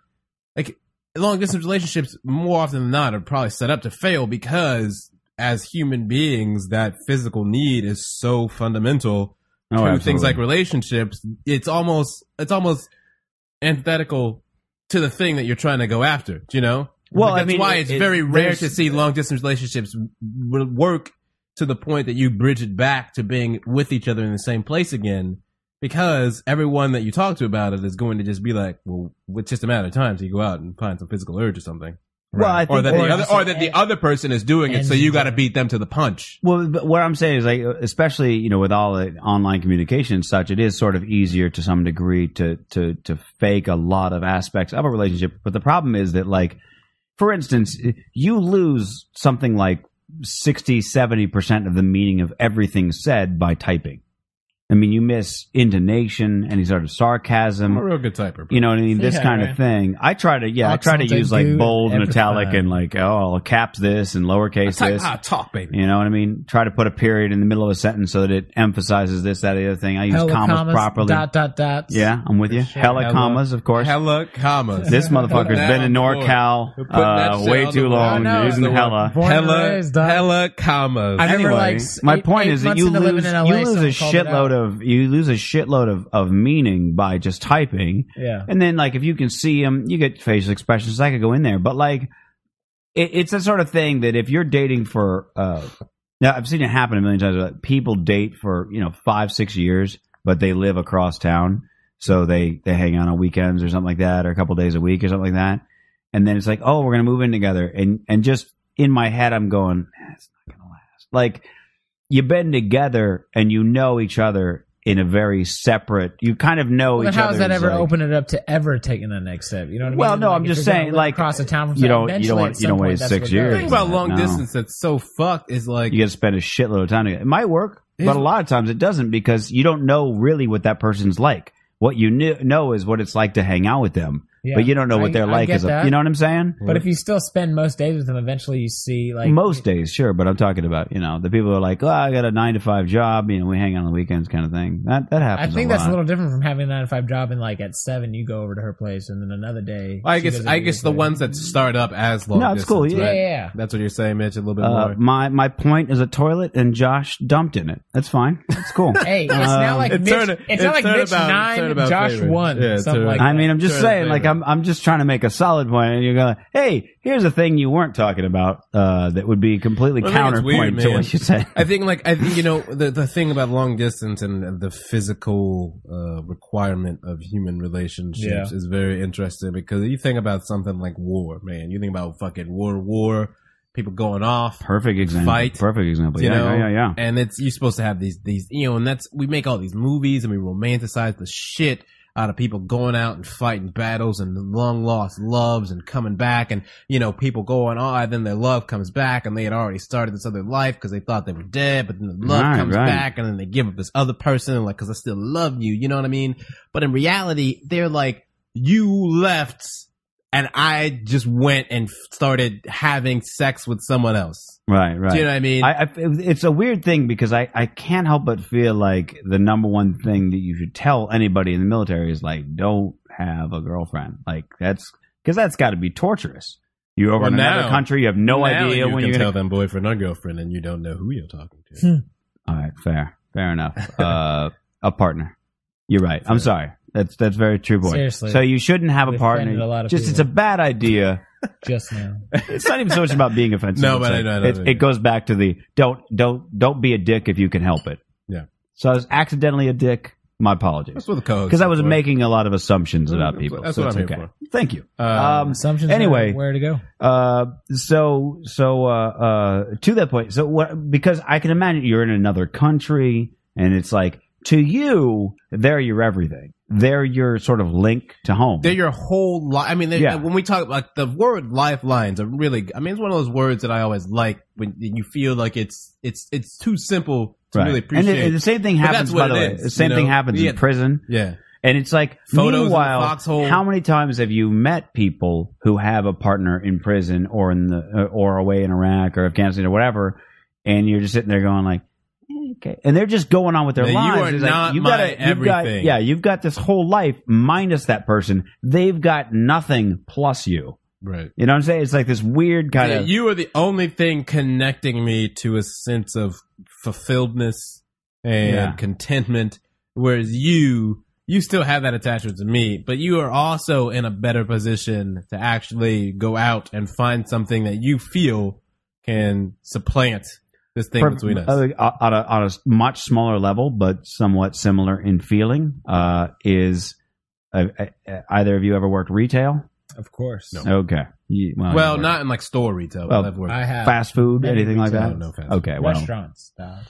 Speaker 2: like long distance relationships more often than not are probably set up to fail because as human beings, that physical need is so fundamental
Speaker 6: Oh,
Speaker 2: to
Speaker 6: absolutely.
Speaker 2: things like relationships. It's almost it's almost antithetical to the thing that you're trying to go after. Do you know? Like,
Speaker 6: Well, I
Speaker 2: that's
Speaker 6: mean,
Speaker 2: why it's
Speaker 6: it-
Speaker 2: very rare
Speaker 6: there's-
Speaker 2: to see long distance relationships w- work to the point that you bridge it back to being with each other in the same place again. Because everyone that you talk to about it is going to just be like, well, it's just a matter of time till you go out and find some physical urge or something,
Speaker 6: Well, I
Speaker 2: or
Speaker 6: think-
Speaker 2: that
Speaker 9: Or
Speaker 2: the other,
Speaker 9: just
Speaker 2: or
Speaker 9: an
Speaker 2: that the
Speaker 9: end-
Speaker 2: other person is doing it, so
Speaker 9: ends
Speaker 2: you
Speaker 9: it.
Speaker 2: got to beat them to the punch.
Speaker 6: Well, but what I'm saying is, like, especially you know, with all the online communication and such, it is sort of easier to some degree to to to fake a lot of aspects of a relationship. But the problem is that, like, for instance, you lose something like 60, 70 percent of the meaning of everything said by typing. I mean, you miss intonation, any sort of sarcasm.
Speaker 2: I'm a real good typer. bro.
Speaker 6: You know what I mean? This
Speaker 9: Yeah,
Speaker 6: kind of
Speaker 9: right.
Speaker 6: thing. I try to, yeah, I try to
Speaker 9: Accent
Speaker 6: use
Speaker 9: I
Speaker 6: like
Speaker 9: do
Speaker 6: bold and
Speaker 9: every
Speaker 6: italic
Speaker 9: time.
Speaker 6: and like, oh, I'll cap this and lowercase
Speaker 2: type
Speaker 6: this.
Speaker 2: how I talk, baby.
Speaker 6: You know what I mean? Try to put a period in the middle of a sentence so that it emphasizes this, that, or the other thing. I use
Speaker 9: hella
Speaker 6: commas,
Speaker 9: commas,
Speaker 6: properly.
Speaker 9: Dot dot dots.
Speaker 6: yeah, I'm with you. Hella,
Speaker 2: Hella-
Speaker 6: commas, of course.
Speaker 2: Hella commas.
Speaker 6: This motherfucker's
Speaker 2: Now
Speaker 6: been in
Speaker 2: I'm bored.
Speaker 6: NorCal
Speaker 2: We're putting that
Speaker 6: uh,
Speaker 2: shit
Speaker 6: way
Speaker 2: on
Speaker 6: too
Speaker 2: the
Speaker 6: long
Speaker 9: board. I know,
Speaker 6: using
Speaker 9: it's
Speaker 2: the
Speaker 6: hella.
Speaker 9: Born and
Speaker 2: hella,
Speaker 9: raised, dog.
Speaker 2: hella commas.
Speaker 9: I remember,
Speaker 6: Anyway,
Speaker 9: like, s-
Speaker 6: my
Speaker 9: eight-
Speaker 6: point
Speaker 9: eight
Speaker 6: is that
Speaker 9: months
Speaker 6: you
Speaker 9: into living
Speaker 6: lose,
Speaker 9: in LA,
Speaker 6: you lose a
Speaker 9: someone called it out.
Speaker 6: shitload of you lose a shitload of, of meaning by just typing.
Speaker 9: Yeah.
Speaker 6: And then, like, if you can see them, you get facial expressions. I could go in there, but like, it, it's the sort of thing that if you're dating for, uh, now I've seen it happen a million times. Like people date for you know five, six years, but they live across town, so they they hang out on weekends or something like that, or a couple days a week or something like that. And then it's like, oh, we're gonna move in together, and and just in my head, I'm going, "Eh, it's not gonna last. Like, you've been together and you know each other in a very separate. You kind of know
Speaker 9: Well, then
Speaker 6: each
Speaker 9: how
Speaker 6: other.
Speaker 9: does that ever
Speaker 6: like,
Speaker 9: open it up to ever taking the next step? You know what I mean?
Speaker 6: Well, no, I'm
Speaker 9: if
Speaker 6: just
Speaker 9: you're gonna
Speaker 6: saying,
Speaker 9: live
Speaker 6: like,
Speaker 9: across a town from
Speaker 6: you don't- you
Speaker 9: eventually
Speaker 6: don't want-
Speaker 9: at
Speaker 6: you don't
Speaker 9: some point,
Speaker 6: wait
Speaker 9: that's
Speaker 6: six
Speaker 9: what
Speaker 6: years.
Speaker 2: The thing about
Speaker 6: No.
Speaker 2: long distance that's so fucked is like
Speaker 6: you got to spend a shitload of time together. It might work, but a lot of times it doesn't because you don't know really what that person's like. What you knew, know is what it's like to hang out with them,
Speaker 9: Yeah.
Speaker 6: but you don't know what
Speaker 9: I-
Speaker 6: they're
Speaker 9: I
Speaker 6: like
Speaker 9: get
Speaker 6: as a.
Speaker 9: that.
Speaker 6: You know what I'm saying?
Speaker 9: But if you still spend most days with them, eventually you see like
Speaker 6: Mm. Most days, sure, but I'm talking about you know the people who are like, oh, I got a nine to five job, you know, we hang out on the weekends, kind of thing. That that
Speaker 9: I
Speaker 6: happens.
Speaker 9: think that's a
Speaker 6: lot.
Speaker 9: little different from having a nine to five job and like at seven you go over to her place and then another day.
Speaker 2: I
Speaker 9: she
Speaker 2: guess
Speaker 9: goes
Speaker 2: I
Speaker 9: over
Speaker 2: guess
Speaker 9: your
Speaker 2: the
Speaker 9: place.
Speaker 2: ones that start up as long.
Speaker 6: No, it's cool.
Speaker 2: distance,
Speaker 6: Yeah,
Speaker 2: right?
Speaker 9: yeah, yeah.
Speaker 2: That's what you're saying, Mitch. A little bit
Speaker 6: Uh,
Speaker 2: more.
Speaker 6: my my point is a toilet, and Josh dumped in it. That's fine. That's cool.
Speaker 9: Hey, it's now like
Speaker 2: It's
Speaker 6: Um,
Speaker 9: Mitch,
Speaker 2: turn-
Speaker 9: it's, not
Speaker 2: it's
Speaker 9: like Mitch
Speaker 2: turnabout-
Speaker 9: nine,
Speaker 2: turnabout
Speaker 9: Josh
Speaker 2: flavor.
Speaker 9: one,
Speaker 2: Yeah,
Speaker 9: something
Speaker 2: turn-
Speaker 9: like that.
Speaker 6: I mean, I'm just
Speaker 2: Sure,
Speaker 6: saying, like,
Speaker 2: favorite.
Speaker 6: I'm I'm just trying to make a solid point, and you're going, hey, here's a thing you weren't talking about uh, that would be completely
Speaker 2: I think it's
Speaker 6: counterpoint
Speaker 2: weird,
Speaker 6: to
Speaker 2: man.
Speaker 6: what you said.
Speaker 2: I think like I think you know the the thing about long distance and the physical uh, requirement of human relationships
Speaker 9: Yeah.
Speaker 2: is very interesting because you think about something like war, man. You think about fucking war, war, people going off,
Speaker 6: Perfect example.
Speaker 2: Fight.
Speaker 6: Perfect example.
Speaker 2: you
Speaker 6: yeah,
Speaker 2: know,
Speaker 6: yeah, yeah, yeah.
Speaker 2: And it's you're supposed to have these these you know, and that's we make all these movies and we romanticize the shit out of people going out and fighting battles and long lost loves and coming back and you know people going on and then their love comes back and they had already started this other life because they thought they were dead but then the love
Speaker 6: Right,
Speaker 2: comes
Speaker 6: right.
Speaker 2: back and then they give up this other person and like because I still love you you know what I mean but in reality they're like you left and I just went and started having sex with someone else
Speaker 6: Right, right.
Speaker 2: do you know what I mean
Speaker 6: I, I, it's a weird thing because I, I can't help but feel like the number one thing that you should tell anybody in the military is like don't have a girlfriend like that's because that's got to be torturous you're over
Speaker 2: Well,
Speaker 6: in another
Speaker 2: now-
Speaker 6: country you have no
Speaker 2: Now
Speaker 6: idea
Speaker 2: you
Speaker 6: when
Speaker 2: can
Speaker 6: you're
Speaker 2: tell
Speaker 6: gonna Hmm.
Speaker 2: them boyfriend or girlfriend, and you don't know who you're talking to.
Speaker 6: all right fair fair enough uh, a partner you're right I'm sorry that's that's very true boy
Speaker 9: Seriously.
Speaker 6: so you shouldn't have a
Speaker 9: We've
Speaker 6: partner
Speaker 9: offended a lot of
Speaker 6: just
Speaker 9: people.
Speaker 6: it's a bad idea
Speaker 9: just now.
Speaker 6: it's not even so much about being offensive.
Speaker 2: No,
Speaker 6: It's
Speaker 2: but I
Speaker 6: like-
Speaker 2: know, I know,
Speaker 6: it's-
Speaker 2: I know.
Speaker 6: it goes back to the don't don't don't be a dick if you can help it.
Speaker 2: Yeah.
Speaker 6: So I was accidentally a dick. My apologies,
Speaker 2: That's what the co
Speaker 6: because I was making a lot of assumptions about
Speaker 2: That's-
Speaker 6: people.
Speaker 2: that's
Speaker 6: so
Speaker 2: what
Speaker 6: it's
Speaker 2: I'm
Speaker 6: okay.
Speaker 2: here
Speaker 6: Thank you.
Speaker 2: Um,
Speaker 6: Um,
Speaker 9: Assumptions.
Speaker 6: Anyway.
Speaker 9: are where to go?
Speaker 6: uh, so so uh, uh, to that point. So what? Because I can imagine you're in another country, and it's like to you, they're your everything. They're your sort of link to home.
Speaker 2: They're your whole life. I mean, they-
Speaker 6: Yeah.
Speaker 2: when we talk like the word lifelines are really, I mean, it's one of those words that I always like when you feel like it's, it's, it's too simple to
Speaker 6: Right.
Speaker 2: really
Speaker 6: and,
Speaker 2: appreciate.
Speaker 6: it- and the same thing
Speaker 2: But that's
Speaker 6: happens. By
Speaker 2: what
Speaker 6: the
Speaker 2: it
Speaker 6: way,
Speaker 2: is,
Speaker 6: the same
Speaker 2: you
Speaker 6: thing
Speaker 2: know?
Speaker 6: happens
Speaker 2: Yeah.
Speaker 6: in prison.
Speaker 2: yeah.
Speaker 6: And it's like,
Speaker 2: Photos in the
Speaker 6: meanwhile,
Speaker 2: foxhole.
Speaker 6: how many times have you met people who have a partner in prison or in the uh, or away in Iraq or Afghanistan or whatever, and you're just sitting there going like, eh, okay, and they're just going on with their
Speaker 2: Yeah, you
Speaker 6: lives.
Speaker 2: are
Speaker 6: It's like,
Speaker 2: not
Speaker 6: you've got
Speaker 2: my
Speaker 6: a- you've got-
Speaker 2: everything.
Speaker 6: yeah, you've got this whole life minus that person. They've got nothing plus you.
Speaker 2: Right.
Speaker 6: You know what I'm saying? It's like this weird kind
Speaker 2: Yeah,
Speaker 6: of
Speaker 2: you are the only thing connecting me to a sense of fulfilledness and
Speaker 6: Yeah.
Speaker 2: contentment whereas you you still have that attachment to me but you are also in a better position to actually go out and find something that you feel can supplant this thing
Speaker 6: per-
Speaker 2: between us
Speaker 6: uh, on, a, on a much smaller level, but somewhat similar in feeling. Uh, is uh, uh, either of you ever worked retail?
Speaker 9: Of course.
Speaker 2: No.
Speaker 6: Okay. You- well,
Speaker 2: well
Speaker 6: you
Speaker 2: not in like store retail
Speaker 6: Well,
Speaker 2: I've worked-
Speaker 9: I have
Speaker 6: fast food,
Speaker 9: Maybe
Speaker 6: anything like
Speaker 9: retail,
Speaker 6: that.
Speaker 2: no fast food.
Speaker 6: okay. Well,
Speaker 9: restaurants. style.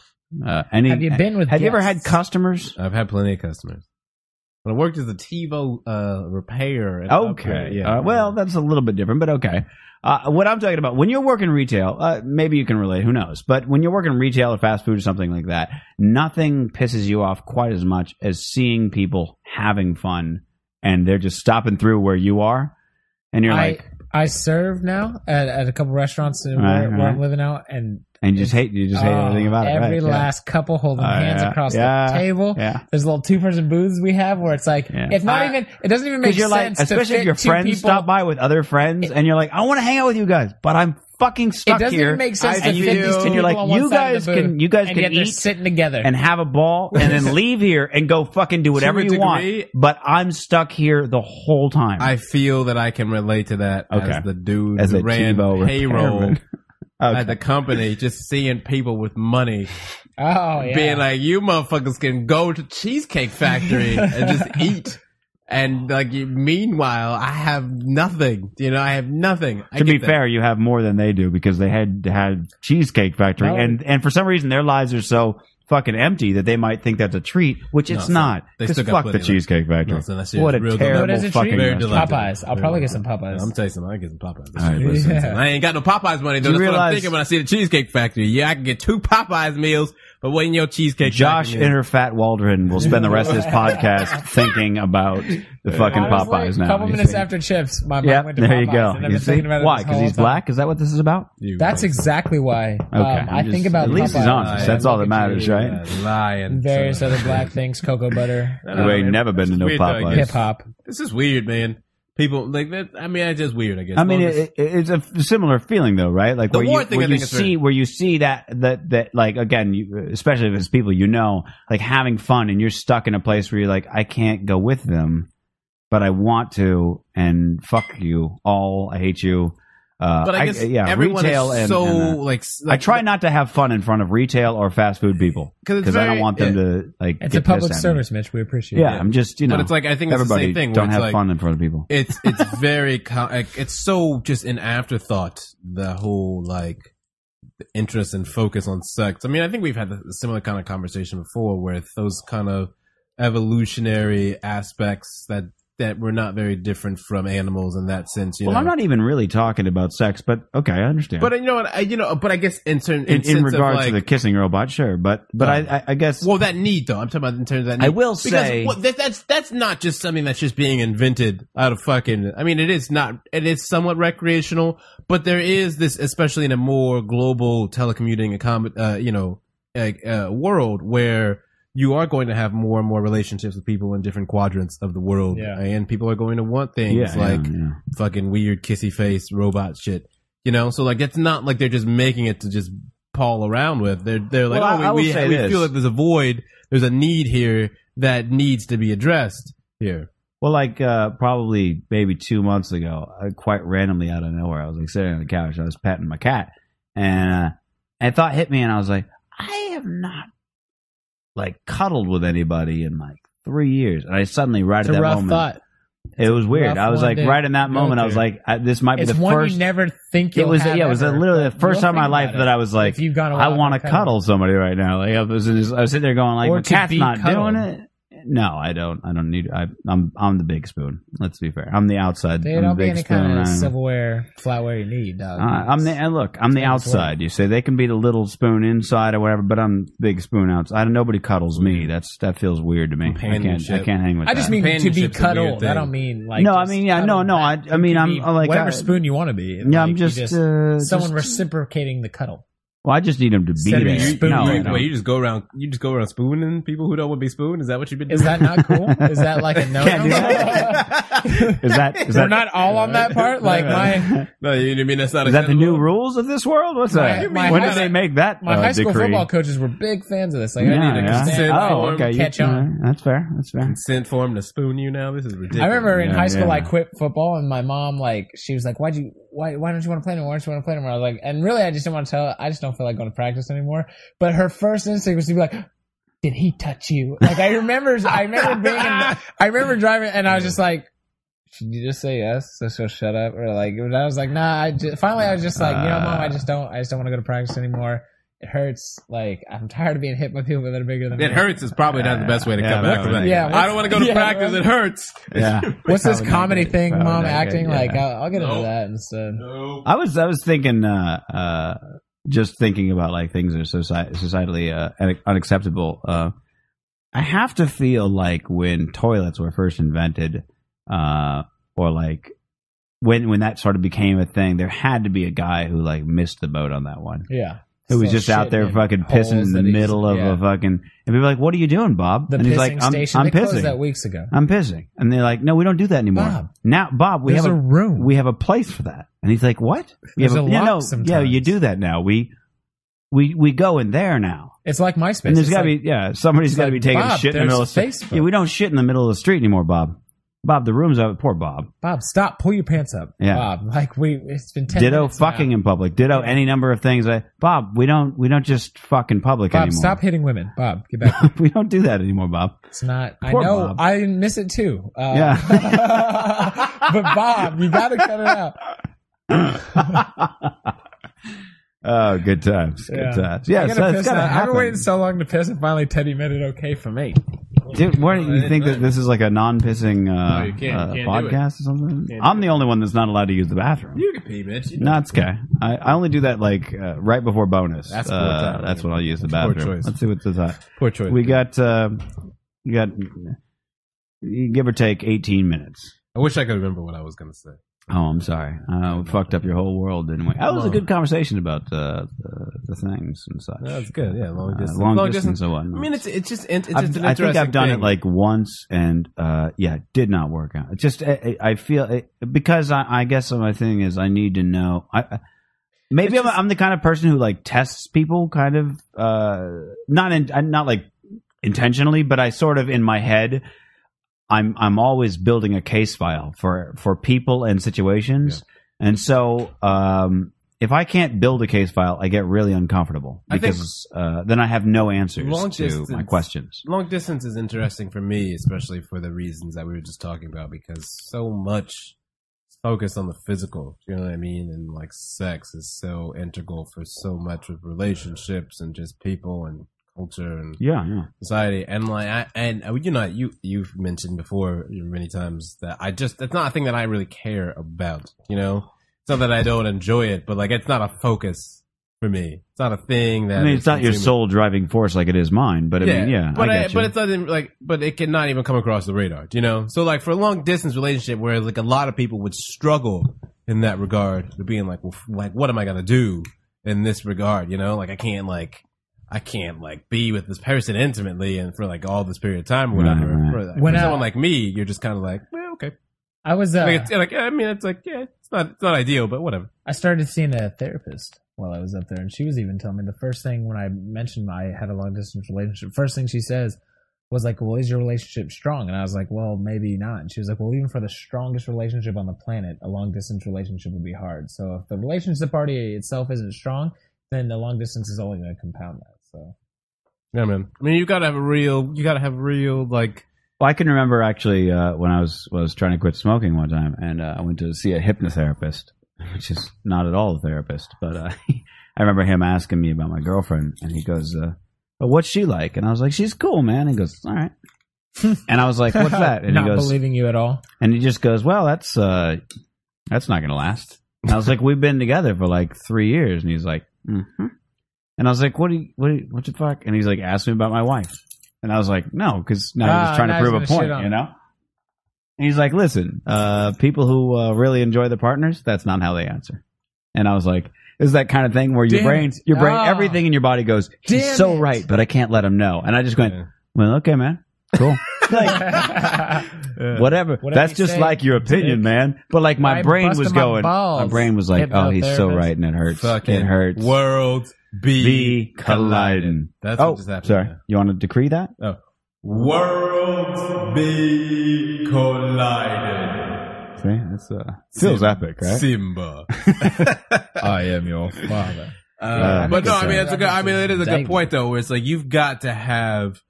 Speaker 6: uh, any,
Speaker 9: Have you been with
Speaker 6: Have you ever had
Speaker 9: guests?
Speaker 6: customers?
Speaker 2: I've had plenty of customers when I worked as a TiVo uh, repair and
Speaker 6: Okay.
Speaker 2: upgrade, yeah
Speaker 6: Uh, well, that's a little bit different, but okay. Uh, what I'm talking about, when you're working retail, uh, maybe you can relate, who knows? But when you're working retail or fast food or something like that, nothing pisses you off quite as much as seeing people having fun and they're just stopping through where you are. And you're
Speaker 9: I
Speaker 6: like,
Speaker 9: I serve now at, at a couple restaurants where,
Speaker 6: Right,
Speaker 9: where
Speaker 6: right.
Speaker 9: I'm living out, and
Speaker 6: and you just hate, you just hate
Speaker 9: oh,
Speaker 6: everything about it.
Speaker 9: Every
Speaker 6: right?
Speaker 9: last couple holding
Speaker 6: Uh,
Speaker 9: hands
Speaker 6: yeah,
Speaker 9: across
Speaker 6: yeah,
Speaker 9: the table.
Speaker 6: yeah.
Speaker 9: There's little two person booths we have where it's like
Speaker 6: Yeah.
Speaker 9: it's not
Speaker 2: I-
Speaker 9: even it doesn't even make
Speaker 6: Because you're like,
Speaker 9: sense. to
Speaker 6: especially if
Speaker 9: fit
Speaker 6: your
Speaker 9: two
Speaker 6: friends
Speaker 9: people-
Speaker 6: stop by with other friends, and you're like, I want to hang out with you guys, but I'm fucking
Speaker 9: It
Speaker 6: stuck
Speaker 9: doesn't
Speaker 6: here.
Speaker 9: even make sense
Speaker 6: and
Speaker 9: to
Speaker 6: you
Speaker 9: fit
Speaker 6: can-
Speaker 9: these two
Speaker 6: and you're
Speaker 9: people
Speaker 6: like,
Speaker 9: on one
Speaker 6: you
Speaker 9: side of
Speaker 6: guys
Speaker 9: the booth,
Speaker 6: can, you guys
Speaker 9: and
Speaker 6: can
Speaker 9: yet they're
Speaker 6: eat
Speaker 9: sitting together.
Speaker 6: and have a ball, and then leave here and go fucking do whatever
Speaker 2: a
Speaker 6: you want.
Speaker 2: degree-
Speaker 6: But I'm stuck here the whole time.
Speaker 2: I feel that I can relate to that
Speaker 6: Okay.
Speaker 2: as the dude
Speaker 6: As
Speaker 2: who
Speaker 6: a
Speaker 2: ran
Speaker 6: TiVo
Speaker 2: payroll
Speaker 6: repairman. Okay.
Speaker 2: at the company, just seeing people with money
Speaker 9: oh yeah,
Speaker 2: being like, "You motherfuckers can go to Cheesecake Factory and just eat." And like, you- meanwhile, I have nothing. You know, I have nothing. I
Speaker 6: to
Speaker 2: get
Speaker 6: be
Speaker 2: that.
Speaker 6: fair, you have more than they do because they had had Cheesecake Factory,
Speaker 9: Oh.
Speaker 6: and and for some reason their lives are so fucking empty that they might think that's a treat, which
Speaker 2: No,
Speaker 6: it's
Speaker 2: it's not.
Speaker 6: not.
Speaker 2: They
Speaker 6: Just
Speaker 2: still got
Speaker 6: fuck the
Speaker 2: plenty left.
Speaker 6: Cheesecake Factory.
Speaker 2: No, so that's
Speaker 6: what a
Speaker 2: real
Speaker 9: What
Speaker 6: terrible
Speaker 9: is it
Speaker 6: fucking.
Speaker 9: treat?
Speaker 2: Very
Speaker 6: restaurant.
Speaker 2: delightful.
Speaker 9: Popeyes. I'll probably get some Popeyes.
Speaker 2: I'm telling you something. I get some Popeyes.
Speaker 6: All right, listen.
Speaker 9: Yeah.
Speaker 2: I ain't got no Popeyes money though.
Speaker 6: Do
Speaker 2: That's what
Speaker 6: you
Speaker 2: I'm
Speaker 6: realize-
Speaker 2: thinking when I see the Cheesecake Factory. Yeah, I can get two Popeyes meals, but what in your Cheesecake
Speaker 6: Josh
Speaker 2: Factory?
Speaker 6: and her fat Waldron will spend the rest of this podcast thinking about the fucking
Speaker 9: Honestly,
Speaker 6: Popeyes now.
Speaker 9: A couple
Speaker 6: You
Speaker 9: minutes
Speaker 6: see?
Speaker 9: after chips, my mind
Speaker 6: Yeah,
Speaker 9: went to
Speaker 6: there you
Speaker 9: Popeyes,
Speaker 6: go.
Speaker 9: and I've
Speaker 6: You
Speaker 9: been
Speaker 6: see
Speaker 9: thinking about it
Speaker 6: why?
Speaker 9: this
Speaker 6: Because
Speaker 9: whole
Speaker 6: he's
Speaker 9: time.
Speaker 6: black. Is that what this is about?
Speaker 2: You
Speaker 9: That's
Speaker 2: fucking-
Speaker 9: exactly why. um,
Speaker 6: I'm
Speaker 9: I
Speaker 6: just-
Speaker 9: think about
Speaker 6: at least he's
Speaker 9: Popeyes
Speaker 6: honest. That's all that matters, right?
Speaker 2: Yeah, Lying.
Speaker 9: Various
Speaker 2: son.
Speaker 9: other black things, cocoa butter,
Speaker 2: don't
Speaker 6: We ain't
Speaker 2: know.
Speaker 6: never been to no
Speaker 2: Weird though, I
Speaker 6: Popeyes.
Speaker 2: guess.
Speaker 9: hip hop.
Speaker 2: This is weird, man. People like that. I mean, it's just weird. I guess.
Speaker 6: I mean,
Speaker 2: Well,
Speaker 6: it, it, it's a f- similar feeling though, right? Like
Speaker 2: The
Speaker 6: where
Speaker 2: war
Speaker 6: you,
Speaker 2: thing,
Speaker 6: where
Speaker 2: I
Speaker 6: you
Speaker 2: think, is
Speaker 6: see
Speaker 2: very-
Speaker 6: where you see that that that like again, you, especially if it's people you know, like having fun, and you're stuck in a place where you're like, I can't go with them, but I want to, and fuck you all. I hate you. Uh,
Speaker 2: But I guess
Speaker 6: yeah,
Speaker 2: everyone
Speaker 6: retail
Speaker 2: is
Speaker 6: and,
Speaker 2: so
Speaker 6: and, uh,
Speaker 2: like, s-
Speaker 6: I try not to have fun in front of retail or fast food people
Speaker 2: 'Cause it's
Speaker 6: because I don't
Speaker 2: very-
Speaker 6: want them
Speaker 2: yeah.
Speaker 6: to like.
Speaker 9: It's
Speaker 6: get
Speaker 9: a public
Speaker 6: pissed at me.
Speaker 9: service, Mitch. We appreciate
Speaker 6: Yeah,
Speaker 9: it.
Speaker 6: I'm just you know.
Speaker 2: But it's like I think it's the
Speaker 6: everybody
Speaker 2: same thing. where
Speaker 6: don't
Speaker 2: it's
Speaker 6: have
Speaker 2: like,
Speaker 6: fun in front of people.
Speaker 2: It's it's very co- like, it's so just an afterthought. The whole like interest and focus on sex. I mean, I think we've had a similar kind of conversation before, where those kind of evolutionary aspects that that we're not very different from animals in that sense. You
Speaker 6: well,
Speaker 2: know?
Speaker 6: I'm not even really talking about sex, but okay, I understand.
Speaker 2: But uh, you know what? I, you know, but I guess in certain
Speaker 6: in,
Speaker 2: sense
Speaker 6: in
Speaker 2: of,
Speaker 6: regards
Speaker 2: like, Uh,
Speaker 6: to the kissing robot, sure, but but I, I I guess
Speaker 2: Well, that need though. I'm talking about in terms of that. Need.
Speaker 6: I will
Speaker 2: because
Speaker 6: say-
Speaker 2: well, that, that's that's not just something that's just being invented out of fucking. I mean, it is not. It is somewhat recreational, but there is this, especially in a more global telecommuting, accom- uh, you know, like, uh, world where you are going to have more and more relationships with people in different quadrants of the world,
Speaker 9: Yeah.
Speaker 2: and people are going to want
Speaker 6: yeah,
Speaker 2: things
Speaker 6: yeah,
Speaker 2: like
Speaker 6: yeah.
Speaker 2: fucking weird kissy face robot shit. You know, so like it's not like they're just making it to just paul around with. They're they're like,
Speaker 6: Well, I-
Speaker 2: oh,
Speaker 6: I will
Speaker 2: we, we,
Speaker 6: say
Speaker 2: we
Speaker 6: this.
Speaker 2: feel like there's a void, there's a need here that needs to be addressed here.
Speaker 6: Well, like uh, probably maybe two months ago, I quite randomly out of nowhere, I was like sitting on the couch, I was petting my cat, and uh, and a thought hit me, and I was like, I have not like cuddled with anybody in like three years, and I suddenly right
Speaker 9: it's
Speaker 6: at
Speaker 9: a
Speaker 6: that
Speaker 9: rough
Speaker 6: moment,
Speaker 9: thought.
Speaker 6: it was weird.
Speaker 9: rough
Speaker 6: I was
Speaker 9: one
Speaker 6: like,
Speaker 9: to
Speaker 6: right in that
Speaker 9: go
Speaker 6: moment, I was
Speaker 9: through.
Speaker 6: like, I, this might
Speaker 9: It's
Speaker 6: be the
Speaker 9: one
Speaker 6: first.
Speaker 9: you never think
Speaker 6: it
Speaker 9: you'll
Speaker 6: was
Speaker 9: have
Speaker 6: yeah, it was
Speaker 9: ever,
Speaker 6: literally the
Speaker 9: but
Speaker 6: first
Speaker 9: you'll
Speaker 6: time in my
Speaker 9: think
Speaker 6: life
Speaker 9: about it.
Speaker 6: that I was like,
Speaker 9: if you've gone,
Speaker 6: I want to cuddle somebody right now. Like I was, in this- I was sitting there going, like,
Speaker 9: Or
Speaker 6: my
Speaker 9: to
Speaker 6: cat's
Speaker 9: be
Speaker 6: not
Speaker 9: cuddled.
Speaker 6: doing it. No, I don't. I don't need. I, I'm I'm the big spoon. Let's be fair. I'm the outside.
Speaker 9: They
Speaker 6: I'm
Speaker 9: don't
Speaker 6: the big
Speaker 9: be any
Speaker 6: spoon.
Speaker 9: kind of
Speaker 6: I'm-
Speaker 9: silverware, flatware you need, dog.
Speaker 6: uh, I'm the and look. I'm the
Speaker 9: Same as well.
Speaker 6: outside. You say they can be the little spoon inside or whatever, but I'm big spoon outside. Nobody cuddles me. That's that feels weird to me. I can't. I
Speaker 2: Companionship.
Speaker 6: can't hang with.
Speaker 9: I just
Speaker 6: that.
Speaker 9: mean to be
Speaker 2: Companionship's a weird
Speaker 9: cuddled. I
Speaker 2: thing.
Speaker 9: don't mean like.
Speaker 6: No, I
Speaker 9: just
Speaker 6: mean, yeah, no,
Speaker 9: cuddled
Speaker 6: no, I-
Speaker 9: back.
Speaker 6: I mean,
Speaker 9: You can
Speaker 6: I'm-
Speaker 9: be
Speaker 6: I'm like,
Speaker 9: whatever
Speaker 6: I-
Speaker 9: spoon you want to be.
Speaker 6: Yeah,
Speaker 9: Like,
Speaker 6: I'm
Speaker 9: you
Speaker 6: just, uh,
Speaker 9: someone
Speaker 6: just-
Speaker 9: reciprocating the cuddle.
Speaker 6: Well, I just need him to be
Speaker 9: Send
Speaker 6: there.
Speaker 9: me a spoon.
Speaker 6: No, I
Speaker 2: wait,
Speaker 6: don't.
Speaker 2: wait, you just go around you just go around spooning people who don't want to be spooned? Is that what you've been
Speaker 9: Is
Speaker 2: doing?
Speaker 9: that not cool? Is that like a no?
Speaker 6: Can't do Is that is
Speaker 9: We're
Speaker 6: that
Speaker 9: not all on that part. Like my
Speaker 2: no, you know what I mean that's not
Speaker 6: is that the new
Speaker 2: acceptable?
Speaker 6: rules of this world? What's
Speaker 9: My-
Speaker 6: that?
Speaker 9: my
Speaker 6: when
Speaker 9: high-
Speaker 6: did they make that
Speaker 9: my
Speaker 6: uh,
Speaker 9: high school
Speaker 6: decree?
Speaker 9: football coaches were big fans of this. Like I
Speaker 6: yeah,
Speaker 9: need to
Speaker 6: yeah.
Speaker 9: consent.
Speaker 6: Oh, okay. you-
Speaker 9: Catch on.
Speaker 6: uh, that's fair. That's fair.
Speaker 2: consent form to spoon you now? This is ridiculous.
Speaker 9: I remember in
Speaker 6: Yeah,
Speaker 9: high school
Speaker 6: yeah.
Speaker 9: I quit football and my mom like she was like why'd you why why don't you want to play anymore? Why don't you want to play anymore? I was like and really I just didn't want to tell her I just don't feel like going to practice anymore. But her first instinct was to be like did he touch you? Like I remember I remember being in, I remember driving and I was just like should you just say yes so she'll shut up or like and I was like nah I just, finally I was just like you know
Speaker 2: Ah.
Speaker 9: mom I just don't I just don't want to go to practice anymore. It hurts. Like I'm tired of being hit by people that are bigger than me.
Speaker 2: It hurts is probably not the best way to
Speaker 6: Yeah,
Speaker 2: come
Speaker 6: that's
Speaker 2: out.
Speaker 6: right.
Speaker 2: Like,
Speaker 9: Yeah,
Speaker 2: I don't want to go to
Speaker 9: yeah,
Speaker 2: practice.
Speaker 9: right.
Speaker 2: It hurts.
Speaker 6: Yeah.
Speaker 9: What's this
Speaker 6: Probably not
Speaker 9: comedy
Speaker 6: good.
Speaker 9: thing,
Speaker 6: Probably
Speaker 9: mom
Speaker 6: not good,
Speaker 9: acting?
Speaker 6: yeah.
Speaker 9: Like, I'll, I'll get into
Speaker 2: Nope.
Speaker 9: that instead.
Speaker 6: I was I was thinking uh, uh, just thinking about like things that are soci- societally uh, un- unacceptable. Uh, I have to feel like when toilets were first invented, uh, or like when when that sort of became a thing, there had to be a guy who like missed the boat on that one.
Speaker 9: Yeah.
Speaker 6: Who was
Speaker 9: So
Speaker 6: just out
Speaker 9: shit
Speaker 6: there
Speaker 9: in
Speaker 6: fucking
Speaker 9: holes
Speaker 6: pissing in the
Speaker 9: that he's-
Speaker 6: middle of
Speaker 9: yeah.
Speaker 6: a fucking and people are like, "What are you doing, Bob?"
Speaker 9: the
Speaker 6: and
Speaker 9: pissing
Speaker 6: he's like, "I'm,
Speaker 9: station.
Speaker 6: I'm
Speaker 9: they closed
Speaker 6: pissing.
Speaker 9: that weeks ago.
Speaker 6: I'm pissing." And they're like, "No, we don't do that anymore."
Speaker 9: Bob,
Speaker 6: now, Bob, we
Speaker 9: There's
Speaker 6: have
Speaker 9: a room.
Speaker 6: we have a place for that. And he's like, what? We
Speaker 9: There's
Speaker 6: have
Speaker 9: a
Speaker 6: yeah,
Speaker 9: lock
Speaker 6: no, yeah,
Speaker 9: sometimes.
Speaker 6: you do that now. We, we, we go in there now.
Speaker 9: it's like MySpace.
Speaker 6: And there's
Speaker 9: It's
Speaker 6: got to
Speaker 9: like,
Speaker 6: be, yeah, somebody's
Speaker 9: it's
Speaker 6: got to be
Speaker 9: like,
Speaker 6: taking a
Speaker 9: Bob,
Speaker 6: shit in the
Speaker 9: there's
Speaker 6: middle of the street.
Speaker 9: Facebook.
Speaker 6: Yeah, we don't shit in the middle of the street anymore, Bob. Bob, the room's out at poor Bob.
Speaker 9: Bob, stop. Pull your pants up.
Speaker 6: Yeah.
Speaker 9: Bob, like, we, it's been 10
Speaker 6: Ditto
Speaker 9: minutes now.
Speaker 6: fucking in public. Ditto any number of things. I, Bob, we don't, we don't just fuck in public
Speaker 9: Bob,
Speaker 6: anymore.
Speaker 9: stop hitting women. Bob, get back.
Speaker 6: we don't do that anymore, Bob.
Speaker 9: It's not. I
Speaker 6: Poor
Speaker 9: know.
Speaker 6: Bob.
Speaker 9: I miss it too. Uh,
Speaker 6: Yeah.
Speaker 9: but Bob, you got to cut it out.
Speaker 6: Oh, good times. Good
Speaker 9: Yeah.
Speaker 6: times. Yeah,
Speaker 9: I
Speaker 6: so
Speaker 9: gotta
Speaker 6: it's
Speaker 9: piss
Speaker 6: gotta
Speaker 9: now. I've
Speaker 6: happen.
Speaker 9: been waiting so long to piss, and finally Teddy made it okay for me.
Speaker 6: Dude, what do you think that this is like a non-pissing uh,
Speaker 2: No, you can't-
Speaker 6: uh,
Speaker 2: can't do it.
Speaker 6: podcast or something? I'm the only one that's not allowed to use the bathroom.
Speaker 2: You can pee, bitch. You
Speaker 6: No, it's okay. I, I only do that like uh, right before bonus.
Speaker 2: That's poor
Speaker 6: uh,
Speaker 2: timing.
Speaker 6: that's when I'll use the
Speaker 2: That's poor
Speaker 6: bathroom.
Speaker 2: choice.
Speaker 6: Let's see what's that.
Speaker 2: Poor choice.
Speaker 6: We got uh, you got you give or take 18 minutes.
Speaker 2: I wish I could remember what I was gonna say.
Speaker 6: Oh, I'm sorry. Uh, we fucked up your whole world, didn't we? That was a good conversation about uh, the, the things and such.
Speaker 2: That's good. Yeah, long
Speaker 6: Uh,
Speaker 2: distance.
Speaker 6: long distance or what?
Speaker 2: I mean, it's it's just it's, it's
Speaker 6: I've-
Speaker 2: just an
Speaker 6: I think I've
Speaker 2: interesting
Speaker 6: done
Speaker 2: thing.
Speaker 6: it like once, and uh, yeah, it did not work out. It just I, I I feel it, because I, I guess my thing is I need to know. I, I- maybe I'm, I'm the kind of person who like tests people, kind of uh, not in, I'm not like intentionally, but I sort of in my head. I'm I'm always building a case file for for people and situations, and so um, if I can't build a case file, I get really uncomfortable
Speaker 2: I think-
Speaker 6: because uh, then I have no answers
Speaker 2: Long
Speaker 6: to my
Speaker 2: distance-
Speaker 6: questions.
Speaker 2: Long distance is interesting for me, especially for the reasons that we were just talking about, because so much focus on the physical, you know what I mean? And like sex is so integral for so much of relationships and just people and culture and
Speaker 6: Yeah, yeah.
Speaker 2: society. And like, I, and uh, you know, you you've mentioned before many times that I just that's not a thing that I really care about. You know, it's not that I don't enjoy it, but like, it's not a focus for me. It's not a thing that
Speaker 6: I mean, it's
Speaker 2: is
Speaker 6: not your
Speaker 2: consuming-
Speaker 6: sole driving force like it is mine, but I mean, yeah,
Speaker 2: but
Speaker 6: I get you.
Speaker 2: but it doesn't like, but it cannot even come across the radar, you know. So like for a long distance relationship, where like a lot of people would struggle in that regard to being like, well, f- like what am I gonna do in this regard, you know? Like I can't like, I can't like be with this person intimately and for like all this period of time or
Speaker 6: Right,
Speaker 2: whatever.
Speaker 6: right.
Speaker 2: For, like,
Speaker 9: When
Speaker 2: for
Speaker 9: I-
Speaker 2: someone like me, you're just kind of like, well, okay,
Speaker 9: I was uh,
Speaker 2: like, it's, like I mean, it's like yeah, it's not it's not ideal, but whatever.
Speaker 9: I started seeing a therapist while I was up there, and she was even telling me the first thing when I mentioned I had a long distance relationship. First thing she says was like, "Well, is your relationship strong?" And I was like, "Well, maybe not." And she was like, "Well, even for the strongest relationship on the planet, a long distance relationship would be hard. So if the relationship party itself isn't strong, then the long distance is only going to compound that." So
Speaker 2: Yeah, man. I mean, you gotta have a real, you gotta have real like.
Speaker 6: Well, I can remember actually uh, when I was was trying to quit smoking one time, and uh, I went to see a hypnotherapist, which is not at all a therapist, but uh, I remember him asking me about my girlfriend, and he goes, uh, "But what's she like?" And I was like, "She's cool, man." And he goes, "All right." and I was like, "What's that?" And
Speaker 9: not
Speaker 6: he goes,
Speaker 9: believing you at all.
Speaker 6: and he just goes, "Well, that's uh, that's not gonna last." And I was like, "We've been together for like three years," and he's like, "Mm-hmm." And I was like, "What do you, what do you, what the fuck?" And he's like, "Asked me about my wife," and I was like, "No," because now
Speaker 9: Ah,
Speaker 6: he's trying
Speaker 9: now
Speaker 6: to
Speaker 9: he's
Speaker 6: prove a
Speaker 9: gonna
Speaker 6: point,
Speaker 9: shit on
Speaker 6: you
Speaker 9: it.
Speaker 6: know. And he's like, "Listen, uh, people who uh, really enjoy their partners, that's not how they answer." And I was like, "Is that kind of thing where your
Speaker 9: Damn
Speaker 6: brain,
Speaker 9: it.
Speaker 6: your brain,
Speaker 9: Ah.
Speaker 6: everything in your body goes, he's
Speaker 9: Damn
Speaker 6: so
Speaker 9: it.
Speaker 6: right, but I can't let him know." And I just went,
Speaker 2: Yeah.
Speaker 6: "Well, okay, man, cool." like, whatever.
Speaker 9: Whatever
Speaker 6: That's
Speaker 9: you
Speaker 6: just
Speaker 9: say,
Speaker 6: like your opinion,
Speaker 9: dick.
Speaker 6: man. But like my
Speaker 9: I
Speaker 6: brain
Speaker 9: busted
Speaker 6: was
Speaker 9: my
Speaker 6: going. My
Speaker 9: balls.
Speaker 6: brain was like, oh, he's so
Speaker 9: Hypnotherapist.
Speaker 6: right, and it hurts.
Speaker 2: Fucking
Speaker 6: it hurts.
Speaker 2: World
Speaker 6: Be
Speaker 2: be
Speaker 6: colliding.
Speaker 2: That's
Speaker 6: oh,
Speaker 2: what just happened.
Speaker 6: sorry.
Speaker 2: yeah.
Speaker 6: You want to decree that?
Speaker 2: Oh. Worlds be colliding.
Speaker 6: See, that's uh, feels
Speaker 2: Sim-
Speaker 6: epic, right?
Speaker 2: Simba.
Speaker 9: I am your father.
Speaker 6: Uh,
Speaker 2: but no, I mean
Speaker 6: so.
Speaker 2: it's a good. I mean it is a
Speaker 9: Dang.
Speaker 2: good point though, where it's like you've got to have.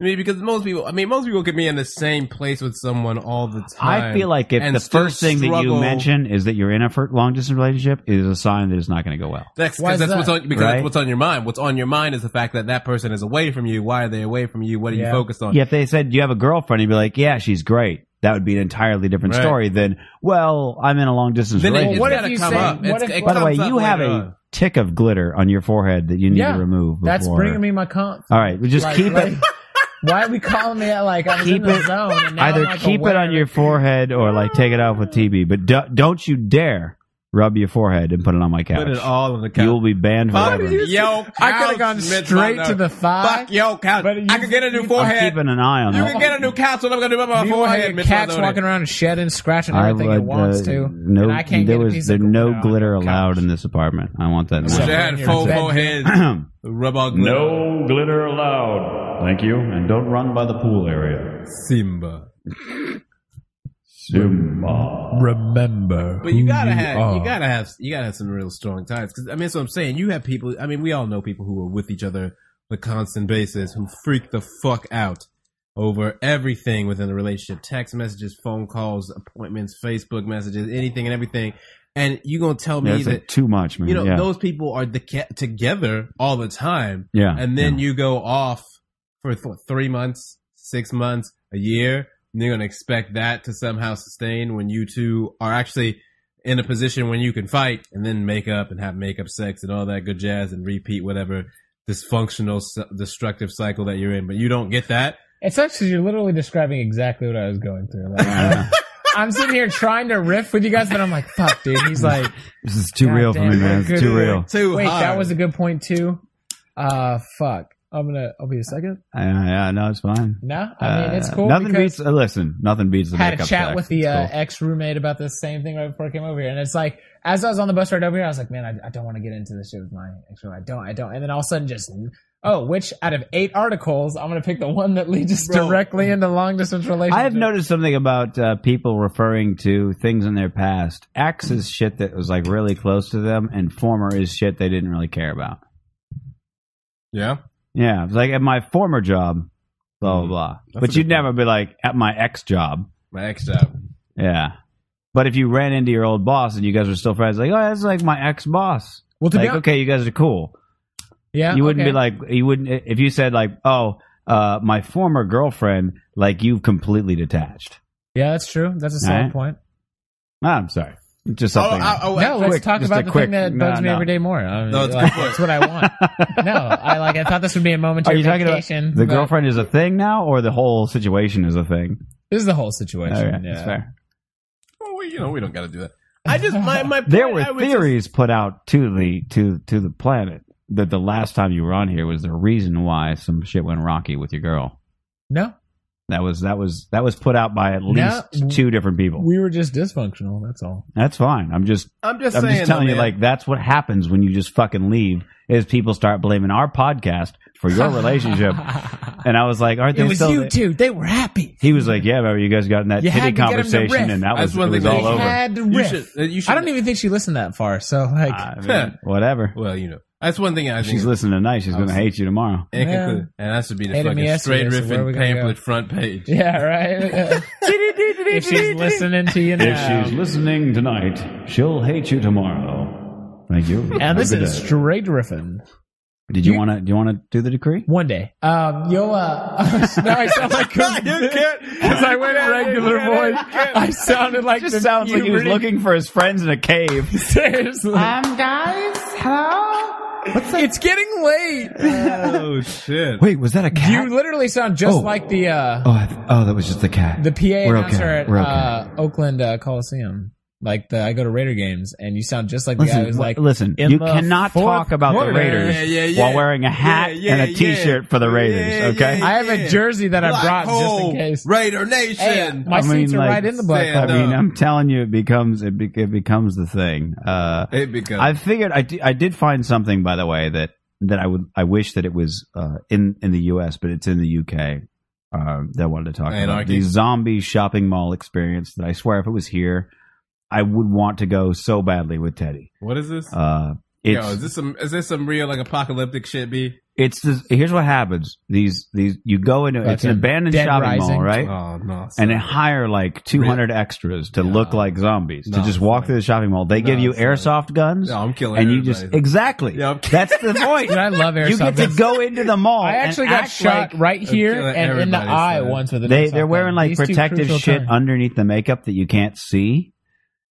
Speaker 2: I mean, because most people, I mean, most people can be in the same place with someone all the time.
Speaker 6: I feel like if
Speaker 2: and
Speaker 6: the
Speaker 2: still
Speaker 6: first thing that you
Speaker 2: struggle-
Speaker 6: mention is that you're in a long distance relationship, it is a sign that it's not going to go well.
Speaker 2: That's
Speaker 9: Why
Speaker 2: because
Speaker 9: is
Speaker 2: that's
Speaker 9: that?
Speaker 2: what's on because
Speaker 6: Right?
Speaker 2: that's what's on your mind. What's on your mind is the fact that that person is away from you. Why are they away from you? What are you
Speaker 9: Yeah.
Speaker 2: focused on?
Speaker 6: Yeah, if they said you have a girlfriend, you'd be like, yeah, she's great. That would be an entirely different
Speaker 2: Right.
Speaker 6: story than, well, I'm in a long distance
Speaker 2: Then it,
Speaker 6: relationship.
Speaker 2: it's
Speaker 9: what if
Speaker 2: gotta
Speaker 9: you
Speaker 2: come
Speaker 9: say-
Speaker 2: up.
Speaker 9: what
Speaker 2: It's-
Speaker 9: if-
Speaker 2: it
Speaker 6: By the way,
Speaker 2: comes up
Speaker 6: you have
Speaker 2: later
Speaker 6: a
Speaker 2: on.
Speaker 6: tick of glitter on your forehead that you need
Speaker 9: Yeah.
Speaker 6: to remove. Before.
Speaker 9: That's bringing me my comp.
Speaker 6: All right, well, just
Speaker 9: Like,
Speaker 6: keep
Speaker 9: like,
Speaker 6: it.
Speaker 9: Why are we calling me out like I was
Speaker 6: Keep
Speaker 9: in the
Speaker 6: it-
Speaker 9: zone? And now
Speaker 6: Either
Speaker 9: I'm, like,
Speaker 6: keep it on
Speaker 9: aware.
Speaker 6: your forehead or like take it off with TB. But do, don't you dare rub your forehead and put it on my couch.
Speaker 2: Put it all on the
Speaker 6: you will
Speaker 2: couch.
Speaker 6: be banned
Speaker 2: Fuck
Speaker 6: forever.
Speaker 2: you. Yo,
Speaker 9: I could have gone
Speaker 2: couch, Mitch
Speaker 9: straight to
Speaker 2: Mother.
Speaker 9: the thigh.
Speaker 2: Fuck yo couch.
Speaker 9: But you-
Speaker 2: I could get a new
Speaker 9: I'm
Speaker 6: I'm
Speaker 2: forehead.
Speaker 6: keeping an eye on
Speaker 2: You
Speaker 6: that.
Speaker 2: can get a new couch. What I'm gonna do about my forehead,
Speaker 9: Meanwhile, your
Speaker 2: Mitch
Speaker 9: cat's
Speaker 2: Maldonado.
Speaker 9: walking around shedding, scratching
Speaker 6: I
Speaker 9: everything
Speaker 6: would,
Speaker 9: it wants
Speaker 6: uh,
Speaker 9: to.
Speaker 6: No,
Speaker 9: and I can't
Speaker 6: there
Speaker 9: get a
Speaker 6: was
Speaker 9: piece
Speaker 6: there
Speaker 9: of
Speaker 6: no
Speaker 9: on
Speaker 6: glitter
Speaker 9: the couch.
Speaker 6: allowed in this apartment. I want that.
Speaker 2: Wish I
Speaker 6: now.
Speaker 2: had full forehead. Rub all glitter.
Speaker 6: no glitter allowed. Thank you, and don't run by the pool area.
Speaker 2: Simba.
Speaker 6: Simba.
Speaker 9: Remember,
Speaker 2: But you gotta have, you gotta have, you gotta have some real strong ties. Because I mean, that's what I'm saying. You have people. I mean, we all know people who are with each other on a constant basis who freak the fuck out over everything within the relationship: text messages, phone calls, appointments, Facebook messages, anything and everything. And you gonna tell me
Speaker 6: That's
Speaker 2: that
Speaker 6: like too much, man.
Speaker 2: you know
Speaker 6: yeah.
Speaker 2: those people are the ca- together all the time
Speaker 6: yeah.
Speaker 2: and then
Speaker 6: yeah.
Speaker 2: you go off for th- three months six months a year and you're gonna expect that to somehow sustain when you two are actually in a position when you can fight and then make up and have make up sex and all that good jazz and repeat whatever dysfunctional s- destructive cycle that you're in but you don't get that
Speaker 9: It's actually you're literally describing exactly what I was going through. Like, I'm- I'm sitting here trying to riff with you guys, but I'm like, fuck, dude. He's like,
Speaker 6: This is too
Speaker 9: God
Speaker 6: real for
Speaker 9: damn
Speaker 6: me,
Speaker 9: it,
Speaker 6: man. It's
Speaker 9: good
Speaker 6: too
Speaker 9: boy.
Speaker 6: real.
Speaker 2: too
Speaker 9: wait, that
Speaker 2: hard.
Speaker 9: was a good point too. Uh, fuck. I'm gonna. I'll be a second.
Speaker 6: Yeah, yeah, no, it's fine.
Speaker 9: No, I mean it's
Speaker 6: Uh,
Speaker 9: cool.
Speaker 6: Nothing
Speaker 9: because-
Speaker 6: beats. Uh, listen, nothing beats the
Speaker 9: had a
Speaker 6: makeup
Speaker 9: chat
Speaker 6: sex.
Speaker 9: with the
Speaker 6: It's
Speaker 9: uh,
Speaker 6: cool.
Speaker 9: ex roommate about this same thing right before I came over here, and it's like as I was on the bus ride over here, I was like, man, I, I don't want to get into this shit with my ex roommate. I don't, I don't. And then all of a sudden, just oh, which out of eight articles, I'm going to pick the one that leads us
Speaker 2: Bro.
Speaker 9: directly into long distance relationships.
Speaker 6: I have noticed something about uh, people referring to things in their past. Ex is shit that was like really close to them, and former is shit they didn't really care about.
Speaker 2: Yeah.
Speaker 6: Yeah, it's like at my former job, blah
Speaker 9: Mm-hmm.
Speaker 6: blah blah.
Speaker 2: That's a
Speaker 6: but
Speaker 2: good
Speaker 6: you'd never be like at my ex job.
Speaker 2: My ex job.
Speaker 6: Yeah, but if you ran into your old boss and you guys were still friends, like oh, that's like my ex boss.
Speaker 9: Well, to be
Speaker 6: Like
Speaker 9: hon-
Speaker 6: okay, you guys are cool.
Speaker 9: yeah,
Speaker 6: you wouldn't
Speaker 9: okay.
Speaker 6: be like you wouldn't if you said like oh, uh, my former girlfriend. Like you've completely detached.
Speaker 9: yeah, that's true. That's a solid
Speaker 6: Alright.
Speaker 9: point.
Speaker 6: Ah, I'm sorry. Just something.
Speaker 2: oh,
Speaker 9: no, let's
Speaker 6: quick,
Speaker 9: talk
Speaker 6: just
Speaker 9: about
Speaker 6: a
Speaker 9: the
Speaker 6: quick-
Speaker 9: thing that
Speaker 6: no,
Speaker 9: bugs me
Speaker 6: no.
Speaker 9: every day more. I mean,
Speaker 2: No, it's a good
Speaker 9: like,
Speaker 2: point.
Speaker 9: that's what I want. no, I like. I thought this would be a
Speaker 6: Are
Speaker 9: momentary
Speaker 6: you talking about
Speaker 9: vacation.
Speaker 6: the
Speaker 9: but
Speaker 6: girlfriend is a thing now, or the whole situation is a thing?
Speaker 9: This is the whole situation.
Speaker 6: Okay,
Speaker 9: yeah.
Speaker 6: that's fair.
Speaker 2: Well, we- you know, we don't got to do that. I just my my point,
Speaker 6: There were
Speaker 2: I was just-
Speaker 6: theories put out to the to to the planet that the last time you were on here was the reason why some shit went rocky with your girl.
Speaker 9: No,
Speaker 6: That was that was that was put out by at least two different people.
Speaker 9: we were just dysfunctional. That's all.
Speaker 6: that's fine. I'm just
Speaker 2: I'm just
Speaker 6: I'm
Speaker 2: saying,
Speaker 6: just telling
Speaker 2: though,
Speaker 6: you,
Speaker 2: man.
Speaker 6: like that's what happens when you just fucking leave. Is people start blaming our podcast for your relationship? and I was like, aren't they
Speaker 9: It was
Speaker 6: still?
Speaker 9: you two. They were happy.
Speaker 6: He was like, yeah, remember you guys got in that
Speaker 9: You
Speaker 6: titty
Speaker 9: had to get him to
Speaker 6: conversation,
Speaker 9: riff.
Speaker 6: and that
Speaker 2: That's
Speaker 6: was,
Speaker 2: one
Speaker 6: it
Speaker 2: thing
Speaker 6: was
Speaker 2: they
Speaker 6: all over.
Speaker 9: Had to
Speaker 2: you
Speaker 9: riff.
Speaker 2: should, uh, you should.
Speaker 9: I don't even think she listened that far. So like,
Speaker 6: I mean, whatever.
Speaker 2: Well, you know, that's one thing I think.
Speaker 6: She's listening tonight. She's going to hate you tomorrow.
Speaker 2: and,
Speaker 9: Yeah.
Speaker 2: conclude, and that should be the
Speaker 9: Hated me
Speaker 2: fucking
Speaker 9: yesterday,
Speaker 2: straight
Speaker 9: so where are we
Speaker 2: riffing
Speaker 9: gonna go?
Speaker 2: pamphlet front page.
Speaker 9: yeah, right. if she's listening to you now.
Speaker 6: If she's listening tonight, she'll hate you tomorrow. Thank you.
Speaker 9: and
Speaker 6: Have
Speaker 9: this
Speaker 6: a good
Speaker 9: is
Speaker 6: day.
Speaker 9: straight riffing.
Speaker 6: Did you want to? Do you want to do the decree?
Speaker 9: One day, um, yo, uh, now I sound like you can't. As I went regular voice, I sounded like the puberty-
Speaker 6: for his friends in a cave.
Speaker 9: Seriously,
Speaker 10: Um, guys, hello?
Speaker 9: it's getting late.
Speaker 2: Oh shit!
Speaker 6: Wait, was that a cat?
Speaker 9: You literally sound just like the uh,
Speaker 6: oh, I th- oh, that was just the cat.
Speaker 9: the PA
Speaker 6: We're okay.
Speaker 9: announcer at
Speaker 6: We're okay.
Speaker 9: uh, Oakland uh, Coliseum. Like the I go to Raider games, and you sound just like the guy
Speaker 6: Listen,
Speaker 9: who's
Speaker 6: wh-
Speaker 9: like,
Speaker 6: listen.
Speaker 9: in
Speaker 6: You
Speaker 9: the
Speaker 6: cannot
Speaker 9: fourth
Speaker 6: talk about
Speaker 9: quarter.
Speaker 6: the Raiders
Speaker 2: Yeah, yeah, yeah.
Speaker 6: while wearing a hat
Speaker 2: Yeah, yeah,
Speaker 6: and a
Speaker 2: yeah.
Speaker 6: T-shirt for the Raiders.
Speaker 2: Yeah,
Speaker 6: okay,
Speaker 2: yeah,
Speaker 9: I have a
Speaker 2: yeah.
Speaker 9: jersey that I
Speaker 2: Black
Speaker 9: brought just
Speaker 2: hole,
Speaker 9: in case.
Speaker 2: Raider Nation.
Speaker 9: Hey, my
Speaker 6: I
Speaker 9: seats
Speaker 6: mean,
Speaker 9: are
Speaker 6: like,
Speaker 9: right in the black
Speaker 2: stand
Speaker 9: hole.
Speaker 6: I mean,
Speaker 2: up.
Speaker 6: I'm telling you, it becomes it, be- it becomes the thing. Uh,
Speaker 2: It becomes-
Speaker 6: I figured I, di- I did find something by the way that that I would I wish that it was uh, in in the U.S. but it's in the U.K. Uh, that I wanted to talk about
Speaker 2: Anarchy.
Speaker 6: the zombie shopping mall experience. That I swear, if it was here, I would want to go so badly with Teddy.
Speaker 2: what is this?
Speaker 6: Uh, it's
Speaker 2: Yo, is this some? Is this some real like apocalyptic shit? Be
Speaker 6: it's this, here's what happens. These these you go into it's an
Speaker 9: Fucking
Speaker 6: abandoned
Speaker 9: Dead
Speaker 6: shopping
Speaker 9: Rising.
Speaker 6: mall, right?
Speaker 2: oh no,
Speaker 6: and they hire like 200 extras to look like zombies
Speaker 2: No,
Speaker 6: to just
Speaker 2: it's
Speaker 6: walk
Speaker 2: not.
Speaker 6: through the shopping mall. They
Speaker 2: No,
Speaker 6: give you
Speaker 2: it's not.
Speaker 6: airsoft guns,
Speaker 2: no, I'm killing.
Speaker 6: and you
Speaker 2: everybody.
Speaker 6: just exactly.
Speaker 2: Yeah, I'm-
Speaker 6: That's the point.
Speaker 9: Dude, I love airsoft.
Speaker 6: you get to
Speaker 9: guns.
Speaker 6: go into the mall.
Speaker 9: I actually
Speaker 6: and
Speaker 9: got
Speaker 6: act
Speaker 9: shot
Speaker 6: like-
Speaker 9: right here
Speaker 2: Okay,
Speaker 9: and in the
Speaker 2: everybody's
Speaker 9: eye
Speaker 2: dead.
Speaker 9: once with an
Speaker 6: they
Speaker 9: airsoft
Speaker 6: they're wearing
Speaker 9: gun.
Speaker 6: like
Speaker 9: These two
Speaker 6: protective
Speaker 9: crucial
Speaker 6: shit
Speaker 9: times.
Speaker 6: underneath the makeup that you can't see,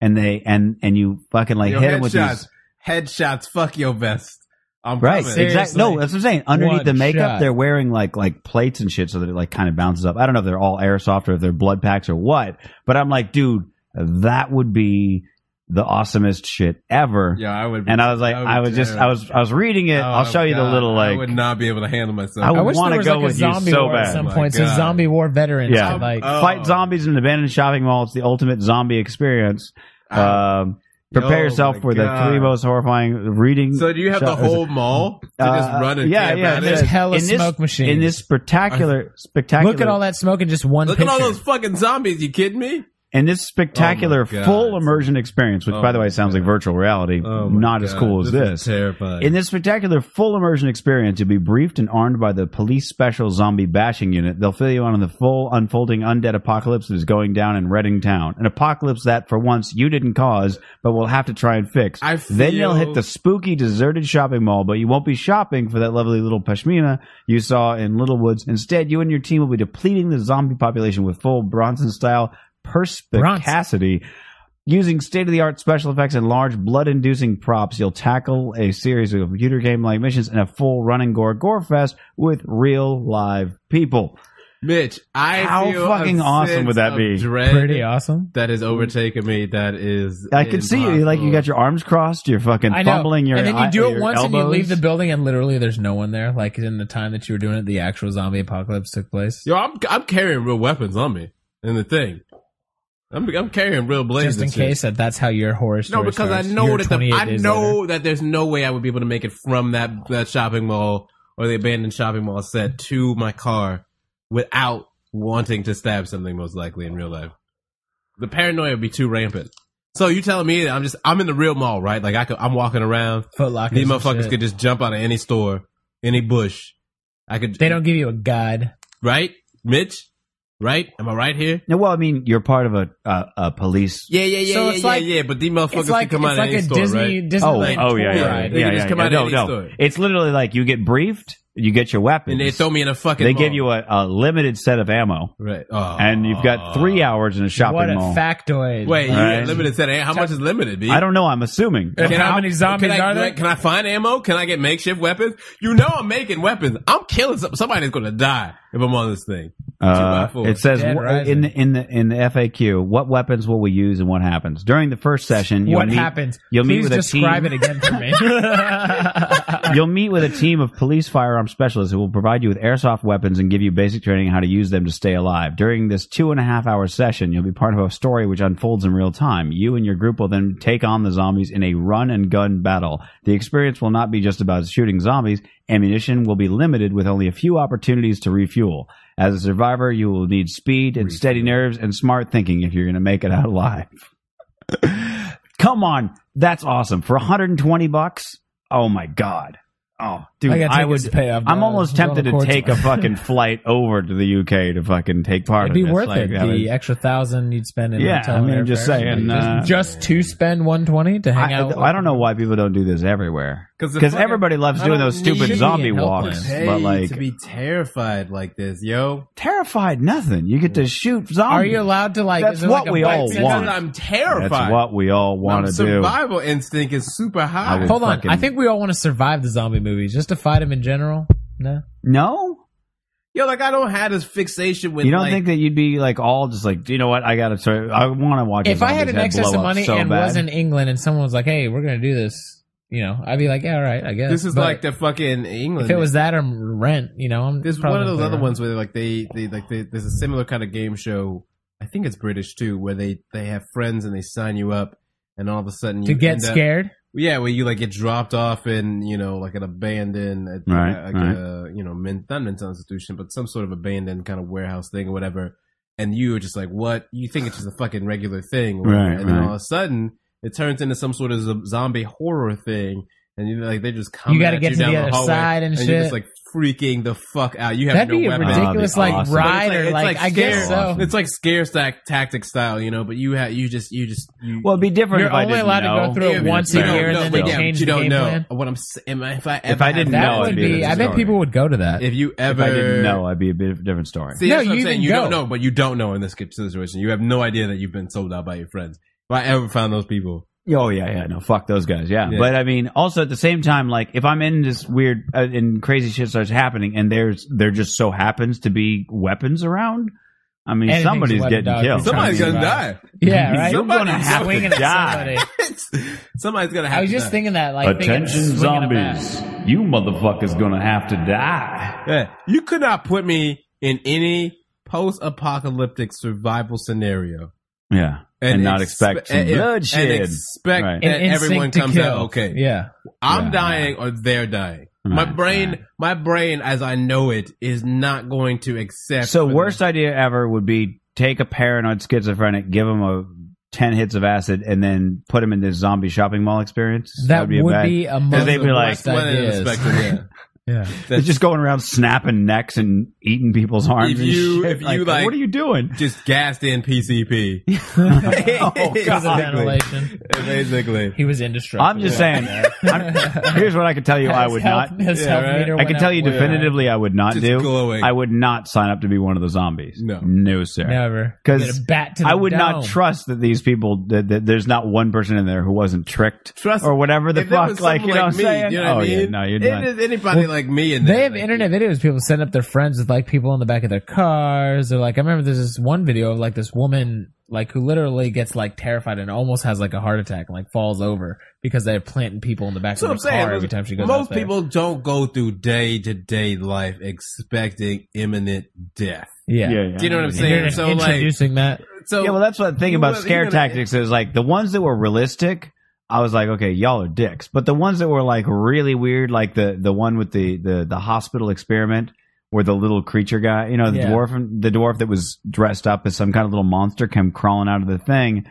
Speaker 6: and they and and you fucking like
Speaker 2: Yo,
Speaker 6: hit them with
Speaker 2: headshots.
Speaker 6: these.
Speaker 2: Headshots. Fuck your vest. I'm
Speaker 6: Right,
Speaker 2: coming.
Speaker 6: exactly. No, that's what I'm saying. Underneath
Speaker 9: One
Speaker 6: the makeup,
Speaker 9: shot.
Speaker 6: they're wearing like like plates and shit, so that it like kind of bounces up. I don't know if they're all airsoft or if they're blood packs or what, but I'm like, dude, that would be the awesomest shit ever.
Speaker 2: Yeah, I would. Be,
Speaker 6: And I was like,
Speaker 2: would
Speaker 6: I was
Speaker 2: be
Speaker 6: just, I
Speaker 2: terrible.
Speaker 6: was, I was reading it.
Speaker 2: Oh,
Speaker 6: I'll show you the
Speaker 2: God,
Speaker 6: little
Speaker 2: I would
Speaker 6: like.
Speaker 2: not be able to handle myself.
Speaker 6: I
Speaker 9: I
Speaker 6: would
Speaker 9: wish
Speaker 6: wanna
Speaker 9: there was
Speaker 6: go
Speaker 9: like a
Speaker 6: with you
Speaker 9: zombie
Speaker 6: so
Speaker 9: war
Speaker 6: bad.
Speaker 9: at some
Speaker 2: Oh,
Speaker 9: point.
Speaker 2: my
Speaker 9: So
Speaker 2: God.
Speaker 9: zombie war veterans.
Speaker 6: Yeah.
Speaker 9: are like
Speaker 2: Oh.
Speaker 6: Fight zombies in an abandoned shopping mall. It's the ultimate zombie experience. Um, prepare
Speaker 2: Oh,
Speaker 6: yourself
Speaker 2: my
Speaker 6: for the
Speaker 2: God.
Speaker 6: three most horrifying reading.
Speaker 2: So do you have
Speaker 6: shop-
Speaker 2: the whole mall to just
Speaker 6: Uh,
Speaker 2: run and
Speaker 6: yeah,
Speaker 2: camp
Speaker 6: yeah,
Speaker 2: at
Speaker 9: there's
Speaker 2: it?
Speaker 9: hella
Speaker 6: in this,
Speaker 9: smoke machines.
Speaker 6: In this spectacular, spectacular.
Speaker 9: Look at all that smoke in just one
Speaker 2: Look
Speaker 9: picture.
Speaker 2: at all those fucking zombies. You kidding me?
Speaker 6: In this spectacular
Speaker 2: Oh my God.
Speaker 6: full immersion experience, which
Speaker 2: Oh
Speaker 6: by the way
Speaker 2: my
Speaker 6: sounds like
Speaker 2: God. Oh
Speaker 6: virtual reality, not as cool as Oh this.
Speaker 2: Terrifying.
Speaker 6: In this spectacular full immersion experience, you'll be briefed and armed by the police special zombie bashing unit. They'll fill you in on the full unfolding undead apocalypse that is going down in Reading Town. An apocalypse that, for once, you didn't cause, but will have to try and fix.
Speaker 2: I
Speaker 6: Then you'll
Speaker 2: feel-
Speaker 6: hit the spooky, deserted shopping mall, but you won't be shopping for that lovely little pashmina you saw in Little Woods. Instead, you and your team will be depleting the zombie population with full Bronson-style perspicacity. Using state of the art special effects and large blood inducing props, you'll tackle a series of computer game like missions and a full run and gore gore fest with real live people.
Speaker 2: Mitch, I
Speaker 6: How
Speaker 2: feel
Speaker 6: fucking
Speaker 2: a
Speaker 6: awesome
Speaker 2: sense
Speaker 6: would that
Speaker 2: of
Speaker 6: be?
Speaker 2: Dread
Speaker 9: Pretty awesome.
Speaker 2: that is overtaking me. That is.
Speaker 6: I can see you, like you got your arms crossed, you're fucking
Speaker 9: I know.
Speaker 6: fumbling your
Speaker 9: and then
Speaker 6: eye-
Speaker 9: you do it
Speaker 6: your
Speaker 9: once and you
Speaker 6: elbows.
Speaker 9: leave the building and literally there's no one there. Like in the time that you were doing it, the actual zombie apocalypse took place.
Speaker 2: Yo, I'm I'm carrying real weapons on me. And the thing, I'm I'm carrying real blades.
Speaker 9: Just in
Speaker 2: and shit.
Speaker 9: case that that's how your horror story
Speaker 2: No, because I
Speaker 9: starts.
Speaker 2: know
Speaker 9: You're
Speaker 2: that the,
Speaker 9: 28
Speaker 2: I
Speaker 9: days
Speaker 2: know
Speaker 9: later.
Speaker 2: that there's no way I would be able to make it from that that shopping mall or the abandoned shopping mall set to my car without wanting to stab something, most likely in real life. The paranoia would be too rampant. So you telling me that I'm just I'm in the real mall, right? Like I could, I'm walking around.
Speaker 9: Foot Locker.
Speaker 2: These motherfuckers could just jump out of any store, any bush. I could.
Speaker 9: They don't give you a guide.
Speaker 2: right, Mitch. Right? Am I right here?
Speaker 6: Yeah, well, I mean, you're part of a uh, a police.
Speaker 2: Yeah, yeah, yeah,
Speaker 9: So
Speaker 2: yeah,
Speaker 9: it's
Speaker 2: yeah,
Speaker 9: like-
Speaker 2: yeah. But these motherfuckers
Speaker 9: It's like,
Speaker 2: can come
Speaker 9: it's
Speaker 2: out
Speaker 9: like
Speaker 2: of any
Speaker 9: a
Speaker 2: store,
Speaker 9: Disney,
Speaker 2: right?
Speaker 6: Oh,
Speaker 9: Disneyland
Speaker 6: oh yeah,
Speaker 9: tour
Speaker 6: yeah, yeah,
Speaker 9: ride.
Speaker 2: They
Speaker 6: yeah,
Speaker 2: can just
Speaker 6: yeah,
Speaker 2: come
Speaker 6: yeah.
Speaker 2: out of
Speaker 6: no,
Speaker 2: any
Speaker 6: no.
Speaker 2: store.
Speaker 6: It's literally like you get briefed, you get your weapons,
Speaker 2: And they throw me in a fucking.
Speaker 6: They
Speaker 2: mall.
Speaker 6: give you a, a limited set of ammo,
Speaker 2: right, oh.
Speaker 6: and you've got three hours in a shopping
Speaker 9: What a
Speaker 6: mall.
Speaker 9: factoid.
Speaker 2: Wait, you
Speaker 6: Right.
Speaker 2: got limited set. of How much is limited? B?
Speaker 6: I don't know. I'm assuming.
Speaker 9: And how
Speaker 2: I-
Speaker 9: many zombies
Speaker 2: can I,
Speaker 9: are there?
Speaker 2: Can I find ammo? Can I get makeshift weapons? You know I'm making weapons. I'm killing some, somebody's going to die if I'm on this thing.
Speaker 6: Uh,
Speaker 2: four.
Speaker 6: it says
Speaker 9: Dead
Speaker 6: wh-
Speaker 9: Rising.
Speaker 6: in the in the in the FAQ, what weapons will we use and what happens during the first session? You'll
Speaker 9: what
Speaker 6: meet,
Speaker 9: happens?
Speaker 6: You'll meet
Speaker 9: Please
Speaker 6: with a team.
Speaker 9: describe it again for me.
Speaker 6: You'll meet with a team of police firearm specialists who will provide you with airsoft weapons and give you basic training on how to use them to stay alive. During this two and a half hour session, you'll be part of a story which unfolds in real time. You and your group will then take on the zombies in a run and gun battle. The experience will not be just about shooting zombies. Ammunition will be limited with only a few opportunities to refuel. As a survivor, you will need speed and steady nerves and smart thinking if you're going to make it out alive. Come on, that's awesome. For 120 bucks? Oh my god. Oh, dude,
Speaker 9: I got
Speaker 6: I,
Speaker 9: tickets
Speaker 6: would
Speaker 9: to pay off,
Speaker 6: I'm
Speaker 9: bro.
Speaker 6: almost
Speaker 9: It's all
Speaker 6: tempted
Speaker 9: the
Speaker 6: to
Speaker 9: uh, courts.
Speaker 6: take a fucking flight over to the UK to fucking take part
Speaker 9: It'd be
Speaker 6: in this.
Speaker 9: worth
Speaker 6: Like,
Speaker 9: it.
Speaker 6: that
Speaker 9: The uh,
Speaker 6: would-
Speaker 9: extra thousand you'd spend in
Speaker 6: Yeah,
Speaker 9: hotel
Speaker 6: I mean,
Speaker 9: and
Speaker 6: just
Speaker 9: airfare.
Speaker 6: saying,
Speaker 9: Just-
Speaker 6: uh,
Speaker 9: just, to spend one twenty to hang
Speaker 6: I,
Speaker 9: out.
Speaker 6: I don't know why people don't do this everywhere.
Speaker 2: 'Cause the
Speaker 6: Because
Speaker 2: fucking-
Speaker 6: everybody loves
Speaker 2: I
Speaker 6: doing
Speaker 2: don't
Speaker 6: those
Speaker 2: need
Speaker 6: stupid
Speaker 2: to
Speaker 6: zombie
Speaker 9: get help
Speaker 6: walks,
Speaker 9: with.
Speaker 6: but like
Speaker 2: to be terrified like this, yo.
Speaker 6: terrified nothing. You get to shoot zombies.
Speaker 9: Are you allowed to like?
Speaker 6: That's
Speaker 9: is there,
Speaker 6: what
Speaker 9: like, a
Speaker 6: we
Speaker 9: bite
Speaker 6: all
Speaker 9: season?
Speaker 6: want.
Speaker 2: I'm
Speaker 6: That's
Speaker 2: terrified.
Speaker 6: what we all want
Speaker 2: My
Speaker 6: to do.
Speaker 2: Survival instinct is super
Speaker 6: I
Speaker 2: high.
Speaker 6: would-
Speaker 9: Hold on,
Speaker 6: Fucking-
Speaker 9: I think we all want to survive the zombie movies, just to fight them in general. No,
Speaker 6: No,
Speaker 2: Yo, like I don't have this fixation with.
Speaker 6: you don't
Speaker 2: like,
Speaker 6: think that you'd be like all just like, you know what? I gotta. Sorry, I want to watch. a
Speaker 9: if I had
Speaker 6: zombie's
Speaker 9: an
Speaker 6: head
Speaker 9: excess
Speaker 6: blow
Speaker 9: of
Speaker 6: up
Speaker 9: money
Speaker 6: so
Speaker 9: and
Speaker 6: bad.
Speaker 9: was in England and someone was like, "Hey, we're gonna do this," you know, I'd be like, "Yeah, all right, I guess."
Speaker 2: this is
Speaker 9: But
Speaker 2: like the fucking England?
Speaker 9: if it was that or rent, you know, I'm
Speaker 2: There's
Speaker 9: probably
Speaker 2: one of
Speaker 9: not
Speaker 2: those
Speaker 9: gonna
Speaker 2: other
Speaker 9: rent.
Speaker 2: ones where like they, they like they, there's a similar kind of game show. I think it's British too, where they they have friends and they sign you up, and all of a sudden
Speaker 9: to
Speaker 2: you
Speaker 9: get
Speaker 2: end up-
Speaker 9: scared.
Speaker 2: yeah, where you like get dropped off in you know like an abandoned, uh,
Speaker 6: Right,
Speaker 2: like
Speaker 6: right.
Speaker 2: a you know men, not mental institution, but some sort of abandoned kind of warehouse thing or whatever. And you are just like, what? You think it's just a fucking regular thing, or whatever.
Speaker 6: Right,
Speaker 2: And then
Speaker 6: right.
Speaker 2: all of a sudden, it turns into some sort of zo- zombie horror thing. And you know, like they're just coming.
Speaker 9: gotta
Speaker 2: at
Speaker 9: get to
Speaker 2: down
Speaker 9: the other
Speaker 2: hallway,
Speaker 9: side and
Speaker 2: You're just
Speaker 9: shit.
Speaker 2: like freaking the fuck out. You have
Speaker 9: That'd
Speaker 2: no
Speaker 9: be a
Speaker 2: weapon.
Speaker 6: ridiculous That'd
Speaker 9: ridiculous,
Speaker 6: be
Speaker 9: like
Speaker 6: awesome.
Speaker 9: ride
Speaker 2: But
Speaker 9: or
Speaker 2: it's
Speaker 9: like,
Speaker 2: like
Speaker 9: I guess
Speaker 2: scare-
Speaker 9: so.
Speaker 2: It's like scare stack tactic style, you know. But you have you just you just you,
Speaker 6: well, it'd be different.
Speaker 9: You're
Speaker 6: if I
Speaker 9: only
Speaker 6: didn't
Speaker 9: allowed to
Speaker 6: know.
Speaker 9: go through it
Speaker 2: Yeah, but
Speaker 9: once
Speaker 2: you
Speaker 9: a
Speaker 2: don't
Speaker 9: year, and
Speaker 2: know,
Speaker 9: then they
Speaker 2: but yeah,
Speaker 9: change
Speaker 2: but you
Speaker 9: the
Speaker 2: don't
Speaker 9: game
Speaker 2: know
Speaker 9: plan.
Speaker 2: what I'm saying. If I,
Speaker 6: If I didn't
Speaker 9: That
Speaker 6: No,
Speaker 9: would
Speaker 6: it'd be
Speaker 9: be.
Speaker 6: a
Speaker 9: I bet
Speaker 6: story.
Speaker 9: people would go to that.
Speaker 2: if you
Speaker 6: If
Speaker 2: ever
Speaker 6: I didn't know, I'd be a bit different story.
Speaker 2: See,
Speaker 9: No,
Speaker 2: that's what I'm
Speaker 9: you
Speaker 2: saying.
Speaker 9: didn't
Speaker 2: You don't
Speaker 9: go.
Speaker 2: know, but you don't know in this situation. You have no idea that you've been sold out by your friends. If I ever found those people,
Speaker 6: Oh yeah, yeah, no, fuck those guys, yeah.
Speaker 2: Yeah.
Speaker 6: But I mean, also at the same time, like if I'm in this weird uh, and crazy shit starts happening, and there's there just so happens to be weapons around. I mean,
Speaker 9: Anything's a
Speaker 6: somebody's
Speaker 9: weapon,
Speaker 6: getting
Speaker 9: dog.
Speaker 6: killed.
Speaker 2: somebody's
Speaker 9: Trying
Speaker 2: gonna
Speaker 9: to
Speaker 2: die.
Speaker 9: yeah, right.
Speaker 6: You're gonna have to
Speaker 9: Swinging at
Speaker 6: die.
Speaker 9: somebody.
Speaker 2: somebody's gonna have.
Speaker 9: I was
Speaker 2: to
Speaker 9: just
Speaker 2: die.
Speaker 9: thinking that, like, thinking- swinging a bat.
Speaker 6: You motherfuckers gonna have to die.
Speaker 2: Yeah, you could not put me in any post-apocalyptic survival scenario
Speaker 6: Yeah, and, not expect some
Speaker 2: and- and-
Speaker 6: bloodshed.
Speaker 2: and expect
Speaker 6: Right.
Speaker 2: that
Speaker 9: An
Speaker 2: everyone
Speaker 9: instinct to
Speaker 2: comes out
Speaker 9: kill.
Speaker 2: okay.
Speaker 9: Yeah,
Speaker 2: I'm
Speaker 6: Right.
Speaker 2: dying or they're dying. my
Speaker 6: Right,
Speaker 2: brain,
Speaker 6: right.
Speaker 2: my brain, as I know it, is not going to accept.
Speaker 6: So
Speaker 2: for them.
Speaker 6: worst idea ever would be take a paranoid schizophrenic, give him a ten hits of acid, and then put him in this zombie shopping mall experience.
Speaker 9: that would be a most
Speaker 6: they'd be like,
Speaker 9: worst
Speaker 2: one end of the
Speaker 9: ideas.
Speaker 2: spectrum. Yeah.
Speaker 9: Yeah.
Speaker 6: They're just going around snapping necks and eating people's arms.
Speaker 2: If
Speaker 6: and
Speaker 2: you-
Speaker 6: shit.
Speaker 2: if you, like-
Speaker 6: what are you doing?
Speaker 2: just gassed in PCP.
Speaker 9: Because of
Speaker 6: God.
Speaker 9: ventilation,
Speaker 2: Basically.
Speaker 9: he was indestructible.
Speaker 6: Oh, I'm just saying. I'm- here's what I can tell you: I
Speaker 9: His
Speaker 6: would
Speaker 9: health-
Speaker 6: not.
Speaker 9: His
Speaker 2: Yeah,
Speaker 9: health
Speaker 2: right.
Speaker 9: meter
Speaker 6: I can
Speaker 9: went
Speaker 6: tell
Speaker 9: up
Speaker 6: you
Speaker 9: way
Speaker 6: definitively, I would not
Speaker 2: Just
Speaker 6: do.
Speaker 2: glowing.
Speaker 6: I would not sign up to be one of the zombies.
Speaker 2: No.
Speaker 6: no, sir.
Speaker 9: high. Never.
Speaker 6: 'Cause
Speaker 9: Get a bat to the
Speaker 6: I would not
Speaker 9: dome.
Speaker 6: trust that these people that, that there's not one person in there who wasn't tricked
Speaker 2: Trust-
Speaker 6: or whatever the
Speaker 2: If there was
Speaker 6: fuck like you
Speaker 2: someone
Speaker 6: know what I'm
Speaker 2: me,
Speaker 6: saying
Speaker 2: you know
Speaker 6: oh
Speaker 2: what I mean?
Speaker 6: yeah no you're
Speaker 2: If
Speaker 6: not
Speaker 2: there's anybody like me in there.
Speaker 9: They have
Speaker 2: like,
Speaker 9: internet videos. People send up their friends with like people in the back of their cars. They're like, I remember there's this one video of like this woman like who literally gets like terrified and almost has like a heart attack and like falls over because they're planting people in the back
Speaker 2: That's what I'm
Speaker 9: of her car
Speaker 2: saying.
Speaker 9: every time she goes. out
Speaker 2: Most
Speaker 9: there.
Speaker 2: people don't go through day to day life expecting imminent death.
Speaker 9: yeah.
Speaker 2: Do you know what I'm
Speaker 9: And
Speaker 2: saying?
Speaker 9: you're
Speaker 2: So like,
Speaker 9: introducing that.
Speaker 2: so
Speaker 6: yeah well that's what the thing
Speaker 2: You
Speaker 6: about
Speaker 2: were- you
Speaker 6: scare
Speaker 2: were-
Speaker 6: tactics is like the ones that were realistic I was like, okay, y'all are dicks. But the ones that were like really weird, like the the one with the the the hospital experiment where the little creature guy, you know, the
Speaker 9: Yeah.
Speaker 6: dwarf the dwarf that was dressed up as some kind of little monster came crawling out of the thing,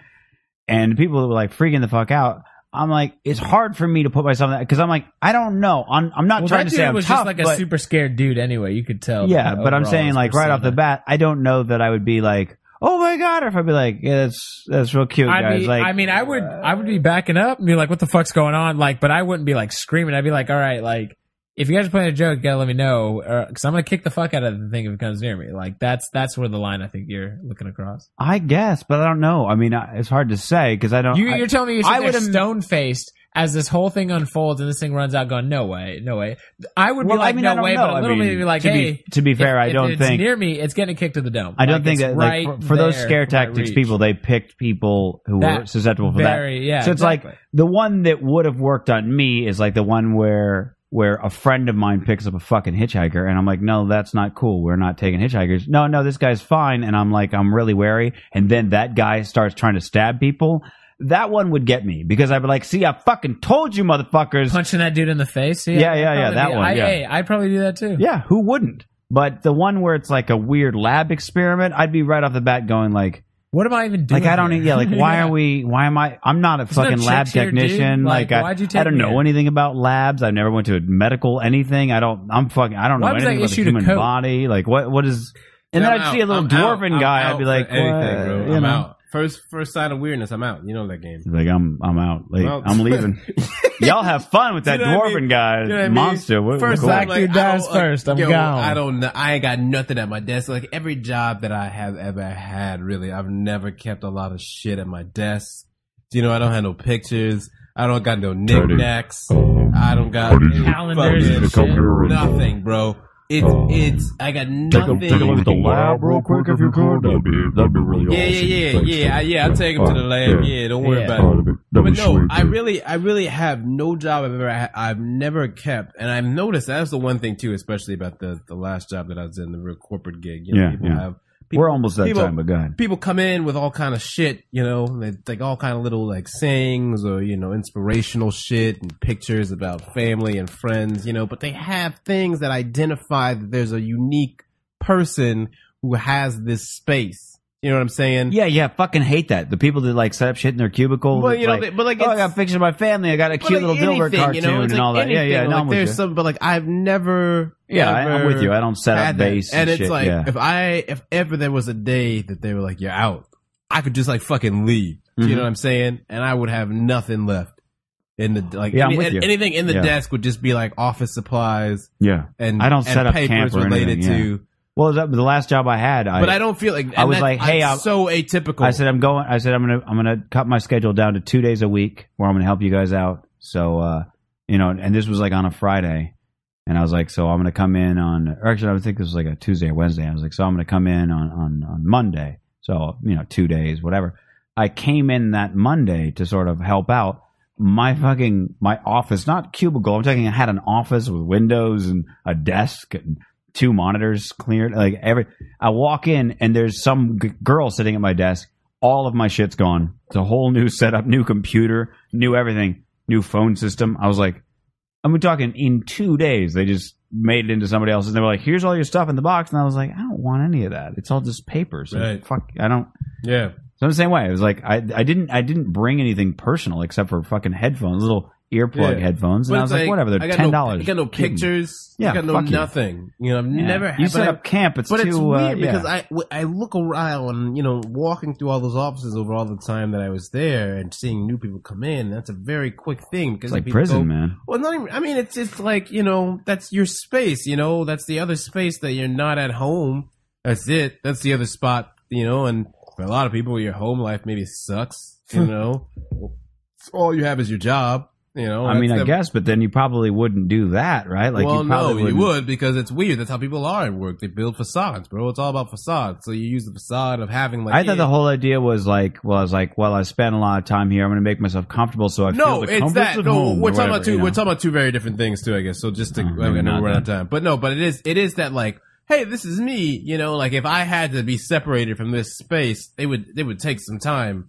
Speaker 6: and people were like freaking the fuck out. I'm like, it's hard for me to put myself in that because I'm like, I don't know. I'm, I'm not
Speaker 9: Well,
Speaker 6: trying
Speaker 9: that
Speaker 6: to
Speaker 9: dude
Speaker 6: say I'm
Speaker 9: was
Speaker 6: tough,
Speaker 9: just like a
Speaker 6: but-
Speaker 9: super scared dude anyway. You could tell.
Speaker 6: yeah, but I'm
Speaker 9: overall
Speaker 6: saying
Speaker 9: his
Speaker 6: like right off the
Speaker 9: persona.
Speaker 6: bat, I don't know that I would be like, oh my god, or if I'd be like, yeah, that's that's real cute,
Speaker 9: I
Speaker 6: guys.
Speaker 9: mean,
Speaker 6: like, uh,
Speaker 9: I mean, I would, I would be backing up and be like, "What the fuck's going on?" Like, but I wouldn't be like screaming. I'd be like, "All right, like, if you guys are playing a joke, you gotta let me know, because I'm gonna kick the fuck out of the thing if it comes near me." Like, that's that's where the line I think you're looking across.
Speaker 6: I guess, but I don't know. I mean, I, it's hard to say because I don't.
Speaker 9: You,
Speaker 6: Uh, I-
Speaker 9: you're telling me you're
Speaker 6: I
Speaker 9: sitting there
Speaker 6: would've-
Speaker 9: stone faced as this whole thing unfolds and this thing runs out, going, "No way, no way." I would
Speaker 6: Well,
Speaker 9: be
Speaker 6: I
Speaker 9: like,
Speaker 6: mean, I
Speaker 9: "No
Speaker 6: don't
Speaker 9: way,"
Speaker 6: know.
Speaker 9: but a
Speaker 6: I
Speaker 9: little
Speaker 6: mean,
Speaker 9: bit be like,
Speaker 6: to be-
Speaker 9: "Hey."
Speaker 6: to be fair,
Speaker 9: if-
Speaker 6: I
Speaker 9: if
Speaker 6: don't
Speaker 9: it's
Speaker 6: think-
Speaker 9: near me, it's getting kicked to the dome.
Speaker 6: I don't
Speaker 9: Like,
Speaker 6: think
Speaker 9: it's
Speaker 6: that like
Speaker 9: right
Speaker 6: for, for those
Speaker 9: there
Speaker 6: scare
Speaker 9: from my
Speaker 6: tactics
Speaker 9: reach.
Speaker 6: people they picked people who
Speaker 9: That-
Speaker 6: were susceptible for
Speaker 9: very-
Speaker 6: that.
Speaker 9: yeah,
Speaker 6: so it's like
Speaker 9: exactly.
Speaker 6: the one that would have worked on me is like the one where where a friend of mine picks up a fucking hitchhiker and I'm like, no, that's not cool. We're not taking hitchhikers. No, no, this guy's fine. And I'm like, I'm really wary. And then that guy starts trying to stab people. That one would get me because I'd be like, see, I fucking told you, motherfuckers.
Speaker 9: punching that dude in the face.
Speaker 6: Yeah, yeah,
Speaker 9: I'd
Speaker 6: yeah,
Speaker 9: probably
Speaker 6: that
Speaker 9: be-
Speaker 6: one,
Speaker 9: I,
Speaker 6: yeah.
Speaker 9: hey, I'd probably do that too.
Speaker 6: Yeah, who wouldn't? But the one where it's like a weird lab experiment, I'd be right off the bat going like,
Speaker 9: What am I even doing?
Speaker 6: Like I don't, e-,
Speaker 9: here?
Speaker 6: yeah. Like why are we? Why am I? I'm not a
Speaker 9: no
Speaker 6: fucking lab
Speaker 9: checks here, dude.
Speaker 6: technician.
Speaker 9: Like,
Speaker 6: Like, uh,
Speaker 9: why'd
Speaker 6: I,
Speaker 9: you
Speaker 6: I
Speaker 9: take
Speaker 6: don't
Speaker 9: me
Speaker 6: know
Speaker 9: here?
Speaker 6: anything about labs. I've never went to a medical anything. I don't. I'm fucking. I don't know
Speaker 9: Why was I
Speaker 6: anything about the
Speaker 9: issued a
Speaker 6: human
Speaker 9: coat?
Speaker 6: body. Like what? What is? And then
Speaker 2: I'm
Speaker 6: I'd see a
Speaker 2: out.
Speaker 6: little
Speaker 2: I'm
Speaker 6: dwarven
Speaker 2: out.
Speaker 6: guy.
Speaker 2: I'm
Speaker 6: I'd be
Speaker 2: out
Speaker 6: like,
Speaker 2: for anything,
Speaker 6: what?
Speaker 2: bro.
Speaker 6: You
Speaker 2: I'm
Speaker 6: know?
Speaker 2: out. First, first sign of weirdness. I'm out. You know that game.
Speaker 6: He's Like I'm, I'm out. Like
Speaker 2: Well-
Speaker 6: I'm leaving. Y'all have fun with that
Speaker 2: You know what I
Speaker 6: dwarven
Speaker 2: mean?
Speaker 6: guy
Speaker 2: You know what I mean?
Speaker 6: monster. What-
Speaker 2: First
Speaker 6: cool.
Speaker 2: time,
Speaker 9: Black dude
Speaker 2: I don't,
Speaker 9: dies first, I'm
Speaker 2: yo,
Speaker 9: gone.
Speaker 2: I don't know. I ain't got nothing at my desk. Like every job that I have ever had, really, I've never kept a lot of shit at my desk. You know, I don't have no pictures. I don't got no knickknacks.
Speaker 1: Um,
Speaker 2: I don't got
Speaker 1: how did you-
Speaker 9: Calendars
Speaker 2: fucking
Speaker 9: and
Speaker 1: Come
Speaker 9: shit.
Speaker 1: here and-
Speaker 2: nothing, bro. It's
Speaker 1: Um,
Speaker 2: it's. I got
Speaker 1: Take a,
Speaker 2: nothing.
Speaker 1: take a look at the lab real quick if you could. That'd be, that'd be really
Speaker 2: yeah,
Speaker 1: awesome.
Speaker 2: yeah, yeah,
Speaker 1: Thanks,
Speaker 2: yeah, I-
Speaker 1: dude.
Speaker 2: yeah. I'll take him to the
Speaker 1: Uh,
Speaker 2: lab. Yeah, don't worry
Speaker 9: Yeah.
Speaker 2: about it.
Speaker 1: Uh, that'd be, that'd
Speaker 2: But
Speaker 1: be
Speaker 2: no,
Speaker 1: sweet,
Speaker 2: I
Speaker 1: dude.
Speaker 2: really, I really have no job I've ever, ha- I've never kept, and I've noticed that's the one thing too, especially about the the last job that I was in, the real corporate gig. You know,
Speaker 6: Yeah,
Speaker 2: people
Speaker 6: yeah.
Speaker 2: have people,
Speaker 6: We're almost that
Speaker 2: people-
Speaker 6: time, but go ahead.
Speaker 2: people come in with all kind of shit, you know, and they like all kind of little like sayings or you know inspirational shit and pictures about family and friends, you know, but they have things that identify that there's a unique person who has this space. You know what I'm saying?
Speaker 6: Yeah, yeah, fucking hate that. The people that like set up shit in their cubicle.
Speaker 2: Well,
Speaker 6: that's
Speaker 2: you know,
Speaker 6: like,
Speaker 2: they- but, like,
Speaker 6: oh, I
Speaker 2: it's-
Speaker 6: got pictures of my family. I got a
Speaker 2: But,
Speaker 6: cute
Speaker 2: like,
Speaker 6: little Dilbert
Speaker 2: anything,
Speaker 6: cartoon
Speaker 2: you know, it's
Speaker 6: and
Speaker 2: like
Speaker 6: all that. Yeah,
Speaker 2: anything,
Speaker 6: yeah, no,
Speaker 2: like,
Speaker 6: I'm with
Speaker 2: there's
Speaker 6: you.
Speaker 2: some, but like I've never.
Speaker 6: Yeah, I, I'm with you. I don't set up
Speaker 2: had that.
Speaker 6: base and,
Speaker 2: and it's
Speaker 6: shit.
Speaker 2: like
Speaker 6: yeah.
Speaker 2: if I, if ever there was a day that they were like, "You're out," I could just like fucking leave. You
Speaker 6: Mhm.
Speaker 2: know what I'm saying? And I would have nothing left in the like.
Speaker 6: Yeah, I'm
Speaker 2: any-
Speaker 6: with you.
Speaker 2: anything in the
Speaker 6: Yeah.
Speaker 2: desk would just be like office supplies
Speaker 6: yeah.
Speaker 2: and
Speaker 6: I don't
Speaker 2: and
Speaker 6: set up
Speaker 2: papers
Speaker 6: camp or
Speaker 2: related
Speaker 6: anything, yeah.
Speaker 2: to.
Speaker 6: Well, that, the last job I had, I,
Speaker 2: But I don't feel like.
Speaker 6: I
Speaker 2: and
Speaker 6: was
Speaker 2: that's-
Speaker 6: like, hey,
Speaker 2: I'm
Speaker 6: I'm-
Speaker 2: so atypical.
Speaker 6: I said I'm going. I said I'm gonna I'm gonna cut my schedule down to two days a week where I'm gonna help you guys out. So uh, you know, and this was like on a Friday, and I was like, so I'm gonna come in on. Or actually, I think this was like a Tuesday or Wednesday. I was like, so I'm gonna come in on on on Monday. So you know, two days, whatever. I came in that Monday to sort of help out. My fucking my office, not cubicle. I'm talking. I had an office with windows and a desk and two monitors cleared. Like every, I walk in and there's some g- girl sitting at my desk all of my shit's gone. It's a whole new setup, new computer, new everything, new phone system. I was like, I'm talking in two days. They just made it into somebody else's. And they were like, here's all your stuff in the box. And I was like, I don't want any of that. It's all just paper. So
Speaker 2: Right.
Speaker 6: fuck, I don't.
Speaker 2: yeah.
Speaker 6: So I'm the same way. It was like, I, I didn't, I didn't bring anything personal except for fucking headphones, little earplug
Speaker 2: Yeah.
Speaker 6: headphones. And I
Speaker 2: it's
Speaker 6: was like,
Speaker 2: I
Speaker 6: whatever, they're
Speaker 2: got
Speaker 6: ten
Speaker 2: no-
Speaker 6: dollars.
Speaker 2: I got no pictures.
Speaker 6: Yeah,
Speaker 2: I got no
Speaker 6: fuck you.
Speaker 2: nothing. You know, I've never.
Speaker 6: You
Speaker 2: but
Speaker 6: set
Speaker 2: I-
Speaker 6: up camp. It's
Speaker 2: But
Speaker 6: too
Speaker 2: it's weird
Speaker 6: uh,
Speaker 2: because
Speaker 6: yeah.
Speaker 2: I, w- I look around, you know, walking through all those offices over all the time that I was there and seeing new people come in. That's a very quick thing because
Speaker 6: it's like
Speaker 2: people
Speaker 6: prison,
Speaker 2: go-
Speaker 6: man.
Speaker 2: Well, not even. I mean, it's it's like you know, that's your space. You know, that's the other space that you're not at home. That's it. That's the other spot. You know, and for a lot of people, your home life maybe sucks. You know, all you have is your job. You know,
Speaker 6: I mean,
Speaker 2: "Oh, That's
Speaker 6: I
Speaker 2: the-
Speaker 6: guess, but then you probably wouldn't do that, right? Like,
Speaker 2: well,
Speaker 6: you
Speaker 2: no,
Speaker 6: probably
Speaker 2: you
Speaker 6: wouldn't-
Speaker 2: would because it's weird. That's how people are at work. They build facades, bro. It's all about facades. So you use the facade of having like.
Speaker 6: I thought the whole idea was like, well, I was like, well, I spent a lot of time here. I'm going to make myself comfortable, so I feel
Speaker 2: No,
Speaker 6: the
Speaker 2: it's
Speaker 6: comforts
Speaker 2: that.
Speaker 6: of
Speaker 2: No,
Speaker 6: home
Speaker 2: we're
Speaker 6: or
Speaker 2: talking
Speaker 6: whatever,
Speaker 2: about two.
Speaker 6: you know?
Speaker 2: We're talking about two very different things too. I guess. So just to,
Speaker 6: Oh,
Speaker 2: I
Speaker 6: maybe
Speaker 2: know
Speaker 6: not
Speaker 2: we're out of
Speaker 6: then.
Speaker 2: time, but no, but it is. It is that like, hey, this is me. You know, like if I had to be separated from this space, they would. They would take some time.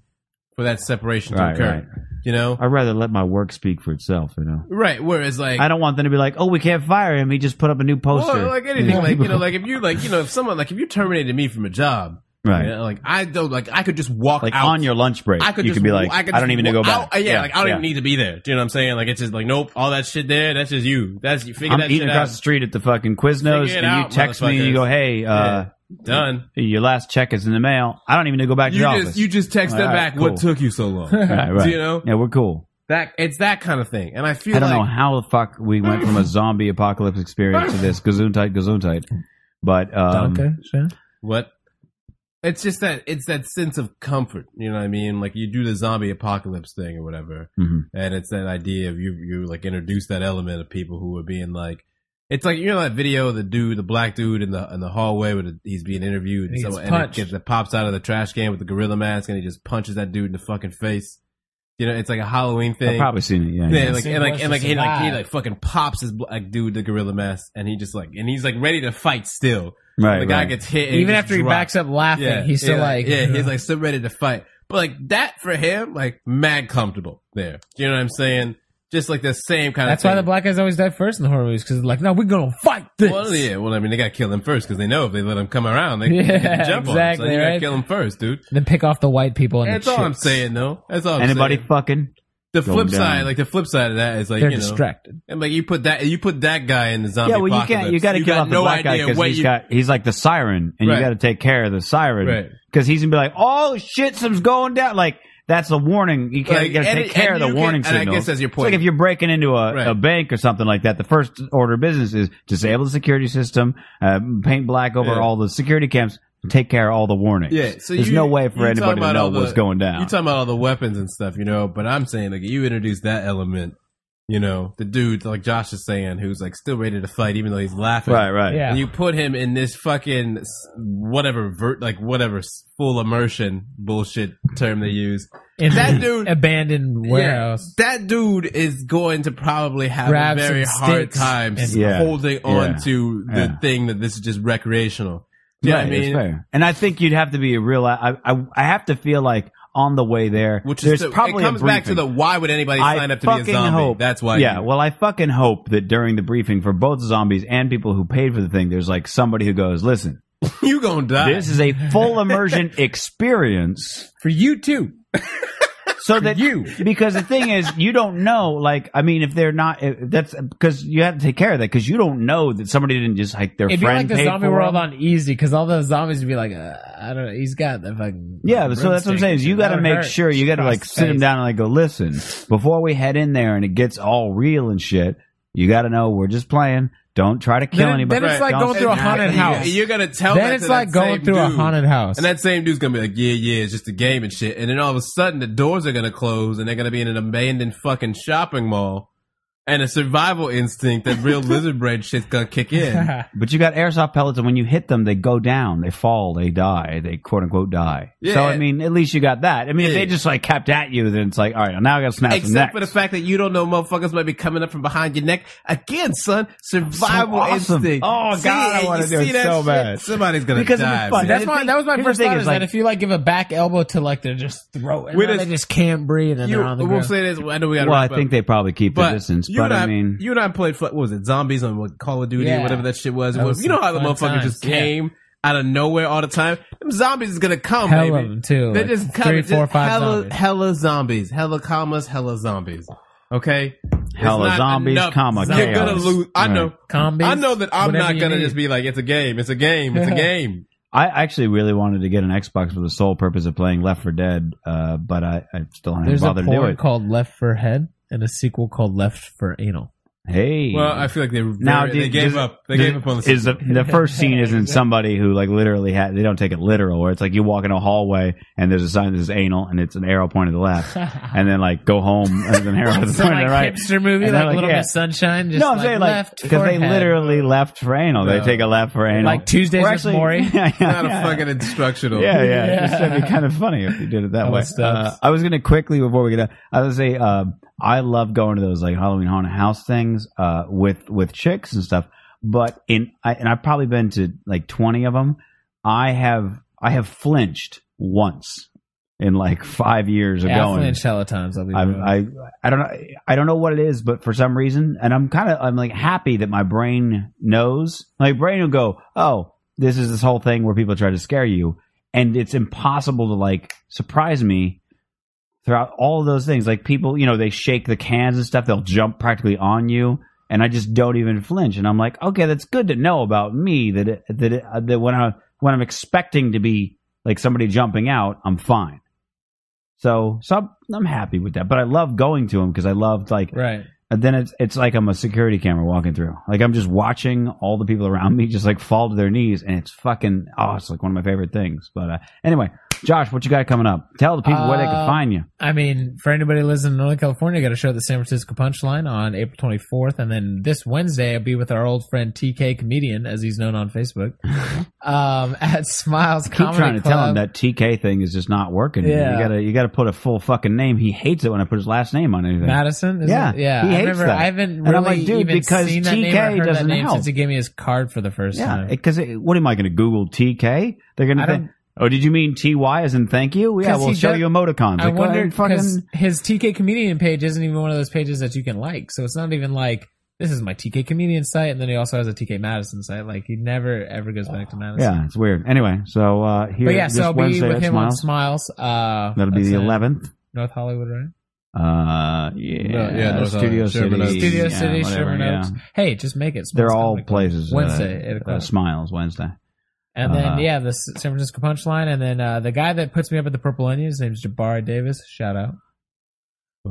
Speaker 2: for that separation
Speaker 6: Right,
Speaker 2: to occur.
Speaker 6: right.
Speaker 2: You know,
Speaker 6: I'd rather let my work speak for itself, you know.
Speaker 2: right? Whereas like
Speaker 6: I don't want them to be like, "Oh, we can't fire him. He just put up a new poster."
Speaker 2: Well, like anything, like you know, like if you like you know, if someone like if you terminated me from a job,
Speaker 6: right?
Speaker 2: you know, like I don't like I could just walk
Speaker 6: Like
Speaker 2: out
Speaker 6: on your lunch break,
Speaker 2: I could
Speaker 6: you
Speaker 2: just
Speaker 6: could be like, "I,
Speaker 2: could
Speaker 6: don't
Speaker 2: just
Speaker 6: even need to go
Speaker 2: walk
Speaker 6: back."
Speaker 2: out- yeah, like I don't even need to be there. Do you know what I'm saying? Like it's just like nope, all that shit there. That's just you. That's you figure
Speaker 6: I'm
Speaker 2: that shit
Speaker 6: eating across
Speaker 2: out.
Speaker 6: the street at the fucking Quiznos,
Speaker 2: Figure it
Speaker 6: and you
Speaker 2: out,
Speaker 6: text me and you go, "Hey, uh,
Speaker 2: Done.
Speaker 6: your last check is in the mail. I don't even need to go back to
Speaker 2: You
Speaker 6: the
Speaker 2: just
Speaker 6: office."
Speaker 2: you just text
Speaker 6: All
Speaker 2: them
Speaker 6: right,
Speaker 2: back.
Speaker 6: cool.
Speaker 2: What took you so long?
Speaker 6: right, right.
Speaker 2: you know?
Speaker 6: yeah, we're cool.
Speaker 2: that it's that kind of thing. And I feel
Speaker 6: I don't
Speaker 2: like
Speaker 6: know how the fuck we went from a zombie apocalypse experience to this Gesundheit, Gesundheit. But um,
Speaker 9: Danke, schön.
Speaker 2: what it's just that it's that sense of comfort you know what i mean like you do the zombie apocalypse thing or whatever
Speaker 6: Mhm.
Speaker 2: and it's that idea of you you like introduce that element of people who are being like it's like you know that video of the dude the black dude in the in the hallway where the, he's being interviewed and,
Speaker 9: He gets
Speaker 2: someone, and it,
Speaker 9: punched.
Speaker 2: gets, it pops out of the trash can with the gorilla mask and he just punches that dude in the fucking face you know it's like a halloween
Speaker 6: I've
Speaker 2: thing
Speaker 6: probably seen it. Yeah,
Speaker 2: yeah,
Speaker 6: yeah.
Speaker 2: like,
Speaker 9: Same
Speaker 2: and like
Speaker 9: voice
Speaker 2: and like
Speaker 9: to
Speaker 2: he like he
Speaker 9: survive.
Speaker 2: like fucking pops his like dude the gorilla mask and he just like and he's like ready to fight still.
Speaker 6: Right,
Speaker 2: the guy
Speaker 6: right.
Speaker 2: gets hit and
Speaker 9: Even
Speaker 2: just
Speaker 9: after he
Speaker 2: drops.
Speaker 9: backs up laughing, he's still like,
Speaker 2: yeah, he's like still ready to fight. But like that for him, like mad comfortable there. Do you know what I'm saying? Just like the same kind
Speaker 9: That's
Speaker 2: of.
Speaker 9: why the black guys always die first in the horror movies because like, no, we're gonna fight this.
Speaker 2: Well, yeah. Well, I mean, they got to kill him first because they know if they let him come around, they
Speaker 9: Yeah,
Speaker 2: they can jump
Speaker 9: exactly,
Speaker 2: on him. So you got to
Speaker 9: right?
Speaker 2: kill him first, dude.
Speaker 9: Then pick off the white people and
Speaker 2: That's
Speaker 9: the
Speaker 2: all I'm
Speaker 9: chicks.
Speaker 2: saying, though. That's all. I'm
Speaker 6: Anybody
Speaker 2: saying.
Speaker 6: fucking?
Speaker 2: The flip
Speaker 6: going down.
Speaker 2: side, like the flip side of that, is like
Speaker 9: They're
Speaker 2: you know,
Speaker 9: distracted.
Speaker 2: and like you put that, you put that guy in the zombie.
Speaker 6: Yeah, well, you can't. You got to kill
Speaker 2: got
Speaker 6: off the
Speaker 2: no
Speaker 6: black guy
Speaker 2: idea
Speaker 6: because
Speaker 2: what
Speaker 6: he's
Speaker 2: you-
Speaker 6: got. He's like the siren, and
Speaker 2: Right.
Speaker 6: you got to take care of the
Speaker 2: Right.
Speaker 6: siren because he's gonna be like, "Oh shit, something's going down." Like that's a warning. You can't
Speaker 2: Like,
Speaker 6: you gotta
Speaker 2: and-
Speaker 6: take care
Speaker 2: and
Speaker 6: of
Speaker 2: you
Speaker 6: the warning
Speaker 2: can- and I
Speaker 6: signal.
Speaker 2: guess that's your point.
Speaker 6: It's like if you're breaking into a,
Speaker 2: Right.
Speaker 6: a bank or something like that, the first order of business is disable the security system, uh, paint black over
Speaker 2: Yeah.
Speaker 6: all the security cams, take care of all the warnings.
Speaker 2: Yeah, so
Speaker 6: there's
Speaker 2: you-
Speaker 6: no way
Speaker 2: you
Speaker 6: for anybody
Speaker 2: talking
Speaker 6: to
Speaker 2: about
Speaker 6: know
Speaker 2: all the-
Speaker 6: what's going down.
Speaker 2: You talking about all the weapons and stuff, you know. But I'm saying, like, you introduce that element, you know, the dude, like Josh is saying, who's like still ready to fight, even though he's laughing.
Speaker 6: right, right.
Speaker 9: Yeah.
Speaker 2: And you put him in this fucking s- whatever, vert, like whatever s- full immersion bullshit term they use.
Speaker 9: In
Speaker 2: That
Speaker 9: the
Speaker 2: dude-
Speaker 9: abandoned warehouse.
Speaker 2: That dude is going to probably have
Speaker 9: Grab
Speaker 2: a very
Speaker 9: some
Speaker 2: hard
Speaker 9: sticks
Speaker 2: time
Speaker 9: and-
Speaker 6: Yeah.
Speaker 2: holding on
Speaker 6: Yeah.
Speaker 2: to the
Speaker 6: Yeah.
Speaker 2: thing that this is just recreational. Do you know
Speaker 6: Right,
Speaker 2: what I
Speaker 6: it's
Speaker 2: mean?
Speaker 6: fair. And I think you'd have to be a real. I, I I have to feel like on the way there,
Speaker 2: Which
Speaker 6: there's
Speaker 2: is the,
Speaker 6: probably
Speaker 2: it comes
Speaker 6: a
Speaker 2: back to
Speaker 6: briefing.
Speaker 2: the why would anybody sign up to be a
Speaker 6: fucking
Speaker 2: zombie?
Speaker 6: Hope,
Speaker 2: That's why.
Speaker 6: Yeah.
Speaker 2: you-
Speaker 6: Well, I fucking hope that during the briefing for both zombies and people who paid for the thing, there's like somebody who goes, "Listen,
Speaker 2: you gonna die.
Speaker 6: this is a full immersion experience."
Speaker 9: For you too.
Speaker 6: So that
Speaker 9: you.
Speaker 6: because the thing is, you don't know. Like, I mean, if they're not, if that's because you have to take care of that because you don't know that somebody didn't just like their
Speaker 9: It'd be
Speaker 6: friend
Speaker 9: like the
Speaker 6: paid
Speaker 9: zombie
Speaker 6: for
Speaker 9: world
Speaker 6: it.
Speaker 9: on easy because all the zombies would be like, uh, I don't know, he's got the fucking.
Speaker 6: Yeah, so that's what I'm saying. Is you got to make sure you got to like sit him down and like go listen before we head in there and it gets all real and shit. You got to know we're just playing. Don't try to kill
Speaker 9: Then it-
Speaker 6: anybody.
Speaker 9: then it's like
Speaker 6: Don't
Speaker 9: going through a
Speaker 6: stop
Speaker 9: haunted
Speaker 6: anybody.
Speaker 9: house.
Speaker 2: You're gonna tell.
Speaker 9: Then
Speaker 2: that
Speaker 9: it's
Speaker 2: to that
Speaker 9: like
Speaker 2: same
Speaker 9: going through a
Speaker 2: dude.
Speaker 9: haunted house.
Speaker 2: And that same dude's gonna be like, yeah, yeah, it's just a game and shit. And then all of a sudden, the doors are gonna close, and they're gonna be in an abandoned fucking shopping mall. And a survival instinct that real lizard brain shit's gonna kick in.
Speaker 6: But you got airsoft pellets, and when you hit them, they go down, they fall, they die, they quote unquote die.
Speaker 2: Yeah.
Speaker 6: So I mean, at least you got that. I mean, if
Speaker 2: Yeah.
Speaker 6: they just like kept at you, then it's like, all right, now I got to snap some
Speaker 2: Except
Speaker 6: necks.
Speaker 2: for the fact that you don't know motherfuckers might be coming up from behind your neck again, son. Survival
Speaker 6: awesome.
Speaker 2: instinct.
Speaker 6: Oh,
Speaker 2: See,
Speaker 6: God, I
Speaker 2: and
Speaker 6: wanna
Speaker 2: you
Speaker 6: do it
Speaker 2: see that
Speaker 6: so
Speaker 2: shit?
Speaker 6: bad.
Speaker 2: Somebody's gonna
Speaker 6: Because it'd be
Speaker 2: die. man.
Speaker 6: fun.
Speaker 9: That's my, that was my
Speaker 6: Here's the
Speaker 9: first
Speaker 6: thing
Speaker 9: thought
Speaker 6: is,
Speaker 9: is
Speaker 6: like-
Speaker 9: that if you like give a back elbow to like they're just throw and
Speaker 2: Wait,
Speaker 9: now they
Speaker 2: it's-
Speaker 9: just can't breathe and
Speaker 2: You,
Speaker 9: they're on the
Speaker 2: we'll
Speaker 9: ground.
Speaker 2: say this. I know we got.
Speaker 6: well, I think they probably keep the distance,
Speaker 2: you
Speaker 6: but
Speaker 2: and
Speaker 6: I mean,
Speaker 2: you and I played what was it? Zombies on what Call of Duty or
Speaker 9: Yeah.
Speaker 2: whatever that shit was.
Speaker 9: That was
Speaker 2: you know how the
Speaker 9: some fun
Speaker 2: motherfucker just
Speaker 9: times, yeah.
Speaker 2: came out of nowhere all the time. Them zombies is gonna come,
Speaker 9: Hell
Speaker 2: baby.
Speaker 9: of them too.
Speaker 2: They're
Speaker 9: like
Speaker 2: oh, just
Speaker 9: three,
Speaker 2: coming.
Speaker 9: four,
Speaker 2: just
Speaker 9: five
Speaker 2: hella,
Speaker 9: zombies.
Speaker 2: hella zombies, hella commas, hella zombies. Okay, It's
Speaker 6: Hella
Speaker 2: not
Speaker 6: zombies,
Speaker 2: enough.
Speaker 6: comma,
Speaker 2: You're
Speaker 6: chaos.
Speaker 2: gonna lose. I know.
Speaker 6: Right.
Speaker 9: Combis,
Speaker 2: I know that I'm
Speaker 9: whatever
Speaker 2: not
Speaker 9: you
Speaker 2: gonna
Speaker 9: need.
Speaker 2: just be like, it's a game, it's a game, it's a game.
Speaker 6: I actually really wanted to get an Xbox for the sole purpose of playing Left 4 Dead, uh, but I, I still haven't
Speaker 9: There's a
Speaker 6: bothered to do
Speaker 9: porn
Speaker 6: it.
Speaker 9: called Left for Head and a sequel called Left for Anal.
Speaker 6: Hey,
Speaker 2: Well, I feel like they were
Speaker 6: now
Speaker 2: very- they
Speaker 6: did-
Speaker 2: gave
Speaker 6: does-
Speaker 2: up. They
Speaker 6: does-
Speaker 2: gave up on the.
Speaker 6: Is the, the first scene isn't somebody who like literally had they don't take it literal, where it's like you walk in a hallway and there's a sign that says anal and it's an arrow pointing to the left, and then like go home and then arrow pointing to
Speaker 9: Some like
Speaker 6: the right.
Speaker 9: hipster
Speaker 6: And
Speaker 9: movie, like,
Speaker 6: they're like,
Speaker 9: Little
Speaker 6: yeah.
Speaker 9: Miss Sunshine. Just
Speaker 6: no, I'm
Speaker 9: like
Speaker 6: saying like
Speaker 9: left
Speaker 6: because they
Speaker 9: forehead.
Speaker 6: literally left for anal. They
Speaker 2: No.
Speaker 6: take a left for anal.
Speaker 9: Like Tuesdays
Speaker 6: We're
Speaker 9: with
Speaker 6: actually,
Speaker 9: Maury.
Speaker 6: Yeah, yeah,
Speaker 2: not a
Speaker 6: yeah.
Speaker 2: fucking instructional.
Speaker 6: Yeah, yeah. It's- It'd be kind of funny if you did it that
Speaker 9: All
Speaker 6: way.
Speaker 9: the steps.
Speaker 6: Uh, I was gonna quickly before we get out, I was gonna say um, I love going to those like Halloween haunted house things uh, with with chicks and stuff. But in I, and I've probably been to like twenty of them. I have I have flinched once in like five years ago.
Speaker 9: Athlon
Speaker 6: and-
Speaker 9: and Chelatimes. I'll be
Speaker 6: I,
Speaker 9: real.
Speaker 6: I I don't know I don't know what it is, but for some reason, and I'm kind of I'm like happy that my brain knows. My brain will go, oh, this is this whole thing where people try to scare you, and it's impossible to like surprise me throughout all of those things. Like people, you know, they shake the cans and stuff; they'll jump practically on you, and I just don't even flinch. And I'm like, okay, that's good to know about me that it, that it, uh, that when I when I'm expecting to be like somebody jumping out, I'm fine. So, so I'm, I'm happy with that. But I love going to them because I loved like.
Speaker 9: right.
Speaker 6: And then it's it's like I'm a security camera walking through. Like I'm just watching all the people around me just like fall to their knees, and it's fucking oh, it's like one of my favorite things. But uh, anyway, Josh, what you got coming up? Tell the people where they can
Speaker 9: Uh,
Speaker 6: find you.
Speaker 9: I mean, for anybody who lives in Northern California, got a show at the San Francisco Punchline on April 24th, and then this Wednesday, I'll be with our old friend TK Comedian, as he's known on Facebook, um, at Smiles
Speaker 6: Keep
Speaker 9: Comedy
Speaker 6: trying to
Speaker 9: Club.
Speaker 6: tell him that TK thing is just not working.
Speaker 9: Yeah.
Speaker 6: You gotta you gotta put a full fucking name. He hates it when I put his last name on anything.
Speaker 9: Madison, is
Speaker 6: Yeah,
Speaker 9: it? yeah.
Speaker 6: he hates
Speaker 9: I remember.
Speaker 6: that.
Speaker 9: I haven't
Speaker 6: And
Speaker 9: really
Speaker 6: I'm like, dude,
Speaker 9: even
Speaker 6: because
Speaker 9: seen that
Speaker 6: TK
Speaker 9: name. or heard
Speaker 6: doesn't
Speaker 9: that name
Speaker 6: help.
Speaker 9: since he gave me his card for the first
Speaker 6: yeah,
Speaker 9: time.
Speaker 6: because what am I going to Google TK? They're going to
Speaker 9: I
Speaker 6: think.
Speaker 9: don't-
Speaker 6: Oh, did you mean TY as in thank you? Yeah,
Speaker 9: 'Cause
Speaker 6: we'll
Speaker 9: he
Speaker 6: show
Speaker 9: did-
Speaker 6: you emoticons. Like, go
Speaker 9: I
Speaker 6: ahead
Speaker 9: wonder
Speaker 6: and fucking-
Speaker 9: because his TK comedian page isn't even one of those pages that you can like, so it's not even like this is my TK comedian site, and then he also has a TK Madison site. Like he never ever goes back to Madison.
Speaker 6: Yeah, it's weird. Anyway, so uh here
Speaker 9: but yeah,
Speaker 6: this
Speaker 9: so I'll be
Speaker 6: Wednesday
Speaker 9: with
Speaker 6: at
Speaker 9: him
Speaker 6: Smiles.
Speaker 9: on Smiles. Uh,
Speaker 6: That'll be
Speaker 9: that's
Speaker 6: the
Speaker 9: in
Speaker 6: 11th.
Speaker 9: North Hollywood, right?
Speaker 6: Uh yeah,
Speaker 2: yeah, North
Speaker 6: Studio
Speaker 2: Island, Sherman
Speaker 6: City.
Speaker 2: Oaks.
Speaker 9: Studio
Speaker 6: yeah,
Speaker 9: City,
Speaker 6: whatever,
Speaker 9: Sherman
Speaker 6: yeah.
Speaker 9: Oaks. Hey, just make it. Smiles
Speaker 6: They're all
Speaker 9: Comedy Club.
Speaker 6: places. uh,
Speaker 9: Wednesday, eight
Speaker 6: uh,
Speaker 9: o'clock.
Speaker 6: Smiles Wednesday.
Speaker 9: And then
Speaker 6: Uh-huh.
Speaker 9: yeah, the S- San Francisco Punchline, and then uh, the guy that puts me up at the Purple Onion, his name's Jabari Davis. Shout out.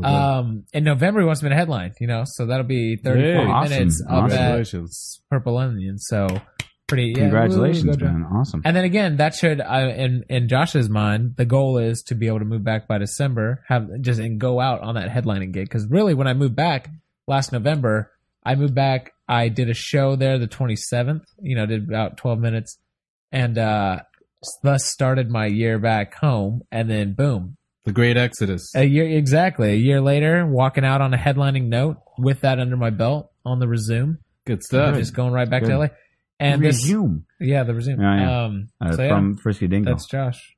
Speaker 9: Um, in November he wants me to headline, you know, so that'll be 30,
Speaker 2: Hey.
Speaker 9: 40
Speaker 6: Awesome.
Speaker 9: minutes up at
Speaker 2: Congratulations.
Speaker 9: Purple Onion. So pretty. yeah, woo,
Speaker 6: Congratulations,
Speaker 9: go
Speaker 6: man! Awesome.
Speaker 9: And then again, that should, uh, in in Josh's mind, the goal is to be able to move back by December, have just and go out on that headlining gig. Because really, when I moved back last November, I moved back. I did a show there the 27th. You know, did about 12 minutes, and uh thus started my year back home. And then boom,
Speaker 2: The Great Exodus.
Speaker 9: a year exactly a year later, walking out on a headlining note with that under my belt on the resume,
Speaker 2: Good
Speaker 9: I'm
Speaker 2: stuff.
Speaker 9: just going right back
Speaker 6: Good.
Speaker 9: to LA. And this,
Speaker 6: resume
Speaker 9: yeah, the resume.
Speaker 6: Yeah, yeah.
Speaker 9: Um,
Speaker 6: uh,
Speaker 9: so yeah.
Speaker 6: from Frisky Dingle.
Speaker 9: That's Josh.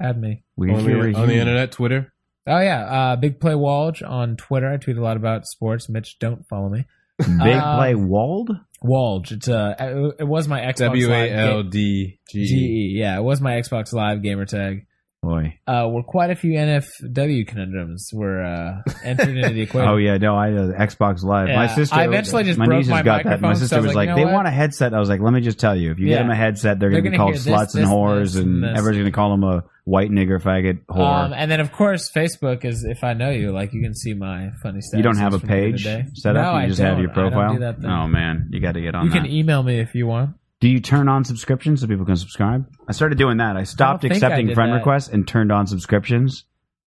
Speaker 9: Add me.
Speaker 6: We
Speaker 2: on, the, on the
Speaker 6: resume.
Speaker 2: internet, Twitter.
Speaker 9: Oh yeah, uh, Big Play Walge on Twitter. I tweet a lot about sports. Mitch, don't follow me.
Speaker 6: Big
Speaker 9: Um,
Speaker 6: play Wald.
Speaker 9: Walge. It's uh, it was my Xbox
Speaker 2: W A
Speaker 9: Live
Speaker 2: L
Speaker 9: ga-
Speaker 2: D G E.
Speaker 9: GE. Yeah, it was my Xbox Live gamer tag.
Speaker 6: Boy.
Speaker 9: Uh, were quite a few NFW conundrums were uh, entered into the equation.
Speaker 6: Oh yeah, no, I uh, Xbox Live. my
Speaker 9: Yeah,
Speaker 6: sister.
Speaker 9: I eventually just
Speaker 6: my
Speaker 9: broke
Speaker 6: nieces
Speaker 9: my
Speaker 6: got that.
Speaker 9: microphone,
Speaker 6: My
Speaker 9: so I
Speaker 6: sister
Speaker 9: was
Speaker 6: was like,
Speaker 9: like, "You
Speaker 6: they
Speaker 9: know what?"
Speaker 6: want a headset. I was like, let me just tell you, if you
Speaker 9: Yeah.
Speaker 6: get them a headset, they're,
Speaker 9: They're
Speaker 6: going to be
Speaker 9: gonna
Speaker 6: called
Speaker 9: hear this,
Speaker 6: sluts and
Speaker 9: this,
Speaker 6: whores,
Speaker 9: this,
Speaker 6: and
Speaker 9: and this.
Speaker 6: everybody's going to call them a white nigger faggot whore.
Speaker 9: Um, and then of course Facebook is if I know you, like you can see my funny stuff.
Speaker 6: you don't have a page set up.
Speaker 9: No,
Speaker 6: you
Speaker 9: I
Speaker 6: just have
Speaker 9: don't.
Speaker 6: your
Speaker 9: I don't do
Speaker 6: profile.
Speaker 9: that thing.
Speaker 6: oh man, you got to get on
Speaker 9: You
Speaker 6: that.
Speaker 9: can email me if you want.
Speaker 6: do you turn on subscriptions so people can subscribe? I started doing that. I stopped
Speaker 9: think I
Speaker 6: accepting
Speaker 9: did
Speaker 6: friend
Speaker 9: that.
Speaker 6: requests and turned on subscriptions.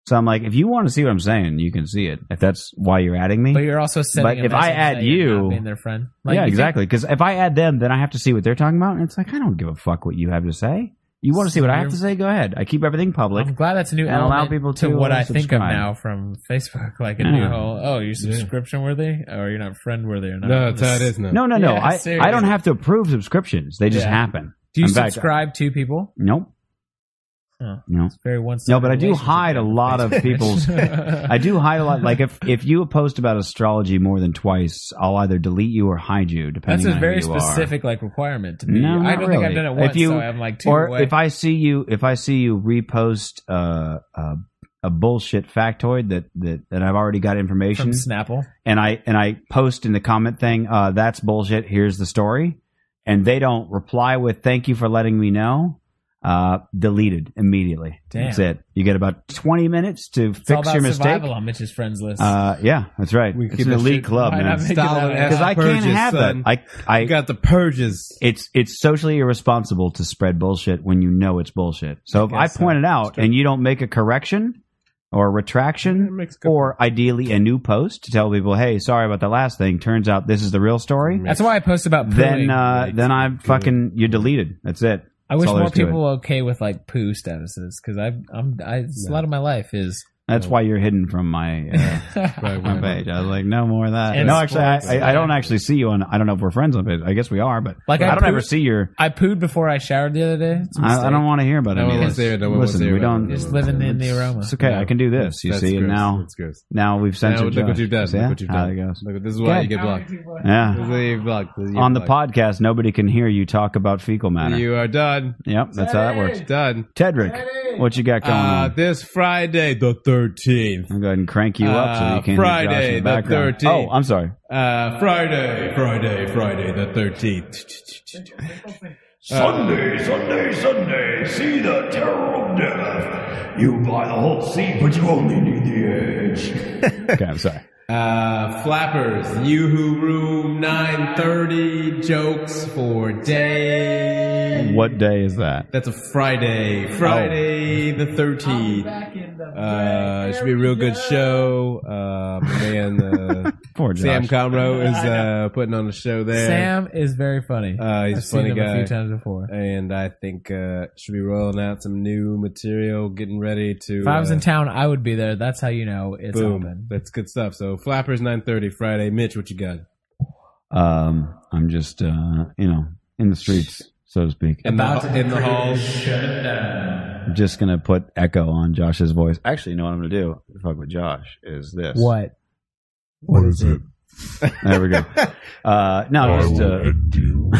Speaker 6: So I'm like, if you want to see what I'm saying, you can see it. If that's why you're adding me,
Speaker 9: But you're also sending.
Speaker 6: But
Speaker 9: a
Speaker 6: if I
Speaker 9: message
Speaker 6: add
Speaker 9: that you're not
Speaker 6: you-
Speaker 9: being their friend. Like,
Speaker 6: yeah,
Speaker 9: you think-
Speaker 6: exactly. Because if I add them, then I have to see what they're talking about, and it's like I don't give a fuck what you have to say. You want to see what I have to say? Go ahead. I keep everything public.
Speaker 9: I'm glad that's a new
Speaker 6: and
Speaker 9: element
Speaker 6: allow people
Speaker 9: to,
Speaker 6: to,
Speaker 9: what
Speaker 6: uh,
Speaker 9: I think of
Speaker 6: subscribe.
Speaker 9: now from Facebook, like a new
Speaker 6: Yeah.
Speaker 9: whole. Oh, you're subscription worthy, or you're not friend worthy, or not.
Speaker 2: No, it's how it is now.
Speaker 6: No, no, no.
Speaker 9: Yeah,
Speaker 6: I
Speaker 9: seriously.
Speaker 6: I don't have to approve subscriptions. They just
Speaker 9: Yeah.
Speaker 6: happen.
Speaker 9: Do you
Speaker 6: In fact,
Speaker 9: subscribe to people?
Speaker 6: Nope.
Speaker 9: Huh.
Speaker 6: No.
Speaker 9: Very once.
Speaker 6: No, but I do hide a lot of people's. I do hide a lot. Like if if you post about astrology more than twice, I'll either delete you or hide you,
Speaker 9: That's
Speaker 6: depending
Speaker 9: a
Speaker 6: on
Speaker 9: very
Speaker 6: who you are.
Speaker 9: specific like requirement to be.
Speaker 6: No,
Speaker 9: I
Speaker 6: not
Speaker 9: don't think I've
Speaker 6: really.
Speaker 9: done it
Speaker 6: If
Speaker 9: once,
Speaker 6: you-
Speaker 9: so I'm like two
Speaker 6: Or
Speaker 9: away.
Speaker 6: if I see you, if I see you repost uh, uh, a bullshit factoid that that that I've already got
Speaker 9: from
Speaker 6: information,
Speaker 9: Snapple,
Speaker 6: and I and I post in the comment thing, uh, that's bullshit. Here's the story, and they don't reply with "Thank you for letting me know." Uh, deleted immediately.
Speaker 9: Damn.
Speaker 6: That's it. You get about twenty minutes to
Speaker 9: it's all
Speaker 6: fix
Speaker 9: about
Speaker 6: your mistake.
Speaker 9: survival on Mitch's friends list.
Speaker 6: Uh, yeah, that's right.
Speaker 2: We
Speaker 6: it's
Speaker 2: could
Speaker 6: an
Speaker 2: just
Speaker 6: elite
Speaker 2: shoot-
Speaker 6: club,
Speaker 9: why not
Speaker 6: man.
Speaker 9: make-
Speaker 6: Because I can't have that. I, I,
Speaker 2: You got the purges.
Speaker 6: it's it's socially irresponsible to spread bullshit when you know it's bullshit. So if I
Speaker 9: guess so.
Speaker 6: point it out and you don't make a correction or a
Speaker 2: It
Speaker 6: retraction,
Speaker 2: makes Mm-hmm. good-
Speaker 6: or ideally a new post to tell people, "Hey, sorry about the last thing. Turns out this is the real story."
Speaker 9: That's why I post about pooing.
Speaker 6: Then, uh, then I'm fucking you're deleted. That's it.
Speaker 9: I wish
Speaker 6: all there
Speaker 9: more
Speaker 6: is to it.
Speaker 9: people were okay with like poo statuses because I'm I, a lot of my life is
Speaker 6: That's why you're hidden from my. Uh,
Speaker 2: Right,
Speaker 6: my
Speaker 2: right, right.
Speaker 6: page. I was like, no more of that.
Speaker 9: And
Speaker 6: no, actually, I,
Speaker 9: sports.
Speaker 6: I, I don't actually see you on. I don't know if we're friends on page. I guess we are, but
Speaker 9: Like,
Speaker 6: I,
Speaker 9: I
Speaker 6: don't ever
Speaker 9: poop-
Speaker 6: see your.
Speaker 9: I pooed before I showered the other day. It's a
Speaker 6: I, I
Speaker 9: mistake.
Speaker 6: don't want to hear about it.
Speaker 2: No one
Speaker 6: anymore.
Speaker 2: was there. No one was
Speaker 6: Listen,
Speaker 2: there
Speaker 6: we
Speaker 2: about
Speaker 6: don't.
Speaker 2: it.
Speaker 9: Just living in the aroma.
Speaker 6: It's okay. I can do this. You
Speaker 2: That's
Speaker 6: see, and
Speaker 2: gross.
Speaker 6: now
Speaker 2: That's gross.
Speaker 6: now we've
Speaker 2: Now
Speaker 6: censored
Speaker 2: look what
Speaker 6: Josh.
Speaker 2: you've done.
Speaker 6: Yeah,
Speaker 2: Look what you've
Speaker 6: how
Speaker 2: done.
Speaker 6: it goes.
Speaker 2: Look, this is why
Speaker 6: Good.
Speaker 2: you get blocked. This
Speaker 6: Yeah.
Speaker 2: is why you get blocked. This is why you
Speaker 6: On the
Speaker 2: get blocked.
Speaker 6: podcast, nobody can hear you talk about fecal matter.
Speaker 2: You are done.
Speaker 6: yep, that's how that works.
Speaker 2: Done.
Speaker 6: Tedrick, what you got going
Speaker 2: Uh,
Speaker 6: on?
Speaker 2: this Friday, the 13th.
Speaker 6: I'm going to go ahead and crank you up so
Speaker 2: uh,
Speaker 6: you can
Speaker 2: Friday,
Speaker 6: hear Josh in
Speaker 2: the
Speaker 6: the background.
Speaker 2: 13th.
Speaker 6: Oh, I'm sorry.
Speaker 2: Uh, Friday, Friday, Friday, the 13th.
Speaker 11: Sunday, Sunday, Sunday, see the terror of death. You buy the whole seat, but you only need the edge.
Speaker 6: Okay, I'm sorry.
Speaker 2: Uh, flappers, Yoo-Hoo Room 930, jokes for day.
Speaker 6: What day is that?
Speaker 2: That's a Friday,
Speaker 9: Oh.
Speaker 2: Friday the 13th. Uh, it should be a real good show. Uh, my man, uh,
Speaker 6: Poor Josh.
Speaker 2: Sam Conroe is, uh, putting on a show there.
Speaker 9: Sam is very funny.
Speaker 2: Uh, he's
Speaker 9: I've
Speaker 2: a
Speaker 9: seen
Speaker 2: funny
Speaker 9: him
Speaker 2: guy.
Speaker 9: a few times before.
Speaker 2: and I think uh, should be rolling out some new material, getting ready to.
Speaker 9: If I was
Speaker 2: uh,
Speaker 9: in town, I would be there. That's how you know it's
Speaker 2: boom,
Speaker 9: open.
Speaker 2: that's good stuff. So Flappers nine thirty Friday. Mitch, what you got?
Speaker 6: Um, I'm just, uh, you know, in the streets, so to speak.
Speaker 2: In the in the halls.
Speaker 6: I'm just gonna put echo on Josh's voice. Actually, you know what I'm gonna do? Fuck with Josh is this?
Speaker 9: What?
Speaker 1: What is it?
Speaker 6: There we go. Uh, no,
Speaker 1: I
Speaker 6: just
Speaker 1: will
Speaker 6: uh,
Speaker 1: end you.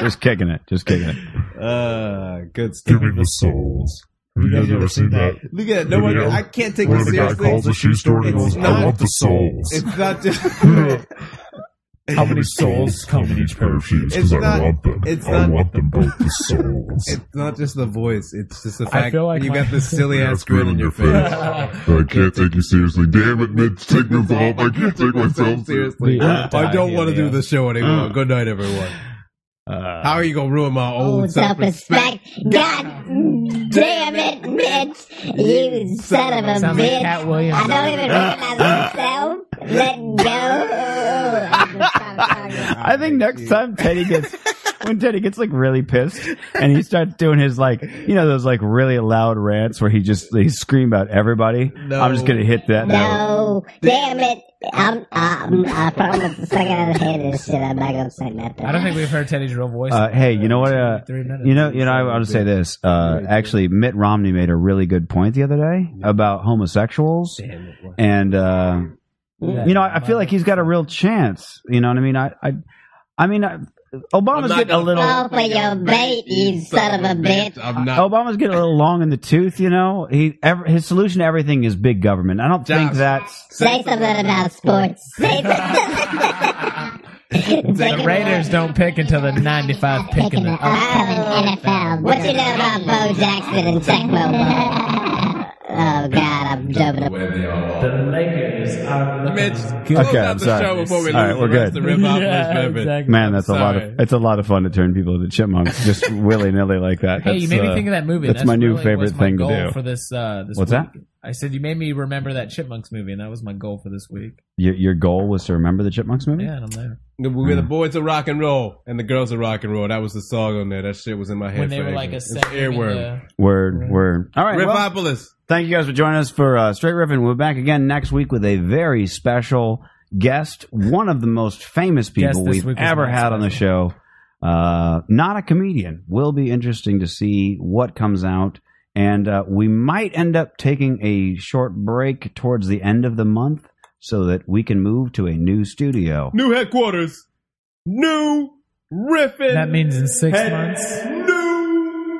Speaker 6: just kicking it, just kicking it.
Speaker 2: Uh, good
Speaker 1: Give
Speaker 2: stuff.
Speaker 1: me the souls. Have you guys ever seen that?
Speaker 2: Look at it. No one.
Speaker 1: Video.
Speaker 2: I can't take
Speaker 1: Where
Speaker 2: this
Speaker 1: the guy calls
Speaker 2: seriously.
Speaker 1: the shoe store and he goes, "I want the souls."
Speaker 2: It's not just.
Speaker 1: How many souls come in each pair of shoes?
Speaker 2: It's
Speaker 1: Because I
Speaker 2: not-
Speaker 1: want them.
Speaker 2: it's
Speaker 1: I
Speaker 2: not-
Speaker 1: want them both the souls.
Speaker 2: It's not just the voice. It's just the fact
Speaker 9: feel like
Speaker 2: you
Speaker 9: my-
Speaker 2: got this silly
Speaker 1: Yeah,
Speaker 2: ass
Speaker 1: screw
Speaker 2: grin
Speaker 1: it
Speaker 2: in
Speaker 1: in
Speaker 2: your
Speaker 1: your
Speaker 2: face.
Speaker 1: face. I can't take you seriously. Damn it, Mitch. Take me for help. I can't take myself seriously.
Speaker 2: seriously.
Speaker 9: Yeah.
Speaker 2: I don't want to do the show anymore. Good night, everyone.
Speaker 6: Uh,
Speaker 2: How are you gonna ruin my old
Speaker 10: Self
Speaker 2: self-respect?
Speaker 10: respect. God damn it, Mitch. You son of a
Speaker 9: Sounds like
Speaker 10: bitch.
Speaker 9: Cat Williams.
Speaker 10: I don't even recognize myself. Let go. I just stopped talking.
Speaker 6: I think next time Teddy gets when Teddy gets like really pissed and he starts doing his like you know those like really loud rants where he just he scream about everybody. I'm just gonna hit that. note.
Speaker 10: No, damn it. I'm, um, I promise the second I hear this shit, I'm not gonna say nothing.
Speaker 9: I don't think we've heard Teddy's real voice.
Speaker 6: Uh, hey, you know what? Uh,
Speaker 9: Three minutes.
Speaker 6: You know, you know, I want to say this. Uh, actually, Mitt Romney made a really good point the other day about homosexuals, and uh, you know, I I feel like he's got a real chance. You know what I mean? I, I, I mean, I, Obama's getting a little.
Speaker 10: Fall Oh, for your bait, you son of a bitch.
Speaker 2: I'm not.
Speaker 6: Obama's getting a little long in the tooth. You know, he ever, his solution to everything is big government. I don't think
Speaker 2: Josh.
Speaker 6: that's.
Speaker 10: Say something about sports. Say something.
Speaker 9: the Raiders don't pick until the 95 pick in
Speaker 10: Picking
Speaker 9: the
Speaker 10: the upcoming NFL. What you know about Bo Jackson and Tech Mobile? Oh, God, I'm jumping up.
Speaker 2: Mitch, close
Speaker 6: Okay,
Speaker 2: out
Speaker 6: I'm
Speaker 2: the
Speaker 6: sorry.
Speaker 2: show before we
Speaker 6: All right,
Speaker 2: lose
Speaker 6: we're
Speaker 2: the rest
Speaker 6: good.
Speaker 2: of Rip Off
Speaker 9: Yeah,
Speaker 2: Miss Pippin.
Speaker 9: exactly.
Speaker 6: Man, that's a lot
Speaker 2: Sorry.
Speaker 6: of it's a lot of fun to turn people into chipmunks just willy nilly like that.
Speaker 9: Hey, you
Speaker 6: That's,
Speaker 9: made me
Speaker 6: uh,
Speaker 9: think of that movie.
Speaker 6: That's, my new
Speaker 9: really was
Speaker 6: favorite
Speaker 9: my
Speaker 6: thing to
Speaker 9: goal
Speaker 6: do.
Speaker 9: For this, uh, this
Speaker 6: What's
Speaker 9: week.
Speaker 6: that?
Speaker 9: I said you made me remember that Chipmunks movie, and that was my goal for this week.
Speaker 6: your, your goal was to remember the chipmunks movie.
Speaker 9: Yeah, and I'm there.
Speaker 2: We were the boys of rock and roll and the girls of rock and roll. That was the song on there. That shit was in my head.
Speaker 9: When they were
Speaker 2: forever.
Speaker 9: like a
Speaker 2: It's
Speaker 9: second in
Speaker 2: earworm.
Speaker 9: the-
Speaker 6: Word, word. All right, well-
Speaker 2: Ripopolis.
Speaker 6: Thank you guys for joining us for uh, Straight Riffin. We'll be back again next week with a very special guest, one of the most famous
Speaker 9: Guest
Speaker 6: people
Speaker 9: this
Speaker 6: we've
Speaker 9: week was
Speaker 6: ever
Speaker 9: not
Speaker 6: had on the show. Uh, not a comedian. Will be interesting to see what comes out. And uh, we might end up taking a short break towards the end of the month so that we can move to a new studio.
Speaker 2: New headquarters. New riffing.
Speaker 9: That means in six months,
Speaker 2: New.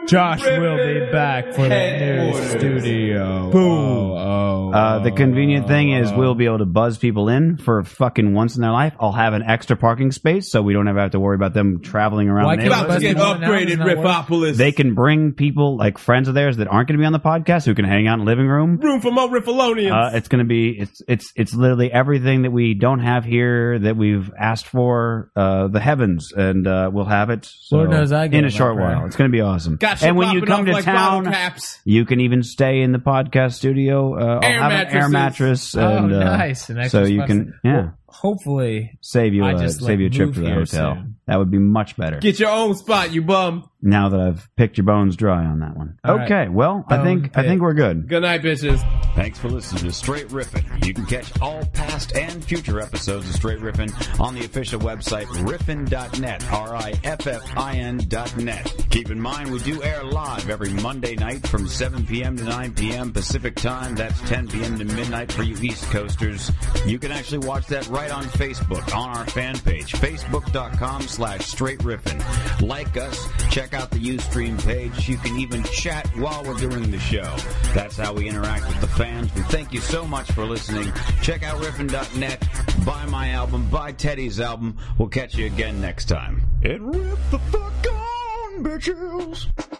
Speaker 9: Josh will be back for the new
Speaker 2: Headquarters.
Speaker 9: studio.
Speaker 2: Boom.
Speaker 9: Oh, oh,
Speaker 6: Uh, the
Speaker 9: oh,
Speaker 6: convenient thing is
Speaker 9: oh.
Speaker 6: we'll be able to buzz people in for fucking once in their life. I'll have an extra parking space so we don't ever have to worry about them traveling around.
Speaker 9: Why
Speaker 6: the
Speaker 9: can't
Speaker 6: neighborhood.
Speaker 2: About to get
Speaker 9: Buzzing on now does
Speaker 2: upgraded,
Speaker 9: not work.
Speaker 2: Ripopolis.
Speaker 6: they can bring people like friends of theirs that aren't going to be on the podcast who can hang out in the living room.
Speaker 2: room for more
Speaker 6: Uh,
Speaker 2: Riffalonians.
Speaker 6: it's going to be it's it's it's literally everything that we don't have here that we've asked for. Uh, the heavens, and uh, we'll have it. So,
Speaker 9: Lord knows I go
Speaker 6: in a
Speaker 9: to that
Speaker 6: short
Speaker 9: prayer.
Speaker 6: while. It's going to be awesome.
Speaker 2: Got shit
Speaker 6: and when you
Speaker 2: popping
Speaker 6: come
Speaker 2: off
Speaker 6: to
Speaker 2: like
Speaker 6: town,
Speaker 2: bottle caps.
Speaker 6: you can even stay in the podcast studio. Uh,
Speaker 2: Air
Speaker 6: I'll have an air mattress.
Speaker 2: mattresses.
Speaker 6: And,
Speaker 9: oh,
Speaker 6: uh,
Speaker 9: nice. An
Speaker 6: so
Speaker 9: extra
Speaker 6: you
Speaker 9: spot.
Speaker 6: can yeah
Speaker 9: Hopefully,
Speaker 6: save you
Speaker 9: I
Speaker 6: a,
Speaker 9: just, like,
Speaker 6: save you a trip
Speaker 9: move
Speaker 6: to the
Speaker 9: here
Speaker 6: hotel.
Speaker 9: soon.
Speaker 6: That would be much better.
Speaker 2: Get your own spot, you bum.
Speaker 9: Now that I've picked your bones dry on that one.
Speaker 12: All right.
Speaker 9: okay, well, I
Speaker 12: Bone
Speaker 9: think I
Speaker 12: pick.
Speaker 9: think we're good.
Speaker 13: Good night, bitches.
Speaker 6: Thanks for listening to Straight Riffin. You can catch all past and future episodes of Straight Riffin on the official website riffin.net, R-I-F-F-I-N dot net. Keep in mind, we do air live every Monday night from 7 p.m. to 9 p.m. Pacific time. That's 10 p.m. to midnight for you East Coasters. You can actually watch that right on Facebook on our fan page, facebook.com slash straight riffin. Like us, check out the Ustream page. You can even chat while we're doing the show. That's how we interact with the fans. We thank you so much for listening. Check out riffin.net, buy my album, buy Teddy's album. We'll catch you again next time. And riff the fuck on, bitches!